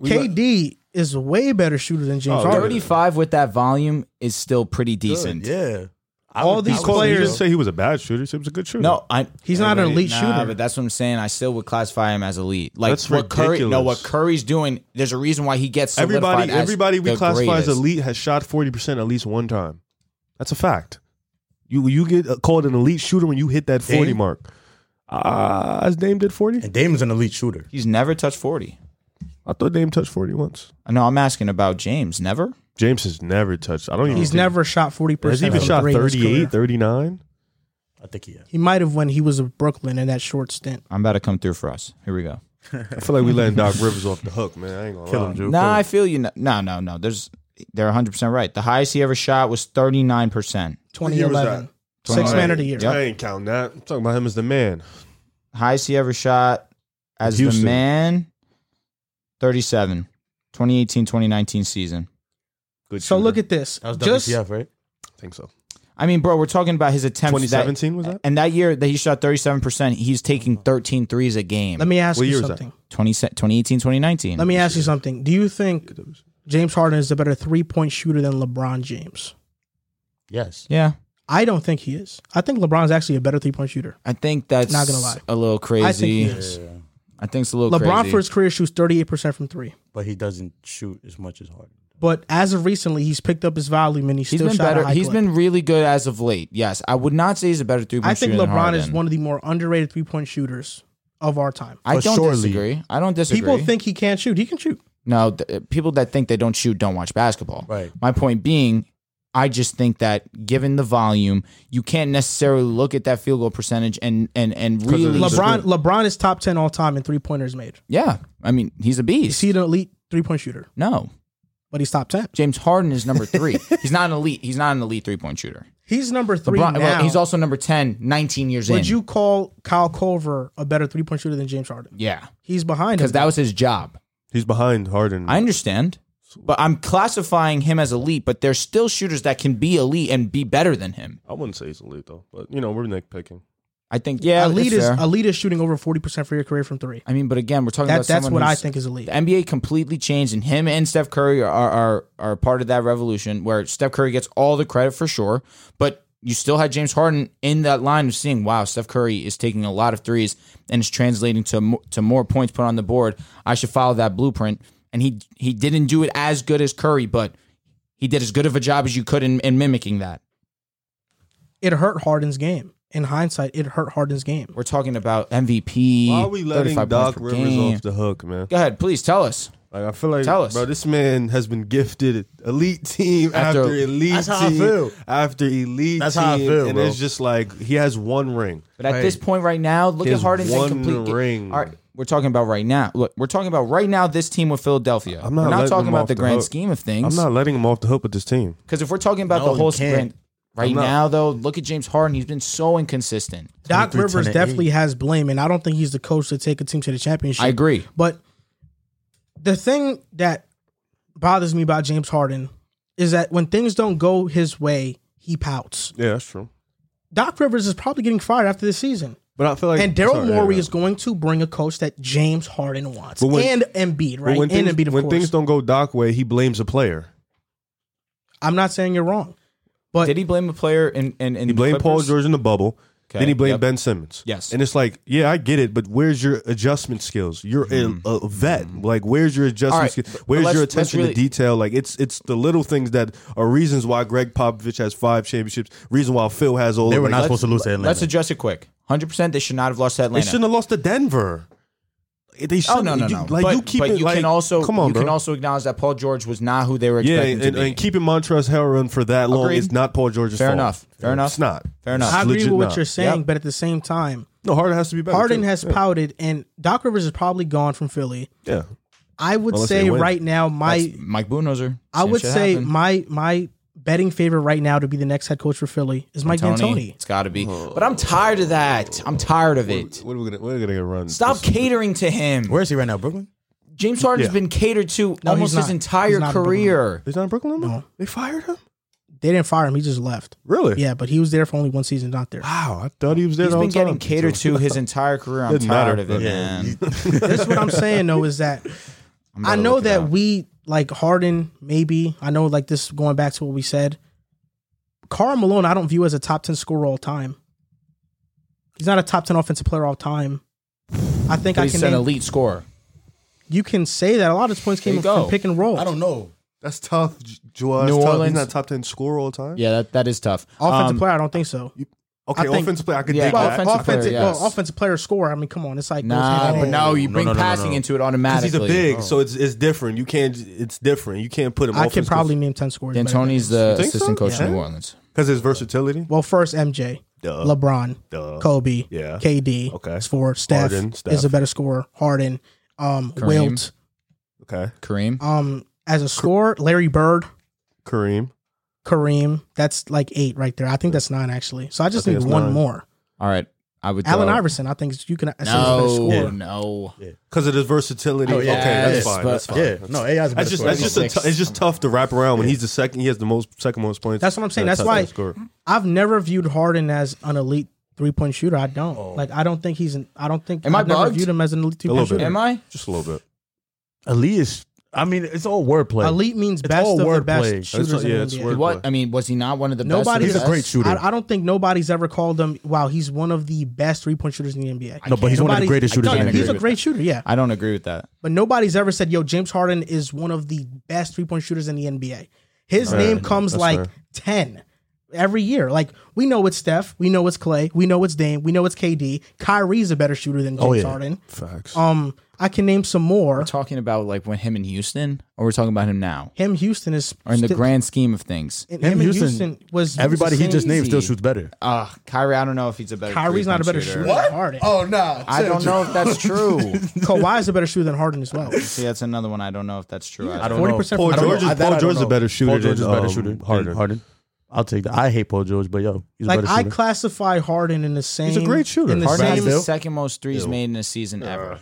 [SPEAKER 1] KD is a way better shooter than James
[SPEAKER 4] Oh,
[SPEAKER 1] Harden.
[SPEAKER 2] thirty-five with that volume is still pretty decent.
[SPEAKER 5] Yeah. I
[SPEAKER 1] All
[SPEAKER 5] would-
[SPEAKER 1] these
[SPEAKER 5] I would-
[SPEAKER 4] Cole, You
[SPEAKER 1] players-
[SPEAKER 4] didn't say he was a bad shooter. He said he was a good shooter.
[SPEAKER 2] No, I.
[SPEAKER 1] He's not an
[SPEAKER 2] Everybody-
[SPEAKER 1] elite shooter.
[SPEAKER 2] but that's what I'm saying. I still would classify him as elite. Like
[SPEAKER 4] That's
[SPEAKER 2] what Curry. No,
[SPEAKER 4] ridiculous.
[SPEAKER 2] what Curry's doing. There's a reason why he gets solidified
[SPEAKER 4] everybody,
[SPEAKER 2] as
[SPEAKER 4] everybody we
[SPEAKER 2] the
[SPEAKER 4] classify as
[SPEAKER 2] greatest.
[SPEAKER 4] elite has shot forty percent at least one time. That's a fact. You you get called an elite shooter when you hit that forty
[SPEAKER 5] Dame?
[SPEAKER 4] mark. Ah, as Dame did forty.
[SPEAKER 5] And Dame's an elite shooter.
[SPEAKER 2] He's never touched forty.
[SPEAKER 4] I thought Dame touched forty once.
[SPEAKER 2] No, I'm asking about James. Never.
[SPEAKER 4] James has never touched. I don't even.
[SPEAKER 1] He's
[SPEAKER 4] think-
[SPEAKER 1] never shot forty
[SPEAKER 4] Has he
[SPEAKER 1] percent.
[SPEAKER 4] even shot 38, 39?
[SPEAKER 5] I think he is.
[SPEAKER 1] He might have when he was in Brooklyn in that short stint.
[SPEAKER 2] I'm about to come through for us. Here we go.
[SPEAKER 4] I feel like we letting Doc Rivers off the hook, man. I ain't gonna
[SPEAKER 5] Kill
[SPEAKER 4] lie.
[SPEAKER 5] him, Drew.
[SPEAKER 2] Nah, I feel you. No, no, no. no. There's they're 100 percent right. The highest he ever shot was 39 percent.
[SPEAKER 4] year was
[SPEAKER 1] 2011.
[SPEAKER 2] that?
[SPEAKER 1] Six
[SPEAKER 2] Oh,
[SPEAKER 1] man
[SPEAKER 4] I
[SPEAKER 1] of the year.
[SPEAKER 4] ain't- I ain't counting that. I'm talking about him as the man.
[SPEAKER 2] Highest he ever shot as
[SPEAKER 4] Houston.
[SPEAKER 2] the man. 37, 2018, 2019 season.
[SPEAKER 4] Good.
[SPEAKER 1] So
[SPEAKER 4] shooter.
[SPEAKER 1] look at this.
[SPEAKER 5] That was
[SPEAKER 1] Just
[SPEAKER 5] WTF, right?
[SPEAKER 4] I think so.
[SPEAKER 2] I mean, bro, we're talking about his attempts. that-
[SPEAKER 4] 2017 was that?
[SPEAKER 2] and that year that he shot 37 percent, he's taking 13 threes a game.
[SPEAKER 1] let me ask
[SPEAKER 4] What
[SPEAKER 1] you
[SPEAKER 4] year was that?
[SPEAKER 1] something.
[SPEAKER 2] 20, 2018, 2019.
[SPEAKER 1] Let me ask you something. Do you think James Harden is a better three point shooter than LeBron James?
[SPEAKER 5] Yes.
[SPEAKER 2] yeah,
[SPEAKER 1] I don't think he is. I think LeBron's actually a better three point shooter.
[SPEAKER 2] I think that's
[SPEAKER 1] Not gonna lie.
[SPEAKER 2] a little crazy.
[SPEAKER 1] I think he is.
[SPEAKER 2] I think it's a little
[SPEAKER 1] LeBron
[SPEAKER 2] crazy.
[SPEAKER 1] for his career shoots 38% from three.
[SPEAKER 5] but he doesn't shoot as much as Harden.
[SPEAKER 1] But as of recently, he's picked up his volume and he's,
[SPEAKER 2] he's
[SPEAKER 1] still
[SPEAKER 2] been
[SPEAKER 1] shot a
[SPEAKER 2] better.
[SPEAKER 1] high
[SPEAKER 2] He's
[SPEAKER 1] clip.
[SPEAKER 2] been really good as of late. Yes, I would not say he's a better three point
[SPEAKER 1] I think
[SPEAKER 2] shooter. than
[SPEAKER 1] LeBron is
[SPEAKER 2] Harden.
[SPEAKER 1] one of the more underrated three point shooters of our time.
[SPEAKER 2] I
[SPEAKER 5] But
[SPEAKER 2] don't
[SPEAKER 5] surely-
[SPEAKER 2] disagree. I don't disagree.
[SPEAKER 1] People think he can't shoot. He can shoot.
[SPEAKER 2] No, th- people that think they don't shoot don't watch basketball.
[SPEAKER 5] Right.
[SPEAKER 2] My point being, I just think that given the volume, you can't necessarily look at that field goal percentage and and and
[SPEAKER 4] of
[SPEAKER 2] really.
[SPEAKER 4] the-
[SPEAKER 1] LeBron LeBron is top ten all time in three pointers made.
[SPEAKER 2] yeah, I mean he's a
[SPEAKER 1] Is
[SPEAKER 2] beast.
[SPEAKER 1] he an elite three point shooter?
[SPEAKER 2] No,
[SPEAKER 1] But he's top ten.
[SPEAKER 2] James Harden is number
[SPEAKER 1] <laughs>
[SPEAKER 2] three. he's not an elite. He's not an elite three point shooter.
[SPEAKER 1] He's number three
[SPEAKER 2] LeBron,
[SPEAKER 1] now.
[SPEAKER 2] well, he's also number 10, 19 years in.
[SPEAKER 1] Would you call Kyle Culver a better three point shooter than James Harden?
[SPEAKER 2] yeah,
[SPEAKER 1] He's behind him.
[SPEAKER 2] because that was his job.
[SPEAKER 4] He's behind Harden.
[SPEAKER 2] I understand. But I'm classifying him as elite, but there's still shooters that can be elite and be better than him.
[SPEAKER 4] I wouldn't say he's elite though, but you know we're nitpicking.
[SPEAKER 2] I think yeah,
[SPEAKER 1] elite
[SPEAKER 2] elite
[SPEAKER 1] is elite is shooting over forty percent for your career from three.
[SPEAKER 2] I mean, but again, we're talking
[SPEAKER 1] That
[SPEAKER 2] about
[SPEAKER 1] that's
[SPEAKER 2] someone
[SPEAKER 1] what I
[SPEAKER 2] who's-
[SPEAKER 1] think is elite.
[SPEAKER 2] The NBA completely changed, and him and Steph Curry are, are are are part of that revolution where Steph Curry gets all the credit for sure, but you still had James Harden in that line of seeing, wow, Steph Curry is taking a lot of threes and is translating to mo- to more points put on the board. I should follow that blueprint, and he he didn't do it as good as Curry, but he did as good of a job as you could in, in mimicking that.
[SPEAKER 1] It hurt Harden's game. In hindsight, it hurt Harden's game.
[SPEAKER 2] We're talking about MVP.
[SPEAKER 4] Why are we letting
[SPEAKER 2] 35 points
[SPEAKER 4] Doc
[SPEAKER 2] per
[SPEAKER 4] Rivers
[SPEAKER 2] game.
[SPEAKER 4] off the hook, man?
[SPEAKER 2] Go ahead, please tell us.
[SPEAKER 4] Like I feel like,
[SPEAKER 2] Tell us.
[SPEAKER 4] bro, this man has been gifted elite team
[SPEAKER 2] After-
[SPEAKER 4] after, elite
[SPEAKER 5] That's how I
[SPEAKER 4] team
[SPEAKER 5] feel.
[SPEAKER 4] after elite
[SPEAKER 5] That's
[SPEAKER 4] team,
[SPEAKER 5] how I feel,
[SPEAKER 4] and
[SPEAKER 5] bro.
[SPEAKER 4] it's just like he has one ring.
[SPEAKER 2] But at this point right now, look at
[SPEAKER 4] There's
[SPEAKER 2] Harden's
[SPEAKER 4] one
[SPEAKER 2] incomplete ga-
[SPEAKER 4] ring.
[SPEAKER 2] All right, we're talking about right now. Look, we're talking about right now this team with Philadelphia.
[SPEAKER 4] I'm not
[SPEAKER 2] we're not
[SPEAKER 4] letting
[SPEAKER 2] talking
[SPEAKER 4] them
[SPEAKER 2] about
[SPEAKER 4] off
[SPEAKER 2] the
[SPEAKER 4] the
[SPEAKER 2] grand
[SPEAKER 4] hook.
[SPEAKER 2] scheme of
[SPEAKER 4] I'm
[SPEAKER 2] things.
[SPEAKER 4] not letting him off the hook with this team.
[SPEAKER 2] Because if we're talking about
[SPEAKER 5] No,
[SPEAKER 2] the whole
[SPEAKER 5] you can't.
[SPEAKER 2] grand right
[SPEAKER 4] I'm not.
[SPEAKER 2] now, though, look at James Harden. He's been so inconsistent.
[SPEAKER 1] Doc
[SPEAKER 5] 23, 10,
[SPEAKER 1] Rivers
[SPEAKER 5] and
[SPEAKER 1] definitely has blame, and I don't think he's the coach to take a team to the championship.
[SPEAKER 2] I agree.
[SPEAKER 1] But the thing that bothers me about James Harden is that when things don't go his way, he pouts.
[SPEAKER 4] Yeah, that's true.
[SPEAKER 1] Doc Rivers is probably getting fired after this season.
[SPEAKER 4] But I feel like
[SPEAKER 1] And Daryl
[SPEAKER 4] sorry,
[SPEAKER 1] Morey
[SPEAKER 4] yeah.
[SPEAKER 1] is going to bring a coach that James Harden wants.
[SPEAKER 4] But when-
[SPEAKER 1] and Embiid,
[SPEAKER 4] But
[SPEAKER 1] right?
[SPEAKER 4] when
[SPEAKER 1] and
[SPEAKER 4] things,
[SPEAKER 1] Embiid, of
[SPEAKER 4] when
[SPEAKER 1] course.
[SPEAKER 4] things don't go Doc way, he blames a player.
[SPEAKER 1] I'm not saying you're wrong. But
[SPEAKER 2] Did he blame a player in in, in
[SPEAKER 4] He
[SPEAKER 2] the
[SPEAKER 4] blamed Paul
[SPEAKER 2] Clippers?
[SPEAKER 4] George in the bubble.
[SPEAKER 2] Okay,
[SPEAKER 4] Then he blamed
[SPEAKER 2] yep.
[SPEAKER 4] Ben Simmons.
[SPEAKER 2] Yes.
[SPEAKER 4] and it's like, yeah, I get it, but where's your adjustment skills? You're a, a vet. Like, where's
[SPEAKER 2] Hmm.
[SPEAKER 4] your
[SPEAKER 2] All
[SPEAKER 4] adjustment
[SPEAKER 2] right,
[SPEAKER 4] skills?
[SPEAKER 2] but- but
[SPEAKER 4] Where's
[SPEAKER 2] let's-
[SPEAKER 4] your
[SPEAKER 2] let's
[SPEAKER 4] attention
[SPEAKER 2] really-
[SPEAKER 4] to detail? Like, it's it's the little things that are reasons why Greg Popovich has five championships. Reason why Phil has all.
[SPEAKER 5] They
[SPEAKER 4] of,
[SPEAKER 5] were
[SPEAKER 4] like,
[SPEAKER 5] not
[SPEAKER 4] let's-
[SPEAKER 5] supposed to lose to Atlanta.
[SPEAKER 2] Let's address it quick. 100% they should not have lost to
[SPEAKER 4] They
[SPEAKER 2] Atlanta.
[SPEAKER 4] shouldn't have lost to Denver. They
[SPEAKER 2] Oh
[SPEAKER 4] shouldn't.
[SPEAKER 2] no no
[SPEAKER 4] you-
[SPEAKER 2] no!
[SPEAKER 4] Like
[SPEAKER 2] but
[SPEAKER 4] you keep
[SPEAKER 2] but
[SPEAKER 4] it.
[SPEAKER 2] you
[SPEAKER 4] like,
[SPEAKER 2] can also
[SPEAKER 4] come on,
[SPEAKER 2] you
[SPEAKER 4] bro.
[SPEAKER 2] can also acknowledge that Paul George was not who they were
[SPEAKER 4] yeah,
[SPEAKER 2] expecting
[SPEAKER 4] and,
[SPEAKER 2] to be.
[SPEAKER 4] and keeping Montrezl Harrell for that long
[SPEAKER 2] Agreed.
[SPEAKER 4] is not Paul George's
[SPEAKER 2] Fair
[SPEAKER 4] fault.
[SPEAKER 2] enough. Fair enough.
[SPEAKER 4] It's not.
[SPEAKER 2] Fair enough.
[SPEAKER 4] It's
[SPEAKER 1] I agree
[SPEAKER 4] legit
[SPEAKER 1] with what
[SPEAKER 4] not.
[SPEAKER 1] you're saying,
[SPEAKER 2] Yep.
[SPEAKER 1] but at the same time,
[SPEAKER 4] No, Harden has to be better.
[SPEAKER 1] Harden
[SPEAKER 4] too.
[SPEAKER 1] has
[SPEAKER 4] yeah.
[SPEAKER 1] pouted, and Doc Rivers is probably gone from Philly.
[SPEAKER 4] Yeah.
[SPEAKER 1] I would
[SPEAKER 4] Unless they
[SPEAKER 1] say
[SPEAKER 4] win.
[SPEAKER 1] right now, my
[SPEAKER 2] That's Mike Budenholzer.
[SPEAKER 1] I
[SPEAKER 2] Same
[SPEAKER 1] would
[SPEAKER 2] shit
[SPEAKER 1] say
[SPEAKER 2] happened.
[SPEAKER 1] my my betting favorite right now to be the next head coach for Philly is Mike
[SPEAKER 2] Tony.
[SPEAKER 1] D'Antoni.
[SPEAKER 2] It's got to be. But I'm tired of that. I'm tired of it.
[SPEAKER 4] What are we gonna? What are we gonna run?
[SPEAKER 2] Stop catering to him.
[SPEAKER 5] Where is he right now? Brooklyn.
[SPEAKER 2] James Harden's
[SPEAKER 4] Yeah.
[SPEAKER 2] been catered to
[SPEAKER 1] No,
[SPEAKER 2] almost
[SPEAKER 1] he's not.
[SPEAKER 2] his entire
[SPEAKER 1] He's not a Brooklyn
[SPEAKER 2] career.
[SPEAKER 4] He's not in Brooklyn. No,
[SPEAKER 1] No.
[SPEAKER 4] they fired him.
[SPEAKER 1] They didn't fire him; he just left.
[SPEAKER 4] Really?
[SPEAKER 1] Yeah, but he was there for only one season, not
[SPEAKER 2] <laughs>
[SPEAKER 1] there.
[SPEAKER 4] Wow, I thought he was there.
[SPEAKER 2] He's
[SPEAKER 4] the whole
[SPEAKER 2] been getting
[SPEAKER 4] time.
[SPEAKER 2] catered to his entire career. I'm tired
[SPEAKER 4] Doesn't matter,
[SPEAKER 2] of it,
[SPEAKER 4] but-
[SPEAKER 2] man.
[SPEAKER 5] <laughs>
[SPEAKER 1] That's what I'm saying though is that
[SPEAKER 2] <laughs> I'm about
[SPEAKER 1] I
[SPEAKER 2] to
[SPEAKER 1] know
[SPEAKER 2] look it
[SPEAKER 1] that
[SPEAKER 2] up.
[SPEAKER 1] we like Harden. Maybe I know like this going back to what we said. Carl Malone, I don't view as a top ten scorer all time. He's not a top ten offensive player all time. I think
[SPEAKER 2] But
[SPEAKER 1] I
[SPEAKER 2] he's
[SPEAKER 1] can.
[SPEAKER 2] an
[SPEAKER 1] name-
[SPEAKER 2] elite scorer.
[SPEAKER 1] you can say that a lot of his points
[SPEAKER 2] There
[SPEAKER 1] came
[SPEAKER 2] you go.
[SPEAKER 1] from pick and roll.
[SPEAKER 5] I don't know.
[SPEAKER 4] That's tough, J- Joel. That's
[SPEAKER 2] New
[SPEAKER 4] tough.
[SPEAKER 2] Orleans.
[SPEAKER 4] He's not top ten scorer all time.
[SPEAKER 2] Yeah, that, that is tough.
[SPEAKER 1] offensive
[SPEAKER 2] Um,
[SPEAKER 1] player. I don't think so. I
[SPEAKER 4] Okay,
[SPEAKER 1] think-
[SPEAKER 4] offensive player. I could
[SPEAKER 2] Yeah,
[SPEAKER 4] dig
[SPEAKER 2] well,
[SPEAKER 4] that.
[SPEAKER 2] offensive player, yes.
[SPEAKER 1] well, offensive player score. I mean, come on, it's like goes hand in
[SPEAKER 2] Nah,
[SPEAKER 1] hand.
[SPEAKER 2] but now you
[SPEAKER 5] No,
[SPEAKER 2] bring
[SPEAKER 5] no, no, no,
[SPEAKER 2] passing
[SPEAKER 5] no.
[SPEAKER 2] into it
[SPEAKER 4] Because
[SPEAKER 2] automatically.
[SPEAKER 4] he's a big, so it's it's different. You can't. It's different. You can't put him.
[SPEAKER 1] I can probably name ten scores. better than
[SPEAKER 2] D'Antoni's
[SPEAKER 1] this.
[SPEAKER 2] the
[SPEAKER 4] think
[SPEAKER 2] assistant
[SPEAKER 4] so?
[SPEAKER 2] coach in
[SPEAKER 4] Yeah.
[SPEAKER 2] New Orleans.
[SPEAKER 4] because his versatility.
[SPEAKER 1] well, first MJ,
[SPEAKER 4] Duh.
[SPEAKER 1] LeBron,
[SPEAKER 4] Duh.
[SPEAKER 1] Kobe,
[SPEAKER 4] Uh, Yeah.
[SPEAKER 1] KD,
[SPEAKER 4] Okay.
[SPEAKER 1] it's four. Steph,
[SPEAKER 4] Harden, Steph.
[SPEAKER 1] is a better scorer. Harden, um,
[SPEAKER 2] Kareem.
[SPEAKER 1] Wilt,
[SPEAKER 4] Okay,
[SPEAKER 2] Kareem.
[SPEAKER 1] um, as a scorer, Larry Bird,
[SPEAKER 4] Kareem.
[SPEAKER 1] Kareem. That's like eight right there. I think that's nine actually. So I just
[SPEAKER 4] I think
[SPEAKER 1] need
[SPEAKER 4] that's
[SPEAKER 1] one
[SPEAKER 4] nine.
[SPEAKER 1] more.
[SPEAKER 2] All right, I would.
[SPEAKER 1] Allen
[SPEAKER 2] throw-
[SPEAKER 1] Iverson, I think you can.
[SPEAKER 2] No,
[SPEAKER 1] No,
[SPEAKER 2] no.
[SPEAKER 4] Because of his versatility.
[SPEAKER 5] Oh, yeah.
[SPEAKER 4] okay, that's
[SPEAKER 2] Yes,
[SPEAKER 4] fine.
[SPEAKER 2] but-
[SPEAKER 4] That's fine.
[SPEAKER 5] Yeah, no, AI's
[SPEAKER 4] That's just that's just a
[SPEAKER 2] Six.
[SPEAKER 4] t- it's just tough to wrap around when he's the second. He has the most second most points.
[SPEAKER 1] That's what I'm saying.
[SPEAKER 4] Yeah,
[SPEAKER 1] That's
[SPEAKER 4] top
[SPEAKER 1] why-
[SPEAKER 4] scorer.
[SPEAKER 1] I've never viewed Harden as an elite three point shooter. I don't like. I don't think he's an. I don't think.
[SPEAKER 2] Am I
[SPEAKER 1] I've never
[SPEAKER 2] bugged?
[SPEAKER 1] viewed him as an elite three point
[SPEAKER 4] little bit.
[SPEAKER 1] shooter.
[SPEAKER 2] Am I?
[SPEAKER 4] just a little bit.
[SPEAKER 5] elite is I mean, it's all wordplay.
[SPEAKER 1] Elite means
[SPEAKER 5] It's
[SPEAKER 1] best
[SPEAKER 5] all
[SPEAKER 1] of the
[SPEAKER 5] wordplay.
[SPEAKER 1] best
[SPEAKER 5] It's
[SPEAKER 1] shooters
[SPEAKER 4] all-
[SPEAKER 1] in the
[SPEAKER 4] yeah, it's
[SPEAKER 1] NBA.
[SPEAKER 4] word-
[SPEAKER 2] What I mean, was he not one of the
[SPEAKER 1] Nobody-
[SPEAKER 2] best?
[SPEAKER 5] He's
[SPEAKER 2] of
[SPEAKER 5] a
[SPEAKER 2] the
[SPEAKER 5] great
[SPEAKER 2] best?
[SPEAKER 5] shooter.
[SPEAKER 1] I, I don't think nobody's ever called him. Wow, he's one of the best three point shooters in the NBA.
[SPEAKER 5] No, but he's one of the
[SPEAKER 1] Nobody's-
[SPEAKER 5] greatest shooters
[SPEAKER 1] No,
[SPEAKER 5] in the
[SPEAKER 1] He's a
[SPEAKER 5] NBA.
[SPEAKER 1] great shooter, yeah.
[SPEAKER 2] I don't agree with that.
[SPEAKER 1] But nobody's ever said, "Yo, James Harden is one of the best three point shooters in the NBA." His name comes
[SPEAKER 4] That's
[SPEAKER 1] like
[SPEAKER 4] fair.
[SPEAKER 1] ten every year. Like we know it's Steph, we know it's Clay, we know it's Dame, we know it's KD. Kyrie's a better shooter than James
[SPEAKER 5] Oh, yeah.
[SPEAKER 1] Harden.
[SPEAKER 4] Facts.
[SPEAKER 1] Um, I can name some more.
[SPEAKER 2] We're talking about like when him in Houston, or we're talking about him now,
[SPEAKER 1] Him, Houston is
[SPEAKER 2] or in the
[SPEAKER 1] still-
[SPEAKER 2] grand scheme of things.
[SPEAKER 1] and Him,
[SPEAKER 5] Him,
[SPEAKER 1] and
[SPEAKER 5] Houston,
[SPEAKER 1] Houston was
[SPEAKER 5] Everybody he just named still
[SPEAKER 2] Easy.
[SPEAKER 5] shoots better.
[SPEAKER 2] Uh, Kyrie, I don't know if he's a better.
[SPEAKER 1] Kyrie's not a better
[SPEAKER 2] three-point
[SPEAKER 1] shooter, than Harden.
[SPEAKER 3] Oh nah.
[SPEAKER 2] I don't know if that's true.
[SPEAKER 1] <laughs> Kawhi is a better shooter than Harden as well.
[SPEAKER 2] See, that's another one. I don't know if that's true. either.
[SPEAKER 5] I don't
[SPEAKER 1] Forty
[SPEAKER 5] know.
[SPEAKER 1] percent.
[SPEAKER 4] Paul George,
[SPEAKER 5] I-
[SPEAKER 4] is,
[SPEAKER 5] that
[SPEAKER 4] Paul
[SPEAKER 5] I don't
[SPEAKER 4] George is a
[SPEAKER 5] know.
[SPEAKER 4] better shooter
[SPEAKER 5] Paul George
[SPEAKER 4] than
[SPEAKER 5] is a better
[SPEAKER 4] um,
[SPEAKER 5] shooter. than
[SPEAKER 4] Harden.
[SPEAKER 5] Harden. I'll take that. I hate Paul George, but yo, he's a
[SPEAKER 1] Like
[SPEAKER 5] better
[SPEAKER 1] I
[SPEAKER 5] shooter.
[SPEAKER 1] classify Harden in the same.
[SPEAKER 5] a great shooter.
[SPEAKER 1] In the
[SPEAKER 2] Harden has
[SPEAKER 1] same.
[SPEAKER 2] the
[SPEAKER 5] Bill?
[SPEAKER 2] second most threes made in a season
[SPEAKER 1] Uh,
[SPEAKER 2] ever.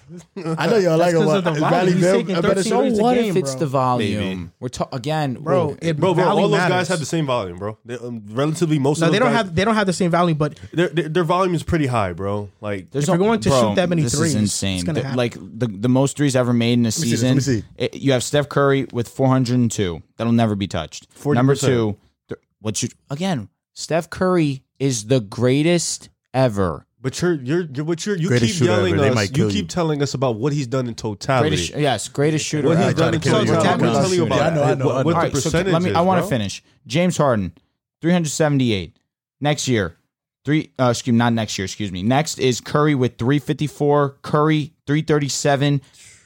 [SPEAKER 5] I know y'all like him.
[SPEAKER 1] 'cause of the
[SPEAKER 5] but
[SPEAKER 1] volume. He's
[SPEAKER 5] Bill,
[SPEAKER 1] taking
[SPEAKER 5] a better
[SPEAKER 1] 13
[SPEAKER 5] shooter.
[SPEAKER 1] threes. It's a
[SPEAKER 2] what if
[SPEAKER 1] game,
[SPEAKER 2] it's
[SPEAKER 1] bro.
[SPEAKER 2] the volume?
[SPEAKER 4] Maybe.
[SPEAKER 2] We're ta- again,
[SPEAKER 1] Bro, it
[SPEAKER 4] Bro, bro,
[SPEAKER 1] value
[SPEAKER 4] all those guys
[SPEAKER 1] matters.
[SPEAKER 4] have the same volume, bro. They, um, relatively most.
[SPEAKER 1] No,
[SPEAKER 4] of
[SPEAKER 1] they
[SPEAKER 4] those
[SPEAKER 1] don't
[SPEAKER 4] guys-
[SPEAKER 1] have they don't have the same value, but
[SPEAKER 4] their, their their volume is pretty high, bro. Like
[SPEAKER 2] There's
[SPEAKER 1] If you're
[SPEAKER 2] no-
[SPEAKER 1] going to
[SPEAKER 2] bro,
[SPEAKER 1] shoot that many
[SPEAKER 2] this
[SPEAKER 1] threes,
[SPEAKER 2] is insane.
[SPEAKER 1] it's gonna
[SPEAKER 2] The-
[SPEAKER 1] happen.
[SPEAKER 2] like the, the most threes ever made in a
[SPEAKER 5] see this,
[SPEAKER 2] season.
[SPEAKER 5] let me see.
[SPEAKER 2] It- you have Steph Curry with 402. That'll never be touched.
[SPEAKER 4] 40%.
[SPEAKER 2] Number two, th- what you again? Steph Curry is the greatest ever.
[SPEAKER 4] But you're you're, you're what you're you
[SPEAKER 5] Greatest
[SPEAKER 4] keep
[SPEAKER 5] shooter
[SPEAKER 4] yelling
[SPEAKER 5] ever. They
[SPEAKER 4] us.
[SPEAKER 5] might
[SPEAKER 4] you
[SPEAKER 5] kill
[SPEAKER 4] keep
[SPEAKER 5] you.
[SPEAKER 4] telling us about what he's done in totality.
[SPEAKER 2] Greatest, yes, greatest shooter.
[SPEAKER 4] what he's
[SPEAKER 2] ever.
[SPEAKER 4] done in
[SPEAKER 5] to kill
[SPEAKER 4] totality.
[SPEAKER 5] you.
[SPEAKER 4] I'm
[SPEAKER 1] Talking about
[SPEAKER 4] telling you
[SPEAKER 1] shooting.
[SPEAKER 4] about
[SPEAKER 1] Yeah, I
[SPEAKER 5] know, I know, I
[SPEAKER 4] what, what
[SPEAKER 5] know.
[SPEAKER 2] All
[SPEAKER 4] the
[SPEAKER 2] right, so
[SPEAKER 4] percentage
[SPEAKER 2] let me. I want to
[SPEAKER 4] is,
[SPEAKER 2] finish. James Harden, 378. Next year, three. Uh, excuse me, not next year. Excuse me. Next is Curry with 354. Curry 337.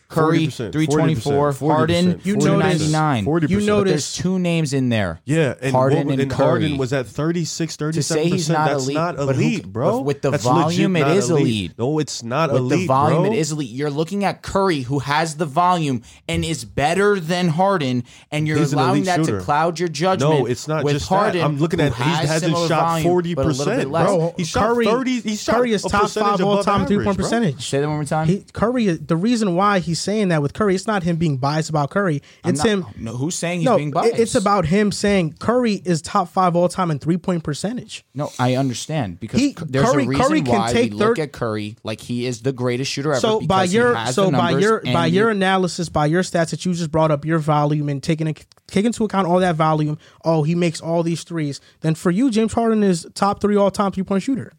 [SPEAKER 2] Curry
[SPEAKER 4] 40%,
[SPEAKER 2] 324.
[SPEAKER 4] 40%,
[SPEAKER 2] Harden
[SPEAKER 1] You
[SPEAKER 2] 299.
[SPEAKER 4] notice-
[SPEAKER 1] you
[SPEAKER 4] 40%,
[SPEAKER 2] But there's
[SPEAKER 1] notice
[SPEAKER 2] two names in there.
[SPEAKER 4] bro. Yeah, and
[SPEAKER 2] Harden
[SPEAKER 4] what,
[SPEAKER 2] and Curry.
[SPEAKER 4] Harden was at 36, 37
[SPEAKER 2] To say he's not
[SPEAKER 4] That's
[SPEAKER 2] elite,
[SPEAKER 4] not
[SPEAKER 2] but who-
[SPEAKER 4] elite, bro.
[SPEAKER 2] but with the
[SPEAKER 4] That's legit
[SPEAKER 2] volume, it
[SPEAKER 4] not
[SPEAKER 2] is elite.
[SPEAKER 4] No, it's not
[SPEAKER 2] With
[SPEAKER 4] elite,
[SPEAKER 2] the volume,
[SPEAKER 4] bro.
[SPEAKER 2] it is elite. You're looking at Curry, who has the volume and is better than Harden, and you're
[SPEAKER 4] He's an
[SPEAKER 2] allowing
[SPEAKER 4] elite
[SPEAKER 2] that
[SPEAKER 4] shooter.
[SPEAKER 2] to cloud your judgment.
[SPEAKER 4] No, it's not
[SPEAKER 2] with
[SPEAKER 4] just
[SPEAKER 2] Harden.
[SPEAKER 4] that. I'm looking
[SPEAKER 2] who
[SPEAKER 4] at he
[SPEAKER 2] has
[SPEAKER 4] hasn't
[SPEAKER 2] similar volume,
[SPEAKER 4] shot
[SPEAKER 2] but a
[SPEAKER 4] forty
[SPEAKER 2] little bit
[SPEAKER 4] percent,
[SPEAKER 2] less.
[SPEAKER 4] bro. He shot
[SPEAKER 1] Curry,
[SPEAKER 4] thirty. He shot
[SPEAKER 1] Curry is
[SPEAKER 4] a
[SPEAKER 1] top
[SPEAKER 4] percentage
[SPEAKER 1] five all
[SPEAKER 4] above
[SPEAKER 1] time
[SPEAKER 4] average,
[SPEAKER 1] three point
[SPEAKER 4] bro.
[SPEAKER 1] percentage.
[SPEAKER 2] Say that one more time.
[SPEAKER 1] He, Curry, the reason why he's saying that with Curry, it's not him being biased about Curry.
[SPEAKER 2] I'm
[SPEAKER 1] It's
[SPEAKER 2] not-
[SPEAKER 1] him.
[SPEAKER 2] No, who's saying he's
[SPEAKER 1] No,
[SPEAKER 2] being
[SPEAKER 1] it-
[SPEAKER 2] biased?
[SPEAKER 1] it's about him saying Curry is top five all time in three point percentage.
[SPEAKER 2] No, I understand because
[SPEAKER 1] He-
[SPEAKER 2] c- there's
[SPEAKER 1] Curry-
[SPEAKER 2] a reason
[SPEAKER 1] Curry can
[SPEAKER 2] why
[SPEAKER 1] take
[SPEAKER 2] we look
[SPEAKER 1] thir-
[SPEAKER 2] at Curry like he is the greatest shooter ever.
[SPEAKER 1] So by
[SPEAKER 2] because he
[SPEAKER 1] your
[SPEAKER 2] has
[SPEAKER 1] so
[SPEAKER 2] the
[SPEAKER 1] by
[SPEAKER 2] numbers
[SPEAKER 1] your by
[SPEAKER 2] and
[SPEAKER 1] your analysis, by your stats that you just brought up, your volume and taking in- taking into account all that volume, oh he makes all these threes. Then for you, James Harden is top three all time three point shooter.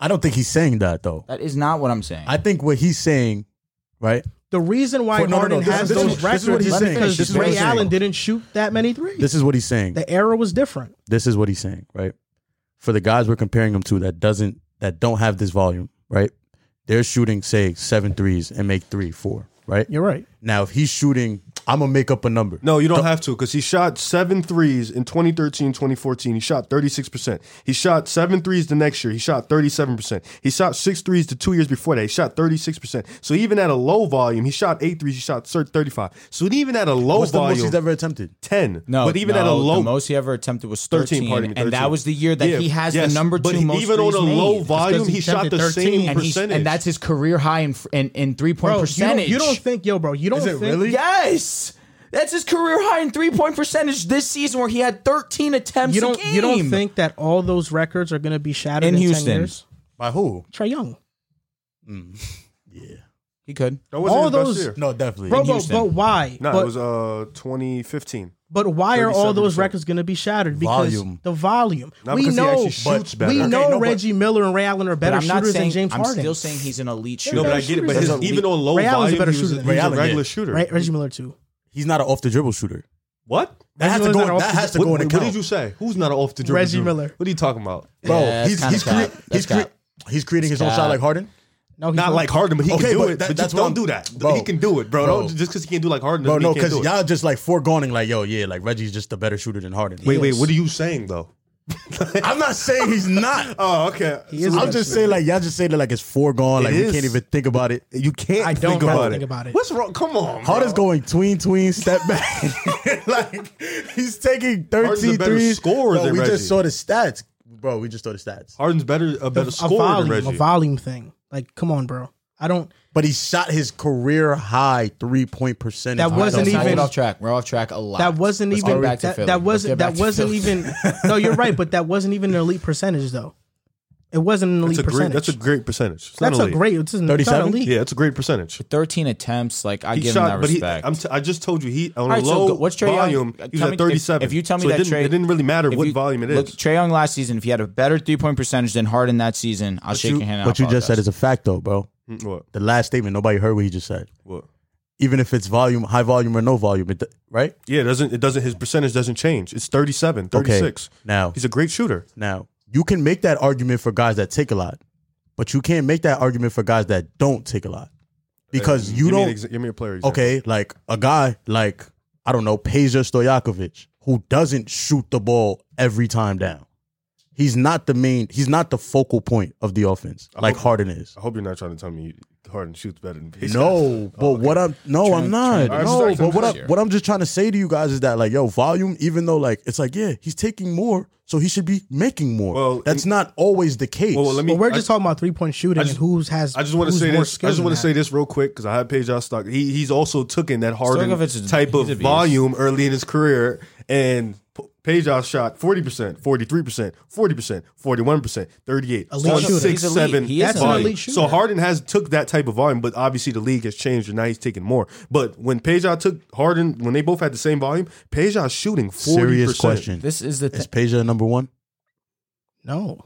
[SPEAKER 5] I don't think he's saying that though.
[SPEAKER 2] that is not what I'm saying.
[SPEAKER 5] I think what he's saying, right?
[SPEAKER 1] The reason why
[SPEAKER 5] For- no, no,
[SPEAKER 1] Harden
[SPEAKER 5] no, this
[SPEAKER 1] has
[SPEAKER 5] is- this
[SPEAKER 1] those
[SPEAKER 5] is- this
[SPEAKER 1] records
[SPEAKER 5] is what he's saying.
[SPEAKER 1] because
[SPEAKER 5] This is what
[SPEAKER 1] Ray
[SPEAKER 5] he's saying.
[SPEAKER 1] Allen didn't shoot that many threes.
[SPEAKER 5] This is what he's saying.
[SPEAKER 1] the era was different.
[SPEAKER 5] this is what he's saying, right? For the guys we're comparing him to that doesn't that don't have this volume, right? They're shooting say seven threes and make three, four, right?
[SPEAKER 1] You're right.
[SPEAKER 5] Now if he's shooting, I'm gonna make up a number.
[SPEAKER 4] No, you don't have to because he shot seven threes in 2013, 2014. He shot 36%. He shot seven threes the next year. He shot 37%. He shot six threes the two years before that. He shot 36%. So even at a low volume, he shot eight threes. He shot thir- 35. So even at a low
[SPEAKER 5] What's the most
[SPEAKER 4] volume,
[SPEAKER 5] he's ever attempted?
[SPEAKER 4] 10.
[SPEAKER 2] no,
[SPEAKER 4] but even
[SPEAKER 2] no,
[SPEAKER 4] at a low
[SPEAKER 2] the most he ever attempted was
[SPEAKER 4] 13,
[SPEAKER 2] 13,
[SPEAKER 4] pardon me,
[SPEAKER 2] and
[SPEAKER 4] 13.
[SPEAKER 2] that was the year that
[SPEAKER 4] Yeah,
[SPEAKER 2] he has
[SPEAKER 4] yes,
[SPEAKER 2] the number
[SPEAKER 4] but
[SPEAKER 2] two
[SPEAKER 4] he-
[SPEAKER 2] most
[SPEAKER 4] even on
[SPEAKER 2] threes
[SPEAKER 4] a low
[SPEAKER 2] made.
[SPEAKER 4] volume,
[SPEAKER 1] he
[SPEAKER 4] he shot
[SPEAKER 1] attempted
[SPEAKER 4] the
[SPEAKER 1] 13.
[SPEAKER 4] same
[SPEAKER 2] and, he's,
[SPEAKER 4] percentage.
[SPEAKER 2] and that's his career high in fr- in, in three point
[SPEAKER 1] Bro, you don't,
[SPEAKER 2] percentage.
[SPEAKER 1] you don't think, yo, bro, you don't think
[SPEAKER 2] Yes. That's his career high in three point percentage this season, where he had 13 attempts.
[SPEAKER 1] you
[SPEAKER 2] a
[SPEAKER 1] don't
[SPEAKER 2] game.
[SPEAKER 1] you don't think that all those records are going to be shattered
[SPEAKER 2] In
[SPEAKER 1] in,
[SPEAKER 2] Houston.
[SPEAKER 1] 10 years?
[SPEAKER 5] By who?
[SPEAKER 1] Trey Young.
[SPEAKER 2] he could?
[SPEAKER 4] that wasn't
[SPEAKER 1] all
[SPEAKER 4] his best
[SPEAKER 1] those-
[SPEAKER 4] year.
[SPEAKER 5] No, definitely.
[SPEAKER 1] Bro, but,
[SPEAKER 2] Houston.
[SPEAKER 1] but why?
[SPEAKER 4] No,
[SPEAKER 1] but,
[SPEAKER 4] it was uh 2015.
[SPEAKER 1] but why are all those
[SPEAKER 4] 37%.
[SPEAKER 1] records going to be shattered? Because
[SPEAKER 5] Volume.
[SPEAKER 1] the volume.
[SPEAKER 4] Not
[SPEAKER 1] we
[SPEAKER 4] because he
[SPEAKER 1] know
[SPEAKER 4] actually shoots better.
[SPEAKER 1] we
[SPEAKER 4] Okay,
[SPEAKER 1] know
[SPEAKER 5] no, but-
[SPEAKER 1] Reggie Miller and Ray Allen are better
[SPEAKER 2] I'm not
[SPEAKER 1] shooters
[SPEAKER 2] saying
[SPEAKER 1] than James
[SPEAKER 2] I'm
[SPEAKER 1] Harden.
[SPEAKER 2] still saying he's an elite shooter.
[SPEAKER 4] No, but I get it. But
[SPEAKER 1] There's
[SPEAKER 4] his,
[SPEAKER 1] a
[SPEAKER 2] elite-
[SPEAKER 4] even on low
[SPEAKER 1] Ray Allen's a
[SPEAKER 4] volume,
[SPEAKER 1] better
[SPEAKER 4] he was,
[SPEAKER 1] shooter
[SPEAKER 4] a,
[SPEAKER 1] than
[SPEAKER 4] he was a
[SPEAKER 5] Ray Allen,
[SPEAKER 4] regular
[SPEAKER 5] yeah.
[SPEAKER 4] shooter.
[SPEAKER 1] Re- Reggie Miller too.
[SPEAKER 5] he's not an off the dribble shooter.
[SPEAKER 4] What?
[SPEAKER 5] That has to
[SPEAKER 1] Reggie
[SPEAKER 5] go.
[SPEAKER 1] Miller's not
[SPEAKER 5] That
[SPEAKER 1] off the-
[SPEAKER 5] has to
[SPEAKER 4] What,
[SPEAKER 5] go in
[SPEAKER 4] what
[SPEAKER 5] account.
[SPEAKER 4] did you say? Who's not an off the dribble?
[SPEAKER 1] Reggie
[SPEAKER 4] dude?
[SPEAKER 1] Miller.
[SPEAKER 4] What are you talking about?
[SPEAKER 5] Bro,
[SPEAKER 2] Yeah, that's
[SPEAKER 5] he's
[SPEAKER 2] kinda
[SPEAKER 5] he's, crea-
[SPEAKER 2] cap. That's
[SPEAKER 5] he's, crea-
[SPEAKER 2] cap.
[SPEAKER 5] he's creating his own
[SPEAKER 2] cap.
[SPEAKER 5] shot like Harden.
[SPEAKER 1] No, he's
[SPEAKER 4] Not like Harden, but he
[SPEAKER 5] Okay,
[SPEAKER 4] can do
[SPEAKER 5] but
[SPEAKER 4] it.
[SPEAKER 5] that-
[SPEAKER 4] but
[SPEAKER 5] that's
[SPEAKER 4] just
[SPEAKER 5] what
[SPEAKER 4] don't do
[SPEAKER 5] I'm-
[SPEAKER 4] that.
[SPEAKER 5] Bro.
[SPEAKER 4] he can do it, bro.
[SPEAKER 5] Bro.
[SPEAKER 4] Don't, just because he can't do like Harden,
[SPEAKER 5] Bro,
[SPEAKER 4] doesn't
[SPEAKER 5] no,
[SPEAKER 4] mean he can't
[SPEAKER 5] because
[SPEAKER 4] do it.
[SPEAKER 5] y'all just like foregoing like, yo, yeah, like Reggie's just a better shooter than Harden.
[SPEAKER 4] Wait, wait. What are you saying though?
[SPEAKER 5] I'm not saying he's
[SPEAKER 4] <laughs>
[SPEAKER 5] not.
[SPEAKER 4] Oh, okay.
[SPEAKER 1] He is
[SPEAKER 5] I'm
[SPEAKER 1] the best
[SPEAKER 5] just saying, like y'all just say that like it's foregone,
[SPEAKER 4] It
[SPEAKER 5] like we
[SPEAKER 4] is.
[SPEAKER 5] can't even think about it.
[SPEAKER 4] you can't
[SPEAKER 1] I don't
[SPEAKER 4] think about,
[SPEAKER 1] think
[SPEAKER 4] it.
[SPEAKER 1] about it.
[SPEAKER 4] What's wrong? Come on.
[SPEAKER 5] Harden's
[SPEAKER 4] bro.
[SPEAKER 5] going tween tween step
[SPEAKER 4] <laughs>
[SPEAKER 5] back, like he's taking 13
[SPEAKER 4] a better
[SPEAKER 5] threes.
[SPEAKER 4] scorer
[SPEAKER 5] Bro,
[SPEAKER 4] than
[SPEAKER 5] we
[SPEAKER 4] Reggie.
[SPEAKER 5] just saw the stats, bro. We just saw the stats,
[SPEAKER 4] Harden's better a better
[SPEAKER 1] a
[SPEAKER 4] scorer than
[SPEAKER 1] volume, a
[SPEAKER 4] Reggie.
[SPEAKER 1] volume thing. Like, come on, bro. I don't.
[SPEAKER 5] but he shot his career high three point percentage.
[SPEAKER 1] That
[SPEAKER 5] I
[SPEAKER 1] wasn't
[SPEAKER 5] don't-
[SPEAKER 2] Let's not
[SPEAKER 1] even-
[SPEAKER 2] get off track. We're off track a lot.
[SPEAKER 1] That wasn't
[SPEAKER 2] Let's
[SPEAKER 1] even
[SPEAKER 2] get back to
[SPEAKER 1] that,
[SPEAKER 2] Philly.
[SPEAKER 1] that
[SPEAKER 2] Let's
[SPEAKER 1] wasn't
[SPEAKER 2] get back <laughs>
[SPEAKER 1] that
[SPEAKER 2] to
[SPEAKER 1] wasn't
[SPEAKER 2] Philly.
[SPEAKER 1] even. No, you're right, but that wasn't even an elite percentage though. It wasn't an elite
[SPEAKER 4] That's a great.
[SPEAKER 1] percentage.
[SPEAKER 4] That's a great percentage. It's not
[SPEAKER 1] That's a
[SPEAKER 4] elite.
[SPEAKER 1] great. It's, it's not
[SPEAKER 5] 37?
[SPEAKER 1] elite.
[SPEAKER 4] Yeah, it's a great percentage.
[SPEAKER 2] 13 attempts, like I
[SPEAKER 4] He
[SPEAKER 2] give him
[SPEAKER 4] shot,
[SPEAKER 2] that
[SPEAKER 4] but he,
[SPEAKER 2] respect.
[SPEAKER 4] I'm t- I just told you he on
[SPEAKER 2] All right,
[SPEAKER 4] a
[SPEAKER 2] so
[SPEAKER 4] low
[SPEAKER 2] go- what's Trae Young? Uh,
[SPEAKER 4] volume. He was
[SPEAKER 2] Tell
[SPEAKER 4] at
[SPEAKER 2] me-
[SPEAKER 4] 37.
[SPEAKER 2] If, if you tell me
[SPEAKER 4] So it
[SPEAKER 2] that
[SPEAKER 4] didn't,
[SPEAKER 2] Trae,
[SPEAKER 4] it didn't really matter
[SPEAKER 2] if
[SPEAKER 4] what
[SPEAKER 2] you-
[SPEAKER 4] volume it is.
[SPEAKER 2] Look, Trae Young last season, if he had a better three point percentage than Harden that season, I'll shake
[SPEAKER 5] you,
[SPEAKER 2] your hand. and
[SPEAKER 5] what you
[SPEAKER 2] apologize.
[SPEAKER 5] just said is a fact, though, bro.
[SPEAKER 4] Mm, what?
[SPEAKER 5] The last statement, nobody heard what he just said.
[SPEAKER 4] What?
[SPEAKER 5] Even if it's volume, high volume or no volume, it, right?
[SPEAKER 4] Yeah, it doesn't it doesn't his percentage doesn't change. It's 37,
[SPEAKER 5] Okay.
[SPEAKER 4] 36.
[SPEAKER 5] Now,
[SPEAKER 4] He's a great shooter.
[SPEAKER 5] now you can make that argument for guys that take a lot, but you can't make that argument for guys that don't take a lot because
[SPEAKER 4] Uh,
[SPEAKER 5] you
[SPEAKER 4] give me an
[SPEAKER 5] don't.
[SPEAKER 4] exa- give me a player. Example.
[SPEAKER 5] okay, like a guy like I don't know, Peja Stojakovic, who doesn't shoot the ball every time down. He's not the main. He's not the focal point of the offense, like
[SPEAKER 4] hope-
[SPEAKER 5] Harden is.
[SPEAKER 4] I hope you're not trying to tell me Harden shoots better than Pacers.
[SPEAKER 5] No, but what I'm no,
[SPEAKER 2] Trying-
[SPEAKER 5] I'm not.
[SPEAKER 2] trying to-
[SPEAKER 5] no,
[SPEAKER 4] Alright,
[SPEAKER 5] but what
[SPEAKER 2] sorry,
[SPEAKER 5] I'm
[SPEAKER 2] sorry.
[SPEAKER 5] what I'm just trying to say to you guys is that like, yo, volume. Even though like it's like, yeah, he's taking more, so he should be making more.
[SPEAKER 4] Well,
[SPEAKER 5] that's not always the case.
[SPEAKER 4] Well, let me.
[SPEAKER 1] Well, we're
[SPEAKER 4] I-
[SPEAKER 1] just talking about three point shooting
[SPEAKER 4] just-
[SPEAKER 1] and who's has.
[SPEAKER 4] I just want to
[SPEAKER 1] who's
[SPEAKER 4] say
[SPEAKER 1] more
[SPEAKER 4] this. I
[SPEAKER 1] skilled
[SPEAKER 4] just
[SPEAKER 1] in
[SPEAKER 4] want to
[SPEAKER 1] that.
[SPEAKER 4] say this real quick because I had Page Stock. He he's also took in that Harden
[SPEAKER 2] Stojakovic is-
[SPEAKER 4] type
[SPEAKER 2] he's
[SPEAKER 4] of
[SPEAKER 2] a beast.
[SPEAKER 4] volume early in his career, and Page shot forty percent, forty three percent, forty percent, forty one percent, thirty eight,
[SPEAKER 1] Elite shooter.
[SPEAKER 4] six,
[SPEAKER 2] He's elite.
[SPEAKER 4] seven.
[SPEAKER 2] He is
[SPEAKER 1] an
[SPEAKER 4] volume.
[SPEAKER 1] elite shooter.
[SPEAKER 4] So Harden has took that type of volume, but obviously the league has changed and now he's taking more. But when Page took Harden, when they both had the same volume, Page shooting forty
[SPEAKER 5] serious
[SPEAKER 4] percent.
[SPEAKER 5] question:
[SPEAKER 2] This is the
[SPEAKER 5] Is
[SPEAKER 2] thing.
[SPEAKER 5] Peja number one?
[SPEAKER 1] No,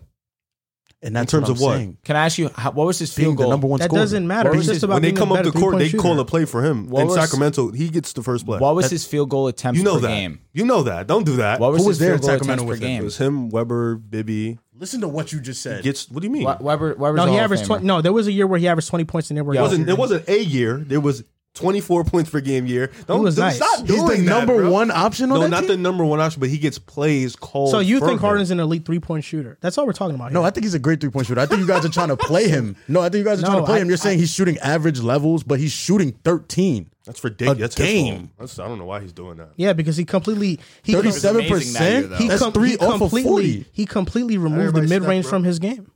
[SPEAKER 5] And that's
[SPEAKER 4] terms
[SPEAKER 5] what I'm
[SPEAKER 4] of what?
[SPEAKER 5] saying.
[SPEAKER 2] Can I ask you, how, what was his
[SPEAKER 5] Being
[SPEAKER 2] field
[SPEAKER 5] the
[SPEAKER 2] goal?
[SPEAKER 5] number one
[SPEAKER 1] that
[SPEAKER 5] scorer.
[SPEAKER 1] doesn't matter.
[SPEAKER 2] What
[SPEAKER 1] It's
[SPEAKER 2] was
[SPEAKER 1] just
[SPEAKER 2] his-
[SPEAKER 1] about
[SPEAKER 4] When they
[SPEAKER 1] being a
[SPEAKER 4] come up
[SPEAKER 1] better
[SPEAKER 4] the court, they
[SPEAKER 1] three-point
[SPEAKER 4] call
[SPEAKER 1] shooter.
[SPEAKER 4] a play for him.
[SPEAKER 2] What
[SPEAKER 4] in
[SPEAKER 2] was-
[SPEAKER 4] Sacramento, he gets the first play.
[SPEAKER 2] What was
[SPEAKER 5] That-
[SPEAKER 2] his field goal attempts
[SPEAKER 4] You know
[SPEAKER 2] per
[SPEAKER 4] that.
[SPEAKER 2] game?
[SPEAKER 4] You know that. Don't do that.
[SPEAKER 2] What was,
[SPEAKER 5] Who
[SPEAKER 2] his
[SPEAKER 5] was there
[SPEAKER 2] field
[SPEAKER 5] in
[SPEAKER 2] goal
[SPEAKER 5] Sacramento
[SPEAKER 2] attempts per
[SPEAKER 5] with him?
[SPEAKER 4] It
[SPEAKER 2] game?
[SPEAKER 4] was him, Weber, Bibby.
[SPEAKER 5] Listen to what you just said.
[SPEAKER 4] Gets what do you mean?
[SPEAKER 2] We- Weber, Weber's
[SPEAKER 1] No,
[SPEAKER 2] a
[SPEAKER 1] he
[SPEAKER 2] Hall of
[SPEAKER 1] averaged
[SPEAKER 2] Famer.
[SPEAKER 1] twenty. No, there was a year where he averaged twenty points and they were.
[SPEAKER 4] it wasn't it wasn't a year. There was 24 <laughs> points per game year. Don't,
[SPEAKER 1] was
[SPEAKER 4] don't-
[SPEAKER 1] nice.
[SPEAKER 4] stop
[SPEAKER 1] He's
[SPEAKER 5] He's the
[SPEAKER 4] doing that,
[SPEAKER 5] number
[SPEAKER 4] bro.
[SPEAKER 5] one option on
[SPEAKER 4] No,
[SPEAKER 5] that
[SPEAKER 4] not
[SPEAKER 5] team?
[SPEAKER 4] the number one option, but he gets plays called.
[SPEAKER 1] So you
[SPEAKER 4] for
[SPEAKER 1] think
[SPEAKER 4] him.
[SPEAKER 1] Harden's an elite three point shooter? That's all we're talking about.
[SPEAKER 5] No,
[SPEAKER 1] here.
[SPEAKER 5] I think he's a great three point shooter. I think you guys are trying to play him. No, I think you guys are
[SPEAKER 1] No,
[SPEAKER 5] trying to play
[SPEAKER 1] I-
[SPEAKER 5] him. You're saying
[SPEAKER 1] I-
[SPEAKER 5] he's shooting average levels, but he's shooting 13.
[SPEAKER 4] That's ridiculous.
[SPEAKER 5] A
[SPEAKER 4] That's his
[SPEAKER 5] game.
[SPEAKER 4] fault. That's, I don't know why he's doing that.
[SPEAKER 1] yeah, because he completely he com-
[SPEAKER 5] 37
[SPEAKER 2] amazing that year,
[SPEAKER 5] percent.
[SPEAKER 2] though.
[SPEAKER 1] He
[SPEAKER 5] That's
[SPEAKER 1] com-
[SPEAKER 5] three
[SPEAKER 1] he
[SPEAKER 5] off of
[SPEAKER 1] completely,
[SPEAKER 5] 40.
[SPEAKER 1] He completely removed the
[SPEAKER 4] Everybody
[SPEAKER 1] mid
[SPEAKER 4] step,
[SPEAKER 1] range
[SPEAKER 4] bro.
[SPEAKER 1] from his game,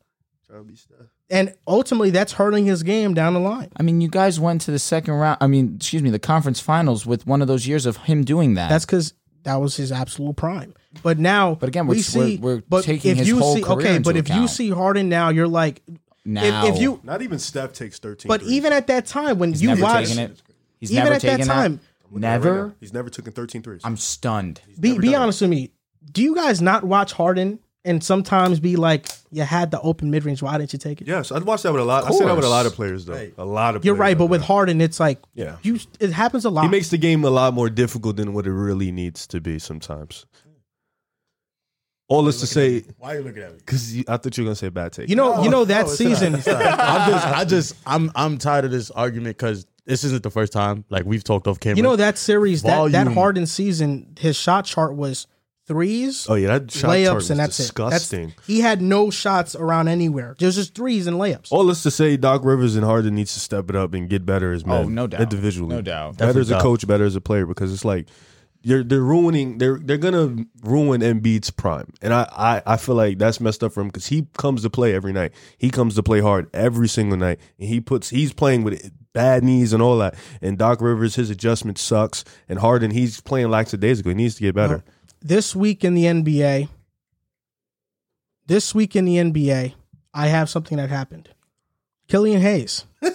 [SPEAKER 1] and ultimately that's hurting his game down the line.
[SPEAKER 2] I mean, you guys went to the second round. I mean, excuse me, the conference finals with one of those years of him doing that.
[SPEAKER 1] That's because that was his absolute prime. But now,
[SPEAKER 2] But again,
[SPEAKER 1] we
[SPEAKER 2] we're-
[SPEAKER 1] see.
[SPEAKER 2] we're- we're
[SPEAKER 1] but
[SPEAKER 2] taking
[SPEAKER 1] if
[SPEAKER 2] his
[SPEAKER 1] you
[SPEAKER 2] whole
[SPEAKER 1] see,
[SPEAKER 2] career
[SPEAKER 1] okay,
[SPEAKER 2] into
[SPEAKER 1] but if you
[SPEAKER 2] account.
[SPEAKER 1] see Harden now, you're like,
[SPEAKER 2] now.
[SPEAKER 1] if, if you,
[SPEAKER 4] Not even Steph takes 13.
[SPEAKER 1] but
[SPEAKER 4] threes.
[SPEAKER 1] even at that time when
[SPEAKER 2] he's
[SPEAKER 1] you
[SPEAKER 2] never
[SPEAKER 1] watch,
[SPEAKER 2] taken it. He's
[SPEAKER 1] even
[SPEAKER 2] never
[SPEAKER 1] at that
[SPEAKER 2] taken
[SPEAKER 1] time-
[SPEAKER 2] Never.
[SPEAKER 4] Right now, he's never taken 13 threes.
[SPEAKER 2] I'm stunned.
[SPEAKER 1] be be honest with me. Do you guys not watch Harden and sometimes be like, you had the open mid range? Why didn't you take it?
[SPEAKER 4] yes, I'd watch that with a lot. I said that with a
[SPEAKER 2] course.
[SPEAKER 4] lot of players though. A lot of.
[SPEAKER 1] You're
[SPEAKER 4] players
[SPEAKER 1] right, but
[SPEAKER 4] out
[SPEAKER 1] with
[SPEAKER 4] there.
[SPEAKER 1] Harden, it's like,
[SPEAKER 4] Yeah.
[SPEAKER 1] you it happens a lot.
[SPEAKER 4] he makes the game a lot more difficult than what it really needs to be sometimes. All is to say,
[SPEAKER 5] Why are you looking at me?
[SPEAKER 4] because I thought you were gonna say bad take.
[SPEAKER 1] you know, you know that season.
[SPEAKER 5] I'm just, I just, I'm, I'm tired of this argument because this isn't the first time. Like we've talked off
[SPEAKER 1] <laughs>
[SPEAKER 5] camera.
[SPEAKER 1] You know that series that that
[SPEAKER 5] Volume.
[SPEAKER 1] Harden season, his shot chart was threes.
[SPEAKER 4] Oh yeah, that shot chart
[SPEAKER 1] layups
[SPEAKER 4] was
[SPEAKER 1] and that's
[SPEAKER 4] disgusting.
[SPEAKER 1] it. That's, he had no shots around anywhere. There's just threes and layups.
[SPEAKER 4] All is to say, Doc Rivers and Harden needs to step it up and get better as men.
[SPEAKER 2] Oh, no doubt.
[SPEAKER 4] individually,
[SPEAKER 2] No doubt.
[SPEAKER 4] Better as a
[SPEAKER 5] Definitely.
[SPEAKER 4] coach, better as a player, because it's like they're they're ruining they're they're gonna ruin Embiid's prime, and I I, I feel like that's messed up for him because he comes to play every night. He comes to play hard every single night, and he puts he's playing with bad knees and all that. And Doc Rivers, his adjustment sucks, and Harden he's playing lackadaisical. He needs to get better.
[SPEAKER 1] This week in the NBA, this week in the NBA, I have something that happened. Killian Hayes
[SPEAKER 2] <laughs>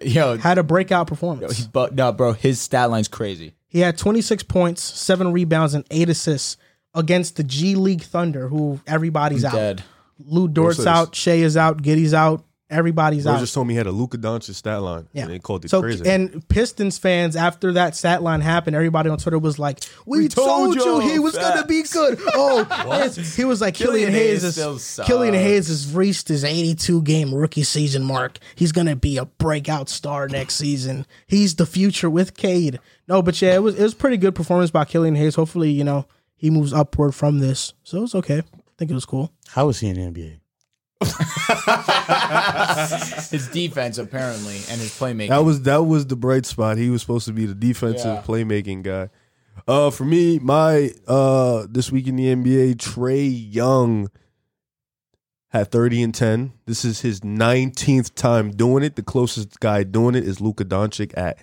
[SPEAKER 2] Yo,
[SPEAKER 1] had a breakout performance.
[SPEAKER 2] but no, bro, his stat line's crazy.
[SPEAKER 1] He had 26 points, seven rebounds, and eight assists against the G League Thunder, who everybody's out.
[SPEAKER 2] Dead.
[SPEAKER 1] Lou Dort's
[SPEAKER 4] this?
[SPEAKER 1] out, Shea is out, Giddy's out, everybody's
[SPEAKER 4] Rivers
[SPEAKER 1] out.
[SPEAKER 4] just told me he had a Luka Doncic stat line,
[SPEAKER 1] Yeah.
[SPEAKER 4] and they called it
[SPEAKER 1] so
[SPEAKER 4] crazy.
[SPEAKER 1] and Pistons fans after that stat line happened, everybody on Twitter was like, "We, told,
[SPEAKER 2] told
[SPEAKER 1] you
[SPEAKER 2] y'all
[SPEAKER 1] he was
[SPEAKER 2] that."
[SPEAKER 1] gonna be good." Oh, yes. he was like, "Killian
[SPEAKER 2] Killian
[SPEAKER 1] Hayes is
[SPEAKER 2] Hayes still
[SPEAKER 1] Killian
[SPEAKER 2] sucks.
[SPEAKER 1] Hayes has reached his 82 game rookie season mark. He's gonna be a breakout star next season. He's the future with Cade." No, but yeah, it was it was pretty good performance by Killian Hayes. Hopefully, you know he moves upward from this, so it was okay. I think it was cool.
[SPEAKER 5] How is he in the NBA?
[SPEAKER 2] His defense, apparently, and his playmaking.
[SPEAKER 4] That was that was the bright spot. He was supposed to be the defensive
[SPEAKER 2] Yeah.
[SPEAKER 4] playmaking guy. Uh, for me, my uh, this week in the NBA, Trey Young had thirty and ten. This is his nineteenth time doing it. The closest guy doing it is Luka Doncic at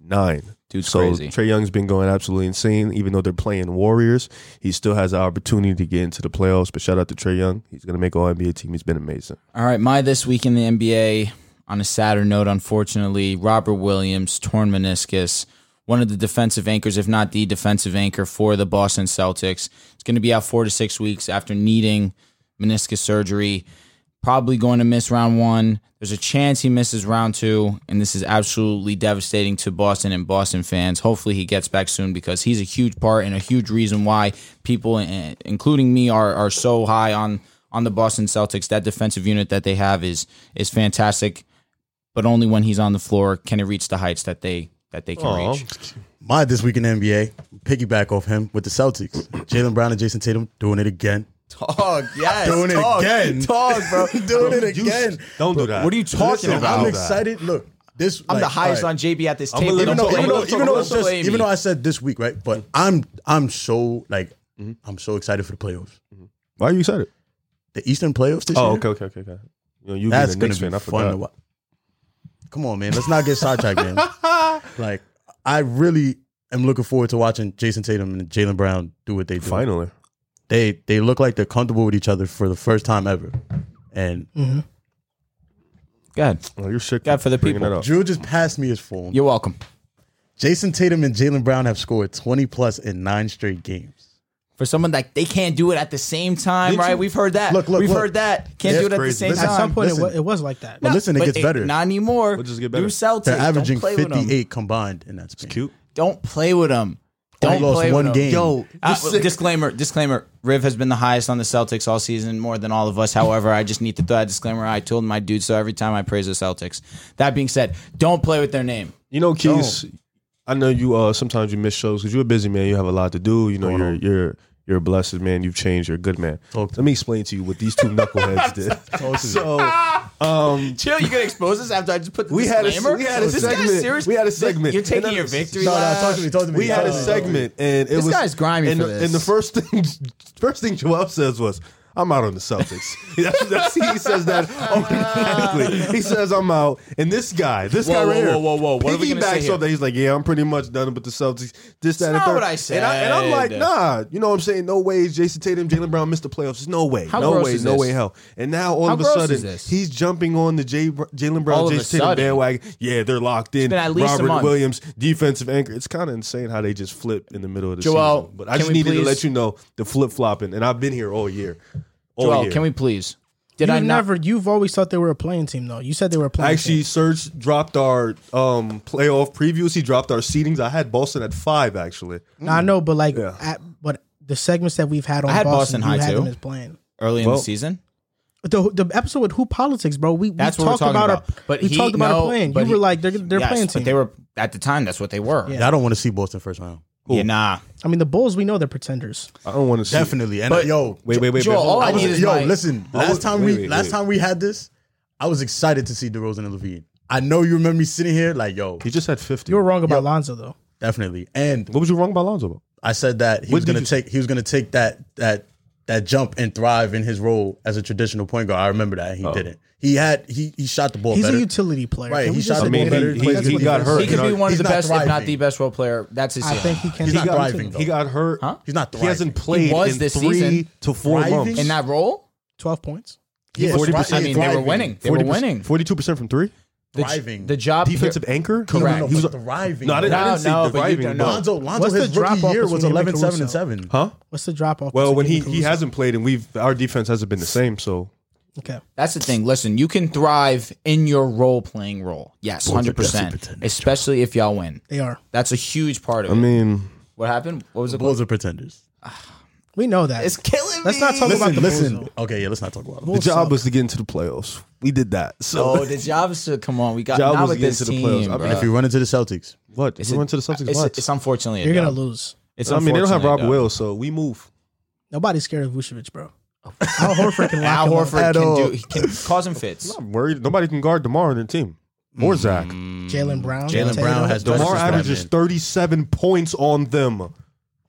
[SPEAKER 4] nine.
[SPEAKER 2] Dude's
[SPEAKER 4] so
[SPEAKER 2] crazy.
[SPEAKER 4] Trey Young's been going absolutely insane. Even though they're playing Warriors, he still has the opportunity to get into the playoffs. But shout out to Trey Young. He's gonna make all NBA team. He's been amazing.
[SPEAKER 2] All right, my this week in the NBA on a sadder note, unfortunately, Robert Williams torn meniscus, one of the defensive anchors, if not the defensive anchor for the Boston Celtics. It's going to be out four to six weeks after needing meniscus surgery. Probably going to miss round one. There's a chance he misses round two, and this is absolutely devastating to Boston and Boston fans. Hopefully, he gets back soon because he's a huge part and a huge reason why people, eh, including me, are are so high on on the Boston Celtics. That defensive unit that they have is is fantastic, but only when he's on the floor can it reach the heights that they that they can reach.
[SPEAKER 5] My this week in the NBA, piggyback off him with the Celtics. Jalen Brown and Jason Tatum doing it again.
[SPEAKER 2] Talk, yes,
[SPEAKER 5] Doing it
[SPEAKER 2] talk,
[SPEAKER 5] again.
[SPEAKER 2] talk, bro.
[SPEAKER 5] <laughs> Doing it
[SPEAKER 4] You s- Don't do that.
[SPEAKER 2] What are you talking
[SPEAKER 5] Listen,
[SPEAKER 2] about?
[SPEAKER 5] I'm
[SPEAKER 4] that.
[SPEAKER 5] excited. Look, this
[SPEAKER 2] I'm the
[SPEAKER 5] like,
[SPEAKER 2] highest
[SPEAKER 5] all right.
[SPEAKER 2] on JB at this
[SPEAKER 4] I'm a
[SPEAKER 2] table.
[SPEAKER 4] little-
[SPEAKER 5] Even though,
[SPEAKER 4] Don't
[SPEAKER 5] even
[SPEAKER 4] blame
[SPEAKER 5] though,
[SPEAKER 4] me.
[SPEAKER 5] even though, it's
[SPEAKER 2] Don't
[SPEAKER 5] just,
[SPEAKER 2] blame
[SPEAKER 5] even
[SPEAKER 2] me.
[SPEAKER 5] though I said this week, right? But
[SPEAKER 4] Mm-hmm.
[SPEAKER 5] I'm I'm so like I'm so excited for the playoffs.
[SPEAKER 4] Why are you excited?
[SPEAKER 5] The Eastern playoffs this
[SPEAKER 4] Oh,
[SPEAKER 5] year.
[SPEAKER 4] okay, okay, okay, okay. You know, you being
[SPEAKER 5] That's
[SPEAKER 4] a
[SPEAKER 5] gonna
[SPEAKER 4] Knicks
[SPEAKER 5] be
[SPEAKER 4] fan, I
[SPEAKER 5] fun
[SPEAKER 4] forgot.
[SPEAKER 5] to watch. Come on, man. Let's not get sidetracked, man.
[SPEAKER 4] <laughs>
[SPEAKER 5] Like I really am looking forward to watching Jason Tatum and Jalen Brown do what they do.
[SPEAKER 4] Finally,
[SPEAKER 5] They they look like they're comfortable with each other for the first time ever. And
[SPEAKER 4] Mm-hmm.
[SPEAKER 2] God,
[SPEAKER 4] oh, you're sick.
[SPEAKER 2] God for the
[SPEAKER 4] bringing
[SPEAKER 2] people.
[SPEAKER 4] that up.
[SPEAKER 5] Drew just passed me his phone.
[SPEAKER 2] you're welcome.
[SPEAKER 5] Jason Tatum and Jalen Brown have scored 20 plus in nine straight games.
[SPEAKER 2] For someone that they can't do it at the same time, right? We've heard that.
[SPEAKER 5] Look, look,
[SPEAKER 2] We've
[SPEAKER 5] look.
[SPEAKER 2] heard that. Can't do it at the
[SPEAKER 4] crazy.
[SPEAKER 2] same
[SPEAKER 5] Listen,
[SPEAKER 1] At
[SPEAKER 2] time.
[SPEAKER 1] some point, it,
[SPEAKER 5] listen.
[SPEAKER 1] was, it was like that.
[SPEAKER 5] But listen, it
[SPEAKER 2] But
[SPEAKER 5] gets better.
[SPEAKER 2] Not anymore.
[SPEAKER 4] We'll just get better.
[SPEAKER 2] New Celtics.
[SPEAKER 5] They're averaging
[SPEAKER 2] Don't play with 'em.
[SPEAKER 5] 58 combined in that span.
[SPEAKER 4] Cute.
[SPEAKER 2] Don't play with them.
[SPEAKER 5] Only
[SPEAKER 2] Don't
[SPEAKER 5] lost
[SPEAKER 2] play
[SPEAKER 5] one
[SPEAKER 2] with 'em.
[SPEAKER 5] game.
[SPEAKER 2] Yo, uh, disclaimer, disclaimer. Riv has been the highest on the Celtics all season, more than all of us. However, I just need to throw that disclaimer. I told my dude so every time I praise the Celtics. That being said, don't play with their name.
[SPEAKER 4] You know, Keys, I know you. Uh, sometimes you miss shows because you're a busy man. You have a lot to do. You know, you're you're you're a blessed man. You've changed. You're a good man.
[SPEAKER 5] Talk to
[SPEAKER 4] Let me explain to you what these two
[SPEAKER 5] <laughs>
[SPEAKER 4] knuckleheads did. <laughs> so
[SPEAKER 2] Chill, you gonna expose us after I just put the
[SPEAKER 4] We had a-
[SPEAKER 2] disclaimer?
[SPEAKER 4] we had a
[SPEAKER 2] Is this guy
[SPEAKER 4] segment.
[SPEAKER 2] serious?
[SPEAKER 4] We had a segment.
[SPEAKER 2] You're taking
[SPEAKER 4] And I-
[SPEAKER 2] your victory.
[SPEAKER 5] No, no,
[SPEAKER 2] lap?
[SPEAKER 5] talk to me, talk to me. Uh,
[SPEAKER 4] we had a
[SPEAKER 5] Talk to me.
[SPEAKER 4] segment, and it
[SPEAKER 2] This
[SPEAKER 4] was
[SPEAKER 2] guy's grimy
[SPEAKER 4] and
[SPEAKER 2] for
[SPEAKER 4] the,
[SPEAKER 2] this.
[SPEAKER 4] And the first thing, <laughs> first thing Joel says was. I'm out on the Celtics. <laughs> that's, that's, he says that
[SPEAKER 2] <laughs>
[SPEAKER 4] automatically. He says I'm out, and this guy, this
[SPEAKER 2] Whoa,
[SPEAKER 4] guy
[SPEAKER 2] whoa,
[SPEAKER 4] right here,
[SPEAKER 2] whoa, whoa, whoa. What are we gonna say
[SPEAKER 4] piggybacks
[SPEAKER 2] here?
[SPEAKER 4] off that. He's like, yeah, I'm pretty much done with the Celtics. This, that, and
[SPEAKER 2] not
[SPEAKER 4] third.
[SPEAKER 2] what I
[SPEAKER 4] And, I, and I'm like,
[SPEAKER 2] said.
[SPEAKER 4] nah, you know what I'm saying? No way. is Jason Tatum, Jalen Brown missed the playoffs. There's No way.
[SPEAKER 2] How
[SPEAKER 4] no
[SPEAKER 2] gross
[SPEAKER 4] way.
[SPEAKER 2] is
[SPEAKER 4] no
[SPEAKER 2] this?
[SPEAKER 4] way. Hell. And now all
[SPEAKER 2] How
[SPEAKER 4] of a
[SPEAKER 2] gross
[SPEAKER 4] sudden,
[SPEAKER 2] is this?
[SPEAKER 4] he's jumping on the Jay, Jalen Brown,
[SPEAKER 2] All of a
[SPEAKER 4] Jason Tatum
[SPEAKER 2] sudden.
[SPEAKER 4] bandwagon. Yeah, they're locked in.
[SPEAKER 2] been at least a
[SPEAKER 4] Robert
[SPEAKER 2] month.
[SPEAKER 4] Williams, defensive anchor. It's kind of insane how they just flip in the middle of the
[SPEAKER 2] Joel,
[SPEAKER 4] season. But I
[SPEAKER 2] can
[SPEAKER 4] just
[SPEAKER 2] we
[SPEAKER 4] needed
[SPEAKER 2] please-
[SPEAKER 4] to let you know the flip flopping, and I've been here all year. All
[SPEAKER 2] Joel,
[SPEAKER 4] year.
[SPEAKER 2] can we please? Did
[SPEAKER 1] you've
[SPEAKER 2] I not?
[SPEAKER 1] never, you've always thought they were a playing team, though. You said they were a playing
[SPEAKER 4] Actually,
[SPEAKER 1] team.
[SPEAKER 4] Serge dropped our um, playoff previews. He dropped our seedings. I had Boston at five, actually.
[SPEAKER 1] Now, I know, but like,
[SPEAKER 4] Yeah.
[SPEAKER 1] at, but the segments that we've had on
[SPEAKER 2] I had
[SPEAKER 1] Boston,
[SPEAKER 2] Boston high,
[SPEAKER 1] you had
[SPEAKER 2] too.
[SPEAKER 1] them as playing.
[SPEAKER 2] early in
[SPEAKER 4] Well-
[SPEAKER 2] the season.
[SPEAKER 1] But the the episode with Who Politics, bro. We, we
[SPEAKER 2] That's what we're
[SPEAKER 1] talked
[SPEAKER 2] talking
[SPEAKER 1] about,
[SPEAKER 2] about.
[SPEAKER 1] our
[SPEAKER 2] But
[SPEAKER 1] we
[SPEAKER 2] he-
[SPEAKER 1] talked about our
[SPEAKER 2] no,
[SPEAKER 1] playing.
[SPEAKER 2] but
[SPEAKER 1] You were
[SPEAKER 2] he-
[SPEAKER 1] like they're they're
[SPEAKER 2] Yes,
[SPEAKER 1] playing
[SPEAKER 2] but
[SPEAKER 1] team.
[SPEAKER 2] they were at the time. That's what they were.
[SPEAKER 1] Yeah.
[SPEAKER 5] Yeah, I don't want to see Boston first round.
[SPEAKER 2] Yeah, nah.
[SPEAKER 1] I mean the Bulls. We know they're pretenders.
[SPEAKER 4] I don't want to see.
[SPEAKER 5] Definitely. And
[SPEAKER 2] But-
[SPEAKER 5] yo,
[SPEAKER 4] Wait, wait, wait.
[SPEAKER 2] Joel,
[SPEAKER 4] wait, hold
[SPEAKER 2] all
[SPEAKER 4] on.
[SPEAKER 2] I
[SPEAKER 5] I was-
[SPEAKER 2] need is
[SPEAKER 5] yo,
[SPEAKER 2] my-
[SPEAKER 5] listen. Last time
[SPEAKER 4] wait,
[SPEAKER 5] we
[SPEAKER 4] wait,
[SPEAKER 5] last
[SPEAKER 4] wait.
[SPEAKER 5] time we had this, I was excited to see DeRozan and Levine. I know you remember me sitting here like, yo,
[SPEAKER 4] He just had 50.
[SPEAKER 1] You were wrong about Lonzo though.
[SPEAKER 5] definitely. And
[SPEAKER 4] What was you wrong about Lonzo? about?
[SPEAKER 5] I said that he
[SPEAKER 4] What
[SPEAKER 5] was
[SPEAKER 4] did
[SPEAKER 5] gonna
[SPEAKER 4] you-
[SPEAKER 5] take he was gonna take that that that jump and thrive in his role as a traditional point guard. I remember that
[SPEAKER 4] Oh.
[SPEAKER 5] he didn't. He had he he shot the ball.
[SPEAKER 1] He's
[SPEAKER 5] better.
[SPEAKER 1] a utility player.
[SPEAKER 5] Right,
[SPEAKER 1] Can
[SPEAKER 5] he
[SPEAKER 1] we
[SPEAKER 5] shot
[SPEAKER 1] just
[SPEAKER 5] the
[SPEAKER 4] I mean,
[SPEAKER 1] admit
[SPEAKER 5] ball
[SPEAKER 1] that?
[SPEAKER 4] he, he,
[SPEAKER 1] That's
[SPEAKER 4] he
[SPEAKER 1] what
[SPEAKER 4] got
[SPEAKER 1] is.
[SPEAKER 4] hurt.
[SPEAKER 2] He could be
[SPEAKER 4] and I-
[SPEAKER 2] one of
[SPEAKER 5] he's
[SPEAKER 2] the
[SPEAKER 5] not
[SPEAKER 2] best, if not
[SPEAKER 5] thriving.
[SPEAKER 2] the best role player. That's his.
[SPEAKER 1] I think he can.
[SPEAKER 4] He
[SPEAKER 5] not
[SPEAKER 4] got
[SPEAKER 5] thriving, though.
[SPEAKER 4] He got hurt.
[SPEAKER 5] He's not
[SPEAKER 4] He hasn't
[SPEAKER 5] thriving.
[SPEAKER 4] played
[SPEAKER 2] He was
[SPEAKER 4] in
[SPEAKER 2] this
[SPEAKER 4] three
[SPEAKER 5] season.
[SPEAKER 4] to four
[SPEAKER 5] Thriving?
[SPEAKER 4] months.
[SPEAKER 2] in that role.
[SPEAKER 1] Twelve points.
[SPEAKER 5] He was
[SPEAKER 4] 40%.
[SPEAKER 5] thriving.
[SPEAKER 2] I mean, they were
[SPEAKER 5] Thriving.
[SPEAKER 2] winning. They were winning.
[SPEAKER 4] Forty-two percent from three.
[SPEAKER 2] The,
[SPEAKER 5] Thriving.
[SPEAKER 2] the job.
[SPEAKER 4] Defensive anchor.
[SPEAKER 5] No, no,
[SPEAKER 2] Correct.
[SPEAKER 5] no,
[SPEAKER 4] He was
[SPEAKER 5] but thriving.
[SPEAKER 4] No, I didn't, I
[SPEAKER 2] No,
[SPEAKER 4] didn't
[SPEAKER 2] no,
[SPEAKER 4] see
[SPEAKER 2] but you
[SPEAKER 4] thriving.
[SPEAKER 2] don't
[SPEAKER 4] no.
[SPEAKER 2] know.
[SPEAKER 5] Lonzo, Lonzo
[SPEAKER 1] What's the
[SPEAKER 5] his rookie
[SPEAKER 1] drop-off
[SPEAKER 5] year was
[SPEAKER 1] between him and
[SPEAKER 5] 11 7 and
[SPEAKER 1] Caruso?
[SPEAKER 5] 7.
[SPEAKER 4] Huh?
[SPEAKER 1] What's the drop off?
[SPEAKER 4] Well, when he he hasn't played, and we've our defense hasn't been the same. So
[SPEAKER 1] Okay.
[SPEAKER 2] That's the thing. Listen, you can thrive in your role playing role. Yes, hundred percent. Especially if y'all win.
[SPEAKER 1] They are.
[SPEAKER 2] That's a huge part of
[SPEAKER 4] I
[SPEAKER 2] it.
[SPEAKER 4] mean,
[SPEAKER 2] What happened? What was it? called?
[SPEAKER 5] Bulls are pretenders.
[SPEAKER 1] We know that.
[SPEAKER 2] It's killing me.
[SPEAKER 1] Let's not talk about
[SPEAKER 5] Listen,
[SPEAKER 1] the Bulls,
[SPEAKER 5] listen.
[SPEAKER 1] though.
[SPEAKER 5] Okay, yeah, let's not talk about it.
[SPEAKER 4] the
[SPEAKER 1] Bulls
[SPEAKER 4] job
[SPEAKER 1] suck.
[SPEAKER 4] was to get into the playoffs. We did that. So
[SPEAKER 2] Oh, the job is to come on. We got
[SPEAKER 4] Job
[SPEAKER 2] not
[SPEAKER 4] was
[SPEAKER 2] with
[SPEAKER 4] getting
[SPEAKER 2] this
[SPEAKER 4] to the
[SPEAKER 2] team.
[SPEAKER 4] playoffs. I mean,
[SPEAKER 2] bruh.
[SPEAKER 5] If you run into the Celtics,
[SPEAKER 4] <laughs> what? We went to the Celtics.
[SPEAKER 2] it's,
[SPEAKER 4] what?
[SPEAKER 2] it's unfortunately a
[SPEAKER 1] You're gonna
[SPEAKER 2] dub.
[SPEAKER 1] lose.
[SPEAKER 2] It's
[SPEAKER 4] I mean, they don't have
[SPEAKER 2] unfortunately
[SPEAKER 4] Rob
[SPEAKER 2] a dub.
[SPEAKER 4] Will, so we move.
[SPEAKER 1] Nobody's scared of Vucevic, bro. Al Horford can lock
[SPEAKER 2] <laughs> Al
[SPEAKER 1] him up.
[SPEAKER 2] Horford
[SPEAKER 4] At
[SPEAKER 2] can do.
[SPEAKER 4] all.
[SPEAKER 2] He can cause him fits.
[SPEAKER 4] I'm worried. Nobody can guard Demar on the team. Or Zach.
[SPEAKER 1] Jalen Brown.
[SPEAKER 5] Jalen
[SPEAKER 1] Tatum.
[SPEAKER 5] Brown has
[SPEAKER 4] Demar
[SPEAKER 5] That's
[SPEAKER 4] averages
[SPEAKER 5] just bad, man.
[SPEAKER 4] 37 points on them. You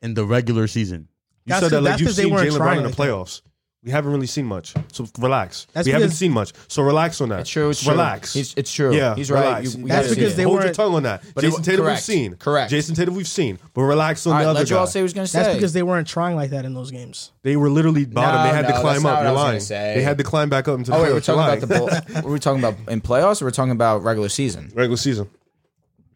[SPEAKER 5] in the regular season.
[SPEAKER 1] That's
[SPEAKER 4] said
[SPEAKER 1] the-
[SPEAKER 4] that like
[SPEAKER 1] that's
[SPEAKER 4] you've
[SPEAKER 1] 'cause they
[SPEAKER 4] seen
[SPEAKER 1] weren't
[SPEAKER 4] Jalen Brown in
[SPEAKER 1] trying
[SPEAKER 4] the
[SPEAKER 1] like that.
[SPEAKER 4] playoffs. We haven't really seen much. So relax.
[SPEAKER 1] That's
[SPEAKER 4] we haven't
[SPEAKER 1] because-
[SPEAKER 4] seen much. So relax on that.
[SPEAKER 2] It's true. It's true.
[SPEAKER 4] relax.
[SPEAKER 2] He's- it's true.
[SPEAKER 4] Yeah,
[SPEAKER 2] He's right.
[SPEAKER 4] relax.
[SPEAKER 2] You- we
[SPEAKER 1] That's
[SPEAKER 2] gotta see
[SPEAKER 1] because
[SPEAKER 2] it.
[SPEAKER 1] they
[SPEAKER 4] Hold your
[SPEAKER 1] weren't-
[SPEAKER 4] tongue on that.
[SPEAKER 2] But it
[SPEAKER 4] Jason
[SPEAKER 2] wa-
[SPEAKER 4] Tatum
[SPEAKER 2] correct,
[SPEAKER 4] we've seen.
[SPEAKER 2] correct.
[SPEAKER 4] Jason Tatum we've seen. But relax on
[SPEAKER 2] All right,
[SPEAKER 4] the other
[SPEAKER 2] let you
[SPEAKER 4] guy.
[SPEAKER 2] all say what he's gonna say.
[SPEAKER 1] That's because they weren't trying like that in those games.
[SPEAKER 4] they were literally bottom.
[SPEAKER 2] No,
[SPEAKER 4] they had
[SPEAKER 2] no,
[SPEAKER 4] to climb
[SPEAKER 2] that's not what
[SPEAKER 4] up.
[SPEAKER 2] I
[SPEAKER 4] You're
[SPEAKER 2] was gonna
[SPEAKER 4] lying.
[SPEAKER 2] say.
[SPEAKER 4] They had to climb back up into the
[SPEAKER 2] Oh wait,
[SPEAKER 4] playoffs.
[SPEAKER 2] we're talking
[SPEAKER 4] You're
[SPEAKER 2] about the bowl.
[SPEAKER 4] lying.
[SPEAKER 2] were we talking about in playoffs or we're talking about regular season?
[SPEAKER 4] <laughs> regular season.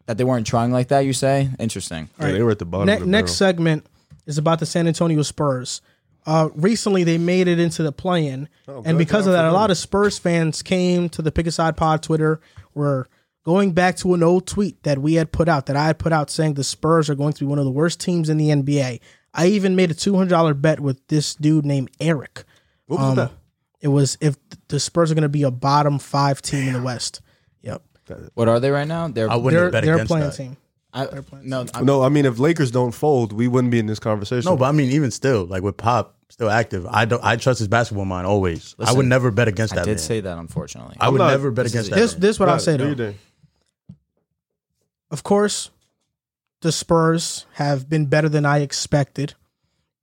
[SPEAKER 2] That they weren't trying like that, you say? Interesting.
[SPEAKER 4] Yeah, they were at the bottom.
[SPEAKER 1] Ne-
[SPEAKER 4] of the
[SPEAKER 1] next
[SPEAKER 4] barrel.
[SPEAKER 1] segment is about the San Antonio Spurs. Uh, recently, they made it into the play-in, and
[SPEAKER 4] Oh, good
[SPEAKER 1] because of
[SPEAKER 4] job
[SPEAKER 1] that,
[SPEAKER 4] for
[SPEAKER 1] a
[SPEAKER 4] them.
[SPEAKER 1] lot of Spurs fans came to the Pick a Side Pod Twitter. Were going back to an old tweet that we had put out that I had put out saying the Spurs are going to be one of the worst teams in the NBA. I even made a two hundred dollar bet with this dude named Eric.
[SPEAKER 4] What
[SPEAKER 1] um,
[SPEAKER 4] was that?
[SPEAKER 1] It was if the Spurs are going to be a bottom five team in the West. Yep,
[SPEAKER 2] What are they right now? They're
[SPEAKER 5] I wouldn't
[SPEAKER 1] they're
[SPEAKER 5] have bet
[SPEAKER 1] they're a
[SPEAKER 5] against
[SPEAKER 1] playing
[SPEAKER 5] that.
[SPEAKER 1] team.
[SPEAKER 2] I, no, I'm,
[SPEAKER 4] No, I mean if Lakers don't fold, we wouldn't be in this conversation.
[SPEAKER 5] No, but I mean, even still, like with Pop still active, I don't. I trust his basketball mind always. I would never bet against
[SPEAKER 2] I
[SPEAKER 5] that.
[SPEAKER 2] did
[SPEAKER 5] man.
[SPEAKER 2] say that unfortunately.
[SPEAKER 5] I would
[SPEAKER 4] not-
[SPEAKER 5] never bet against that.
[SPEAKER 1] This
[SPEAKER 5] man.
[SPEAKER 1] this is what I'll
[SPEAKER 4] Right,
[SPEAKER 1] say
[SPEAKER 4] do
[SPEAKER 1] though.
[SPEAKER 4] your thing.
[SPEAKER 1] of course, the Spurs have been better than I expected.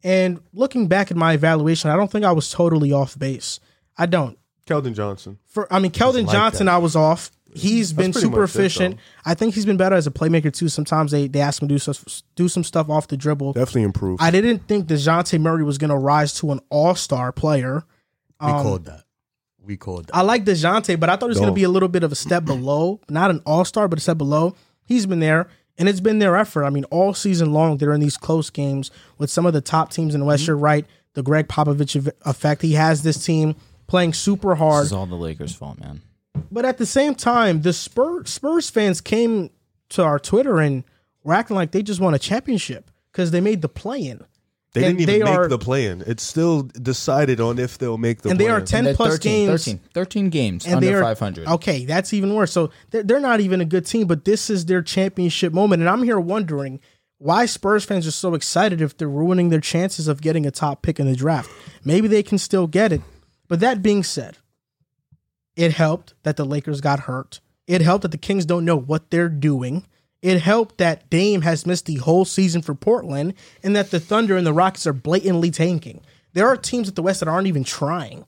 [SPEAKER 1] And looking back at my evaluation, I don't think I was totally off base. I don't.
[SPEAKER 4] Keldon Johnson.
[SPEAKER 1] For I mean, Keldon Johnson, I was off. He's been
[SPEAKER 4] pretty
[SPEAKER 1] super
[SPEAKER 4] much it,
[SPEAKER 1] efficient.
[SPEAKER 4] though.
[SPEAKER 1] I think he's been better as a playmaker too. Sometimes they, they ask him to do some, do some stuff off the dribble.
[SPEAKER 4] Definitely improved.
[SPEAKER 1] I didn't think DeJounte Murray was going to rise to an all star player.
[SPEAKER 5] we called that. We called that.
[SPEAKER 1] I like DeJounte, but I thought it was going to
[SPEAKER 4] Dog.
[SPEAKER 1] be a little bit of a step below, not an all star, but a step below. He's been there, and it's been their effort. I mean, all season long, they're in these close games with some of the top teams in the West. You're right. The Greg Popovich ev- effect. He has this team playing super hard.
[SPEAKER 2] This is all the Lakers' fault, man.
[SPEAKER 1] But at the same time, the Spurs, Spurs fans came to our Twitter and were acting like they just won a championship because they made the play in.
[SPEAKER 4] they
[SPEAKER 1] and
[SPEAKER 4] didn't even
[SPEAKER 1] they
[SPEAKER 4] make
[SPEAKER 1] are-
[SPEAKER 4] the plan. It's still decided on if they'll make the
[SPEAKER 1] And they are 10
[SPEAKER 4] play-in.
[SPEAKER 2] They're
[SPEAKER 1] plus
[SPEAKER 2] 13,
[SPEAKER 1] games.
[SPEAKER 2] 13, 13 games
[SPEAKER 1] and
[SPEAKER 2] under
[SPEAKER 1] they're
[SPEAKER 2] 500.
[SPEAKER 1] Okay, that's even worse. So they're, they're not even a good team, but this is their championship moment. And I'm here wondering why Spurs fans are so excited if they're ruining their chances of getting a top pick in the draft. Maybe they can still get it. But that being said, it helped that the Lakers got hurt. It helped that the Kings don't know what they're doing. It helped that Dame has missed the whole season for Portland and that the Thunder and the Rockets are blatantly tanking. There are teams at the West that aren't even trying.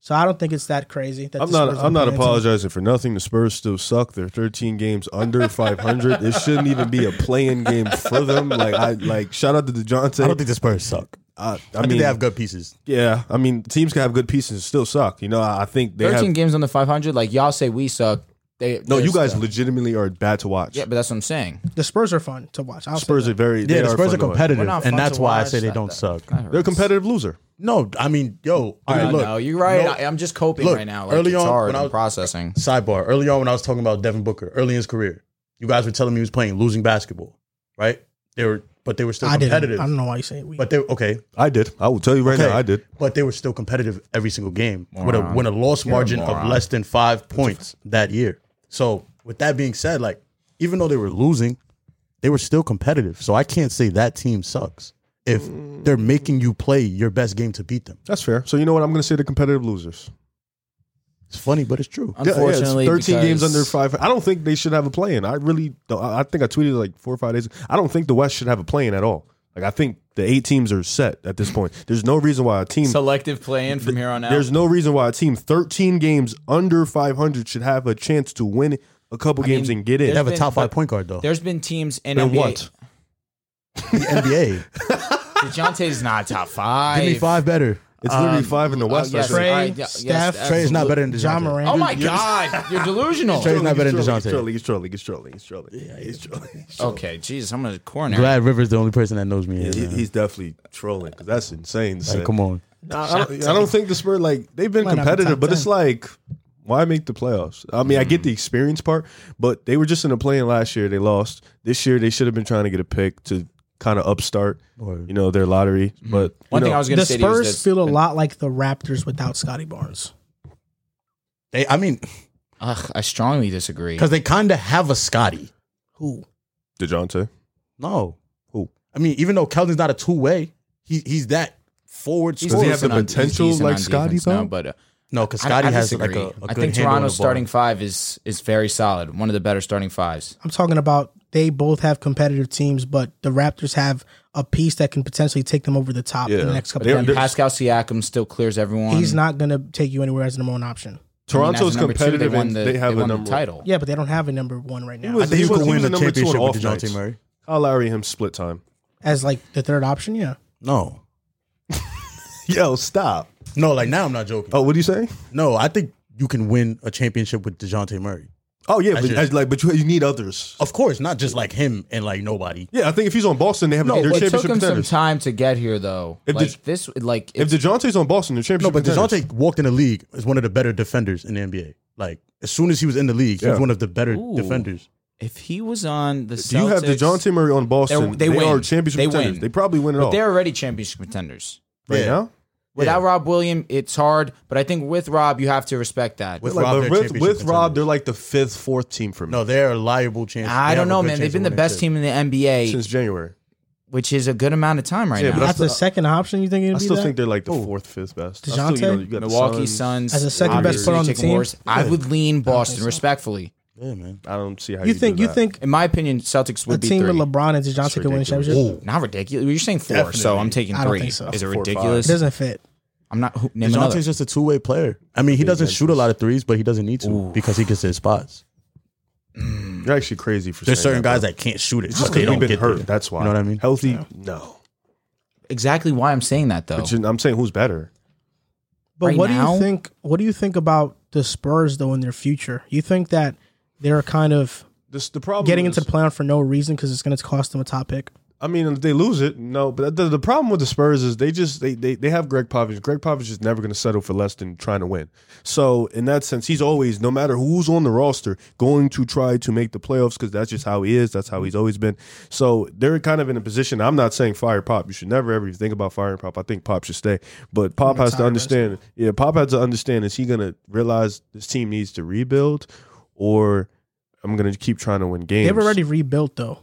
[SPEAKER 1] So I don't think it's that crazy. That
[SPEAKER 4] I'm
[SPEAKER 1] the
[SPEAKER 4] not.
[SPEAKER 1] Spurs are
[SPEAKER 4] I'm not
[SPEAKER 1] playing a team.
[SPEAKER 4] apologizing for nothing. The Spurs still suck. They're 13 games under 500. It shouldn't even be a playing game for them. Like I like. Shout out to Dejounte.
[SPEAKER 5] I don't think the Spurs suck.
[SPEAKER 4] I, I
[SPEAKER 5] I
[SPEAKER 4] mean,
[SPEAKER 5] think they have good pieces.
[SPEAKER 4] yeah. I mean, teams can have good pieces and still suck. You know, I I think they
[SPEAKER 2] 13
[SPEAKER 4] have.
[SPEAKER 2] games under 500. Like y'all say we suck. They
[SPEAKER 4] No,
[SPEAKER 2] they're
[SPEAKER 4] you guys
[SPEAKER 2] stuck.
[SPEAKER 4] legitimately are bad to watch.
[SPEAKER 2] Yeah, but that's what I'm saying.
[SPEAKER 1] The Spurs are fun to watch. I'll say
[SPEAKER 4] Spurs
[SPEAKER 1] that.
[SPEAKER 4] are very.
[SPEAKER 5] Yeah,
[SPEAKER 4] they
[SPEAKER 5] the
[SPEAKER 4] fun
[SPEAKER 5] Spurs are
[SPEAKER 4] to watch.
[SPEAKER 5] competitive,
[SPEAKER 2] not fun
[SPEAKER 5] and that's
[SPEAKER 2] to
[SPEAKER 5] why I
[SPEAKER 2] watch.
[SPEAKER 5] say they
[SPEAKER 2] That-
[SPEAKER 5] don't
[SPEAKER 2] that-
[SPEAKER 5] suck.
[SPEAKER 4] They're a competitive loser.
[SPEAKER 5] No, I mean, yo, I
[SPEAKER 2] I
[SPEAKER 5] mean,
[SPEAKER 2] know
[SPEAKER 5] look,
[SPEAKER 2] you're right.
[SPEAKER 5] no-
[SPEAKER 2] I, I'm just coping
[SPEAKER 5] look,
[SPEAKER 2] right now. Like,
[SPEAKER 5] early
[SPEAKER 2] it's
[SPEAKER 5] on,
[SPEAKER 2] hard.
[SPEAKER 5] when I
[SPEAKER 2] I'm
[SPEAKER 5] was-
[SPEAKER 2] processing.
[SPEAKER 5] sidebar. Early on, when I was talking about Devin Booker, early in his career, you guys were telling me he was playing losing basketball, right? They were, but they were still
[SPEAKER 1] I didn't.
[SPEAKER 5] competitive.
[SPEAKER 1] I don't know why you say we.
[SPEAKER 5] But they okay,
[SPEAKER 4] I did. I will tell you right
[SPEAKER 5] okay.
[SPEAKER 4] now. I did.
[SPEAKER 5] But they were still competitive every single game with a with a loss margin of less than five points that year. So with that being said, like even though they were losing, they were still competitive. So I can't say that team sucks if they're making you play your best game to beat them.
[SPEAKER 4] That's fair. So you know what? I'm going to say the competitive losers.
[SPEAKER 5] It's funny, but it's true.
[SPEAKER 4] Yeah, yeah, it's
[SPEAKER 2] Unfortunately,
[SPEAKER 4] 13 games
[SPEAKER 2] because-
[SPEAKER 4] under five. I don't think they should have a play in. I really, don't- I I think I tweeted like four or five days. I don't think the West should have a play in at all. Like I think the eight teams are set at this point. There's no reason why a team.
[SPEAKER 2] Selective playing from here on out.
[SPEAKER 4] There's no reason why a team 13 games under 500 should have a chance to win a couple games
[SPEAKER 2] mean,
[SPEAKER 4] and get in.
[SPEAKER 5] They have a
[SPEAKER 2] been-
[SPEAKER 5] top five
[SPEAKER 2] but
[SPEAKER 5] point guard though.
[SPEAKER 2] There's been teams in
[SPEAKER 4] And
[SPEAKER 2] NBA.
[SPEAKER 4] what?
[SPEAKER 5] The
[SPEAKER 1] <laughs>
[SPEAKER 5] NBA,
[SPEAKER 2] DeJounte's not top five.
[SPEAKER 5] <laughs> give me five better.
[SPEAKER 4] It's literally five in the
[SPEAKER 2] oh,
[SPEAKER 4] West. I
[SPEAKER 2] yes,
[SPEAKER 4] think.
[SPEAKER 1] Trey,
[SPEAKER 2] All right, yeah,
[SPEAKER 1] Steph,
[SPEAKER 2] yes,
[SPEAKER 5] Trey is
[SPEAKER 2] absolutely.
[SPEAKER 5] not better than
[SPEAKER 1] John
[SPEAKER 5] DeJounte.
[SPEAKER 1] Moran.
[SPEAKER 2] Oh my God,
[SPEAKER 5] <laughs>
[SPEAKER 2] you're delusional.
[SPEAKER 5] Trey's not better than
[SPEAKER 4] He's
[SPEAKER 5] DeJounte.
[SPEAKER 4] trolling. He's trolling. He's trolling. He's trolling. He's trolling. Yeah, he's trolling.
[SPEAKER 2] Okay, jeez, I'm gonna corner.
[SPEAKER 5] Glad Rivers the only person that knows me.
[SPEAKER 4] He-
[SPEAKER 5] here, man.
[SPEAKER 4] He's definitely trolling because that's insane. to say.
[SPEAKER 5] Like, come on.
[SPEAKER 4] I I don't, I don't think the Spurs like they've been
[SPEAKER 1] Might not be
[SPEAKER 4] competitive,
[SPEAKER 1] top
[SPEAKER 4] but it's
[SPEAKER 1] 10.
[SPEAKER 4] like why make the playoffs? I mean, I get the experience part, but they were just in a play-in last year. They lost this year. They should have been trying to get a pick to kind of upstart,
[SPEAKER 5] Word.
[SPEAKER 4] you know, their lottery. But you
[SPEAKER 2] Mm-hmm. One thing
[SPEAKER 4] know,
[SPEAKER 2] I was gonna
[SPEAKER 1] the
[SPEAKER 2] say to you is
[SPEAKER 1] Spurs
[SPEAKER 2] this.
[SPEAKER 1] feel a lot like the Raptors without Scotty Barnes.
[SPEAKER 5] They, I mean,
[SPEAKER 2] Ugh, I strongly disagree.
[SPEAKER 5] because they kind of have a Scotty.
[SPEAKER 1] Who?
[SPEAKER 4] Dejounte.
[SPEAKER 5] No.
[SPEAKER 4] Who?
[SPEAKER 5] I mean, even though Keldon's not a two way, he he's that forward.
[SPEAKER 2] He's
[SPEAKER 4] Does he
[SPEAKER 5] scorer.
[SPEAKER 4] have the
[SPEAKER 2] decent on-
[SPEAKER 4] potential
[SPEAKER 2] he's decent
[SPEAKER 4] like
[SPEAKER 2] on
[SPEAKER 4] Scotty,
[SPEAKER 2] defense
[SPEAKER 4] though?
[SPEAKER 2] now, but uh,
[SPEAKER 5] no, because
[SPEAKER 2] I-
[SPEAKER 5] Scotty
[SPEAKER 2] I
[SPEAKER 5] has like
[SPEAKER 2] disagree.
[SPEAKER 5] a, a
[SPEAKER 2] I think
[SPEAKER 5] good handle on the
[SPEAKER 2] Toronto's
[SPEAKER 5] ball.
[SPEAKER 2] starting five is is very solid. One of the better starting fives.
[SPEAKER 1] I'm talking about they both have competitive teams, but the Raptors have a piece that can potentially take them over the top in the
[SPEAKER 4] Yeah.
[SPEAKER 1] next couple
[SPEAKER 4] They're-
[SPEAKER 1] of
[SPEAKER 4] they're-
[SPEAKER 1] years.
[SPEAKER 2] Pascal Siakam still clears everyone.
[SPEAKER 1] He's not going to take you anywhere as a number one option.
[SPEAKER 2] I mean, as
[SPEAKER 4] Toronto's
[SPEAKER 2] a number two, they
[SPEAKER 4] competitive
[SPEAKER 2] won
[SPEAKER 4] and
[SPEAKER 2] the-
[SPEAKER 4] they have
[SPEAKER 2] won
[SPEAKER 4] a
[SPEAKER 2] the
[SPEAKER 4] number.
[SPEAKER 2] title.
[SPEAKER 1] Yeah, but they don't have a number one right now.
[SPEAKER 4] was-
[SPEAKER 5] I think you
[SPEAKER 4] He was-
[SPEAKER 5] could
[SPEAKER 4] he
[SPEAKER 5] win
[SPEAKER 4] was
[SPEAKER 5] a
[SPEAKER 4] number two on
[SPEAKER 5] championship
[SPEAKER 4] off
[SPEAKER 5] with DeJounte
[SPEAKER 4] nights.
[SPEAKER 5] Murray.
[SPEAKER 4] Kyle Lowry him split time. <laughs>
[SPEAKER 1] As like the third option, yeah.
[SPEAKER 5] No.
[SPEAKER 4] Yo, stop.
[SPEAKER 5] No, like now I'm not joking.
[SPEAKER 4] Oh, what do you say?
[SPEAKER 5] No, I think you can win a championship with DeJounte Murray.
[SPEAKER 4] Oh yeah, but
[SPEAKER 5] just-
[SPEAKER 4] as like, but you, you need others.
[SPEAKER 5] Of course, not just like him and like nobody.
[SPEAKER 4] Yeah, I think if he's on Boston, they have
[SPEAKER 2] No,
[SPEAKER 4] their
[SPEAKER 2] it
[SPEAKER 4] championship
[SPEAKER 2] took him some
[SPEAKER 4] contenders.
[SPEAKER 2] time to get here, though.
[SPEAKER 4] If
[SPEAKER 2] like
[SPEAKER 4] the-
[SPEAKER 2] this, like
[SPEAKER 4] if DeJounte's on Boston, the
[SPEAKER 5] No,
[SPEAKER 4] championship
[SPEAKER 5] but
[SPEAKER 4] contenders.
[SPEAKER 5] DeJounte walked in the league as one of the better defenders in the NBA. Like as soon as he was in the league, he was
[SPEAKER 4] Yeah.
[SPEAKER 5] one of the better
[SPEAKER 2] Ooh.
[SPEAKER 5] defenders.
[SPEAKER 2] if he was on the,
[SPEAKER 4] Do you have
[SPEAKER 2] Celtics-
[SPEAKER 4] DeJounte Murray on Boston?
[SPEAKER 2] they
[SPEAKER 4] They,
[SPEAKER 2] win.
[SPEAKER 4] are championship
[SPEAKER 2] They
[SPEAKER 4] contenders.
[SPEAKER 2] win.
[SPEAKER 4] They probably win it
[SPEAKER 2] But
[SPEAKER 4] all
[SPEAKER 2] they're already championship contenders.
[SPEAKER 4] right
[SPEAKER 5] Yeah.
[SPEAKER 4] now.
[SPEAKER 2] Without Rob William, it's hard. But I think with Rob, you have to respect that.
[SPEAKER 5] With
[SPEAKER 4] Like,
[SPEAKER 5] Rob,
[SPEAKER 4] but
[SPEAKER 5] they're
[SPEAKER 4] with,
[SPEAKER 5] championship
[SPEAKER 4] with Rob,
[SPEAKER 5] contenders.
[SPEAKER 4] they're like the fifth, fourth team for me
[SPEAKER 5] no, they're a liable chance.
[SPEAKER 2] I
[SPEAKER 5] they have
[SPEAKER 2] don't
[SPEAKER 5] a
[SPEAKER 2] know,
[SPEAKER 5] good
[SPEAKER 2] man. They've
[SPEAKER 5] chance
[SPEAKER 2] been
[SPEAKER 5] of
[SPEAKER 2] the
[SPEAKER 5] winning
[SPEAKER 2] best
[SPEAKER 5] too.
[SPEAKER 2] team in the NBA,
[SPEAKER 4] since January.
[SPEAKER 2] which is a good amount of time right
[SPEAKER 4] Yeah,
[SPEAKER 2] now.
[SPEAKER 4] but
[SPEAKER 1] That's the second option you think it'd
[SPEAKER 4] I
[SPEAKER 1] be
[SPEAKER 4] still
[SPEAKER 1] that?
[SPEAKER 4] think they're like the fourth, fifth best. I
[SPEAKER 1] DeJounte?
[SPEAKER 4] Still, you know, you got the
[SPEAKER 2] Milwaukee
[SPEAKER 4] Suns.
[SPEAKER 2] Suns
[SPEAKER 1] As the second
[SPEAKER 2] obviously
[SPEAKER 1] best player on the
[SPEAKER 2] taking
[SPEAKER 1] team?
[SPEAKER 2] Horse. I would lean Boston respectfully.
[SPEAKER 5] Yeah, man.
[SPEAKER 4] I don't see how
[SPEAKER 1] You think
[SPEAKER 4] do
[SPEAKER 1] you
[SPEAKER 4] that.
[SPEAKER 1] think
[SPEAKER 2] In my opinion, Celtics
[SPEAKER 1] a
[SPEAKER 2] would be
[SPEAKER 1] team
[SPEAKER 2] three.
[SPEAKER 1] with LeBron and DeJounte could win a championship?
[SPEAKER 2] Not ridiculous. You're saying four, so I'm taking
[SPEAKER 1] I don't
[SPEAKER 2] three.
[SPEAKER 1] think so.
[SPEAKER 2] Is it
[SPEAKER 4] Four, five.
[SPEAKER 1] It
[SPEAKER 2] ridiculous?
[SPEAKER 1] doesn't fit.
[SPEAKER 2] I'm not who, name another.
[SPEAKER 5] DeJounte's just a two way player. I mean, he doesn't shoot a lot of threes, but he doesn't need to because he gets his spots.
[SPEAKER 4] you're actually crazy for
[SPEAKER 5] There's
[SPEAKER 4] saying
[SPEAKER 5] certain
[SPEAKER 4] that,
[SPEAKER 5] guys
[SPEAKER 4] bro.
[SPEAKER 5] that can't shoot it.
[SPEAKER 4] It's just
[SPEAKER 5] but they
[SPEAKER 4] because
[SPEAKER 5] don't
[SPEAKER 4] we've been
[SPEAKER 5] get
[SPEAKER 4] hurt.
[SPEAKER 5] there.
[SPEAKER 4] That's why.
[SPEAKER 5] You know what I mean?
[SPEAKER 4] Healthy? No.
[SPEAKER 2] Exactly why I'm saying that though.
[SPEAKER 4] But you- I'm saying who's better.
[SPEAKER 1] But
[SPEAKER 2] Right
[SPEAKER 1] what do
[SPEAKER 2] now?
[SPEAKER 1] you think? What do you think about the Spurs though in their future? You think that they're kind of
[SPEAKER 4] This the problem.
[SPEAKER 1] getting
[SPEAKER 4] is-
[SPEAKER 1] into the playoff for no reason because it's going to cost them a top pick?
[SPEAKER 4] I mean, if they lose it, no. But the, the problem with the Spurs is they just they they, they have Greg Popovich. Greg Popovich is never going to settle for less than trying to win. So in that sense, he's always, no matter who's on the roster, going to try to make the playoffs because that's just how he is. That's how he's always been. So they're kind of in a position. I'm not saying fire Pop. You should never ever even think about firing Pop. I think Pop should stay. But Pop has to understand. Yeah, Pop has to understand. Is he going to realize this team needs to rebuild, or I'm going to keep trying to win games?
[SPEAKER 1] They've already rebuilt though.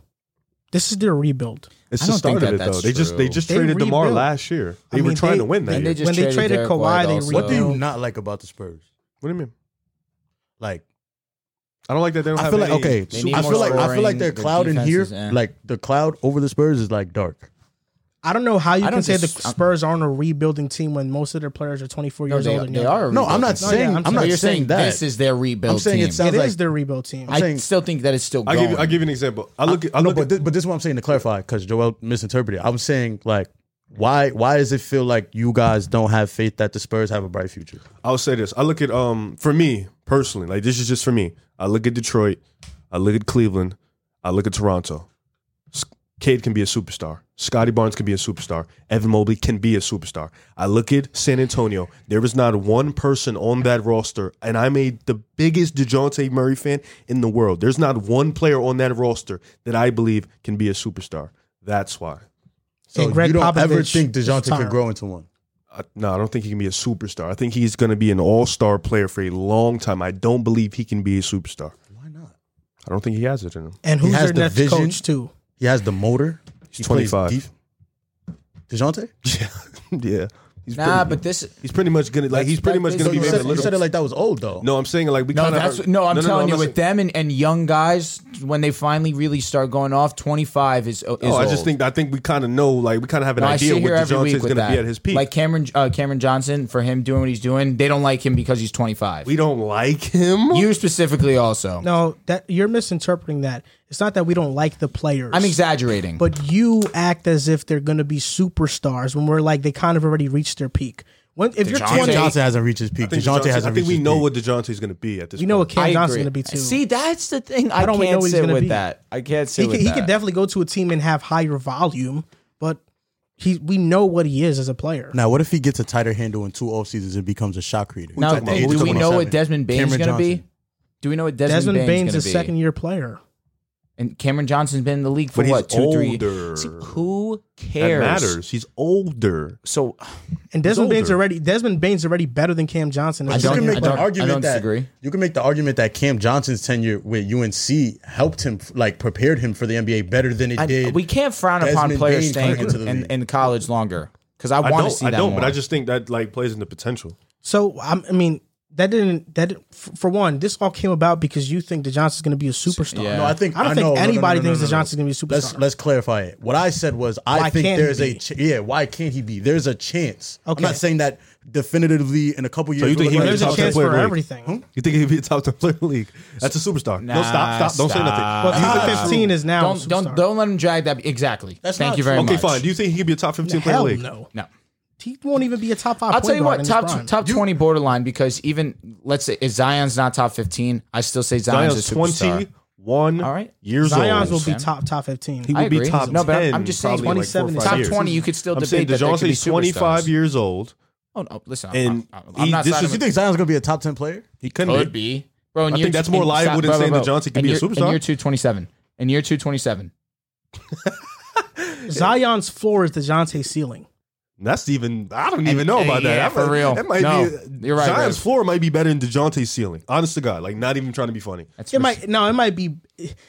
[SPEAKER 1] This is their rebuild.
[SPEAKER 4] It's
[SPEAKER 2] I
[SPEAKER 4] the
[SPEAKER 2] don't
[SPEAKER 4] start
[SPEAKER 2] think
[SPEAKER 4] of
[SPEAKER 2] that
[SPEAKER 4] it though.
[SPEAKER 2] that's
[SPEAKER 4] They just they just
[SPEAKER 1] They
[SPEAKER 4] traded Demar
[SPEAKER 1] rebuilt.
[SPEAKER 4] last year.
[SPEAKER 1] I
[SPEAKER 4] They were
[SPEAKER 1] mean,
[SPEAKER 4] trying
[SPEAKER 1] they-
[SPEAKER 4] to win that
[SPEAKER 2] and
[SPEAKER 4] year.
[SPEAKER 2] they just
[SPEAKER 1] When they
[SPEAKER 2] traded,
[SPEAKER 1] traded
[SPEAKER 2] Derek
[SPEAKER 1] Kawhi,
[SPEAKER 2] White
[SPEAKER 1] they
[SPEAKER 2] also.
[SPEAKER 1] rebuilt.
[SPEAKER 5] What do you not like about the Spurs?
[SPEAKER 4] what do you mean?
[SPEAKER 5] Like
[SPEAKER 4] I don't like that they don't
[SPEAKER 5] I
[SPEAKER 4] have.
[SPEAKER 5] feel like
[SPEAKER 4] any-
[SPEAKER 5] okay.
[SPEAKER 2] They need
[SPEAKER 5] I
[SPEAKER 2] more
[SPEAKER 5] feel like I feel
[SPEAKER 2] scoring,
[SPEAKER 5] like their
[SPEAKER 2] their
[SPEAKER 5] cloud in
[SPEAKER 2] defense
[SPEAKER 5] here,
[SPEAKER 2] is, eh.
[SPEAKER 5] like the cloud over the Spurs, is like dark.
[SPEAKER 1] I don't know how you
[SPEAKER 2] I
[SPEAKER 1] can
[SPEAKER 2] don't
[SPEAKER 1] say the
[SPEAKER 2] dis- I'm-
[SPEAKER 1] Spurs aren't a rebuilding team when most of their players are 24
[SPEAKER 2] No,
[SPEAKER 1] years
[SPEAKER 2] they,
[SPEAKER 1] old. and
[SPEAKER 2] they
[SPEAKER 1] younger.
[SPEAKER 2] are. a
[SPEAKER 5] No, I'm
[SPEAKER 2] rebuilding
[SPEAKER 5] not
[SPEAKER 2] team.
[SPEAKER 5] saying
[SPEAKER 1] yeah,
[SPEAKER 5] I'm
[SPEAKER 1] I'm
[SPEAKER 2] But
[SPEAKER 5] not
[SPEAKER 2] you're
[SPEAKER 5] saying
[SPEAKER 2] saying
[SPEAKER 5] that.
[SPEAKER 2] this is their rebuild
[SPEAKER 5] I'm saying
[SPEAKER 2] team.
[SPEAKER 5] it sounds
[SPEAKER 1] It
[SPEAKER 5] like
[SPEAKER 1] is their rebuild team.
[SPEAKER 2] I
[SPEAKER 5] saying-
[SPEAKER 2] still think that it's still
[SPEAKER 4] I
[SPEAKER 2] going.
[SPEAKER 4] give you, I give you an example. I look at I
[SPEAKER 5] no,
[SPEAKER 4] look
[SPEAKER 5] but
[SPEAKER 4] at
[SPEAKER 5] this, but this is what I'm saying to clarify because Joel misinterpreted. I'm saying like why why does it feel like you guys don't have faith that the Spurs have a bright future?
[SPEAKER 4] I'll say this. I look at um for me personally, like this is just for me. I look at Detroit, I look at Cleveland, I look at Toronto. S- Cade can be a superstar. Scotty Barnes can be a superstar. Evan Mobley can be a superstar. I look at San Antonio. There is not one person on that roster, and I made the biggest DeJounte Murray fan in the world. There's not one player on that roster that I believe can be a superstar. That's why.
[SPEAKER 5] So
[SPEAKER 1] And Greg
[SPEAKER 5] you don't ever
[SPEAKER 1] Popovich
[SPEAKER 5] think
[SPEAKER 1] is
[SPEAKER 5] Dejounte can
[SPEAKER 1] tired.
[SPEAKER 5] grow into one.
[SPEAKER 4] I, uh, no, I don't think he can be a superstar. I think he's going to be an all star player for a long time. I don't believe he can be a superstar.
[SPEAKER 5] Why not?
[SPEAKER 4] I don't think he has it
[SPEAKER 5] <laughs>
[SPEAKER 4] in him.
[SPEAKER 1] and
[SPEAKER 5] He
[SPEAKER 1] who's
[SPEAKER 5] has
[SPEAKER 1] their
[SPEAKER 5] the
[SPEAKER 1] next
[SPEAKER 5] vision.
[SPEAKER 1] coach too?
[SPEAKER 5] He has the motor. He's
[SPEAKER 4] 25.
[SPEAKER 5] Dejounte.
[SPEAKER 4] <laughs> yeah, he's
[SPEAKER 2] Nah,
[SPEAKER 4] pretty,
[SPEAKER 2] but this.
[SPEAKER 4] he's pretty much gonna like
[SPEAKER 2] That's-
[SPEAKER 4] he's pretty
[SPEAKER 2] that
[SPEAKER 4] much
[SPEAKER 2] is
[SPEAKER 4] gonna
[SPEAKER 5] So
[SPEAKER 4] be
[SPEAKER 5] you
[SPEAKER 2] what I'm
[SPEAKER 4] maybe a
[SPEAKER 5] said,
[SPEAKER 2] saying.
[SPEAKER 5] you
[SPEAKER 4] little.
[SPEAKER 5] said it like that was old though.
[SPEAKER 4] no, I'm saying like we
[SPEAKER 2] No,
[SPEAKER 4] kind
[SPEAKER 2] that's no. I'm telling you, with them and, and young guys, when they finally really start going off, 25 is is
[SPEAKER 4] Oh, I just
[SPEAKER 2] old.
[SPEAKER 4] think I think we kind of know like we kind of have an
[SPEAKER 2] No, I
[SPEAKER 4] idea
[SPEAKER 2] sit
[SPEAKER 4] what
[SPEAKER 2] here every
[SPEAKER 4] DeJounte
[SPEAKER 2] week
[SPEAKER 4] is
[SPEAKER 2] with
[SPEAKER 4] going to
[SPEAKER 2] that.
[SPEAKER 4] be at his peak.
[SPEAKER 2] Like Cameron uh, Cameron Johnson for him doing what he's doing, they don't like him because he's 25.
[SPEAKER 4] we
[SPEAKER 2] <laughs>
[SPEAKER 4] don't like him.
[SPEAKER 2] you specifically also.
[SPEAKER 1] No, that you're misinterpreting that. It's not that we don't like the players.
[SPEAKER 2] I'm exaggerating.
[SPEAKER 1] but you act as if they're going to be superstars when we're like they kind of already reached their peak. When if you're
[SPEAKER 2] DeJounte-
[SPEAKER 5] Cam
[SPEAKER 1] 20,
[SPEAKER 5] Johnson hasn't reached his peak.
[SPEAKER 4] I think,
[SPEAKER 5] Dejounte,
[SPEAKER 4] DeJounte- I
[SPEAKER 5] hasn't
[SPEAKER 4] think
[SPEAKER 5] reached
[SPEAKER 4] we
[SPEAKER 5] his
[SPEAKER 4] know
[SPEAKER 5] peak.
[SPEAKER 4] what DeJounte is going to be at this.
[SPEAKER 1] you know what
[SPEAKER 4] point.
[SPEAKER 1] Cam
[SPEAKER 2] I
[SPEAKER 1] Johnson
[SPEAKER 2] agree.
[SPEAKER 1] going to be too.
[SPEAKER 2] See, that's the thing. I
[SPEAKER 1] don't we know
[SPEAKER 2] can't
[SPEAKER 1] he's
[SPEAKER 2] sit
[SPEAKER 1] gonna
[SPEAKER 2] with
[SPEAKER 1] be?
[SPEAKER 2] that. I can't sit
[SPEAKER 1] he
[SPEAKER 2] with
[SPEAKER 1] could, he
[SPEAKER 2] that.
[SPEAKER 1] could definitely go to a team and have higher volume, but he we know what he is as a player.
[SPEAKER 5] Now, what if he gets a tighter handle in two off seasons and becomes a shot creator?
[SPEAKER 2] Now,
[SPEAKER 4] talking about-
[SPEAKER 2] do do
[SPEAKER 4] we
[SPEAKER 2] we
[SPEAKER 4] talking
[SPEAKER 2] know
[SPEAKER 4] about
[SPEAKER 2] what Desmond Bain's
[SPEAKER 5] Cameron
[SPEAKER 2] going to be?
[SPEAKER 5] Johnson.
[SPEAKER 2] Do we know what Desmond,
[SPEAKER 1] Desmond Bain's,
[SPEAKER 2] Bain's,
[SPEAKER 1] a
[SPEAKER 2] going to be?
[SPEAKER 1] second year player.
[SPEAKER 2] And Cameron Johnson's been in the league for
[SPEAKER 4] But he's
[SPEAKER 2] what two, three?
[SPEAKER 4] older.
[SPEAKER 2] See, who
[SPEAKER 4] that
[SPEAKER 2] cares?
[SPEAKER 4] matters. He's older.
[SPEAKER 2] So
[SPEAKER 1] And Desmond Bain's
[SPEAKER 4] older.
[SPEAKER 1] already Desmond Bain's already better than Cam Johnson.
[SPEAKER 2] I
[SPEAKER 1] as a
[SPEAKER 5] You
[SPEAKER 2] don't-
[SPEAKER 5] can
[SPEAKER 1] second
[SPEAKER 5] make
[SPEAKER 1] player.
[SPEAKER 5] the
[SPEAKER 2] I don't
[SPEAKER 5] argument that
[SPEAKER 2] disagree.
[SPEAKER 5] you can make the argument that Cam Johnson's tenure with UNC helped him, like prepared him for the NBA better than it
[SPEAKER 2] I-
[SPEAKER 5] did.
[SPEAKER 2] we can't frown upon
[SPEAKER 5] Desmond
[SPEAKER 2] players
[SPEAKER 5] Bain
[SPEAKER 2] staying
[SPEAKER 5] coming into the
[SPEAKER 2] in,
[SPEAKER 5] league.
[SPEAKER 2] in college longer because I
[SPEAKER 4] I
[SPEAKER 2] want to
[SPEAKER 4] don't.
[SPEAKER 2] see
[SPEAKER 4] I
[SPEAKER 2] that
[SPEAKER 4] don't.
[SPEAKER 2] more.
[SPEAKER 4] But I just think that like plays in the potential.
[SPEAKER 1] So I'm, I mean, that didn't that didn't- f- for one, this all came about because you think the Johnson's going to be a superstar.
[SPEAKER 2] Yeah.
[SPEAKER 5] No, I think
[SPEAKER 1] I don't think
[SPEAKER 5] know. No, no,
[SPEAKER 1] anybody
[SPEAKER 5] no, no,
[SPEAKER 1] thinks the
[SPEAKER 5] no, no.
[SPEAKER 1] Johnson's going to be a
[SPEAKER 5] Let's
[SPEAKER 1] superstar.
[SPEAKER 5] let's clarify it. What I said was I
[SPEAKER 1] Why
[SPEAKER 5] think
[SPEAKER 1] can't he
[SPEAKER 5] there's a
[SPEAKER 1] be?
[SPEAKER 5] ch- yeah. Why can't he be? There's a chance.
[SPEAKER 1] Okay.
[SPEAKER 5] I'm not saying that definitively in a couple years.
[SPEAKER 4] you think
[SPEAKER 5] we're
[SPEAKER 4] he
[SPEAKER 5] looking
[SPEAKER 1] There's
[SPEAKER 5] at
[SPEAKER 1] a
[SPEAKER 4] top
[SPEAKER 5] the
[SPEAKER 1] chance
[SPEAKER 4] ten
[SPEAKER 1] for
[SPEAKER 4] player league.
[SPEAKER 1] everything.
[SPEAKER 4] You think he'd be a top ten player in the league? That's a superstar. no,
[SPEAKER 2] Nah,
[SPEAKER 4] stop, stop. Don't say
[SPEAKER 2] stop.
[SPEAKER 4] nothing.
[SPEAKER 1] Well, top fifteen is now. a
[SPEAKER 2] Don't don't
[SPEAKER 1] superstar.
[SPEAKER 2] don't let him drag that. Exactly.
[SPEAKER 5] That's
[SPEAKER 2] Thank
[SPEAKER 5] not
[SPEAKER 2] you very
[SPEAKER 5] true.
[SPEAKER 2] much.
[SPEAKER 4] Okay, fine. Do you think he could be a top fifteen player in
[SPEAKER 1] Hell
[SPEAKER 4] the league?
[SPEAKER 1] no.
[SPEAKER 2] No.
[SPEAKER 1] He won't even be a top five.
[SPEAKER 2] I'll
[SPEAKER 1] point
[SPEAKER 2] tell you
[SPEAKER 1] guard
[SPEAKER 2] what,
[SPEAKER 1] in his
[SPEAKER 2] top
[SPEAKER 1] prime.
[SPEAKER 2] top twenty borderline because even let's say if Zion's not top fifteen, I still say Zion's,
[SPEAKER 4] Zion's
[SPEAKER 2] a superstar.
[SPEAKER 4] twenty one
[SPEAKER 2] All right.
[SPEAKER 4] years
[SPEAKER 1] Zion's will
[SPEAKER 4] old.
[SPEAKER 1] be top top fifteen.
[SPEAKER 4] he
[SPEAKER 2] I
[SPEAKER 4] would be
[SPEAKER 2] agree.
[SPEAKER 4] top
[SPEAKER 2] No, but I'm-
[SPEAKER 4] 10
[SPEAKER 2] I'm just saying
[SPEAKER 4] probably in, like, four or
[SPEAKER 1] 27
[SPEAKER 4] five
[SPEAKER 1] is
[SPEAKER 2] Top
[SPEAKER 4] years.
[SPEAKER 2] twenty, you could still
[SPEAKER 4] I'm saying
[SPEAKER 2] debate that there could be
[SPEAKER 4] DeJounte's 25
[SPEAKER 2] superstars.
[SPEAKER 4] years old.
[SPEAKER 2] Oh no, listen,
[SPEAKER 4] And
[SPEAKER 2] I'm, I'm, I'm
[SPEAKER 4] he-
[SPEAKER 2] not
[SPEAKER 4] this
[SPEAKER 2] siding
[SPEAKER 4] is-
[SPEAKER 5] You
[SPEAKER 2] with-
[SPEAKER 5] think Zion's gonna be a top ten player?
[SPEAKER 4] He couldn't
[SPEAKER 2] could be. Bro, in
[SPEAKER 4] I
[SPEAKER 2] year
[SPEAKER 4] think that's
[SPEAKER 2] two-
[SPEAKER 4] more
[SPEAKER 2] in-
[SPEAKER 4] liable
[SPEAKER 2] stop-
[SPEAKER 4] than
[SPEAKER 2] bro,
[SPEAKER 4] saying
[SPEAKER 2] bro,
[SPEAKER 4] that Johnson could
[SPEAKER 2] in
[SPEAKER 4] be a
[SPEAKER 2] year- In
[SPEAKER 4] superstar.
[SPEAKER 2] year two twenty seven. In year two twenty seven.
[SPEAKER 1] Zion's floor is DeJounte's ceiling.
[SPEAKER 4] That's even. I don't even
[SPEAKER 2] And-
[SPEAKER 4] know about
[SPEAKER 2] yeah,
[SPEAKER 4] that. that.
[SPEAKER 2] for
[SPEAKER 4] might,
[SPEAKER 2] real.
[SPEAKER 4] That might
[SPEAKER 2] No,
[SPEAKER 4] be.
[SPEAKER 2] you're right,
[SPEAKER 4] Zion's
[SPEAKER 2] Rev.
[SPEAKER 4] floor might be better than Dejounte's ceiling. Honest to God, like not even trying to be funny.
[SPEAKER 2] That's
[SPEAKER 1] It might no, it might be.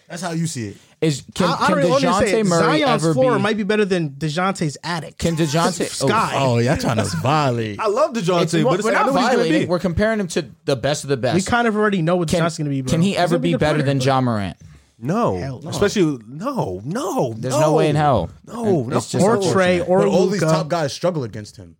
[SPEAKER 5] That's how you see it.
[SPEAKER 2] is can,
[SPEAKER 1] I, I
[SPEAKER 2] can
[SPEAKER 1] don't really
[SPEAKER 2] DeJounte
[SPEAKER 1] understand.
[SPEAKER 2] Murray
[SPEAKER 1] Zion's
[SPEAKER 2] ever
[SPEAKER 1] floor
[SPEAKER 2] be
[SPEAKER 1] might be better than Dejounte's attic.
[SPEAKER 2] Can DeJounte- oh,
[SPEAKER 1] sky?
[SPEAKER 2] oh,
[SPEAKER 5] yeah, trying to violate.
[SPEAKER 4] I love
[SPEAKER 2] It's-
[SPEAKER 4] Dejounte,
[SPEAKER 2] we're-
[SPEAKER 4] but it's,
[SPEAKER 2] we're
[SPEAKER 4] I
[SPEAKER 2] not
[SPEAKER 4] know what he's gonna
[SPEAKER 2] violating.
[SPEAKER 4] be.
[SPEAKER 2] We're comparing him to the best of the best.
[SPEAKER 1] we kind of already know what
[SPEAKER 2] can,
[SPEAKER 1] DeJounte's going to be. Bro.
[SPEAKER 2] Can he
[SPEAKER 1] He's
[SPEAKER 2] ever
[SPEAKER 1] gonna
[SPEAKER 2] be
[SPEAKER 1] the
[SPEAKER 2] better
[SPEAKER 1] player,
[SPEAKER 2] than
[SPEAKER 1] but-
[SPEAKER 2] John Morant?
[SPEAKER 4] No,
[SPEAKER 1] Hell no.
[SPEAKER 4] especially no, no.
[SPEAKER 2] There's no way in hell.
[SPEAKER 4] No,
[SPEAKER 2] And
[SPEAKER 4] no.
[SPEAKER 2] it's just
[SPEAKER 1] Or
[SPEAKER 2] unfortunate.
[SPEAKER 1] Trey or
[SPEAKER 5] But all these
[SPEAKER 1] Luka.
[SPEAKER 5] top guys struggle against him.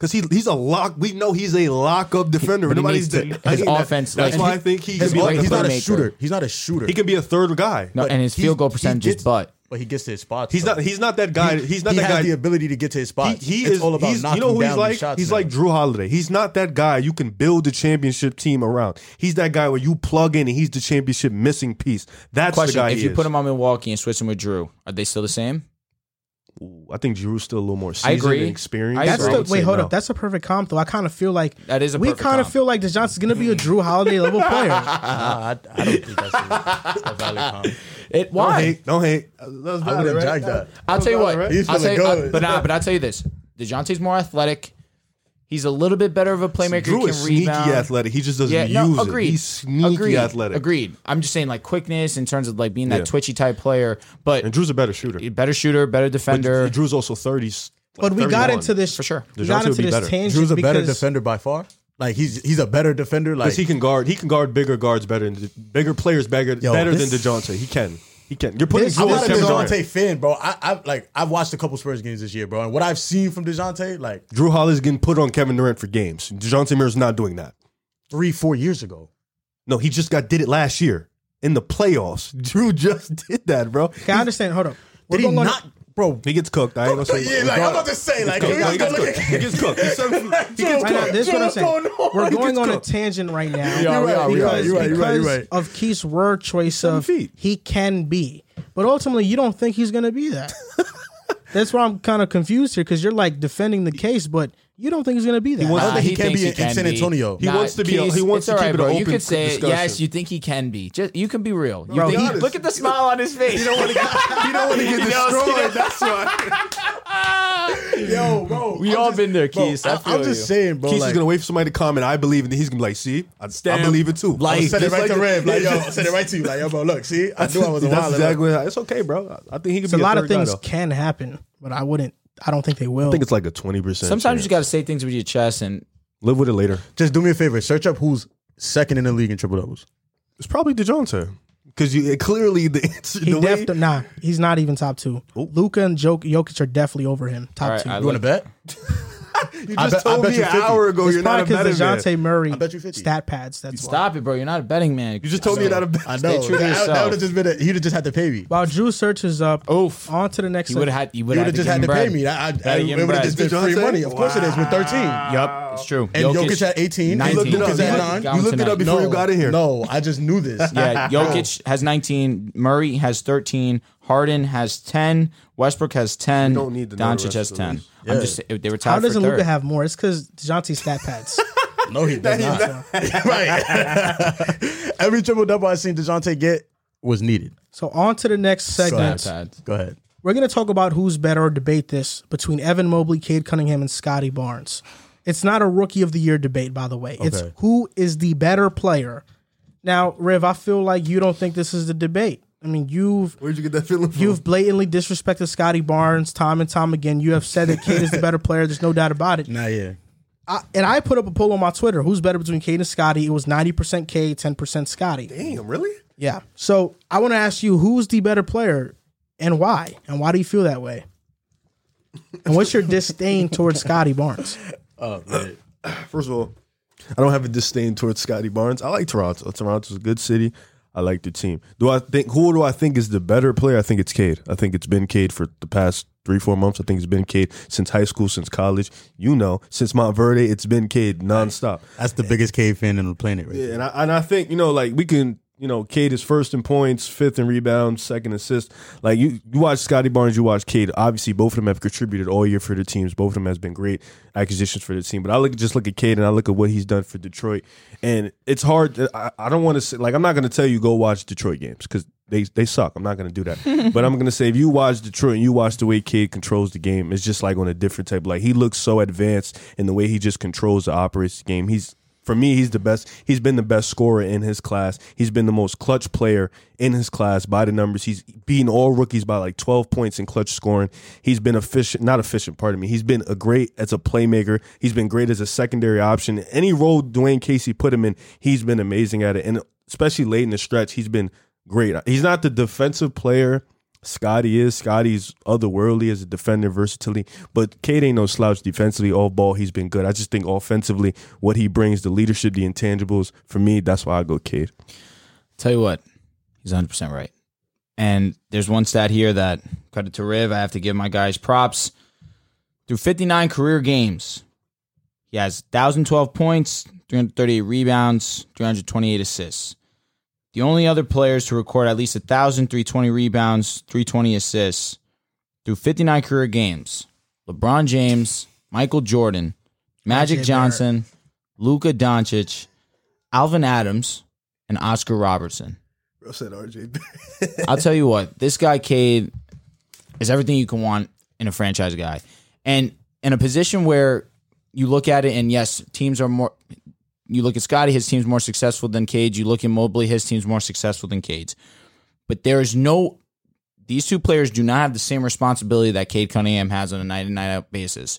[SPEAKER 4] Because he he's a lock. We know he's a lock up defender.
[SPEAKER 2] but he needs
[SPEAKER 4] Nobody's
[SPEAKER 2] to- his
[SPEAKER 4] denying that.
[SPEAKER 2] offense,
[SPEAKER 4] That's
[SPEAKER 2] like-
[SPEAKER 4] why
[SPEAKER 2] he-
[SPEAKER 4] I think he
[SPEAKER 5] His
[SPEAKER 4] could be.
[SPEAKER 5] off-
[SPEAKER 4] Like
[SPEAKER 5] he's
[SPEAKER 4] a
[SPEAKER 5] not a
[SPEAKER 2] playmaker.
[SPEAKER 5] shooter. He's not a shooter.
[SPEAKER 4] he could be a third guy.
[SPEAKER 2] No, and his
[SPEAKER 5] he's-
[SPEAKER 2] field goal
[SPEAKER 5] he
[SPEAKER 2] percentage
[SPEAKER 5] gets-
[SPEAKER 2] is butt.
[SPEAKER 5] but he gets to his spots.
[SPEAKER 4] He's
[SPEAKER 5] though.
[SPEAKER 4] not. He's not that guy. He's not
[SPEAKER 5] he
[SPEAKER 4] that
[SPEAKER 5] has
[SPEAKER 4] guy.
[SPEAKER 5] the ability to get to
[SPEAKER 4] He,
[SPEAKER 5] his spots.
[SPEAKER 4] he
[SPEAKER 5] it's
[SPEAKER 4] is
[SPEAKER 5] all about
[SPEAKER 4] he's,
[SPEAKER 5] knocking
[SPEAKER 4] you know who
[SPEAKER 5] down
[SPEAKER 4] he's
[SPEAKER 5] these
[SPEAKER 4] like?
[SPEAKER 5] shots
[SPEAKER 4] He's
[SPEAKER 5] now.
[SPEAKER 4] like Drew Holiday. He's not that guy you can build a championship team around. He's that guy where you plug in and he's the championship missing piece. That's the
[SPEAKER 2] Question:
[SPEAKER 4] guy.
[SPEAKER 2] If
[SPEAKER 4] he
[SPEAKER 2] you
[SPEAKER 4] is.
[SPEAKER 2] put him on Milwaukee and switch him with Drew, are they still the same?
[SPEAKER 4] Ooh, I think Drew's still a little more
[SPEAKER 2] I
[SPEAKER 4] seasoned
[SPEAKER 2] agree.
[SPEAKER 4] and experienced.
[SPEAKER 2] I
[SPEAKER 1] That's
[SPEAKER 4] so
[SPEAKER 2] agree.
[SPEAKER 4] I
[SPEAKER 1] the
[SPEAKER 4] would
[SPEAKER 1] wait.
[SPEAKER 4] say
[SPEAKER 1] Hold
[SPEAKER 4] no.
[SPEAKER 1] up. That's a perfect comp, though. I kind of feel like
[SPEAKER 2] That is a
[SPEAKER 1] we
[SPEAKER 2] perfect
[SPEAKER 1] kind of
[SPEAKER 2] comp.
[SPEAKER 1] feel like DeJounte's going to be a Drew Holiday level player.
[SPEAKER 5] Nah, I, I don't think that's a, a valid comment.
[SPEAKER 2] It
[SPEAKER 4] Don't
[SPEAKER 2] why?
[SPEAKER 4] hate. Don't hate. That's valid,
[SPEAKER 5] I wouldn't
[SPEAKER 4] right?
[SPEAKER 5] jack that.
[SPEAKER 2] I'll tell you what.
[SPEAKER 5] He's
[SPEAKER 2] I'll
[SPEAKER 5] feeling
[SPEAKER 2] tell you, I-
[SPEAKER 5] good.
[SPEAKER 2] but nah, but I'll tell you this: Dejounte's more athletic. He's a little bit better of a playmaker.
[SPEAKER 4] Drew
[SPEAKER 2] can
[SPEAKER 4] is sneaky
[SPEAKER 2] rebound.
[SPEAKER 4] athletic. He just doesn't
[SPEAKER 2] Yeah,
[SPEAKER 4] use
[SPEAKER 2] no,
[SPEAKER 4] it.
[SPEAKER 2] agreed.
[SPEAKER 4] He's sneaky
[SPEAKER 2] agreed.
[SPEAKER 4] athletic.
[SPEAKER 2] Agreed. I'm just saying, like quickness in terms of like being that
[SPEAKER 4] Yeah.
[SPEAKER 2] twitchy type player, but
[SPEAKER 4] And Drew's a better shooter.
[SPEAKER 2] better shooter, better defender.
[SPEAKER 4] But Drew's also thirties.
[SPEAKER 1] But we got into this
[SPEAKER 2] for sure.
[SPEAKER 1] We
[SPEAKER 4] DeJounte
[SPEAKER 1] got
[SPEAKER 4] would
[SPEAKER 1] into
[SPEAKER 4] be
[SPEAKER 1] this
[SPEAKER 4] better.
[SPEAKER 1] tangent
[SPEAKER 5] Drew's a better
[SPEAKER 1] because-
[SPEAKER 5] defender by far. Like he's he's a better defender. Like
[SPEAKER 4] because he can guard. He can guard bigger guards better than bigger players better
[SPEAKER 5] Yo,
[SPEAKER 4] better
[SPEAKER 5] this-
[SPEAKER 4] than Dejounte. He can. He can. You're putting.
[SPEAKER 1] This-
[SPEAKER 5] I'm
[SPEAKER 4] Drew
[SPEAKER 5] not
[SPEAKER 4] with
[SPEAKER 5] a
[SPEAKER 4] Kevin Durant.
[SPEAKER 5] Dejounte fan, bro. I, I like I've watched a couple Spurs games this year, bro, and what I've seen from Dejounte, like
[SPEAKER 4] Drew Holiday's getting put on Kevin Durant for games. Dejounte Murray's not doing that.
[SPEAKER 5] three four years ago.
[SPEAKER 4] No, he just got did it last year in the playoffs. <laughs> Drew just did that, bro.
[SPEAKER 1] Okay, I understand. Hold up. We're
[SPEAKER 5] Did he
[SPEAKER 1] going on-
[SPEAKER 5] not, bro?
[SPEAKER 4] He gets cooked. I ain't gonna say.
[SPEAKER 5] Yeah, like I'm about to say, like
[SPEAKER 4] Cooked.
[SPEAKER 5] can
[SPEAKER 4] No,
[SPEAKER 5] we
[SPEAKER 4] he
[SPEAKER 5] just go
[SPEAKER 4] gets
[SPEAKER 5] look
[SPEAKER 4] cooked. He
[SPEAKER 5] at
[SPEAKER 4] gets cooked.
[SPEAKER 5] <laughs>
[SPEAKER 4] He's seven- He gets
[SPEAKER 1] Right now,
[SPEAKER 4] cooked.
[SPEAKER 1] this is what I'm saying.
[SPEAKER 5] What's going on?
[SPEAKER 1] We're
[SPEAKER 5] He
[SPEAKER 1] going
[SPEAKER 5] gets
[SPEAKER 1] on a
[SPEAKER 5] cooked.
[SPEAKER 1] tangent right now.
[SPEAKER 5] Yeah, we are, we are,
[SPEAKER 1] because
[SPEAKER 5] you're right, you're right, you're
[SPEAKER 1] because
[SPEAKER 5] right.
[SPEAKER 1] of Keith's word choice of
[SPEAKER 4] feet.
[SPEAKER 1] he can be, but ultimately you don't think he's going to be
[SPEAKER 5] <laughs>
[SPEAKER 1] that. That's why I'm kind of confused here because you're like defending the case, but you don't think he's going to be that.
[SPEAKER 5] I
[SPEAKER 2] Nah,
[SPEAKER 5] don't think he can
[SPEAKER 2] thinks
[SPEAKER 5] be in- in San Antonio. He
[SPEAKER 4] wants to be a-
[SPEAKER 2] Keys,
[SPEAKER 4] he wants
[SPEAKER 2] it's
[SPEAKER 4] to
[SPEAKER 2] all
[SPEAKER 4] keep it an
[SPEAKER 2] bro. You
[SPEAKER 4] open
[SPEAKER 2] could say it.
[SPEAKER 4] discussion.
[SPEAKER 2] yes. You think he can be? Just you can be real. You
[SPEAKER 1] Bro,
[SPEAKER 2] think
[SPEAKER 1] he
[SPEAKER 2] he,
[SPEAKER 1] is.
[SPEAKER 2] look at the smile on
[SPEAKER 4] <laughs>
[SPEAKER 2] his face.
[SPEAKER 4] He don't want to get. He don't want to <laughs> get destroyed. That's <laughs> why.
[SPEAKER 5] Yo, bro,
[SPEAKER 2] We all been there,
[SPEAKER 5] bro,
[SPEAKER 2] Keys. I
[SPEAKER 5] I,
[SPEAKER 2] feel
[SPEAKER 5] I'm just
[SPEAKER 2] you.
[SPEAKER 5] saying, bro.
[SPEAKER 4] Keith
[SPEAKER 5] like,
[SPEAKER 4] is gonna wait for somebody to comment. I believe, and then he's gonna be like, "See, I, I believe it too."
[SPEAKER 2] Like,
[SPEAKER 5] I said it
[SPEAKER 4] Just
[SPEAKER 5] right to
[SPEAKER 4] the-
[SPEAKER 5] Rev, like yo, I said it right to you, like yo, bro. Look, see, I knew I was
[SPEAKER 4] <laughs>
[SPEAKER 5] a
[SPEAKER 4] That's
[SPEAKER 5] wild.
[SPEAKER 4] exactly. How, it's okay, bro. I, I think he could
[SPEAKER 1] It's a
[SPEAKER 4] be
[SPEAKER 1] lot of
[SPEAKER 4] third guy,
[SPEAKER 1] things
[SPEAKER 4] though.
[SPEAKER 1] can happen, but I wouldn't. I don't think they will.
[SPEAKER 4] I think it's like a twenty
[SPEAKER 2] <laughs>
[SPEAKER 4] percent.
[SPEAKER 2] Sometimes you got to say things with your chest, and
[SPEAKER 4] live with it later.
[SPEAKER 5] Just do me a favor, search up who's second in the league in triple doubles.
[SPEAKER 4] It's probably DeJounte because you it, clearly the answer.
[SPEAKER 1] he
[SPEAKER 4] the way,
[SPEAKER 1] definitely nah. He's not even top two. Luca and Jok- Jokic are definitely over him. Top
[SPEAKER 2] All right,
[SPEAKER 1] two.
[SPEAKER 2] I
[SPEAKER 5] You want to bet?
[SPEAKER 4] you
[SPEAKER 5] I
[SPEAKER 4] just
[SPEAKER 5] bet- I
[SPEAKER 4] told
[SPEAKER 5] bet
[SPEAKER 4] me
[SPEAKER 5] you
[SPEAKER 4] an
[SPEAKER 5] 50.
[SPEAKER 4] hour ago
[SPEAKER 1] it's
[SPEAKER 4] you're not a
[SPEAKER 1] probably because
[SPEAKER 4] betting man.
[SPEAKER 1] Dejounte Murray
[SPEAKER 5] I bet you 50.
[SPEAKER 1] stat pads. That's why.
[SPEAKER 2] stop it, bro. You're not a betting man.
[SPEAKER 4] You just told me you're not a bet.
[SPEAKER 5] I know.
[SPEAKER 2] true to
[SPEAKER 5] That,
[SPEAKER 2] yourself.
[SPEAKER 5] that would have just been. A, he'd have just had to pay me.
[SPEAKER 1] While Drew searches up,
[SPEAKER 2] Oof.
[SPEAKER 1] on to the next.
[SPEAKER 2] You would
[SPEAKER 1] segment.
[SPEAKER 2] have had. You
[SPEAKER 5] You
[SPEAKER 2] would
[SPEAKER 5] would
[SPEAKER 2] have
[SPEAKER 5] have just
[SPEAKER 2] give
[SPEAKER 5] had to
[SPEAKER 2] him bread.
[SPEAKER 5] pay me. I, I,
[SPEAKER 2] Gotta give
[SPEAKER 5] it
[SPEAKER 2] him
[SPEAKER 5] would
[SPEAKER 2] bread.
[SPEAKER 5] have just been
[SPEAKER 4] Did y'all
[SPEAKER 5] free
[SPEAKER 4] say?
[SPEAKER 5] money. Of course it is. With 13.
[SPEAKER 2] Yup, it's true.
[SPEAKER 5] And Jokic, at 18.
[SPEAKER 2] You looked it
[SPEAKER 5] Luka's
[SPEAKER 2] up.
[SPEAKER 5] at
[SPEAKER 2] You
[SPEAKER 5] 9.
[SPEAKER 2] got him
[SPEAKER 4] You looked it
[SPEAKER 2] tonight.
[SPEAKER 4] up before you got in here.
[SPEAKER 5] No, I just knew this.
[SPEAKER 4] <laughs>
[SPEAKER 2] Yeah, Jokic has 19. Murray has 13. Harden has 10. Westbrook has 10.
[SPEAKER 4] don't need to know
[SPEAKER 2] Doncic
[SPEAKER 4] the rest
[SPEAKER 2] has
[SPEAKER 4] of
[SPEAKER 2] 10.
[SPEAKER 4] these.
[SPEAKER 2] I'm just they were tied
[SPEAKER 1] How doesn't
[SPEAKER 2] for third.
[SPEAKER 1] Luca have more? It's because Dejounte's stat
[SPEAKER 2] <laughs>
[SPEAKER 1] pads.
[SPEAKER 5] No, he does not. right. Every triple double I seen DeJounte get was needed.
[SPEAKER 1] so on to the next segment.
[SPEAKER 2] Stat pads.
[SPEAKER 5] Go ahead.
[SPEAKER 1] We're going to talk about who's better or debate this between Evan Mobley, Cade Cunningham, and Scotty Barnes. It's not a rookie of the year debate, by the way. It's
[SPEAKER 5] Okay.
[SPEAKER 1] who is the better player. Now, Rev, I feel like you don't think this is the debate. I mean, you've
[SPEAKER 4] Where'd you get that feeling from?
[SPEAKER 1] you've blatantly
[SPEAKER 2] <laughs>
[SPEAKER 1] disrespected Scotty Barnes time and time again. You have said that Cade is the better player. There's no doubt about it.
[SPEAKER 5] Nah, yeah.
[SPEAKER 1] I, and I put up a poll on my Twitter. Who's better between Cade and Scotty? It was ninety percent Cade, ten percent Scotty.
[SPEAKER 7] Damn, really?
[SPEAKER 1] Yeah. So I want to ask you, who's the better player, and why? And why do you feel that
[SPEAKER 2] <laughs>
[SPEAKER 1] way? And what's your disdain towards Scotty Barnes?
[SPEAKER 7] First of all,
[SPEAKER 4] I don't have a disdain towards Scotty Barnes. I like Toronto. Toronto's a good city. I like the team. Do I think who do I think is the better player? I think it's Cade. I think it's been Cade for the past three, four months. I think it's been Cade since high school, since college. You know, since Montverde, it's been Cade nonstop.
[SPEAKER 5] That's the biggest cave fan on the planet, right?
[SPEAKER 4] Yeah, and I and I think you know, like we can, you know, Cade is first in points, fifth in rebounds, second assist. Like you, you watch Scotty Barnes, you watch Cade. Obviously, both of them have contributed all year for their teams. Both of them has been great acquisitions for the team. But I look just look at Cade and I look at what he's done for Detroit, and it's hard. I, I don't want to say like I'm not going to tell you go watch Detroit games because they they suck. I'm not going to do that. but I'm going to say if you watch Detroit and you watch the way Kid controls the game, it's just like on a different type. Like he looks so advanced in the way he just controls the operates the game. He's for me, he's the best. He's been the best scorer in his class. He's been the most clutch player in his class by the numbers. He's beaten all rookies by like 12 points in clutch scoring. He's been efficient, not efficient, pardon me. He's been a great as a playmaker. He's been great as a secondary option. Any role Dwayne Casey put him in, he's been amazing at it. And especially late in the stretch, he's been great. He's not the defensive player Scotty is. Scotty's otherworldly as a defender, versatility. But Kate ain't no slouch defensively. Off ball, he's been good. I just think offensively, what he brings, the leadership, the intangibles, for me, that's why I go Kate.
[SPEAKER 2] Tell you what, he's 100% right. And there's one stat here that credit to Riv, I have to give my guys props. Through 59 career games, he has 1,012 points, 338 rebounds, 328 assists. The only other players to record at least 1,000, 320 rebounds, 320 assists through 59 career games LeBron James, Michael Jordan,
[SPEAKER 1] RJ
[SPEAKER 2] Magic
[SPEAKER 1] Barrett.
[SPEAKER 2] Johnson, Luka Doncic, Alvin Adams, and Oscar Robertson.
[SPEAKER 7] Bro said
[SPEAKER 5] <laughs>
[SPEAKER 7] RJ.
[SPEAKER 2] I'll tell you what, this guy Cade is everything you can want in a franchise guy, and in a position where you look at it and yes, teams are more. You look at Scotty, his team's more successful than Cade. You look at Mobley, his team's more successful than Cade's. But there is no. These two players do not have the same responsibility that Cade Cunningham has on a night in night out basis.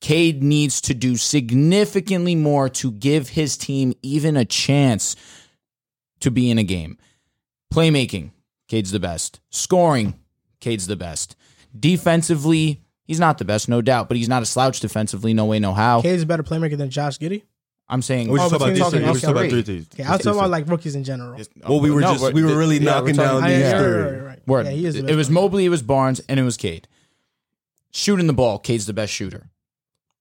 [SPEAKER 2] Cade needs to do significantly more to give his team even a chance to be in a game. Playmaking, Cade's the best. Scoring, Cade's the best. Defensively, he's not the best, no doubt, but he's not a slouch defensively, no way, no how.
[SPEAKER 1] Cade's a better playmaker than Josh Giddy.
[SPEAKER 2] I'm saying
[SPEAKER 7] We just
[SPEAKER 1] Oh,
[SPEAKER 7] talking
[SPEAKER 1] but
[SPEAKER 7] about this.
[SPEAKER 1] talking
[SPEAKER 7] thing. We
[SPEAKER 1] about
[SPEAKER 7] just talking about
[SPEAKER 2] three.
[SPEAKER 7] three things.
[SPEAKER 1] Okay, I was talking about like rookies in general.
[SPEAKER 7] Well, we were
[SPEAKER 2] No,
[SPEAKER 7] just we were really
[SPEAKER 2] yeah,
[SPEAKER 7] knocking
[SPEAKER 2] talking-
[SPEAKER 7] down
[SPEAKER 1] I,
[SPEAKER 7] these.
[SPEAKER 1] yeah,
[SPEAKER 7] three.
[SPEAKER 1] right, right, right.
[SPEAKER 2] Word.
[SPEAKER 1] Yeah, he is. the
[SPEAKER 2] it
[SPEAKER 1] best
[SPEAKER 2] was
[SPEAKER 1] player.
[SPEAKER 2] Mobley, it was Barnes, and it was Cade. Shooting the ball, Cade's the best shooter.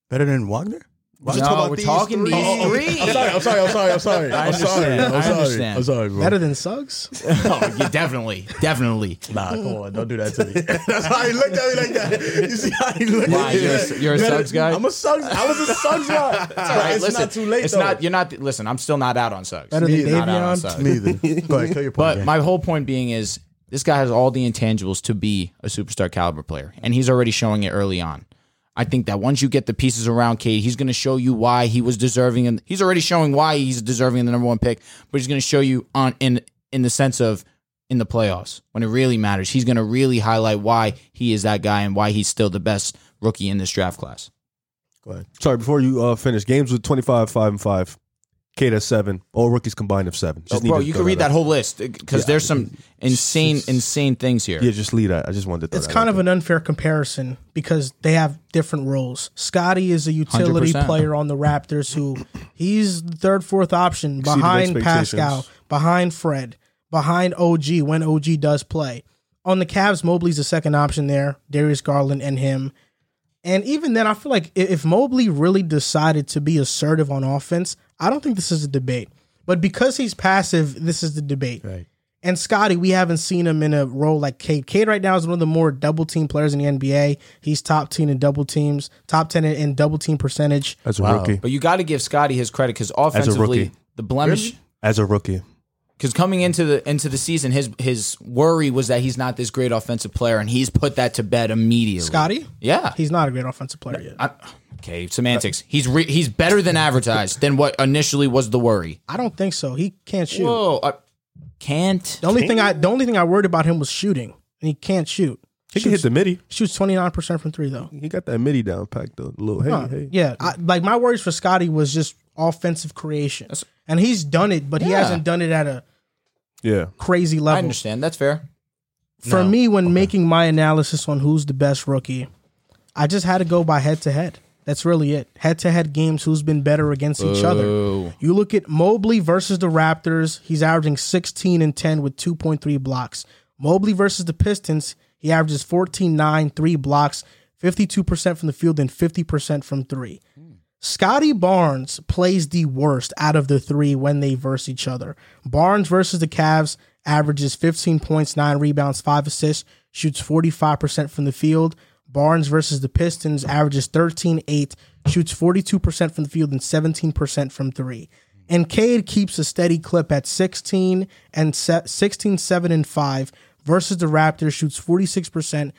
[SPEAKER 5] Better than Wagner?
[SPEAKER 2] No,
[SPEAKER 7] just talking about
[SPEAKER 2] we're
[SPEAKER 7] these
[SPEAKER 2] talking
[SPEAKER 7] three.
[SPEAKER 2] these
[SPEAKER 7] Oh,
[SPEAKER 2] three.
[SPEAKER 5] I'm sorry, I'm sorry, I'm sorry, I'm
[SPEAKER 2] <laughs>
[SPEAKER 5] sorry.
[SPEAKER 2] I
[SPEAKER 5] I'm sorry.
[SPEAKER 2] understand, I
[SPEAKER 5] I'm sorry.
[SPEAKER 2] understand.
[SPEAKER 5] I'm sorry, bro. <laughs>
[SPEAKER 1] better than Suggs.
[SPEAKER 2] Oh, yeah, definitely, definitely.
[SPEAKER 5] Nah, come on, don't do that to me. <laughs> That's how he looked at me like that. You see how he looked
[SPEAKER 2] Why,
[SPEAKER 5] at me?
[SPEAKER 2] you're a- you're a
[SPEAKER 5] Better-
[SPEAKER 2] Suggs guy?
[SPEAKER 5] I'm a Suggs. I was a
[SPEAKER 2] <laughs>
[SPEAKER 5] Suggs guy. It's,
[SPEAKER 2] All right,
[SPEAKER 5] it's
[SPEAKER 2] listen,
[SPEAKER 5] not too late.
[SPEAKER 2] It's
[SPEAKER 5] though. <laughs>
[SPEAKER 2] not. You're not. Listen, I'm still not out on Suggs.
[SPEAKER 1] Better than
[SPEAKER 2] Not out
[SPEAKER 1] Davion.
[SPEAKER 2] on Suggs.
[SPEAKER 5] me either. Go ahead, kill your point.
[SPEAKER 2] But
[SPEAKER 5] man.
[SPEAKER 2] my whole point being is this guy has all the intangibles to be a superstar caliber player, and he's already showing it early on. I think that once you get the pieces around Cade, he's going to show you why he was deserving, and he's already showing why he's deserving of the number one pick. But he's going to show you on in in the sense of in the playoffs when it really matters. He's going to really highlight why he is that guy and why he's still the best rookie in this draft class.
[SPEAKER 4] Sorry, before you uh, finish, games with 25, 5, and 5. Kate has 7. All rookies combined of 7. Just need
[SPEAKER 2] Oh, Bro,
[SPEAKER 4] to
[SPEAKER 2] you
[SPEAKER 4] throw
[SPEAKER 2] can read that
[SPEAKER 4] out.
[SPEAKER 2] whole list because there's some insane, insane things here.
[SPEAKER 4] Yeah, just leave that. I just wanted to throw
[SPEAKER 1] It's
[SPEAKER 4] that
[SPEAKER 1] kind
[SPEAKER 4] out
[SPEAKER 1] of an unfair comparison because they have different roles. Scotty is a utility
[SPEAKER 2] 100%.
[SPEAKER 1] player on the Raptors who he's the third, fourth option behind
[SPEAKER 4] expectations.
[SPEAKER 1] Pascal, behind Fred, behind OG when OG does play. On the Cavs, Mobley's the second option there, Darius Garland and him. And even then, I feel like i- if Mobley really decided to be assertive on offense, I don't think this is a debate. But because he's passive, this is the debate.
[SPEAKER 5] Right.
[SPEAKER 1] And Scotty, we haven't seen him in a role like Cade. Cade right now is one of the more double team players in the NBA. He's top 10 in double teams, top 10 in, in double team percentage.
[SPEAKER 4] As a rookie.
[SPEAKER 2] But you got to give Scotty his credit because offensively,
[SPEAKER 4] rookie.
[SPEAKER 2] the blemish
[SPEAKER 4] As a rookie.
[SPEAKER 2] because coming into the into the season, his his worry was that he's not this great offensive player, and he's put that to bed immediately.
[SPEAKER 1] Scotty,
[SPEAKER 2] yeah,
[SPEAKER 1] he's not a great offensive player yet.
[SPEAKER 2] I, okay, semantics. He's re, he's better than advertised than what initially was the worry.
[SPEAKER 1] I don't think so. He can't shoot.
[SPEAKER 2] Whoa, I can't.
[SPEAKER 1] The only thing I the only thing I worried about him was shooting, and he can't shoot.
[SPEAKER 4] He can hit the midi.
[SPEAKER 1] Shoots twenty nine percent from three though.
[SPEAKER 4] He got that midi down packed though. A little hey,
[SPEAKER 1] Huh.
[SPEAKER 4] hey.
[SPEAKER 1] Yeah, I, like my worries for Scotty was just offensive creation, and he's done it, but he
[SPEAKER 2] Yeah.
[SPEAKER 1] hasn't done it at a
[SPEAKER 4] Yeah.
[SPEAKER 1] crazy
[SPEAKER 2] I
[SPEAKER 1] level.
[SPEAKER 2] understand. That's fair.
[SPEAKER 1] For me, when making my analysis on who's the best rookie, I just had to go by head to head. That's really it. Head to head games, who's been better against each other. You look at Mobley versus the Raptors, he's averaging 16 and 10 with 2.3 blocks. Mobley versus the Pistons, he averages 14, 9, 3 blocks, 52% from the field, and 50% from three. Scotty Barnes plays the worst out of the three when they verse each other. Barnes versus the Cavs averages 15 points, 9 rebounds, 5 assists, shoots 45% from the field. Barnes versus the Pistons averages 13 8, shoots 42% from the field and 17% from three. And Cade keeps a steady clip at 16 and se- 16, 7, and 5 versus the Raptors, shoots 46%,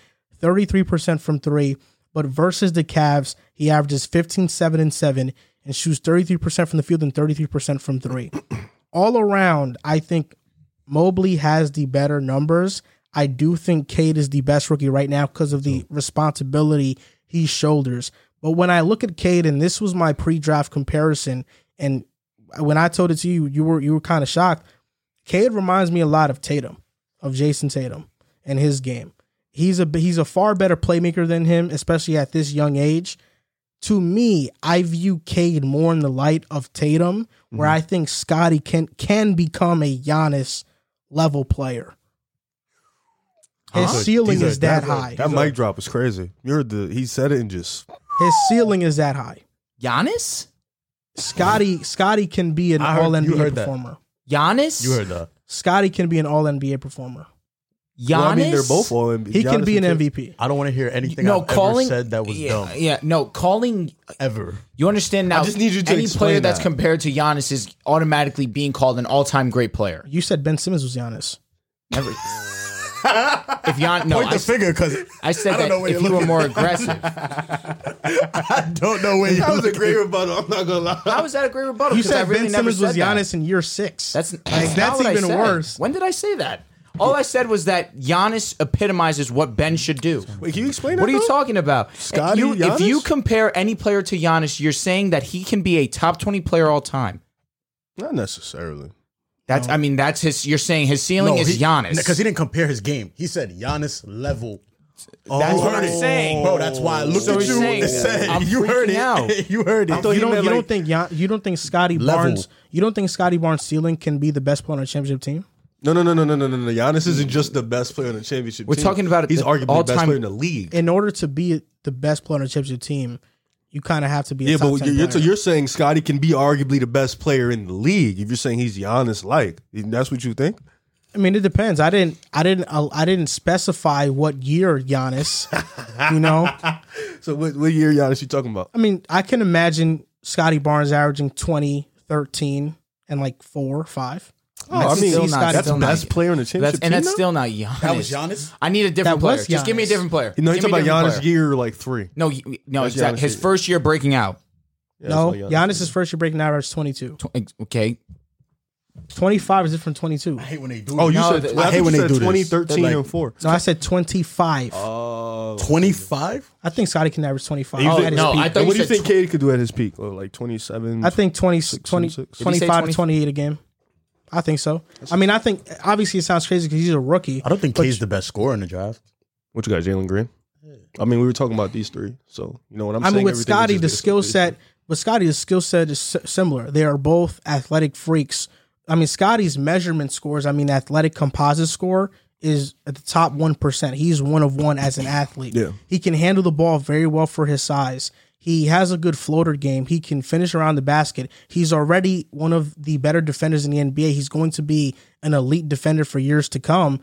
[SPEAKER 1] 33% from three. But versus the Cavs, he averages 15, 7, and 7 and shoots 33% from the field and 33% from three. <clears throat> All around, I think Mobley has the better numbers. I do think Cade is the best rookie right now because of the responsibility he shoulders. But when I look at Cade, and this was my pre-draft comparison, and when I told it to you, you were you were kind of shocked. Cade reminds me a lot of Tatum, of Jason Tatum, and his game. He's a he's a far better playmaker than him, especially at this young age. To me, I view Cade more in the light of Tatum, where I think Scotty can can become a Giannis level player. His
[SPEAKER 4] These are-
[SPEAKER 1] ceiling
[SPEAKER 4] these are-
[SPEAKER 1] is that
[SPEAKER 4] that's a-
[SPEAKER 1] high.
[SPEAKER 4] That mic drop was crazy. You're the he said it and just
[SPEAKER 1] His ceiling is that high.
[SPEAKER 2] Giannis?
[SPEAKER 1] Scotty Scotty can be an
[SPEAKER 5] I heard-
[SPEAKER 1] all
[SPEAKER 5] you
[SPEAKER 1] NBA
[SPEAKER 5] heard that.
[SPEAKER 1] performer.
[SPEAKER 2] Giannis?
[SPEAKER 5] You heard that.
[SPEAKER 1] Scotty can be an all NBA performer.
[SPEAKER 2] Giannis?
[SPEAKER 4] Well, I mean they're both all NBA.
[SPEAKER 1] He can be an
[SPEAKER 4] <laughs>
[SPEAKER 1] MVP.
[SPEAKER 5] I don't want to hear anything
[SPEAKER 2] No,
[SPEAKER 5] I've
[SPEAKER 2] calling
[SPEAKER 5] ever said that was
[SPEAKER 2] yeah,
[SPEAKER 5] dumb.
[SPEAKER 2] Yeah, no, calling
[SPEAKER 5] Ever.
[SPEAKER 2] You understand now?
[SPEAKER 4] just need you to
[SPEAKER 2] any
[SPEAKER 4] explain
[SPEAKER 2] player that's
[SPEAKER 4] that.
[SPEAKER 2] compared to Giannis is automatically being called an all-time great player.
[SPEAKER 1] You said Ben Simmons was Giannis.
[SPEAKER 2] Never. if Gian, no, I, s-
[SPEAKER 5] figure because
[SPEAKER 2] I said that
[SPEAKER 5] know where
[SPEAKER 2] if
[SPEAKER 5] you're
[SPEAKER 2] you were
[SPEAKER 5] looking.
[SPEAKER 2] more aggressive,
[SPEAKER 5] I don't know where
[SPEAKER 4] That was a
[SPEAKER 5] you're
[SPEAKER 4] great rebuttal. I'm not gonna lie.
[SPEAKER 2] how was that a great rebuttal?
[SPEAKER 1] You
[SPEAKER 2] 'Cause I
[SPEAKER 1] said
[SPEAKER 2] really
[SPEAKER 1] Ben
[SPEAKER 2] never
[SPEAKER 1] Simmons was
[SPEAKER 2] said that.
[SPEAKER 1] Giannis in year six.
[SPEAKER 2] That's that's,
[SPEAKER 1] Like,
[SPEAKER 2] not
[SPEAKER 1] that's
[SPEAKER 2] what I
[SPEAKER 1] even
[SPEAKER 2] said.
[SPEAKER 1] worse.
[SPEAKER 2] When did I say that? All I said was that Giannis epitomizes what Ben should do.
[SPEAKER 4] Wait, can you explain
[SPEAKER 2] What are
[SPEAKER 4] that?
[SPEAKER 2] you talking about?
[SPEAKER 4] Scotty
[SPEAKER 2] You- if
[SPEAKER 4] Giannis?
[SPEAKER 2] you compare any player to Giannis, you're saying that he can be a top 20 player all time.
[SPEAKER 4] talking? Not necessarily.
[SPEAKER 2] That's I mean that's his you're saying his ceiling is Giannis.
[SPEAKER 5] because he didn't compare his game. He said Giannis level.
[SPEAKER 2] That's
[SPEAKER 5] You
[SPEAKER 2] what
[SPEAKER 5] heard
[SPEAKER 2] I'm
[SPEAKER 5] it.
[SPEAKER 2] saying.
[SPEAKER 5] bro. That's why I looked
[SPEAKER 2] So
[SPEAKER 5] at
[SPEAKER 2] he's
[SPEAKER 5] you
[SPEAKER 2] saying-
[SPEAKER 5] and said,
[SPEAKER 2] I'm
[SPEAKER 5] <laughs> "You heard
[SPEAKER 2] freaking
[SPEAKER 5] it.
[SPEAKER 2] out.
[SPEAKER 5] <laughs> you heard it."
[SPEAKER 1] you don't.
[SPEAKER 4] meant
[SPEAKER 1] You
[SPEAKER 4] like-
[SPEAKER 1] don't think Gian, You don't think Scotty
[SPEAKER 5] Level.
[SPEAKER 1] Barnes. You don't think Scotty Barnes' ceiling can be the best player on a championship team?
[SPEAKER 4] No, no, no, no, no, no, no, no. Giannis isn't just the best player on the championship.
[SPEAKER 2] We're
[SPEAKER 4] team.
[SPEAKER 2] talking about
[SPEAKER 4] he's
[SPEAKER 2] the
[SPEAKER 4] arguably the best
[SPEAKER 2] all-time-
[SPEAKER 4] player in the league.
[SPEAKER 1] In order to be the best player on a championship team, you kind of have to be. A
[SPEAKER 4] Yeah,
[SPEAKER 1] top
[SPEAKER 4] but
[SPEAKER 1] 10
[SPEAKER 4] you're, you're,
[SPEAKER 1] player.
[SPEAKER 4] you're saying Scotty can be arguably the best player in the league if you're saying he's Giannis like. That's what you think?
[SPEAKER 1] I mean, it depends. I didn't. I didn't. uh, I didn't specify what year Giannis. you <laughs> know.
[SPEAKER 4] So what, what year Giannis you talking about?
[SPEAKER 1] I mean, I can imagine Scotty Barnes averaging 20, 13, and like four, five.
[SPEAKER 4] Oh, I mean,
[SPEAKER 1] still
[SPEAKER 4] he's
[SPEAKER 1] not-
[SPEAKER 4] that's
[SPEAKER 1] still
[SPEAKER 2] not-
[SPEAKER 4] best player in the
[SPEAKER 2] That's,
[SPEAKER 4] championship
[SPEAKER 2] and
[SPEAKER 4] team
[SPEAKER 2] that's
[SPEAKER 4] now?
[SPEAKER 2] still not Giannis.
[SPEAKER 5] That was Giannis?
[SPEAKER 2] I need a different
[SPEAKER 1] That
[SPEAKER 2] player.
[SPEAKER 1] was
[SPEAKER 2] Just give me a
[SPEAKER 1] Giannis.
[SPEAKER 2] different player.
[SPEAKER 4] No, he's
[SPEAKER 2] Give me
[SPEAKER 4] talking
[SPEAKER 2] a
[SPEAKER 4] about
[SPEAKER 2] different
[SPEAKER 4] Giannis
[SPEAKER 2] player.
[SPEAKER 4] year like three.
[SPEAKER 2] No, y- no,
[SPEAKER 4] That's
[SPEAKER 2] exactly.
[SPEAKER 4] Giannis'
[SPEAKER 2] His
[SPEAKER 4] year.
[SPEAKER 2] first year breaking out.
[SPEAKER 4] Yeah, that's
[SPEAKER 1] no,
[SPEAKER 4] not
[SPEAKER 1] Giannis' first year breaking average is 22.
[SPEAKER 2] Tw- eh, Okay,
[SPEAKER 1] 25 is different from 22.
[SPEAKER 5] I hate when they do.
[SPEAKER 4] Oh,
[SPEAKER 5] it.
[SPEAKER 4] you
[SPEAKER 2] No,
[SPEAKER 4] said
[SPEAKER 2] th-
[SPEAKER 4] I hate when they do
[SPEAKER 5] this.
[SPEAKER 4] 2013
[SPEAKER 2] They're like-
[SPEAKER 4] and four.
[SPEAKER 1] No, I said 25.
[SPEAKER 4] Oh,
[SPEAKER 5] twenty five.
[SPEAKER 1] I think Scotty can average 25.
[SPEAKER 2] You think-
[SPEAKER 1] at his
[SPEAKER 2] no,
[SPEAKER 1] peak.
[SPEAKER 2] I thought
[SPEAKER 4] what do
[SPEAKER 2] you
[SPEAKER 4] you
[SPEAKER 2] said
[SPEAKER 4] think Cade could do at his peak? Oh, like 27.
[SPEAKER 1] I think 20,
[SPEAKER 4] Six and
[SPEAKER 1] 20
[SPEAKER 4] six.
[SPEAKER 1] 25
[SPEAKER 2] 20?
[SPEAKER 1] to 28 a game. I think so. I mean, I think obviously it sounds crazy because he's a rookie.
[SPEAKER 5] I don't think K's the best scorer in the draft.
[SPEAKER 4] What you got, Jalen Green? I mean, we were talking about these three, so you know what I'm
[SPEAKER 1] I
[SPEAKER 4] saying.
[SPEAKER 1] mean, with
[SPEAKER 4] everything is
[SPEAKER 1] Scotty,
[SPEAKER 4] just
[SPEAKER 1] the
[SPEAKER 4] based on
[SPEAKER 1] skill
[SPEAKER 4] these
[SPEAKER 1] set, with Scotty, the skill set is s- similar. They are both athletic freaks. I mean, Scotty's measurement scores, I mean, athletic composite score is at the top 1%. He's one of one as an athlete.
[SPEAKER 4] Yeah.
[SPEAKER 1] He can handle the ball very well for his size. He has a good floater game. He can finish around the basket. He's already one of the better defenders in the NBA. He's going to be an elite defender for years to come.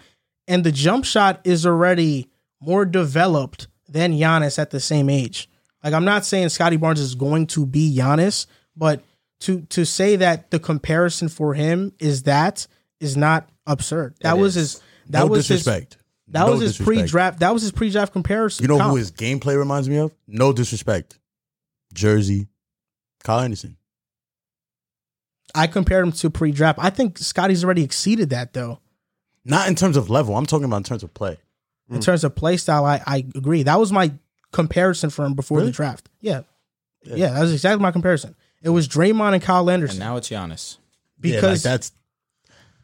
[SPEAKER 1] And the jump shot is already more developed than Giannis at the same age. Like I'm not saying Scotty Barnes is going to be Giannis, but to to say that the comparison for him is that is not absurd. That was his that
[SPEAKER 5] no
[SPEAKER 1] was his
[SPEAKER 5] disrespect.
[SPEAKER 1] that
[SPEAKER 5] No
[SPEAKER 1] was his
[SPEAKER 5] disrespect.
[SPEAKER 1] pre-draft. That was his pre-draft comparison.
[SPEAKER 5] You know who
[SPEAKER 1] comp.
[SPEAKER 5] his gameplay reminds me of? No disrespect. Jersey, Kyle Anderson.
[SPEAKER 1] I compared him to pre-draft. I think Scotty's already exceeded that though.
[SPEAKER 5] Not in terms of level. I'm talking about in terms of play.
[SPEAKER 1] in terms of play style, I, I agree. That was my comparison for him before the draft. Yeah. yeah. that was exactly my comparison. It was Draymond and Kyle
[SPEAKER 2] And
[SPEAKER 1] Anderson
[SPEAKER 2] now it's Giannis.
[SPEAKER 1] because
[SPEAKER 5] yeah, like that's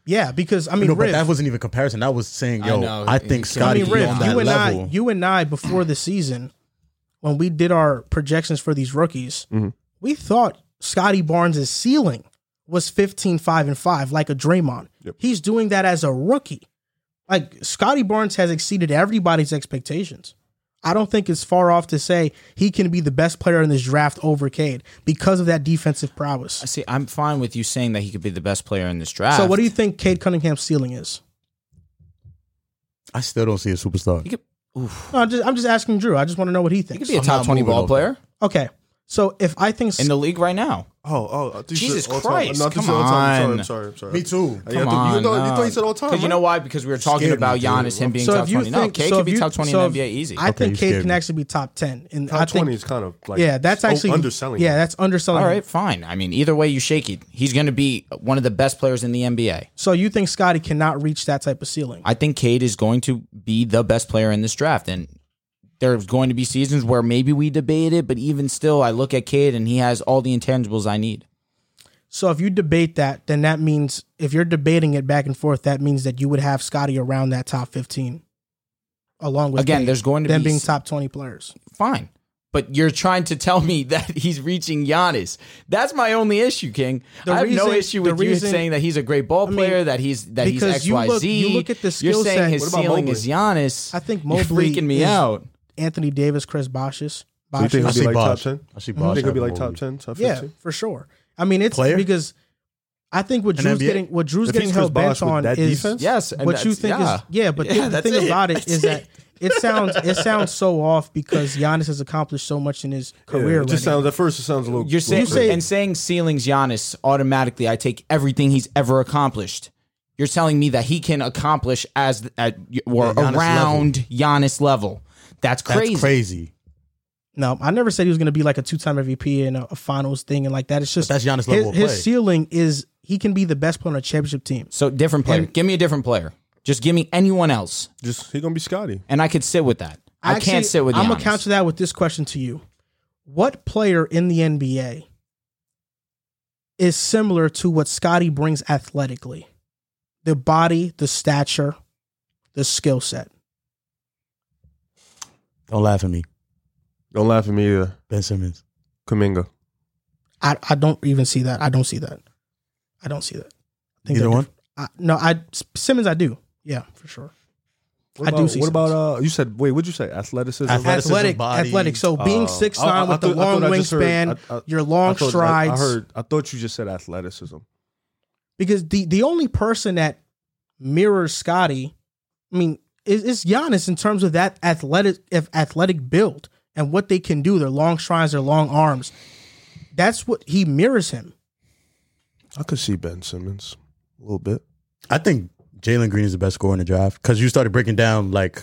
[SPEAKER 1] yeah, because I mean,
[SPEAKER 5] no, but
[SPEAKER 1] Riv,
[SPEAKER 5] that wasn't even comparison. That was saying,
[SPEAKER 2] I
[SPEAKER 5] yo, I,
[SPEAKER 2] know.
[SPEAKER 5] think
[SPEAKER 2] You gotta
[SPEAKER 1] I
[SPEAKER 5] Scotty
[SPEAKER 1] mean,
[SPEAKER 2] be
[SPEAKER 1] Riv,
[SPEAKER 5] on that
[SPEAKER 1] you and
[SPEAKER 5] level.
[SPEAKER 1] I, you and I before the season, when we did our projections for these rookies,
[SPEAKER 5] Mm-hmm.
[SPEAKER 1] we thought Scotty Barnes' ceiling was 15, 5, and 5, like a Draymond. He's doing that as a rookie. Like Scotty Barnes has exceeded everybody's expectations. I don't think it's far off to say he can be the best player in this draft over Cade because of that defensive prowess.
[SPEAKER 2] See, I'm fine with you saying that he could be the best player in this draft.
[SPEAKER 1] So, what do you think Cade Cunningham's ceiling is?
[SPEAKER 5] I still don't see a superstar.
[SPEAKER 2] He could,
[SPEAKER 1] No, I'm just, I'm just asking Drew. I just want to know what he
[SPEAKER 2] he
[SPEAKER 1] thinks.
[SPEAKER 2] could be a
[SPEAKER 5] I'm
[SPEAKER 2] top
[SPEAKER 5] not
[SPEAKER 2] 20
[SPEAKER 5] moving
[SPEAKER 2] ball
[SPEAKER 5] over.
[SPEAKER 2] player
[SPEAKER 1] Okay, so if I think
[SPEAKER 2] in the league right now.
[SPEAKER 4] Oh, oh, I thought you
[SPEAKER 2] Jesus
[SPEAKER 4] said all
[SPEAKER 2] Christ,
[SPEAKER 4] Time. I thought you
[SPEAKER 2] come
[SPEAKER 4] said all time.
[SPEAKER 2] on.
[SPEAKER 4] I'm sorry, I'm sorry, I'm sorry.
[SPEAKER 5] Me too.
[SPEAKER 4] I
[SPEAKER 2] Come
[SPEAKER 4] thought-
[SPEAKER 2] on,
[SPEAKER 4] you, thought, you
[SPEAKER 2] no.
[SPEAKER 4] thought you said all time.
[SPEAKER 2] Because you know why? Because we were talking
[SPEAKER 5] Scared me,
[SPEAKER 2] about
[SPEAKER 5] dude.
[SPEAKER 2] Giannis, him being
[SPEAKER 1] So
[SPEAKER 2] top
[SPEAKER 1] if you
[SPEAKER 2] 20. No,
[SPEAKER 1] think-
[SPEAKER 2] K
[SPEAKER 1] so
[SPEAKER 2] could
[SPEAKER 1] if
[SPEAKER 2] be
[SPEAKER 1] you-
[SPEAKER 2] top 20
[SPEAKER 1] so
[SPEAKER 2] in the
[SPEAKER 1] if-
[SPEAKER 2] NBA easy.
[SPEAKER 1] I
[SPEAKER 5] Okay, you
[SPEAKER 1] think Cade
[SPEAKER 5] scared
[SPEAKER 1] can
[SPEAKER 5] me.
[SPEAKER 1] actually be top ten. And
[SPEAKER 4] top
[SPEAKER 1] I think,
[SPEAKER 4] twenty is kind of like
[SPEAKER 1] yeah, that's
[SPEAKER 4] oh,
[SPEAKER 1] actually
[SPEAKER 4] underselling.
[SPEAKER 1] Yeah,
[SPEAKER 4] it.
[SPEAKER 1] that's underselling.
[SPEAKER 2] All
[SPEAKER 1] it.
[SPEAKER 2] right, fine. I mean, either way you shake it, he's going to be one of the best players in the NBA.
[SPEAKER 1] So you think Scotty cannot reach that type of ceiling?
[SPEAKER 2] I think Cade is going to be the best player in this draft. And there's going to be seasons where maybe we debate it, but even still, I look at Cade and he has all the intangibles I need.
[SPEAKER 1] so if you debate that, then that means if you're debating it back and forth, that means that you would have Scotty around that top fifteen, along with
[SPEAKER 2] Again,
[SPEAKER 1] Cade,
[SPEAKER 2] there's going to
[SPEAKER 1] them
[SPEAKER 2] be
[SPEAKER 1] being
[SPEAKER 2] s-
[SPEAKER 1] top twenty players.
[SPEAKER 2] Fine. But you're trying to tell me <laughs> that he's reaching Giannis. That's my only issue, King.
[SPEAKER 1] The
[SPEAKER 2] I have no
[SPEAKER 1] reason-
[SPEAKER 2] issue
[SPEAKER 1] the
[SPEAKER 2] with
[SPEAKER 1] reason-
[SPEAKER 2] you saying that he's a great ball
[SPEAKER 1] I mean,
[SPEAKER 2] player, that he's that he's
[SPEAKER 1] because
[SPEAKER 2] XYZ.
[SPEAKER 1] you look- you look at the skill
[SPEAKER 2] You're saying
[SPEAKER 1] set-
[SPEAKER 2] his
[SPEAKER 1] What
[SPEAKER 4] about
[SPEAKER 2] ceiling
[SPEAKER 4] Mobley?
[SPEAKER 2] is Giannis.
[SPEAKER 1] I think
[SPEAKER 2] You're
[SPEAKER 1] Mobley
[SPEAKER 2] freaking me
[SPEAKER 1] is-
[SPEAKER 2] out.
[SPEAKER 1] Anthony Davis, Chris Bosh's,
[SPEAKER 4] Do you think
[SPEAKER 5] I
[SPEAKER 4] he'll
[SPEAKER 5] see
[SPEAKER 4] be like top
[SPEAKER 5] Bosh.
[SPEAKER 4] ten?
[SPEAKER 5] I see
[SPEAKER 4] I
[SPEAKER 5] Bosh.
[SPEAKER 4] think he'll be like
[SPEAKER 5] having
[SPEAKER 4] top ten, top
[SPEAKER 1] yeah,
[SPEAKER 4] fifteen.
[SPEAKER 1] for sure. I mean, it's
[SPEAKER 5] Player?
[SPEAKER 1] because I think what
[SPEAKER 5] An
[SPEAKER 1] Drew's
[SPEAKER 5] NBA?
[SPEAKER 1] getting what Drew's
[SPEAKER 4] If
[SPEAKER 1] getting
[SPEAKER 4] he's Chris
[SPEAKER 1] held bent
[SPEAKER 4] Bosh with
[SPEAKER 1] on
[SPEAKER 4] that
[SPEAKER 1] is
[SPEAKER 4] defense?
[SPEAKER 2] Yes, and
[SPEAKER 1] what you
[SPEAKER 2] that's-
[SPEAKER 1] think
[SPEAKER 2] yeah.
[SPEAKER 1] is yeah,
[SPEAKER 2] <laughs>
[SPEAKER 1] but
[SPEAKER 2] Yeah,
[SPEAKER 1] the- the
[SPEAKER 2] that's
[SPEAKER 1] thing
[SPEAKER 2] it.
[SPEAKER 1] about it
[SPEAKER 2] That's
[SPEAKER 1] is
[SPEAKER 2] <laughs>
[SPEAKER 1] that it sounds it sounds so off because Giannis has accomplished so much in his
[SPEAKER 4] Yeah,
[SPEAKER 1] career.
[SPEAKER 4] it
[SPEAKER 1] already.
[SPEAKER 4] just sounds at first it sounds a little.
[SPEAKER 2] You're saying
[SPEAKER 1] You say-
[SPEAKER 2] and saying ceilings Giannis automatically. I take everything he's ever accomplished. You're telling me that he can accomplish as at or
[SPEAKER 5] Yeah, Giannis
[SPEAKER 2] around Giannis level. That's crazy.
[SPEAKER 5] That's crazy.
[SPEAKER 1] no, I never said he was going to be like a two-time MVP and a, a Finals thing and like that. It's just
[SPEAKER 5] that's Giannis
[SPEAKER 1] his,
[SPEAKER 5] level of
[SPEAKER 1] his
[SPEAKER 5] play.
[SPEAKER 1] ceiling is he can be the best player on a championship team.
[SPEAKER 2] So different player. give me a different player. Just give me anyone else,
[SPEAKER 4] just he gonna be Scotty.
[SPEAKER 2] and I could sit with that. I
[SPEAKER 1] Actually,
[SPEAKER 2] can't sit with.
[SPEAKER 1] I'm
[SPEAKER 2] Giannis.
[SPEAKER 1] gonna counter that with this question to you: What player in the NBA is similar to what Scotty brings athletically? The body, the stature, the skill set.
[SPEAKER 5] Don't laugh at me,
[SPEAKER 4] Don't laugh at me uh, either,
[SPEAKER 5] Ben Simmons.
[SPEAKER 4] Kaminga.
[SPEAKER 1] I, I don't even see that. I don't see that. I don't see that. I
[SPEAKER 5] Either
[SPEAKER 1] they're
[SPEAKER 5] one?
[SPEAKER 1] diff- I, no, I Simmons. I do. Yeah, for sure.
[SPEAKER 4] What
[SPEAKER 1] I do
[SPEAKER 4] about,
[SPEAKER 1] see
[SPEAKER 4] What
[SPEAKER 1] Simmons.
[SPEAKER 4] about uh? You said wait. What'd you say? Athleticism.
[SPEAKER 5] Athletic- Athleticism,
[SPEAKER 1] athletic,
[SPEAKER 5] body.
[SPEAKER 1] athletic. So being
[SPEAKER 4] Oh.
[SPEAKER 1] six
[SPEAKER 4] I- I-
[SPEAKER 1] nine
[SPEAKER 4] I
[SPEAKER 1] with the
[SPEAKER 4] thought- I
[SPEAKER 1] long
[SPEAKER 4] thought I just heard-
[SPEAKER 1] wingspan,
[SPEAKER 4] I- I-
[SPEAKER 1] your long
[SPEAKER 4] I thought- I-
[SPEAKER 1] strides.
[SPEAKER 4] I heard. I thought you just said athleticism.
[SPEAKER 1] because the the only person that mirrors Scotty, I mean, is, is Giannis in terms of that athletic if athletic build and what they can do, their long strides, their long arms. That's what he mirrors him.
[SPEAKER 4] I could see Ben Simmons a little bit.
[SPEAKER 5] I think Jalen Green is the best scorer in the draft because you started breaking down like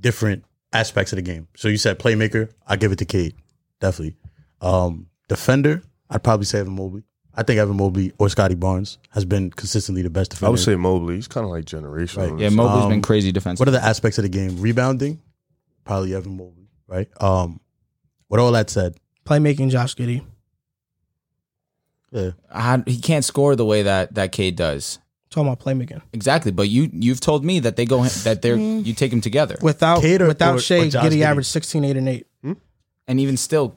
[SPEAKER 5] different aspects of the game. So you said playmaker, I give it to Cade, definitely. Um, defender, I'd probably say Evan Mobley. I think Evan Mobley or Scotty Barnes has been consistently the best defender.
[SPEAKER 4] I would say Mobley. He's kind of like generational.
[SPEAKER 5] Right.
[SPEAKER 2] Yeah, Mobley's
[SPEAKER 5] Um,
[SPEAKER 2] been crazy defensive.
[SPEAKER 5] what are the aspects of the game? Rebounding, probably Evan Mobley, right? Um, with all that said,
[SPEAKER 1] Playmaking Josh Giddy.
[SPEAKER 5] yeah,
[SPEAKER 2] I- he can't score the way that that Cade does.
[SPEAKER 1] Talking about playmaking.
[SPEAKER 2] Exactly, but you you've told me that they go that they're
[SPEAKER 1] Mm.
[SPEAKER 2] you take them together,
[SPEAKER 1] Without
[SPEAKER 5] Cater
[SPEAKER 1] without
[SPEAKER 5] or-
[SPEAKER 1] Shea,
[SPEAKER 5] or Josh
[SPEAKER 1] Giddy
[SPEAKER 5] Giddey?
[SPEAKER 1] averaged 16, 8, and 8.
[SPEAKER 2] and even still,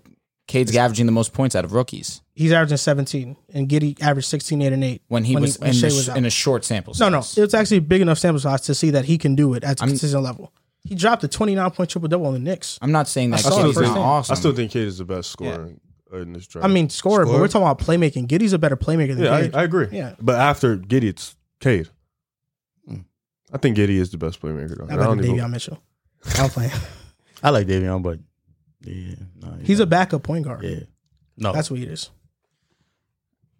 [SPEAKER 2] Cade's averaging the most points out of rookies
[SPEAKER 1] He's averaging 17. And Giddy averaged 16, 8, and 8.
[SPEAKER 2] when he was, in,
[SPEAKER 1] Shea
[SPEAKER 2] the,
[SPEAKER 1] was out.
[SPEAKER 2] in a short sample.
[SPEAKER 1] No, no.
[SPEAKER 2] size.
[SPEAKER 1] It's actually a big enough sample size to see that he can do it at a consistent level. He dropped a 29 point triple double on the Knicks.
[SPEAKER 2] I'm not saying that
[SPEAKER 1] saw it
[SPEAKER 2] Cade's not
[SPEAKER 1] firsthand.
[SPEAKER 2] awesome.
[SPEAKER 4] I still think Cade is the best scorer in this draft.
[SPEAKER 1] I mean, scorer, but
[SPEAKER 5] Scorer?
[SPEAKER 1] we're talking about playmaking. Giddy's a better playmaker than
[SPEAKER 4] yeah, I,
[SPEAKER 1] Cade.
[SPEAKER 4] I agree.
[SPEAKER 1] Yeah. Hmm.
[SPEAKER 4] but after Giddy, it's Cade. I think Giddy is the best playmaker. Though.
[SPEAKER 1] I
[SPEAKER 4] And I
[SPEAKER 1] better
[SPEAKER 4] don't
[SPEAKER 1] than
[SPEAKER 4] even-
[SPEAKER 1] Davion Mitchell. I'm playing. <laughs>
[SPEAKER 5] I like Davion, but yeah, nah,
[SPEAKER 1] He's a backup point guard.
[SPEAKER 5] yeah. No,
[SPEAKER 1] That's what he is.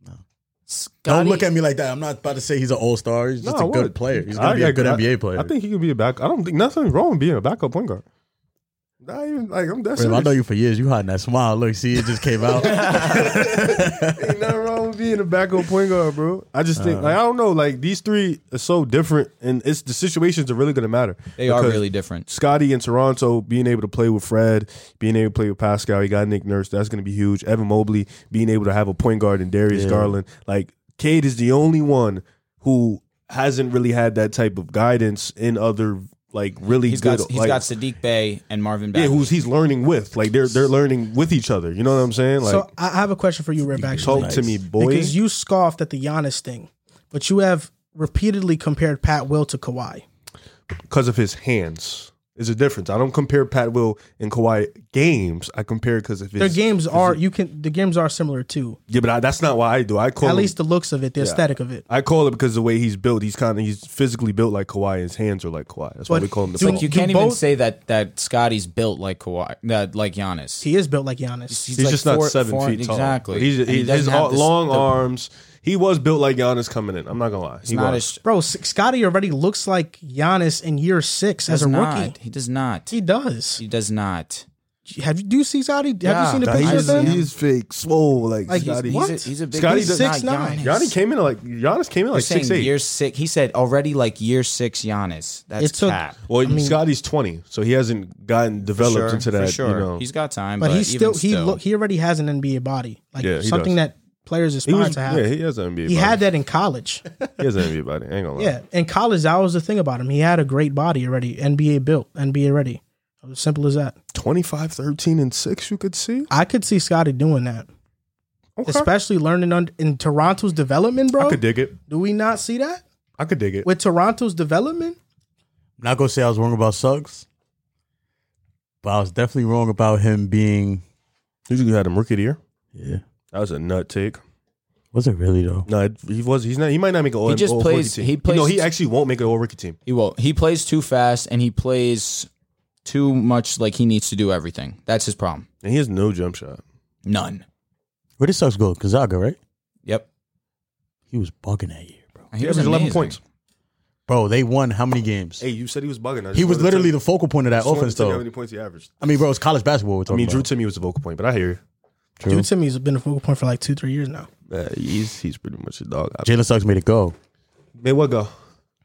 [SPEAKER 5] don't
[SPEAKER 2] Scotty-
[SPEAKER 5] look at me like that. I'm not about to say he's an all star. He's just
[SPEAKER 4] No,
[SPEAKER 5] a
[SPEAKER 4] I
[SPEAKER 5] good
[SPEAKER 4] would.
[SPEAKER 5] player. He's
[SPEAKER 4] I-
[SPEAKER 5] gonna be
[SPEAKER 4] I-
[SPEAKER 5] a good
[SPEAKER 4] I-
[SPEAKER 5] NBA player.
[SPEAKER 4] I think he could be a back. I don't think nothing wrong with being a backup point guard. Not even like I'm that
[SPEAKER 5] Bro, I
[SPEAKER 4] serious. <laughs>
[SPEAKER 5] know you for years. You hiding that smile. Look, see, it just came out.
[SPEAKER 4] Ain't nothing wrong with being a backup point guard, bro. I just
[SPEAKER 2] Uh-huh.
[SPEAKER 4] think, like, I don't know, like these three are so different, and it's the situations are really going to matter.
[SPEAKER 2] They are
[SPEAKER 4] Because
[SPEAKER 2] really different.
[SPEAKER 4] Scotty in Toronto being able to play with Fred, being able to play with Pascal. You got Nick Nurse. That's going to be huge. Evan Mobley being able to have a point guard in Darius
[SPEAKER 5] Yeah.
[SPEAKER 4] Garland. Like Cade is the only one who hasn't really had that type of guidance in other like really
[SPEAKER 2] He's
[SPEAKER 4] good.
[SPEAKER 2] got he's
[SPEAKER 4] like,
[SPEAKER 2] got Sadiq Bay and Marvin
[SPEAKER 4] yeah,
[SPEAKER 2] Bagley.
[SPEAKER 4] who's he's learning with. Like they're they're learning with each other. You know what I'm saying? Like
[SPEAKER 1] so I I have a question for you, Rip. Actually,
[SPEAKER 4] talk to me, boy.
[SPEAKER 1] because you scoffed at the Giannis thing, but you have repeatedly compared Pat Will to Kawhi.
[SPEAKER 4] because of his hands. Is a difference. I don't compare Pat Will and Kawhi games. I compare because of his
[SPEAKER 1] Their games are you can the games are similar too.
[SPEAKER 4] Yeah, but I, that's not why I do. I call
[SPEAKER 1] At
[SPEAKER 4] him-
[SPEAKER 1] least the looks of it, the aesthetic of it.
[SPEAKER 4] I call it because the way he's built, he's kind of he's physically built like Kawhi. His hands are like Kawhi. That's why
[SPEAKER 1] But
[SPEAKER 4] we call him the.
[SPEAKER 1] do-
[SPEAKER 4] Pop.
[SPEAKER 2] like you can't
[SPEAKER 1] do
[SPEAKER 2] even
[SPEAKER 1] both-
[SPEAKER 2] say that that Scotty's built like Kawhi, that like Giannis.
[SPEAKER 1] He is built like Giannis.
[SPEAKER 4] he's
[SPEAKER 2] like
[SPEAKER 4] just
[SPEAKER 2] four-
[SPEAKER 4] not seven
[SPEAKER 2] four-
[SPEAKER 4] feet tall.
[SPEAKER 2] Exactly.
[SPEAKER 4] But He's,
[SPEAKER 2] And he
[SPEAKER 4] he's-
[SPEAKER 2] doesn't
[SPEAKER 4] his
[SPEAKER 2] have
[SPEAKER 4] ar-
[SPEAKER 2] this-
[SPEAKER 4] long
[SPEAKER 2] the-
[SPEAKER 4] arms. He was built like Giannis coming in. I'm not gonna lie.
[SPEAKER 2] It's
[SPEAKER 4] he
[SPEAKER 2] not
[SPEAKER 4] was.
[SPEAKER 2] as
[SPEAKER 1] Bro, S- Scotty already looks like Giannis in year six as
[SPEAKER 2] does
[SPEAKER 1] a
[SPEAKER 2] not.
[SPEAKER 1] rookie.
[SPEAKER 2] He does not.
[SPEAKER 1] He does.
[SPEAKER 2] He does not.
[SPEAKER 1] Have you do you see Scotty? Have you
[SPEAKER 2] Yeah.
[SPEAKER 1] seen the
[SPEAKER 2] Nah,
[SPEAKER 4] Nah,
[SPEAKER 1] picture of
[SPEAKER 4] he's,
[SPEAKER 1] him?
[SPEAKER 4] he's fake, swole like,
[SPEAKER 1] Like, he's-
[SPEAKER 4] Scotty.
[SPEAKER 1] what?
[SPEAKER 2] He's a, he's a big.
[SPEAKER 4] Scotty
[SPEAKER 2] he's
[SPEAKER 4] does-
[SPEAKER 2] not
[SPEAKER 1] 6'9".
[SPEAKER 2] Giannis.
[SPEAKER 4] Giannis came in like Giannis came in
[SPEAKER 2] You're
[SPEAKER 4] like
[SPEAKER 2] saying
[SPEAKER 4] six eight.
[SPEAKER 2] year six. He said already like year six Giannis. That's
[SPEAKER 1] It took-
[SPEAKER 2] cap.
[SPEAKER 4] well, Scotty's twenty, so he hasn't gotten
[SPEAKER 2] For
[SPEAKER 4] developed
[SPEAKER 2] sure, for
[SPEAKER 4] into that.
[SPEAKER 2] sure.
[SPEAKER 4] You know,
[SPEAKER 2] He's got time,
[SPEAKER 1] but
[SPEAKER 2] but,
[SPEAKER 1] he's still
[SPEAKER 2] even
[SPEAKER 1] he look he already has an NBA body, like
[SPEAKER 4] Yeah, he
[SPEAKER 1] something
[SPEAKER 4] does.
[SPEAKER 1] that players
[SPEAKER 4] he
[SPEAKER 1] aspire
[SPEAKER 4] was.
[SPEAKER 1] to have.
[SPEAKER 4] Yeah,
[SPEAKER 1] he
[SPEAKER 4] he has an NBA.
[SPEAKER 1] had
[SPEAKER 4] body.
[SPEAKER 1] that in
[SPEAKER 4] <laughs>
[SPEAKER 1] college.
[SPEAKER 4] He has an NBA body. I ain't gonna lie.
[SPEAKER 1] yeah, in college that was the thing about him. He had a great body already, NBA built, NBA ready. As simple as that.
[SPEAKER 4] 25, 13, and six. You could see.
[SPEAKER 1] I could see Scotty doing that,
[SPEAKER 4] Okay.
[SPEAKER 1] especially learning un- in Toronto's development, bro.
[SPEAKER 4] I could dig it.
[SPEAKER 1] Do we not see that
[SPEAKER 4] I could dig it.
[SPEAKER 1] with Toronto's development?
[SPEAKER 5] Not gonna say I was wrong about Suggs, but I was definitely wrong about him being.
[SPEAKER 4] Usually had him rookie of the year.
[SPEAKER 5] Yeah,
[SPEAKER 4] That was a nut take.
[SPEAKER 5] was it really though?
[SPEAKER 4] No, it- he was. He's not. He might not make an all.
[SPEAKER 2] He just
[SPEAKER 4] all
[SPEAKER 2] plays-
[SPEAKER 4] Rookie team.
[SPEAKER 2] he
[SPEAKER 4] No,
[SPEAKER 2] plays-
[SPEAKER 4] he actually won't make an all rookie team.
[SPEAKER 2] He will. He plays too fast and he plays too much. Like he needs to do everything. That's his problem.
[SPEAKER 4] And he has no jump shot.
[SPEAKER 2] None.
[SPEAKER 5] Where did Suggs go? Gonzaga, right?
[SPEAKER 2] Yep.
[SPEAKER 5] He was bugging that year, bro.
[SPEAKER 2] He
[SPEAKER 4] He,
[SPEAKER 2] was
[SPEAKER 4] averaged eleven
[SPEAKER 2] amazing.
[SPEAKER 4] points.
[SPEAKER 5] Bro, they won how many games?
[SPEAKER 4] Hey, you said he was bugging. I just
[SPEAKER 5] He
[SPEAKER 4] wanted
[SPEAKER 5] was
[SPEAKER 4] to
[SPEAKER 5] literally
[SPEAKER 4] tell-
[SPEAKER 5] the focal point of
[SPEAKER 4] I
[SPEAKER 5] that
[SPEAKER 4] just wanted
[SPEAKER 5] offense,
[SPEAKER 4] to tell you How
[SPEAKER 5] though.
[SPEAKER 4] many points he averaged?
[SPEAKER 5] I mean, bro, it's college basketball. We're
[SPEAKER 4] I
[SPEAKER 5] talking
[SPEAKER 4] mean, Drew
[SPEAKER 5] about.
[SPEAKER 4] Timmy was the vocal point, but I hear
[SPEAKER 5] Drew.
[SPEAKER 1] Dude, Timmy's been a focal point for like two, three years now.
[SPEAKER 4] you. Uh, he's he's pretty much a dog.
[SPEAKER 5] Jalen Suggs made it go.
[SPEAKER 4] May well go.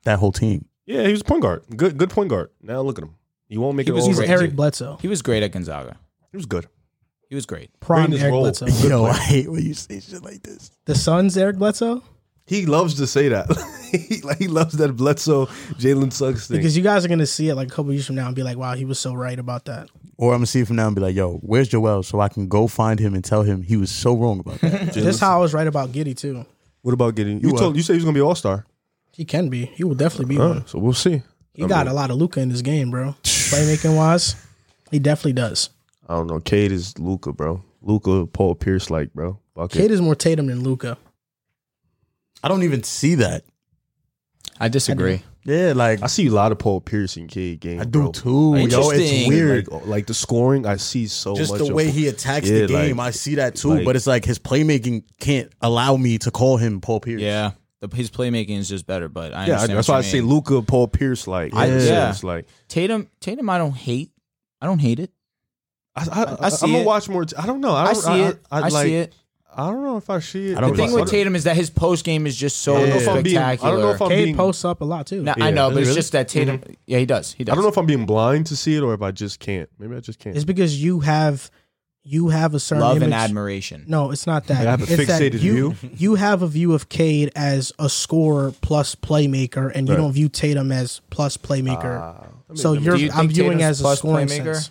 [SPEAKER 5] That whole team.
[SPEAKER 4] Yeah, he was a point guard. Good good point guard. Now look at him. He won't make
[SPEAKER 2] He
[SPEAKER 4] it.
[SPEAKER 2] was
[SPEAKER 4] all
[SPEAKER 1] He's
[SPEAKER 2] great.
[SPEAKER 1] Eric Bledsoe,
[SPEAKER 2] He was great at Gonzaga.
[SPEAKER 4] He was good.
[SPEAKER 2] He was great.
[SPEAKER 1] prime
[SPEAKER 4] his
[SPEAKER 1] Eric
[SPEAKER 4] role. <laughs>
[SPEAKER 1] Bledsoe.
[SPEAKER 5] Yo, <laughs> I hate when you say shit like this.
[SPEAKER 1] The Suns, Eric Bledsoe,
[SPEAKER 4] He loves to say that. <laughs> he, like, he loves that Bledsoe, Jalen Suggs thing.
[SPEAKER 1] because you guys are gonna see it like a couple years from now and be like, "Wow, he was so right about that."
[SPEAKER 5] Or I'm gonna see it from now and be like, "Yo, where's Joel?" So I can go find him and tell him he was so wrong about that.
[SPEAKER 1] That's how I was right about Giddy too.
[SPEAKER 4] what about getting? You
[SPEAKER 5] are.
[SPEAKER 4] told you said he was gonna be all star.
[SPEAKER 1] He can be. He will definitely be one.
[SPEAKER 4] so we'll see.
[SPEAKER 1] He got a lot of Luca in this game,
[SPEAKER 4] <sighs>
[SPEAKER 1] bro. Playmaking wise, he definitely does.
[SPEAKER 4] I don't know. Cade is Luca, bro. Luca, Paul Pierce, like bro. Bucket.
[SPEAKER 1] Kid is more Tatum than Luca.
[SPEAKER 5] <laughs> I don't even see that.
[SPEAKER 2] I disagree.
[SPEAKER 5] Yeah, like
[SPEAKER 4] I see a lot of Paul Pierce in Cade games.
[SPEAKER 5] I do
[SPEAKER 4] bro.
[SPEAKER 5] too. Yo, it's
[SPEAKER 2] Interesting.
[SPEAKER 5] weird.
[SPEAKER 4] Like, like the scoring, I see so
[SPEAKER 5] Just
[SPEAKER 4] much.
[SPEAKER 5] the
[SPEAKER 4] of-
[SPEAKER 5] way he attacks
[SPEAKER 4] Yeah,
[SPEAKER 5] the game,
[SPEAKER 4] like-
[SPEAKER 5] I see that too.
[SPEAKER 4] like-
[SPEAKER 5] but it's like his playmaking can't allow me to call him Paul Pierce.
[SPEAKER 2] Yeah. The, his playmaking is just better, but I
[SPEAKER 4] yeah, I-
[SPEAKER 2] understand
[SPEAKER 4] that's
[SPEAKER 2] what
[SPEAKER 4] why I
[SPEAKER 2] you
[SPEAKER 4] say
[SPEAKER 2] mean.
[SPEAKER 4] Luca, Paul Pierce, like
[SPEAKER 2] I-
[SPEAKER 4] it's
[SPEAKER 2] yeah.
[SPEAKER 4] just like
[SPEAKER 2] Tatum. Tatum. I don't hate. I don't hate it.
[SPEAKER 4] I, I,
[SPEAKER 2] I see
[SPEAKER 4] am gonna
[SPEAKER 2] it.
[SPEAKER 4] watch more. T- I don't know. I,
[SPEAKER 2] I,
[SPEAKER 4] don't,
[SPEAKER 2] see it. I,
[SPEAKER 4] like,
[SPEAKER 2] see it.
[SPEAKER 4] I don't know if I see it.
[SPEAKER 5] I don't
[SPEAKER 2] The thing
[SPEAKER 5] like-
[SPEAKER 2] with Tatum is that his post game is just so
[SPEAKER 4] I don't know if I'm being. I
[SPEAKER 2] spectacular.
[SPEAKER 4] don't know if I'm
[SPEAKER 1] Cade
[SPEAKER 4] being.
[SPEAKER 1] posts up a lot too.
[SPEAKER 2] No, I know, but
[SPEAKER 5] Does
[SPEAKER 2] it's
[SPEAKER 5] he
[SPEAKER 2] just that Tatum. Yeah, he does. He does.
[SPEAKER 4] I don't know if I'm being blind to see it or if I just can't. Maybe I just can't.
[SPEAKER 1] It's because you have you have a certain
[SPEAKER 2] love
[SPEAKER 1] image.
[SPEAKER 2] and admiration.
[SPEAKER 1] No, it's not that.
[SPEAKER 4] I have a
[SPEAKER 1] it's that
[SPEAKER 4] fixated
[SPEAKER 1] you,
[SPEAKER 4] view.
[SPEAKER 1] You have a view of Cade as a scorer plus playmaker, and you don't view Tatum as plus playmaker. so you're
[SPEAKER 2] Ah. Do you
[SPEAKER 1] I'm
[SPEAKER 2] think
[SPEAKER 1] viewing
[SPEAKER 2] Tatum's
[SPEAKER 1] as a
[SPEAKER 2] plus
[SPEAKER 1] scoring
[SPEAKER 2] playmaker?
[SPEAKER 1] sense.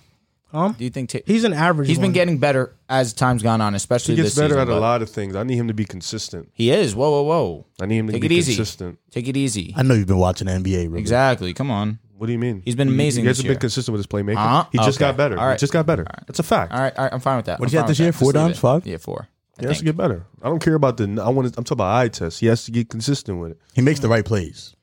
[SPEAKER 1] Huh?
[SPEAKER 2] Do you think Ta-
[SPEAKER 1] He's an average.
[SPEAKER 2] he's been
[SPEAKER 1] one.
[SPEAKER 2] getting better as time's gone on, especially
[SPEAKER 4] he gets
[SPEAKER 2] this
[SPEAKER 4] better
[SPEAKER 2] season,
[SPEAKER 4] at a
[SPEAKER 2] but
[SPEAKER 4] lot of things. I need him to be consistent.
[SPEAKER 2] He is. Whoa, whoa, whoa!
[SPEAKER 4] I need him to
[SPEAKER 2] Take it
[SPEAKER 4] be
[SPEAKER 2] easy.
[SPEAKER 4] consistent.
[SPEAKER 2] Take it easy.
[SPEAKER 5] I know you've been watching the NBA, really.
[SPEAKER 2] Exactly. Come on.
[SPEAKER 4] What do you mean?
[SPEAKER 2] He's been
[SPEAKER 4] He-
[SPEAKER 2] amazing
[SPEAKER 4] He hasn't
[SPEAKER 2] this
[SPEAKER 4] been
[SPEAKER 2] year.
[SPEAKER 4] consistent with his playmaking.
[SPEAKER 2] Uh-huh.
[SPEAKER 4] he just
[SPEAKER 2] Okay.
[SPEAKER 4] got better.
[SPEAKER 2] All right.
[SPEAKER 4] He just got better. That's a fact.
[SPEAKER 2] All right, all right, I'm fine with that.
[SPEAKER 5] What
[SPEAKER 2] I'm
[SPEAKER 5] did he have
[SPEAKER 2] fine
[SPEAKER 5] this
[SPEAKER 2] with
[SPEAKER 5] year?
[SPEAKER 2] that.
[SPEAKER 5] Four
[SPEAKER 2] Just leave
[SPEAKER 5] dimes?
[SPEAKER 2] it.
[SPEAKER 5] Five?
[SPEAKER 2] Yeah, four. I
[SPEAKER 4] He has to
[SPEAKER 2] think.
[SPEAKER 4] get better. I don't care about the. I want. To, I'm talking about eye test. He has to get consistent with it.
[SPEAKER 5] He makes the right plays,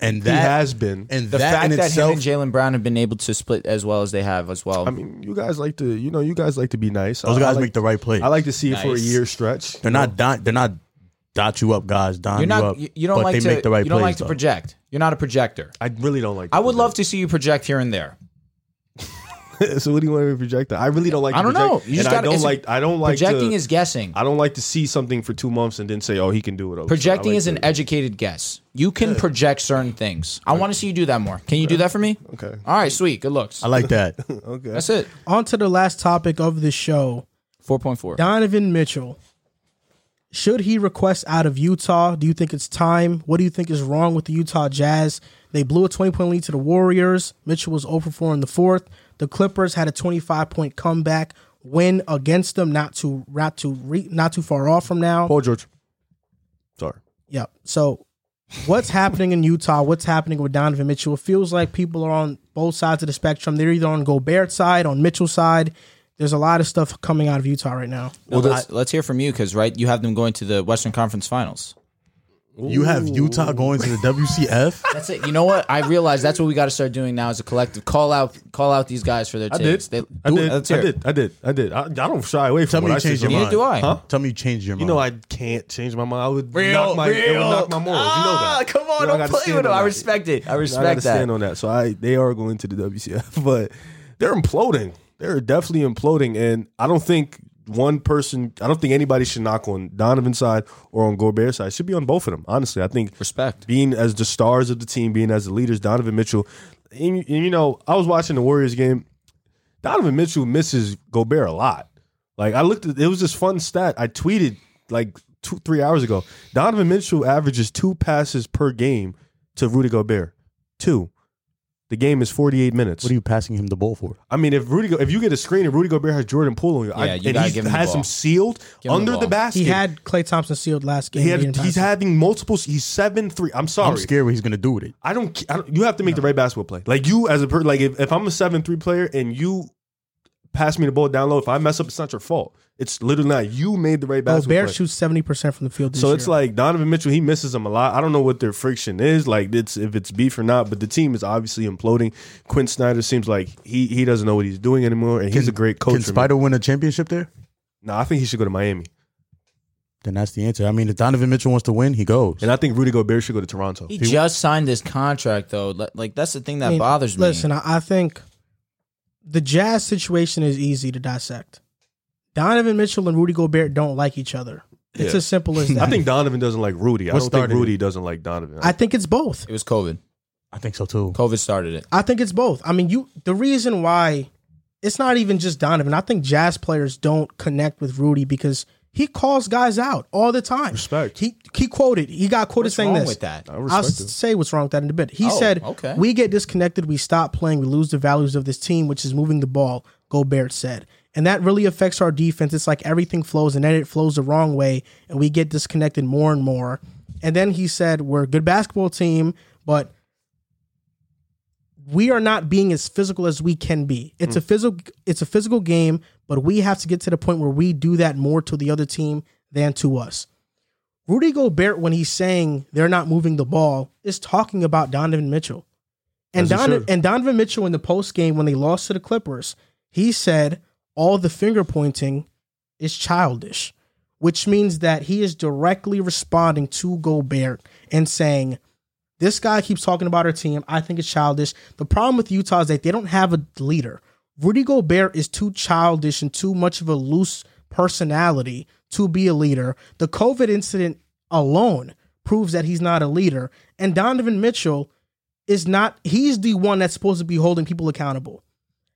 [SPEAKER 5] and
[SPEAKER 4] he
[SPEAKER 5] that
[SPEAKER 4] has been.
[SPEAKER 5] and
[SPEAKER 2] The
[SPEAKER 5] that
[SPEAKER 2] fact
[SPEAKER 5] in
[SPEAKER 2] that
[SPEAKER 5] itself.
[SPEAKER 2] him and Jalen Brown have been able to split as well as they have as well.
[SPEAKER 4] I mean, you guys like to. You know, you guys like to be nice.
[SPEAKER 5] those
[SPEAKER 4] I,
[SPEAKER 5] guys
[SPEAKER 4] I like,
[SPEAKER 5] make the right plays.
[SPEAKER 4] I like to see it for a
[SPEAKER 2] Nice.
[SPEAKER 4] year stretch.
[SPEAKER 5] They're not dot. They're not dot you up, guys. Dime
[SPEAKER 2] you're
[SPEAKER 5] you
[SPEAKER 2] not.
[SPEAKER 5] up.
[SPEAKER 2] You, you don't
[SPEAKER 5] but
[SPEAKER 2] like
[SPEAKER 5] they
[SPEAKER 2] to.
[SPEAKER 5] make the right
[SPEAKER 2] you don't
[SPEAKER 5] plays,
[SPEAKER 2] like to
[SPEAKER 5] though.
[SPEAKER 2] project. You're not a projector.
[SPEAKER 4] I really don't like.
[SPEAKER 2] I would love to see you project here and there.
[SPEAKER 4] <laughs> so what do you want me to project? on? I really don't like. To
[SPEAKER 2] I don't
[SPEAKER 4] project,
[SPEAKER 2] know. You just
[SPEAKER 4] and I
[SPEAKER 2] gotta-
[SPEAKER 4] don't
[SPEAKER 2] it's a-
[SPEAKER 4] like. I don't like
[SPEAKER 2] projecting
[SPEAKER 4] to,
[SPEAKER 2] is guessing.
[SPEAKER 4] I don't like to see something for two months and then say, "Oh, he can do it." over. So I
[SPEAKER 2] Projecting
[SPEAKER 4] like
[SPEAKER 2] is an
[SPEAKER 4] to-
[SPEAKER 2] educated guess. You can project certain things. I want to see you do that more. Can you do that for me?
[SPEAKER 4] Okay.
[SPEAKER 2] All right, sweet. Good looks.
[SPEAKER 5] I
[SPEAKER 2] <laughs>
[SPEAKER 5] like that.
[SPEAKER 4] Okay.
[SPEAKER 2] That's it.
[SPEAKER 1] On to the last topic of the show.
[SPEAKER 2] 4.4.
[SPEAKER 1] Donovan Mitchell. Should he request out of Utah? Do you think it's time? What do you think is wrong with the Utah Jazz? They blew a 20 point lead to the Warriors. Mitchell was 0 for 4 in the fourth. The Clippers had a 25 point comeback win against them, not too not too re, not too far off from now.
[SPEAKER 4] Paul George. Sorry.
[SPEAKER 1] Yep. So what's happening in Utah? What's happening with Donovan Mitchell? It feels like people are on both sides of the spectrum. They're either on Gobert's side, on Mitchell's side. There's a lot of stuff coming out of Utah right now.
[SPEAKER 2] Well, let's, let's hear from you because, right, you have them going to the Western Conference Finals.
[SPEAKER 5] You have Utah going to
[SPEAKER 2] <laughs>
[SPEAKER 5] the WCF.
[SPEAKER 2] That's it. You know what? I realize that's what we got to start doing now as a collective. Call out call out these guys for their
[SPEAKER 4] I did.
[SPEAKER 2] takes. They-
[SPEAKER 4] I
[SPEAKER 2] do it.
[SPEAKER 4] did.
[SPEAKER 2] Let's
[SPEAKER 4] I
[SPEAKER 2] hear it.
[SPEAKER 4] did. I did. I did. I, I don't shy away from
[SPEAKER 5] Tell me
[SPEAKER 4] what
[SPEAKER 5] you
[SPEAKER 4] I see
[SPEAKER 5] changed your
[SPEAKER 4] sometimes.
[SPEAKER 2] Neither
[SPEAKER 5] mind.
[SPEAKER 2] do I.
[SPEAKER 5] Tell me you changed your mind.
[SPEAKER 4] You know I can't change my mind. I would knock my, it would knock my morals. you know that.
[SPEAKER 2] Ah, Come on,
[SPEAKER 4] You know
[SPEAKER 2] don't
[SPEAKER 4] I gotta
[SPEAKER 2] play
[SPEAKER 4] stand
[SPEAKER 2] with him.
[SPEAKER 4] Ah, on
[SPEAKER 2] I
[SPEAKER 4] that.
[SPEAKER 2] respect it. I
[SPEAKER 4] I gotta
[SPEAKER 2] respect that.
[SPEAKER 4] stand on that. So I they are going to the WCF, <laughs> but they're imploding. They're definitely imploding, and I don't think one person. I don't think anybody should knock on Donovan's side or on Gobert's side. It should be on both of them. Honestly, I think
[SPEAKER 2] Respect.
[SPEAKER 4] being as the stars of the team, being as the leaders, Donovan Mitchell. And, and you know, I was watching the Warriors game. Donovan Mitchell misses Gobert a lot. Like I looked at it was this fun stat I tweeted like two three hours ago. Donovan Mitchell averages two passes per game to Rudy Gobert. Two. The game is forty eight minutes.
[SPEAKER 5] what are you passing him the ball for?
[SPEAKER 4] I mean, if Rudy, Go- if you get a screen and Rudy Gobert has Jordan Poole on you,
[SPEAKER 2] Yeah,
[SPEAKER 4] I,
[SPEAKER 2] you
[SPEAKER 4] and
[SPEAKER 2] gotta
[SPEAKER 4] he
[SPEAKER 2] give him the
[SPEAKER 4] has
[SPEAKER 2] ball.
[SPEAKER 4] him sealed
[SPEAKER 2] Give him the
[SPEAKER 4] under the,
[SPEAKER 2] ball.
[SPEAKER 4] basket.
[SPEAKER 1] He had Clay Thompson sealed last game.
[SPEAKER 4] He
[SPEAKER 1] He didn't
[SPEAKER 4] had,
[SPEAKER 1] pass
[SPEAKER 4] he's
[SPEAKER 1] it.
[SPEAKER 4] having multiple. He's seven three. I'm
[SPEAKER 5] I'm
[SPEAKER 4] sorry.
[SPEAKER 5] scared what he's gonna do with it.
[SPEAKER 4] I don't, I don't. You have to make the right basketball play. Like you as a per, like if, if I'm a seven three player and you pass me the ball down low, if I mess up, it's not your fault. It's literally not. You made the
[SPEAKER 5] Oh,
[SPEAKER 4] right basketball
[SPEAKER 1] Gobert
[SPEAKER 4] play.
[SPEAKER 1] shoots seventy percent from the field. This
[SPEAKER 4] so it's
[SPEAKER 1] year.
[SPEAKER 4] like Donovan Mitchell, he misses him a lot. I don't know what their friction is, like it's if it's beef or not, but the team is obviously imploding. Quinn Snyder seems like he he doesn't know what he's doing anymore, and he's a great coach.
[SPEAKER 5] Can Spider win a championship there?
[SPEAKER 4] no, I think he should go to Miami,
[SPEAKER 5] Then that's the answer. I mean, if Donovan Mitchell wants to win, he goes.
[SPEAKER 4] and I think Rudy Gobert should go to Toronto.
[SPEAKER 2] He just signed this contract, though. Li- Like, that's the thing that
[SPEAKER 1] I mean,
[SPEAKER 2] bothers me.
[SPEAKER 1] Listen, I, I think the Jazz situation is easy to dissect. Donovan Mitchell and Rudy Gobert don't like each other. It's
[SPEAKER 4] Yeah.
[SPEAKER 1] as simple as that.
[SPEAKER 4] <laughs> I think Donovan doesn't like Rudy. I
[SPEAKER 5] What
[SPEAKER 4] don't think
[SPEAKER 5] started
[SPEAKER 4] Rudy doesn't like Donovan.
[SPEAKER 1] I think it's both.
[SPEAKER 2] it was COVID.
[SPEAKER 5] I think so too.
[SPEAKER 2] COVID started it.
[SPEAKER 1] I think it's both. I mean, you the reason why it's not even just Donovan. I think jazz players don't connect with Rudy because he calls guys out all the time.
[SPEAKER 4] Respect.
[SPEAKER 1] He he quoted. He got quoted
[SPEAKER 2] What's
[SPEAKER 1] saying
[SPEAKER 2] wrong
[SPEAKER 1] this.
[SPEAKER 2] with that?
[SPEAKER 4] I respect
[SPEAKER 1] I'll
[SPEAKER 4] him.
[SPEAKER 1] say what's wrong with that in a bit. He
[SPEAKER 2] Oh,
[SPEAKER 1] said,
[SPEAKER 2] okay.
[SPEAKER 1] "We get disconnected. We stop playing. We lose the values of this team, which is moving the ball." Gobert said, and that really affects our defense. It's like everything flows, and then it flows the wrong way, and we get disconnected more and more. And then he said, "We're a good basketball team, but." we are not being as physical as we can be. It's a physical it's a physical game, but we have to get to the point where we do that more to the other team than to us. Rudy Gobert, when he's saying they're not moving the ball, is talking about Donovan Mitchell. And
[SPEAKER 4] As he
[SPEAKER 1] Donovan
[SPEAKER 4] should.
[SPEAKER 1] and Donovan Mitchell in the post game when they lost to the Clippers, he said all the finger pointing is childish, which means that he is directly responding to Gobert and saying, this guy keeps talking about our team. I think it's childish. The problem with Utah is that they don't have a leader. Rudy Gobert is too childish and too much of a loose personality to be a leader. The COVID incident alone proves that he's not a leader. And Donovan Mitchell is not, he's the one that's supposed to be holding people accountable.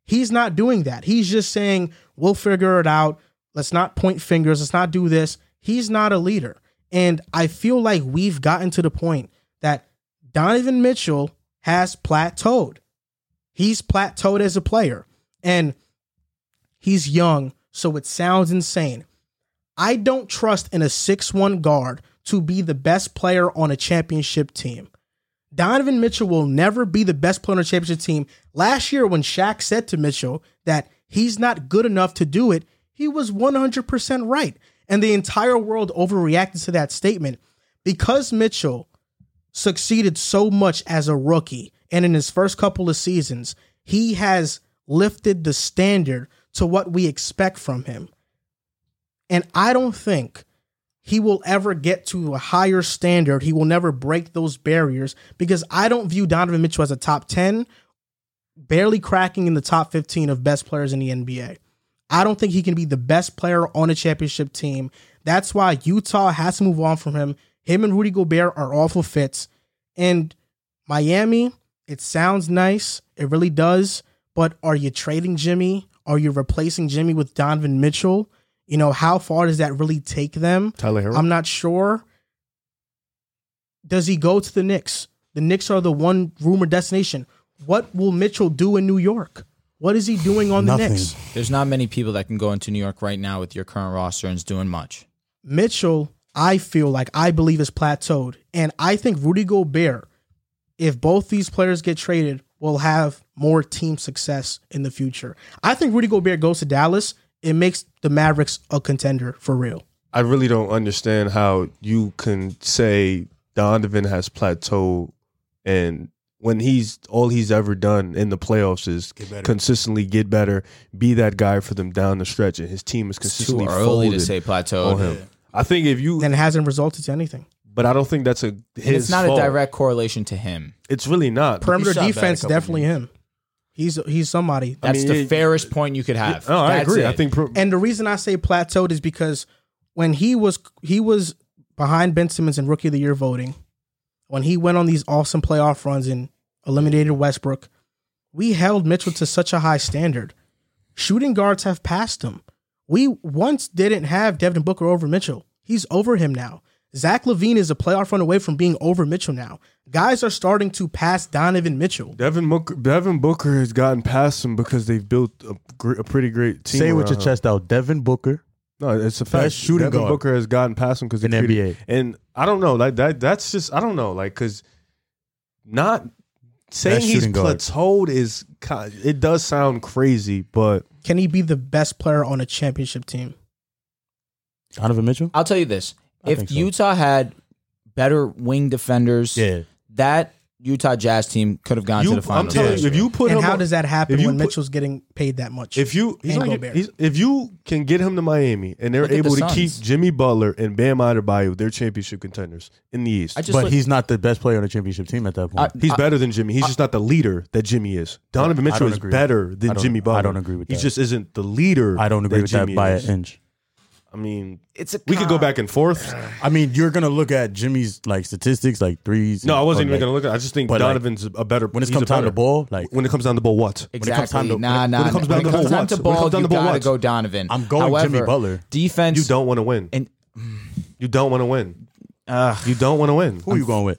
[SPEAKER 1] He's not doing that. He's just saying, we'll figure it out. Let's not point fingers. Let's not do this. He's not a leader. And I feel like we've gotten to the point that Donovan Mitchell has plateaued. He's plateaued as a player. And he's young, so it sounds insane. I don't trust in a 6 1 guard to be the best player on a championship team. Donovan Mitchell will never be the best player on a championship team. Last year, when Shaq said to Mitchell that he's not good enough to do it, he was 100% right. And the entire world overreacted to that statement because Mitchell succeeded so much as a rookie and in his first couple of seasons, he has lifted the standard to what we expect from him. And I don't think he will ever get to a higher standard. He will never break those barriers because I don't view Donovan Mitchell as a top 10 barely cracking in the top 15 of best players in the NBA. I don't think he can be the best player on a championship team. That's why Utah has to move on from him. Him and Rudy Gobert are awful fits. And Miami, it sounds nice. It really does. But are you trading Jimmy? Are you replacing Jimmy with Donovan Mitchell? You know, how far does that really take them?
[SPEAKER 4] Tyler Hero.
[SPEAKER 1] I'm not sure. Does he go to the Knicks? The Knicks are the one rumored destination. What will Mitchell do in New York? What is he doing on the
[SPEAKER 5] Nothing.
[SPEAKER 1] Knicks?
[SPEAKER 2] There's not many people that can go into New York right now with your current roster and is doing much.
[SPEAKER 1] Mitchell, I feel like I believe is plateaued. And I think Rudy Gobert, if both these players get traded, will have more team success in the future. I think Rudy Gobert goes to Dallas. It makes the Mavericks a contender for real.
[SPEAKER 4] I really don't understand how you can say Donovan has plateaued and when he's all he's ever done in the playoffs is consistently get better, be that guy for them down the stretch, and his team is
[SPEAKER 2] It's too
[SPEAKER 4] consistently
[SPEAKER 2] early to
[SPEAKER 4] folded
[SPEAKER 2] say
[SPEAKER 4] on
[SPEAKER 2] plateau.
[SPEAKER 4] him. I think if you,
[SPEAKER 1] And it hasn't resulted to anything.
[SPEAKER 4] but I don't think that's a his.
[SPEAKER 2] It's not
[SPEAKER 4] fault.
[SPEAKER 2] a direct correlation to him.
[SPEAKER 4] It's really not.
[SPEAKER 1] Perimeter
[SPEAKER 2] shot back a
[SPEAKER 1] defense,
[SPEAKER 2] couple
[SPEAKER 1] definitely him. He's he's somebody.
[SPEAKER 2] That's
[SPEAKER 4] mean,
[SPEAKER 2] the
[SPEAKER 4] it-
[SPEAKER 2] fairest point you could have.
[SPEAKER 4] No, I
[SPEAKER 2] That's
[SPEAKER 4] agree.
[SPEAKER 2] it.
[SPEAKER 4] I think pro-
[SPEAKER 1] And the reason I say plateaued is because when he was he was behind Ben Simmons in Rookie of the Year voting, when he went on these awesome playoff runs and eliminated Westbrook, we held Mitchell to such a high standard. Shooting guards have passed him. We once didn't have Devin Booker over Mitchell. He's over him now. Zach Levine is a playoff run away from being over Mitchell now. Guys are starting to pass Donovan Mitchell.
[SPEAKER 4] Devin Booker, Devin Booker has gotten past him because they've built a, gr- a pretty great team. uh,
[SPEAKER 5] Say it with
[SPEAKER 4] around
[SPEAKER 5] your
[SPEAKER 4] him.
[SPEAKER 5] chest out. Devin Booker.
[SPEAKER 4] No, it's a fact.
[SPEAKER 5] shooting
[SPEAKER 4] Devin
[SPEAKER 5] guard.
[SPEAKER 4] Booker has gotten past him because
[SPEAKER 5] In NBA.
[SPEAKER 4] and I don't know, like that. That's just I don't know, like because not saying
[SPEAKER 5] Best
[SPEAKER 4] he's
[SPEAKER 5] shooting guard.
[SPEAKER 4] plateaued is ki- it does sound crazy, but
[SPEAKER 1] Can he be the best player on a championship team?
[SPEAKER 5] Donovan Mitchell?
[SPEAKER 2] I'll tell you this:
[SPEAKER 5] I
[SPEAKER 2] if
[SPEAKER 5] think so.
[SPEAKER 2] Utah had better wing defenders,
[SPEAKER 5] Yeah.
[SPEAKER 2] that Utah Jazz team could have gone
[SPEAKER 4] you,
[SPEAKER 2] to the
[SPEAKER 4] I'm
[SPEAKER 2] finals.
[SPEAKER 4] telling
[SPEAKER 2] last
[SPEAKER 4] you, if
[SPEAKER 2] year.
[SPEAKER 4] you put
[SPEAKER 1] and
[SPEAKER 4] him,
[SPEAKER 1] how
[SPEAKER 4] on-
[SPEAKER 1] does that happen
[SPEAKER 4] if you
[SPEAKER 1] when
[SPEAKER 4] put-
[SPEAKER 1] Mitchell's getting paid that much?
[SPEAKER 4] if you he's
[SPEAKER 1] And
[SPEAKER 4] not
[SPEAKER 1] Gobert.
[SPEAKER 4] get, he's, if you can get him to Miami and they're
[SPEAKER 2] Look at the
[SPEAKER 4] able to keep
[SPEAKER 2] Suns.
[SPEAKER 4] Jimmy Butler and Bam Adebayo, they're championship contenders in the East.
[SPEAKER 2] I just
[SPEAKER 5] But
[SPEAKER 2] look-
[SPEAKER 5] he's not the best player on a championship team at that point.
[SPEAKER 4] He's better than Jimmy. He's just not the leader that Jimmy is. Donovan
[SPEAKER 5] I
[SPEAKER 4] Mitchell
[SPEAKER 5] don't
[SPEAKER 4] is
[SPEAKER 5] agree.
[SPEAKER 4] better
[SPEAKER 5] I
[SPEAKER 4] than
[SPEAKER 5] don't-
[SPEAKER 4] Jimmy
[SPEAKER 5] I
[SPEAKER 4] Butler.
[SPEAKER 5] don't agree with
[SPEAKER 4] He
[SPEAKER 5] that.
[SPEAKER 4] just isn't the leader.
[SPEAKER 5] I don't agree with that
[SPEAKER 4] Jimmy
[SPEAKER 5] by
[SPEAKER 4] is.
[SPEAKER 5] an inch.
[SPEAKER 4] I mean,
[SPEAKER 2] it's a
[SPEAKER 4] we could go back and forth.
[SPEAKER 5] I mean, you're gonna look at Jimmy's like statistics, like threes.
[SPEAKER 4] No, I wasn't even
[SPEAKER 5] or, like,
[SPEAKER 4] going to look at. it. I just think
[SPEAKER 5] but, like,
[SPEAKER 4] Donovan's a better.
[SPEAKER 5] When it's
[SPEAKER 4] he's
[SPEAKER 5] come
[SPEAKER 4] a
[SPEAKER 5] time to
[SPEAKER 4] better-
[SPEAKER 5] ball, like
[SPEAKER 4] When it comes down to ball, what?
[SPEAKER 5] it comes
[SPEAKER 2] Exactly.
[SPEAKER 5] time to-
[SPEAKER 2] nah,
[SPEAKER 5] when
[SPEAKER 2] nah.
[SPEAKER 4] it
[SPEAKER 2] nah.
[SPEAKER 4] comes down to
[SPEAKER 2] when it
[SPEAKER 4] ball,
[SPEAKER 2] comes down to
[SPEAKER 4] Watts. When it
[SPEAKER 2] ball,
[SPEAKER 4] comes down
[SPEAKER 2] you
[SPEAKER 4] to ball,
[SPEAKER 2] gotta
[SPEAKER 4] Watts.
[SPEAKER 2] go Donovan.
[SPEAKER 5] I'm going
[SPEAKER 2] However,
[SPEAKER 5] Jimmy Butler.
[SPEAKER 2] Defense.
[SPEAKER 4] You don't want to win.
[SPEAKER 2] And
[SPEAKER 4] You don't want to win.
[SPEAKER 2] uh,
[SPEAKER 4] You don't want to win.
[SPEAKER 5] who are you going with?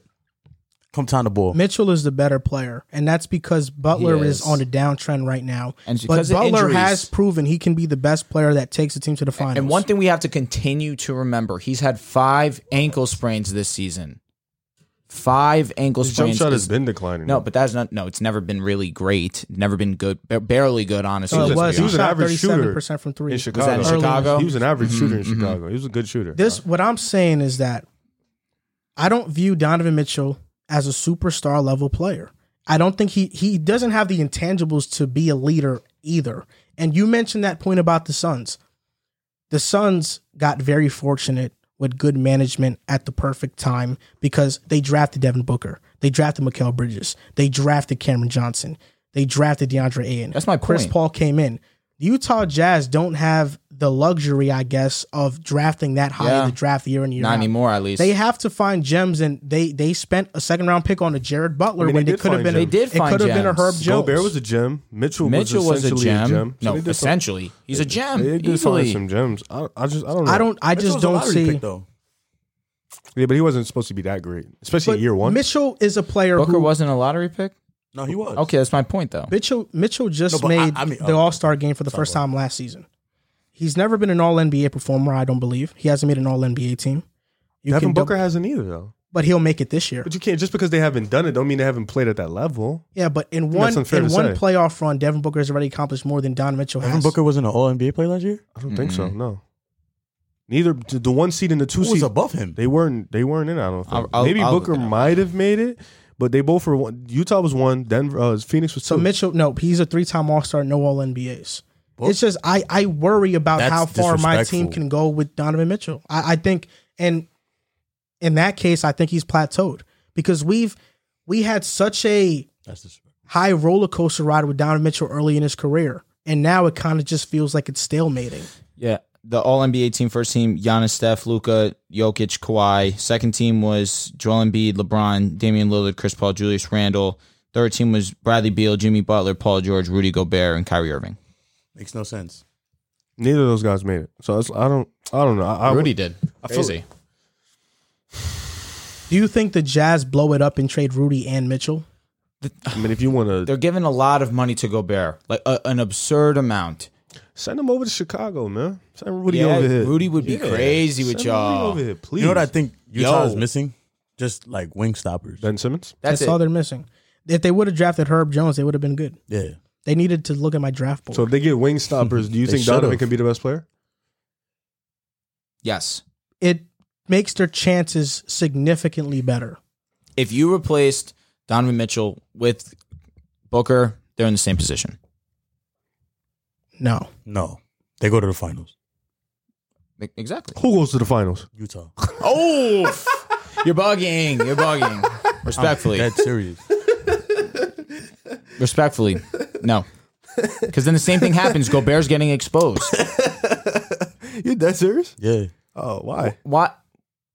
[SPEAKER 5] Come time to ball.
[SPEAKER 1] Mitchell is the better player, and that's because Butler
[SPEAKER 2] He
[SPEAKER 1] is.
[SPEAKER 2] is.
[SPEAKER 1] on a downtrend right now.
[SPEAKER 2] And
[SPEAKER 1] but
[SPEAKER 2] because of
[SPEAKER 1] Butler
[SPEAKER 2] injuries-
[SPEAKER 1] has proven he can be the best player that takes the team to the finals.
[SPEAKER 2] and one thing we have to continue to remember: he's had five ankle sprains this season. Five ankle
[SPEAKER 4] His jump
[SPEAKER 2] sprains.
[SPEAKER 4] shot
[SPEAKER 2] is-
[SPEAKER 4] has been declining.
[SPEAKER 2] no, but that's not. No, it's never been really great. Never been good. ba- barely good, honestly.
[SPEAKER 1] No,
[SPEAKER 4] he
[SPEAKER 1] it
[SPEAKER 2] let's
[SPEAKER 1] was
[SPEAKER 2] be
[SPEAKER 4] he
[SPEAKER 1] he
[SPEAKER 2] honest.
[SPEAKER 4] was an
[SPEAKER 1] shot
[SPEAKER 4] average shooter
[SPEAKER 1] thirty-seven percent from three.
[SPEAKER 4] in
[SPEAKER 1] He
[SPEAKER 4] Chicago.
[SPEAKER 2] in Chicago?
[SPEAKER 4] He was an average shooter in
[SPEAKER 2] Mhm, mhm.
[SPEAKER 4] Chicago. He was a good shooter.
[SPEAKER 1] This what I'm saying is that I don't view Donovan Mitchell as a superstar level player. I don't think he he doesn't have the intangibles to be a leader either. And you mentioned that point about the Suns. The Suns got very fortunate with good management at the perfect time because they drafted Devin Booker. They drafted Mikael Bridges. They drafted Cameron Johnson. They drafted DeAndre Ayton.
[SPEAKER 2] That's my
[SPEAKER 1] Chris
[SPEAKER 2] point.
[SPEAKER 1] Paul came in. The Utah Jazz don't have the luxury, I guess, of drafting that high
[SPEAKER 2] Yeah.
[SPEAKER 1] in the draft year in year
[SPEAKER 2] Not
[SPEAKER 1] out.
[SPEAKER 2] anymore, at least.
[SPEAKER 1] They have to find gems, and they they spent a second round pick on a Jared Butler
[SPEAKER 4] I mean,
[SPEAKER 1] when
[SPEAKER 4] they
[SPEAKER 1] they
[SPEAKER 4] did
[SPEAKER 1] could have
[SPEAKER 4] find
[SPEAKER 1] been.
[SPEAKER 4] gems.
[SPEAKER 2] They did
[SPEAKER 1] It
[SPEAKER 2] find
[SPEAKER 1] could have been a
[SPEAKER 2] gems.
[SPEAKER 1] Herb Jones.
[SPEAKER 4] Gobert was a gem. Mitchell,
[SPEAKER 2] Mitchell
[SPEAKER 4] was,
[SPEAKER 2] was a
[SPEAKER 4] essentially
[SPEAKER 2] gem.
[SPEAKER 4] So
[SPEAKER 2] No,
[SPEAKER 4] they did find-
[SPEAKER 2] essentially, he's a gem.
[SPEAKER 4] They did find
[SPEAKER 2] Easily.
[SPEAKER 4] some gems. I, I just I don't know.
[SPEAKER 1] I don't. I just don't see.
[SPEAKER 5] though.
[SPEAKER 4] Yeah, but he wasn't supposed to be that great, especially
[SPEAKER 1] But
[SPEAKER 4] year one.
[SPEAKER 1] Mitchell is a player
[SPEAKER 2] Booker
[SPEAKER 1] who
[SPEAKER 2] wasn't a lottery pick.
[SPEAKER 5] No, he was.
[SPEAKER 2] Okay, that's my point, though.
[SPEAKER 1] Mitchell Mitchell
[SPEAKER 5] No,
[SPEAKER 1] just
[SPEAKER 5] but I-
[SPEAKER 1] made
[SPEAKER 5] I mean,
[SPEAKER 1] the
[SPEAKER 5] okay.
[SPEAKER 1] All Star game for the first time last season. He's never been an All NBA performer. I don't believe he hasn't made an All NBA team. You
[SPEAKER 4] Devin
[SPEAKER 1] can dub-
[SPEAKER 4] Booker hasn't either though.
[SPEAKER 1] but he'll make it this year.
[SPEAKER 4] But you can't just because they haven't done it don't mean they haven't played at that level.
[SPEAKER 1] Yeah, but in one
[SPEAKER 4] unfair
[SPEAKER 1] in
[SPEAKER 4] to
[SPEAKER 1] one
[SPEAKER 4] say.
[SPEAKER 1] playoff run, Devin Booker has already accomplished more than Don Mitchell has.
[SPEAKER 5] Devin Booker wasn't an All NBA player last year.
[SPEAKER 4] I don't think so. No. Neither the one seed and the two
[SPEAKER 5] Who was
[SPEAKER 4] seed
[SPEAKER 5] above him?
[SPEAKER 4] they weren't they weren't in. I don't think.
[SPEAKER 2] I'll- I'll-
[SPEAKER 4] Maybe
[SPEAKER 2] I'll look
[SPEAKER 4] Booker
[SPEAKER 2] it up.
[SPEAKER 4] might have made it, but they both were one. Utah was one. Denver, uh, Phoenix was two.
[SPEAKER 1] So Mitchell, no, he's a three-time All-Star, no All NBAs. It's just I I worry about
[SPEAKER 5] That's
[SPEAKER 1] how far my
[SPEAKER 5] disrespectful.
[SPEAKER 1] team can go with Donovan Mitchell. I, I think, and in that case, I think he's plateaued because we've we had such a
[SPEAKER 5] That's disrespectful.
[SPEAKER 1] high roller coaster ride with Donovan Mitchell early in his career, and now it kind of just feels like it's stalemating.
[SPEAKER 2] Yeah. The All NBA team, first team, Giannis, Steph, Luca, Jokic, Kawhi. Second team was Joel Embiid, LeBron, Damian Lillard, Chris Paul, Julius Randle. Third team was Bradley Beal, Jimmy Butler, Paul George, Rudy Gobert, and Kyrie Irving.
[SPEAKER 5] Makes no sense.
[SPEAKER 4] Neither of those guys made it. So it's, I don't. I don't know.
[SPEAKER 2] Uh,
[SPEAKER 4] I, I
[SPEAKER 8] Rudy did.
[SPEAKER 4] feel-
[SPEAKER 8] Crazy.
[SPEAKER 1] Do you think the Jazz blow it up and trade Rudy and Mitchell?
[SPEAKER 4] I mean, if you want to
[SPEAKER 2] They're giving a lot of money to Gobert, like a, an absurd amount.
[SPEAKER 4] send him over to Chicago, man. Send Rudy
[SPEAKER 2] Yeah,
[SPEAKER 4] over here.
[SPEAKER 2] Rudy would be crazy
[SPEAKER 4] Send
[SPEAKER 2] with
[SPEAKER 4] Rudy
[SPEAKER 2] y'all.
[SPEAKER 4] over here, please.
[SPEAKER 5] You know what I think Utah
[SPEAKER 2] Yo.
[SPEAKER 5] is missing? Just like wing stoppers.
[SPEAKER 4] Ben Simmons.
[SPEAKER 2] That's,
[SPEAKER 1] That's
[SPEAKER 2] it.
[SPEAKER 1] all they're missing. If they would have drafted Herb Jones, they would have been good.
[SPEAKER 5] yeah.
[SPEAKER 1] They needed to look at my draft board.
[SPEAKER 4] So if they get wing stoppers, do you
[SPEAKER 5] They
[SPEAKER 4] think Donovan
[SPEAKER 5] should've.
[SPEAKER 4] can be the best player?
[SPEAKER 2] yes.
[SPEAKER 1] it makes their chances significantly better.
[SPEAKER 2] If you replaced Donovan Mitchell with Booker, they're in the same position.
[SPEAKER 1] No.
[SPEAKER 5] No. They go to the finals.
[SPEAKER 2] E- Exactly.
[SPEAKER 4] Who goes to the finals? <laughs>
[SPEAKER 5] Utah.
[SPEAKER 2] Oh, <laughs> you're bugging. You're
[SPEAKER 4] <laughs>
[SPEAKER 2] bugging. Respectfully.
[SPEAKER 4] Um,
[SPEAKER 5] That's serious.
[SPEAKER 2] Respectfully, no. Because then the same thing happens. Gobert's getting exposed.
[SPEAKER 4] You that serious?
[SPEAKER 5] Yeah.
[SPEAKER 4] <laughs> Oh, why?
[SPEAKER 2] What?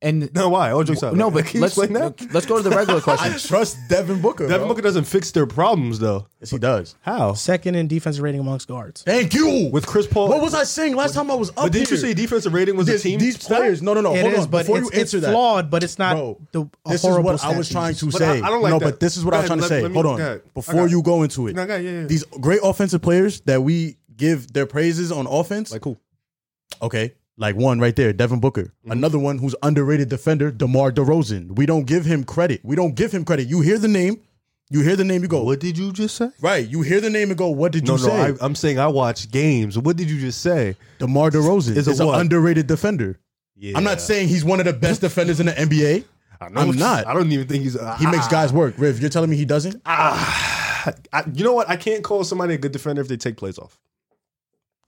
[SPEAKER 2] And
[SPEAKER 4] No, why? All jokes out.
[SPEAKER 2] no, but
[SPEAKER 4] <laughs> can you
[SPEAKER 2] let's
[SPEAKER 4] explain that?
[SPEAKER 2] let's go to the
[SPEAKER 4] <laughs>
[SPEAKER 2] regular question.
[SPEAKER 5] Trust Devin Booker.
[SPEAKER 4] Devin Booker doesn't fix their problems though.
[SPEAKER 5] Yes, he does.
[SPEAKER 4] How?
[SPEAKER 1] Second in defensive rating amongst guards.
[SPEAKER 5] Thank you.
[SPEAKER 4] With Chris Paul.
[SPEAKER 5] what was I saying last time I was up
[SPEAKER 4] but didn't you
[SPEAKER 5] here?
[SPEAKER 4] say defensive rating was
[SPEAKER 5] This-
[SPEAKER 4] a team?
[SPEAKER 5] These
[SPEAKER 4] stat?
[SPEAKER 5] players, no, no, no.
[SPEAKER 1] It
[SPEAKER 5] oh, hold
[SPEAKER 1] is,
[SPEAKER 5] on.
[SPEAKER 1] but
[SPEAKER 5] Before
[SPEAKER 1] it's,
[SPEAKER 5] you
[SPEAKER 1] it's
[SPEAKER 5] answer that,
[SPEAKER 1] flawed, but it's not
[SPEAKER 5] Bro,
[SPEAKER 1] the a
[SPEAKER 5] this is
[SPEAKER 1] horrible
[SPEAKER 5] what I was
[SPEAKER 1] stat.
[SPEAKER 5] trying to
[SPEAKER 4] But I-
[SPEAKER 5] say.
[SPEAKER 4] I don't like
[SPEAKER 5] no,
[SPEAKER 4] that.
[SPEAKER 5] but this is what
[SPEAKER 4] Go
[SPEAKER 5] I was
[SPEAKER 4] ahead,
[SPEAKER 5] trying
[SPEAKER 4] let-
[SPEAKER 5] to say.
[SPEAKER 4] let me-
[SPEAKER 5] Hold
[SPEAKER 4] go ahead.
[SPEAKER 5] on.
[SPEAKER 4] I
[SPEAKER 5] Before
[SPEAKER 4] got
[SPEAKER 5] you
[SPEAKER 4] it.
[SPEAKER 5] go into it,
[SPEAKER 4] No, I got- yeah, yeah, yeah.
[SPEAKER 5] these great offensive players that we give their praises on offense,
[SPEAKER 4] like who? Mm-hmm.
[SPEAKER 5] okay, like one right there, Devin Booker. Another one who's underrated defender, DeMar DeRozan. We don't give him credit. We don't give him credit. You hear the name, you hear the name, you go,
[SPEAKER 4] What did you just say?
[SPEAKER 5] right. You hear the name and go, what did
[SPEAKER 4] No,
[SPEAKER 5] you
[SPEAKER 4] no.
[SPEAKER 5] say?
[SPEAKER 4] I, I'm saying I watch games. What did you just say?
[SPEAKER 5] DeMar DeRozan
[SPEAKER 4] Is
[SPEAKER 5] is,
[SPEAKER 4] a
[SPEAKER 5] an
[SPEAKER 4] what?
[SPEAKER 5] underrated defender.
[SPEAKER 4] Yeah.
[SPEAKER 5] I'm not saying he's one of the best defenders in the NBA. I'm not.
[SPEAKER 4] I don't even think he's. uh,
[SPEAKER 5] He makes guys work. Riv, you're telling me he doesn't?
[SPEAKER 4] Ah, I, you know what? I can't call somebody a good defender if they take plays off.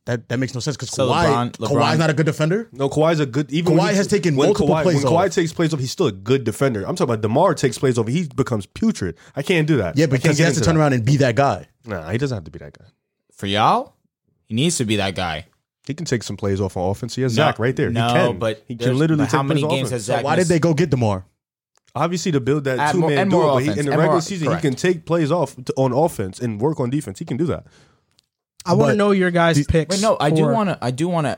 [SPEAKER 5] That that makes no sense because
[SPEAKER 2] So
[SPEAKER 5] Kawhi,
[SPEAKER 2] LeBron- LeBron-
[SPEAKER 5] Kawhi's not a good defender.
[SPEAKER 4] No, Kawhi's a good. Even
[SPEAKER 5] Kawhi
[SPEAKER 4] when he-
[SPEAKER 5] has taken
[SPEAKER 4] when
[SPEAKER 5] multiple
[SPEAKER 4] Kawhi,
[SPEAKER 5] plays
[SPEAKER 4] When Kawhi
[SPEAKER 5] off.
[SPEAKER 4] takes plays off, he's still a good defender. I'm talking about Demar takes plays off. He becomes putrid. I can't do that.
[SPEAKER 5] Yeah,
[SPEAKER 4] I can't
[SPEAKER 5] because he
[SPEAKER 4] get
[SPEAKER 5] has to
[SPEAKER 4] into
[SPEAKER 5] turn
[SPEAKER 4] that.
[SPEAKER 5] around and be that guy.
[SPEAKER 4] Nah, he doesn't have to be that guy.
[SPEAKER 2] For y'all, he needs to be that guy.
[SPEAKER 4] He can take some plays off on offense. He has Zach right there.
[SPEAKER 2] No,
[SPEAKER 4] he can.
[SPEAKER 2] but
[SPEAKER 4] he can
[SPEAKER 2] there's-
[SPEAKER 4] literally
[SPEAKER 2] but How
[SPEAKER 4] take
[SPEAKER 2] many
[SPEAKER 4] plays
[SPEAKER 2] games
[SPEAKER 4] off
[SPEAKER 2] has
[SPEAKER 4] him.
[SPEAKER 2] Zach?
[SPEAKER 5] Why did
[SPEAKER 2] missed?
[SPEAKER 5] they go get Demar?
[SPEAKER 4] Obviously, to build that
[SPEAKER 2] Add
[SPEAKER 4] two
[SPEAKER 2] more-
[SPEAKER 4] man
[SPEAKER 2] and
[SPEAKER 4] duo,
[SPEAKER 2] more
[SPEAKER 4] but he,
[SPEAKER 2] offense,
[SPEAKER 4] in the
[SPEAKER 2] and more-
[SPEAKER 4] regular season,
[SPEAKER 2] correct.
[SPEAKER 4] he can take plays off to, on offense and work on defense. He can do that.
[SPEAKER 1] I want to
[SPEAKER 5] But-
[SPEAKER 1] know your guys' picks.
[SPEAKER 2] Wait, no. I do
[SPEAKER 1] for-
[SPEAKER 2] want to. I do want to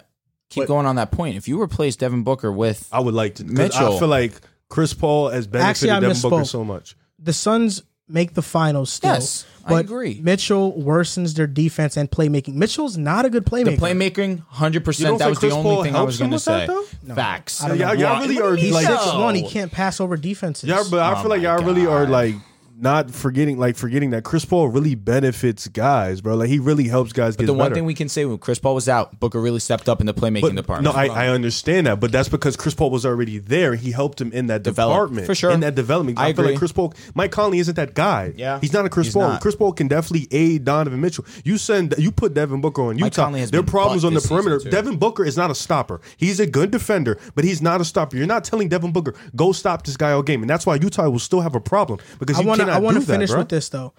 [SPEAKER 2] keep
[SPEAKER 5] Wait.
[SPEAKER 2] going on that point. If you replace Devin Booker with,
[SPEAKER 4] I would like to. 'cause I
[SPEAKER 2] Mitchell.
[SPEAKER 4] feel like Chris Paul has benefited
[SPEAKER 1] Actually, I
[SPEAKER 4] Devin Booker
[SPEAKER 1] misspoke.
[SPEAKER 4] so much.
[SPEAKER 1] the Suns make the finals still.
[SPEAKER 2] Yes, I
[SPEAKER 1] but
[SPEAKER 2] agree.
[SPEAKER 1] Mitchell worsens their defense and playmaking. Mitchell's not a good
[SPEAKER 2] the
[SPEAKER 1] playmaker.
[SPEAKER 2] playmaking, hundred
[SPEAKER 4] You
[SPEAKER 2] percent.
[SPEAKER 4] don't
[SPEAKER 2] That
[SPEAKER 4] think
[SPEAKER 2] was
[SPEAKER 4] Chris
[SPEAKER 2] the only
[SPEAKER 4] Paul
[SPEAKER 2] thing I was
[SPEAKER 4] helps
[SPEAKER 2] going
[SPEAKER 4] him
[SPEAKER 2] to
[SPEAKER 4] with that,
[SPEAKER 2] say.
[SPEAKER 4] though?
[SPEAKER 2] Facts.
[SPEAKER 1] I don't know.
[SPEAKER 4] Y'all, y'all really are
[SPEAKER 1] He's
[SPEAKER 4] like
[SPEAKER 1] six one. He can't pass over defenses.
[SPEAKER 4] Yeah, but I
[SPEAKER 2] Oh
[SPEAKER 4] feel like
[SPEAKER 2] my
[SPEAKER 4] y'all really are
[SPEAKER 2] God.
[SPEAKER 4] like not forgetting, like forgetting that Chris Paul really benefits guys, bro. Like he really helps guys
[SPEAKER 2] But
[SPEAKER 4] get
[SPEAKER 2] the one
[SPEAKER 4] better.
[SPEAKER 2] thing we can say when Chris Paul was out, Booker really stepped up in the playmaking
[SPEAKER 4] but,
[SPEAKER 2] department.
[SPEAKER 4] no, I, I understand that, but that's because Chris Paul was already there. He helped him in that
[SPEAKER 2] Develop.
[SPEAKER 4] department,
[SPEAKER 2] For sure.
[SPEAKER 4] in that development.
[SPEAKER 2] I
[SPEAKER 4] feel like
[SPEAKER 2] agree.
[SPEAKER 4] Chris Paul, Mike Conley isn't that guy.
[SPEAKER 2] Yeah.
[SPEAKER 4] he's not a Chris
[SPEAKER 2] He's
[SPEAKER 4] Paul.
[SPEAKER 2] not.
[SPEAKER 4] Chris Paul can definitely aid Donovan Mitchell. You send, you put Devin Booker on Utah.
[SPEAKER 2] Conley has
[SPEAKER 4] Their
[SPEAKER 2] been
[SPEAKER 4] problems
[SPEAKER 2] butt
[SPEAKER 4] on the
[SPEAKER 2] this season,
[SPEAKER 4] perimeter.
[SPEAKER 2] too.
[SPEAKER 4] Devin Booker is not a stopper. He's a good defender, but he's not a stopper. You're not telling Devin Booker go stop this guy all game, and that's why Utah will still have a problem because
[SPEAKER 1] I
[SPEAKER 4] you
[SPEAKER 1] want to.
[SPEAKER 4] cannot
[SPEAKER 1] I want
[SPEAKER 4] do
[SPEAKER 1] to finish
[SPEAKER 4] that, bro.
[SPEAKER 1] with this though.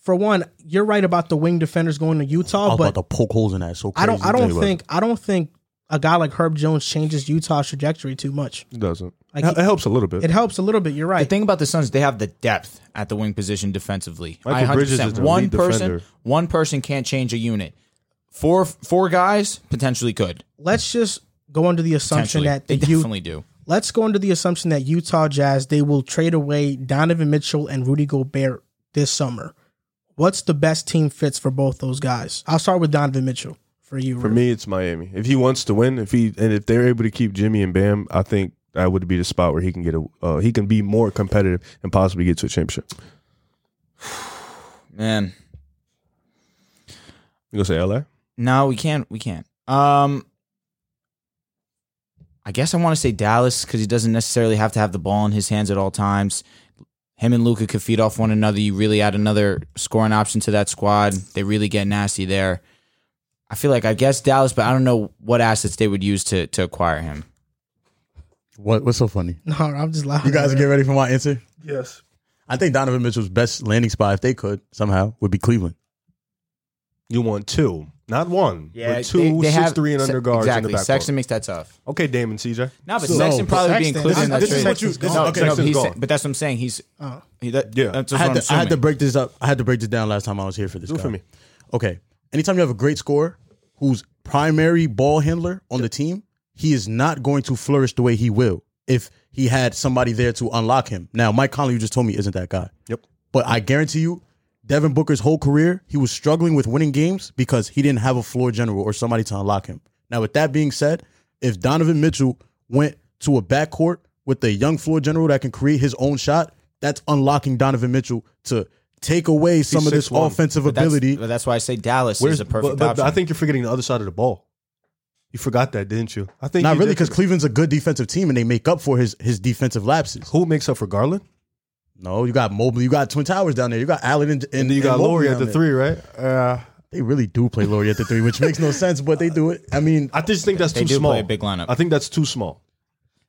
[SPEAKER 1] For one, you're right about the wing defenders going to
[SPEAKER 5] I
[SPEAKER 1] Utah,
[SPEAKER 5] was
[SPEAKER 1] but
[SPEAKER 5] about to poke holes in that. So crazy.
[SPEAKER 1] I don't. I don't
[SPEAKER 5] Anyway.
[SPEAKER 1] think. I don't think a guy like Herb Jones changes Utah's trajectory too much.
[SPEAKER 4] It doesn't.
[SPEAKER 1] Like
[SPEAKER 4] it,
[SPEAKER 1] he-
[SPEAKER 4] it helps a little bit.
[SPEAKER 1] It helps a little bit. You're right.
[SPEAKER 2] The thing about the Suns, they have the depth at the wing position defensively.
[SPEAKER 4] Michael Bridges is an
[SPEAKER 2] one
[SPEAKER 4] elite
[SPEAKER 2] person,
[SPEAKER 4] defender.
[SPEAKER 2] one person can't change a unit. Four four guys potentially could.
[SPEAKER 1] Let's just go under the assumption
[SPEAKER 2] Potentially,
[SPEAKER 1] that
[SPEAKER 2] they
[SPEAKER 1] the U-
[SPEAKER 2] definitely do.
[SPEAKER 1] let's go under the assumption that Utah Jazz they will trade away Donovan Mitchell and Rudy Gobert this summer. What's the best team fits for both those guys? I'll start with Donovan Mitchell for you. <laughs>
[SPEAKER 4] For
[SPEAKER 1] Rick.
[SPEAKER 4] me, it's Miami. If he wants to win, if he and if they're able to keep Jimmy and Bam, I think that would be the spot where he can get a uh, he can be more competitive and possibly get to a championship.
[SPEAKER 2] Man,
[SPEAKER 4] You gonna say LA?
[SPEAKER 2] no, we can't. We can't. Um, I guess I want to say Dallas because he doesn't necessarily have to have the ball in his hands at all times. Him and Luca could feed off one another. You really add another scoring option to that squad. They really get nasty there. I feel like I guess Dallas, but I don't know what assets they would use to to acquire him.
[SPEAKER 5] What, what's so funny?
[SPEAKER 1] No, I'm just laughing.
[SPEAKER 5] You guys get ready for my answer?
[SPEAKER 4] Yes.
[SPEAKER 5] I think Donovan Mitchell's best landing spot, if they could somehow, would be Cleveland.
[SPEAKER 4] You want two, not one.
[SPEAKER 2] Yeah,
[SPEAKER 4] but two,
[SPEAKER 2] they
[SPEAKER 4] six,
[SPEAKER 2] have-
[SPEAKER 4] three, and
[SPEAKER 2] Se-
[SPEAKER 4] under guards
[SPEAKER 2] Exactly.
[SPEAKER 4] in the backcourt.
[SPEAKER 2] Sexton makes that tough.
[SPEAKER 4] Okay, Damon, CJ.
[SPEAKER 2] No, but
[SPEAKER 5] So-
[SPEAKER 2] Sexton probably
[SPEAKER 1] Sexton-
[SPEAKER 2] being included in that
[SPEAKER 1] this is
[SPEAKER 2] trade.
[SPEAKER 1] what you-
[SPEAKER 4] this is-
[SPEAKER 2] no,
[SPEAKER 4] okay,
[SPEAKER 2] no,
[SPEAKER 4] Sexton's
[SPEAKER 2] he's-
[SPEAKER 4] gone.
[SPEAKER 2] but that's what I'm saying. He's
[SPEAKER 1] Oh.
[SPEAKER 2] he, that,
[SPEAKER 4] Yeah.
[SPEAKER 2] That's
[SPEAKER 5] I
[SPEAKER 2] what I'm
[SPEAKER 5] had, to, I had to
[SPEAKER 2] assuming.
[SPEAKER 5] break this up. I had to break this down last time I was here for this.
[SPEAKER 4] Do it
[SPEAKER 5] guy.
[SPEAKER 4] for me.
[SPEAKER 5] Okay. Anytime you have a great scorer whose primary ball handler on the team, he is not going to flourish the way he will if he had somebody there to unlock him. Now, Mike Conley, you just told me, isn't that guy.
[SPEAKER 4] Yep.
[SPEAKER 5] But I guarantee you, Devin Booker's whole career, he was struggling with winning games because he didn't have a floor general or somebody to unlock him. Now, with that being said, if Donovan Mitchell went to a backcourt with a young floor general that can create his own shot, that's unlocking Donovan Mitchell to take away some of this
[SPEAKER 4] 6'1".
[SPEAKER 5] offensive
[SPEAKER 2] But that's-
[SPEAKER 5] ability.
[SPEAKER 2] But that's why I say Dallas is a perfect
[SPEAKER 4] but, but
[SPEAKER 2] option.
[SPEAKER 4] I think you're forgetting the other side of the ball. You forgot that, didn't you? I think
[SPEAKER 5] Not
[SPEAKER 4] you
[SPEAKER 5] really,
[SPEAKER 4] did
[SPEAKER 5] because
[SPEAKER 4] forget-
[SPEAKER 5] Cleveland's a good defensive team and they make up for his his defensive lapses.
[SPEAKER 4] who makes up for Garland?
[SPEAKER 5] No, you got Mobley, you got Twin Towers down there, you got Allen, and,
[SPEAKER 4] And then you got
[SPEAKER 5] Mobley
[SPEAKER 4] Laurie at
[SPEAKER 5] down
[SPEAKER 4] the
[SPEAKER 5] there.
[SPEAKER 4] three, right? Uh,
[SPEAKER 5] They really do play Laurie at the three, which makes no sense, but they do it. I mean,
[SPEAKER 4] I just think that's
[SPEAKER 2] They
[SPEAKER 4] too
[SPEAKER 2] do
[SPEAKER 4] small.
[SPEAKER 2] play a big lineup.
[SPEAKER 4] I think that's too small.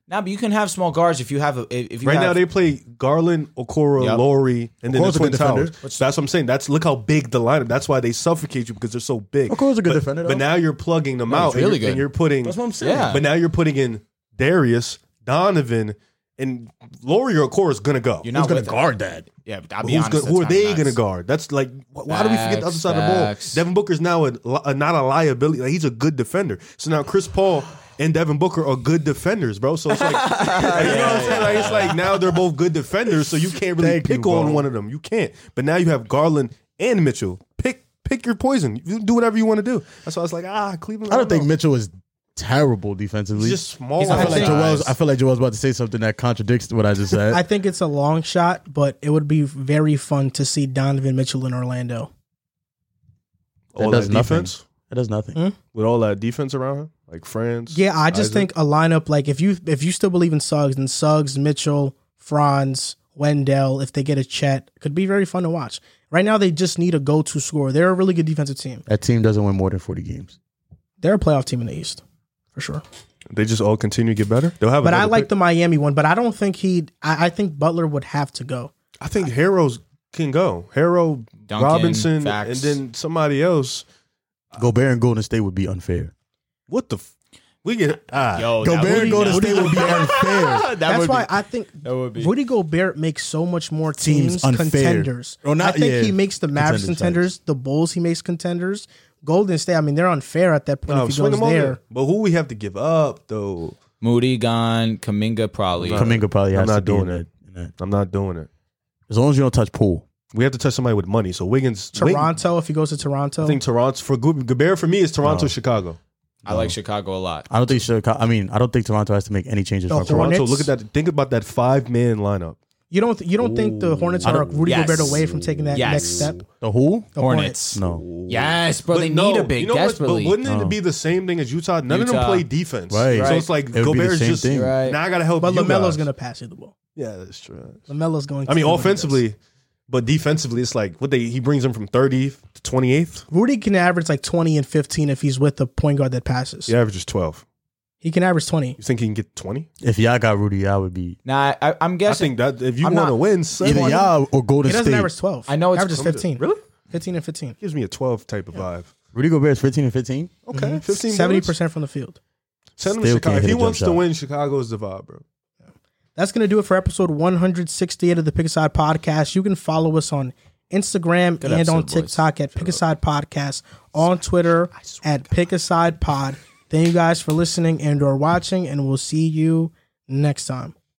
[SPEAKER 2] now, but you can have small guards if you have a, if you
[SPEAKER 4] Right
[SPEAKER 2] have,
[SPEAKER 4] now they play Garland, Okoro,
[SPEAKER 2] Yep.
[SPEAKER 4] Laurie, and then
[SPEAKER 5] Okoro's a
[SPEAKER 4] the Twin
[SPEAKER 5] good defender.
[SPEAKER 4] Towers. That's what I'm saying. That's look how big the lineup. That's why they suffocate you because they're so big.
[SPEAKER 5] Okoro's a good
[SPEAKER 4] But-
[SPEAKER 5] defender, though.
[SPEAKER 4] But now you're plugging them out.
[SPEAKER 2] he's really
[SPEAKER 4] and, you're,
[SPEAKER 2] good.
[SPEAKER 4] and you're putting.
[SPEAKER 5] that's what I'm saying.
[SPEAKER 2] yeah.
[SPEAKER 4] But now you're putting in Darius, Donovan, and Laurie or Okoro's gonna go.
[SPEAKER 2] you're not
[SPEAKER 5] Who's going
[SPEAKER 2] with
[SPEAKER 5] to
[SPEAKER 2] it.
[SPEAKER 5] guard that?
[SPEAKER 2] Yeah, but I'll be
[SPEAKER 4] Who's
[SPEAKER 2] honest.
[SPEAKER 4] gonna, who
[SPEAKER 2] that's
[SPEAKER 4] are
[SPEAKER 2] not
[SPEAKER 4] they
[SPEAKER 2] nuts.
[SPEAKER 4] going to guard? That's like wh- why do we forget the other side
[SPEAKER 2] Facts.
[SPEAKER 4] of the ball? Devin Booker's now a, li- a- not a liability. Like he's a good defender. So now Chris Paul and Devin Booker are good defenders, bro. So it's like, <laughs> like, you know what I'm saying? Like, it's like now they're both good defenders. So you can't really
[SPEAKER 5] Thank you,
[SPEAKER 4] pick on
[SPEAKER 5] bro.
[SPEAKER 4] one of them. You can't. But now you have Garland and Mitchell. Pick pick your poison. You do whatever you want to do. That's why I was like, ah, Cleveland.
[SPEAKER 5] I don't think
[SPEAKER 4] know.
[SPEAKER 5] Mitchell is terrible defensively.
[SPEAKER 4] he's just small.
[SPEAKER 2] He's not
[SPEAKER 5] I feel like
[SPEAKER 2] Nice.
[SPEAKER 5] Joel's. I feel like Joel's about to say something that contradicts what I just said.
[SPEAKER 1] I think it's a long shot, but it would be very fun to see Donovan Mitchell in Orlando.
[SPEAKER 4] all
[SPEAKER 5] That does
[SPEAKER 4] that
[SPEAKER 5] nothing.
[SPEAKER 4] defense Hmm?
[SPEAKER 5] That does nothing.
[SPEAKER 4] with all that defense around him, like France.
[SPEAKER 1] Yeah, I just
[SPEAKER 4] Isaac.
[SPEAKER 1] think a lineup like if you if you still believe in Suggs, then Suggs, Mitchell, Franz, Wendell, if they get a Chet, could be very fun to watch. Right now, they just need a go-to scorer. They're a really good defensive team.
[SPEAKER 5] That team doesn't win more than forty games.
[SPEAKER 1] They're a playoff team in the East for sure.
[SPEAKER 4] they just all continue to get better. They'll have.
[SPEAKER 1] But I
[SPEAKER 4] another
[SPEAKER 1] like
[SPEAKER 4] pick.
[SPEAKER 1] the Miami one. But I don't think he. I, I think Butler would have to go.
[SPEAKER 4] I think Harrow's can go. Harrow,
[SPEAKER 2] Duncan,
[SPEAKER 4] Robinson,
[SPEAKER 2] Fax.
[SPEAKER 4] and then somebody else.
[SPEAKER 5] Gobert and Golden State would be unfair.
[SPEAKER 4] What the? F- we get ah.
[SPEAKER 2] Yo, that
[SPEAKER 5] Gobert
[SPEAKER 2] would
[SPEAKER 5] and
[SPEAKER 2] be
[SPEAKER 5] Golden
[SPEAKER 2] nuts.
[SPEAKER 5] State would
[SPEAKER 4] <laughs>
[SPEAKER 5] be unfair.
[SPEAKER 2] That
[SPEAKER 1] That's
[SPEAKER 2] would
[SPEAKER 1] why
[SPEAKER 2] be-
[SPEAKER 1] I think
[SPEAKER 2] that would be-
[SPEAKER 1] Rudy Gobert makes so much more teams,
[SPEAKER 5] Teams unfair.
[SPEAKER 1] contenders.
[SPEAKER 5] Or not-
[SPEAKER 1] I think
[SPEAKER 5] yeah,
[SPEAKER 1] he makes the Mavs
[SPEAKER 5] contenders,
[SPEAKER 1] contenders, the Bulls he makes contenders. Golden State, I mean, they're unfair at that point
[SPEAKER 4] No,
[SPEAKER 1] if he
[SPEAKER 4] swing
[SPEAKER 1] goes
[SPEAKER 4] them over.
[SPEAKER 1] there.
[SPEAKER 4] But who we have to give up though?
[SPEAKER 2] Moody gone, Kaminga probably.
[SPEAKER 5] Kaminga probably
[SPEAKER 4] I'm
[SPEAKER 5] has
[SPEAKER 4] not
[SPEAKER 5] to be
[SPEAKER 4] doing
[SPEAKER 5] in
[SPEAKER 4] it.
[SPEAKER 5] that- in that.
[SPEAKER 4] I'm not doing it.
[SPEAKER 5] As long as you don't touch pool.
[SPEAKER 4] We have to touch somebody with money. So Wiggins, Wig-
[SPEAKER 1] Toronto, if he goes to Toronto,
[SPEAKER 4] I think Toronto for Gu- Gobert for me is Toronto,
[SPEAKER 2] Oh.
[SPEAKER 5] No.
[SPEAKER 4] Chicago.
[SPEAKER 2] I like Chicago a lot.
[SPEAKER 5] I don't think Chicago. I mean, I don't think Toronto has to make any changes.
[SPEAKER 1] The
[SPEAKER 5] from
[SPEAKER 1] Hornets-
[SPEAKER 4] Toronto. Look at that. Think about that five man lineup.
[SPEAKER 1] you don't you don't think the Hornets
[SPEAKER 5] I
[SPEAKER 1] are
[SPEAKER 5] don't-
[SPEAKER 1] Rudy
[SPEAKER 2] Yes.
[SPEAKER 1] Gobert away from taking that
[SPEAKER 2] Yes.
[SPEAKER 1] next step.
[SPEAKER 5] The who?
[SPEAKER 1] The
[SPEAKER 2] Hornets.
[SPEAKER 5] No.
[SPEAKER 2] Yes, bro. they need a big
[SPEAKER 4] you know what?
[SPEAKER 2] desperately.
[SPEAKER 4] But wouldn't
[SPEAKER 5] No.
[SPEAKER 4] it be the same thing as Utah? None of
[SPEAKER 2] Utah.
[SPEAKER 4] them play defense,
[SPEAKER 5] Right.
[SPEAKER 4] So it's like
[SPEAKER 5] It would be the
[SPEAKER 4] Gobert's
[SPEAKER 5] same
[SPEAKER 4] just
[SPEAKER 5] thing.
[SPEAKER 2] Right.
[SPEAKER 4] now. I gotta help.
[SPEAKER 1] But
[SPEAKER 4] you
[SPEAKER 1] Lamelo's
[SPEAKER 4] guys.
[SPEAKER 1] gonna pass you the ball.
[SPEAKER 4] Yeah, that's true.
[SPEAKER 1] Lamelo's going. to
[SPEAKER 4] I mean,
[SPEAKER 1] do what he does.
[SPEAKER 4] offensively, but defensively, it's like what they he brings him from thirty to twenty eighth.
[SPEAKER 1] Rudy can average like twenty and fifteen if he's with the point guard that passes.
[SPEAKER 4] He averages twelve.
[SPEAKER 1] He can average twenty.
[SPEAKER 4] You think he can get twenty?
[SPEAKER 5] If y'all got Rudy, I would be
[SPEAKER 2] Nah, I, I'm
[SPEAKER 4] I
[SPEAKER 2] guessing.
[SPEAKER 4] think that if you
[SPEAKER 2] I'm
[SPEAKER 4] want to
[SPEAKER 2] not-
[SPEAKER 4] win,
[SPEAKER 5] either
[SPEAKER 4] someone
[SPEAKER 5] y'all or Golden
[SPEAKER 1] He doesn't
[SPEAKER 5] State.
[SPEAKER 1] average twelve.
[SPEAKER 2] I know it's-
[SPEAKER 1] averages fifteen.
[SPEAKER 4] really
[SPEAKER 1] Fifteen and fifteen.
[SPEAKER 4] gives me a twelve type of vibe.
[SPEAKER 5] Rudy Gobert is fifteen and fifteen.
[SPEAKER 4] Okay, fifteen.
[SPEAKER 1] Seventy
[SPEAKER 4] bullets.
[SPEAKER 1] percent from the field.
[SPEAKER 4] Send him to
[SPEAKER 5] Still
[SPEAKER 4] Chicago.
[SPEAKER 5] can't
[SPEAKER 4] If
[SPEAKER 5] hit
[SPEAKER 4] he
[SPEAKER 5] a jump
[SPEAKER 4] wants to
[SPEAKER 5] shot.
[SPEAKER 4] win, Chicago's the vibe, bro.
[SPEAKER 1] That's going to do it for episode 168 of the Pick Aside Podcast. You can follow us on Instagram and on
[SPEAKER 2] episode, boys.
[SPEAKER 1] TikTok at Pick Aside Podcast, on Twitter at Pick Aside Pod. Thank you guys for listening and or watching, and we'll see you next time.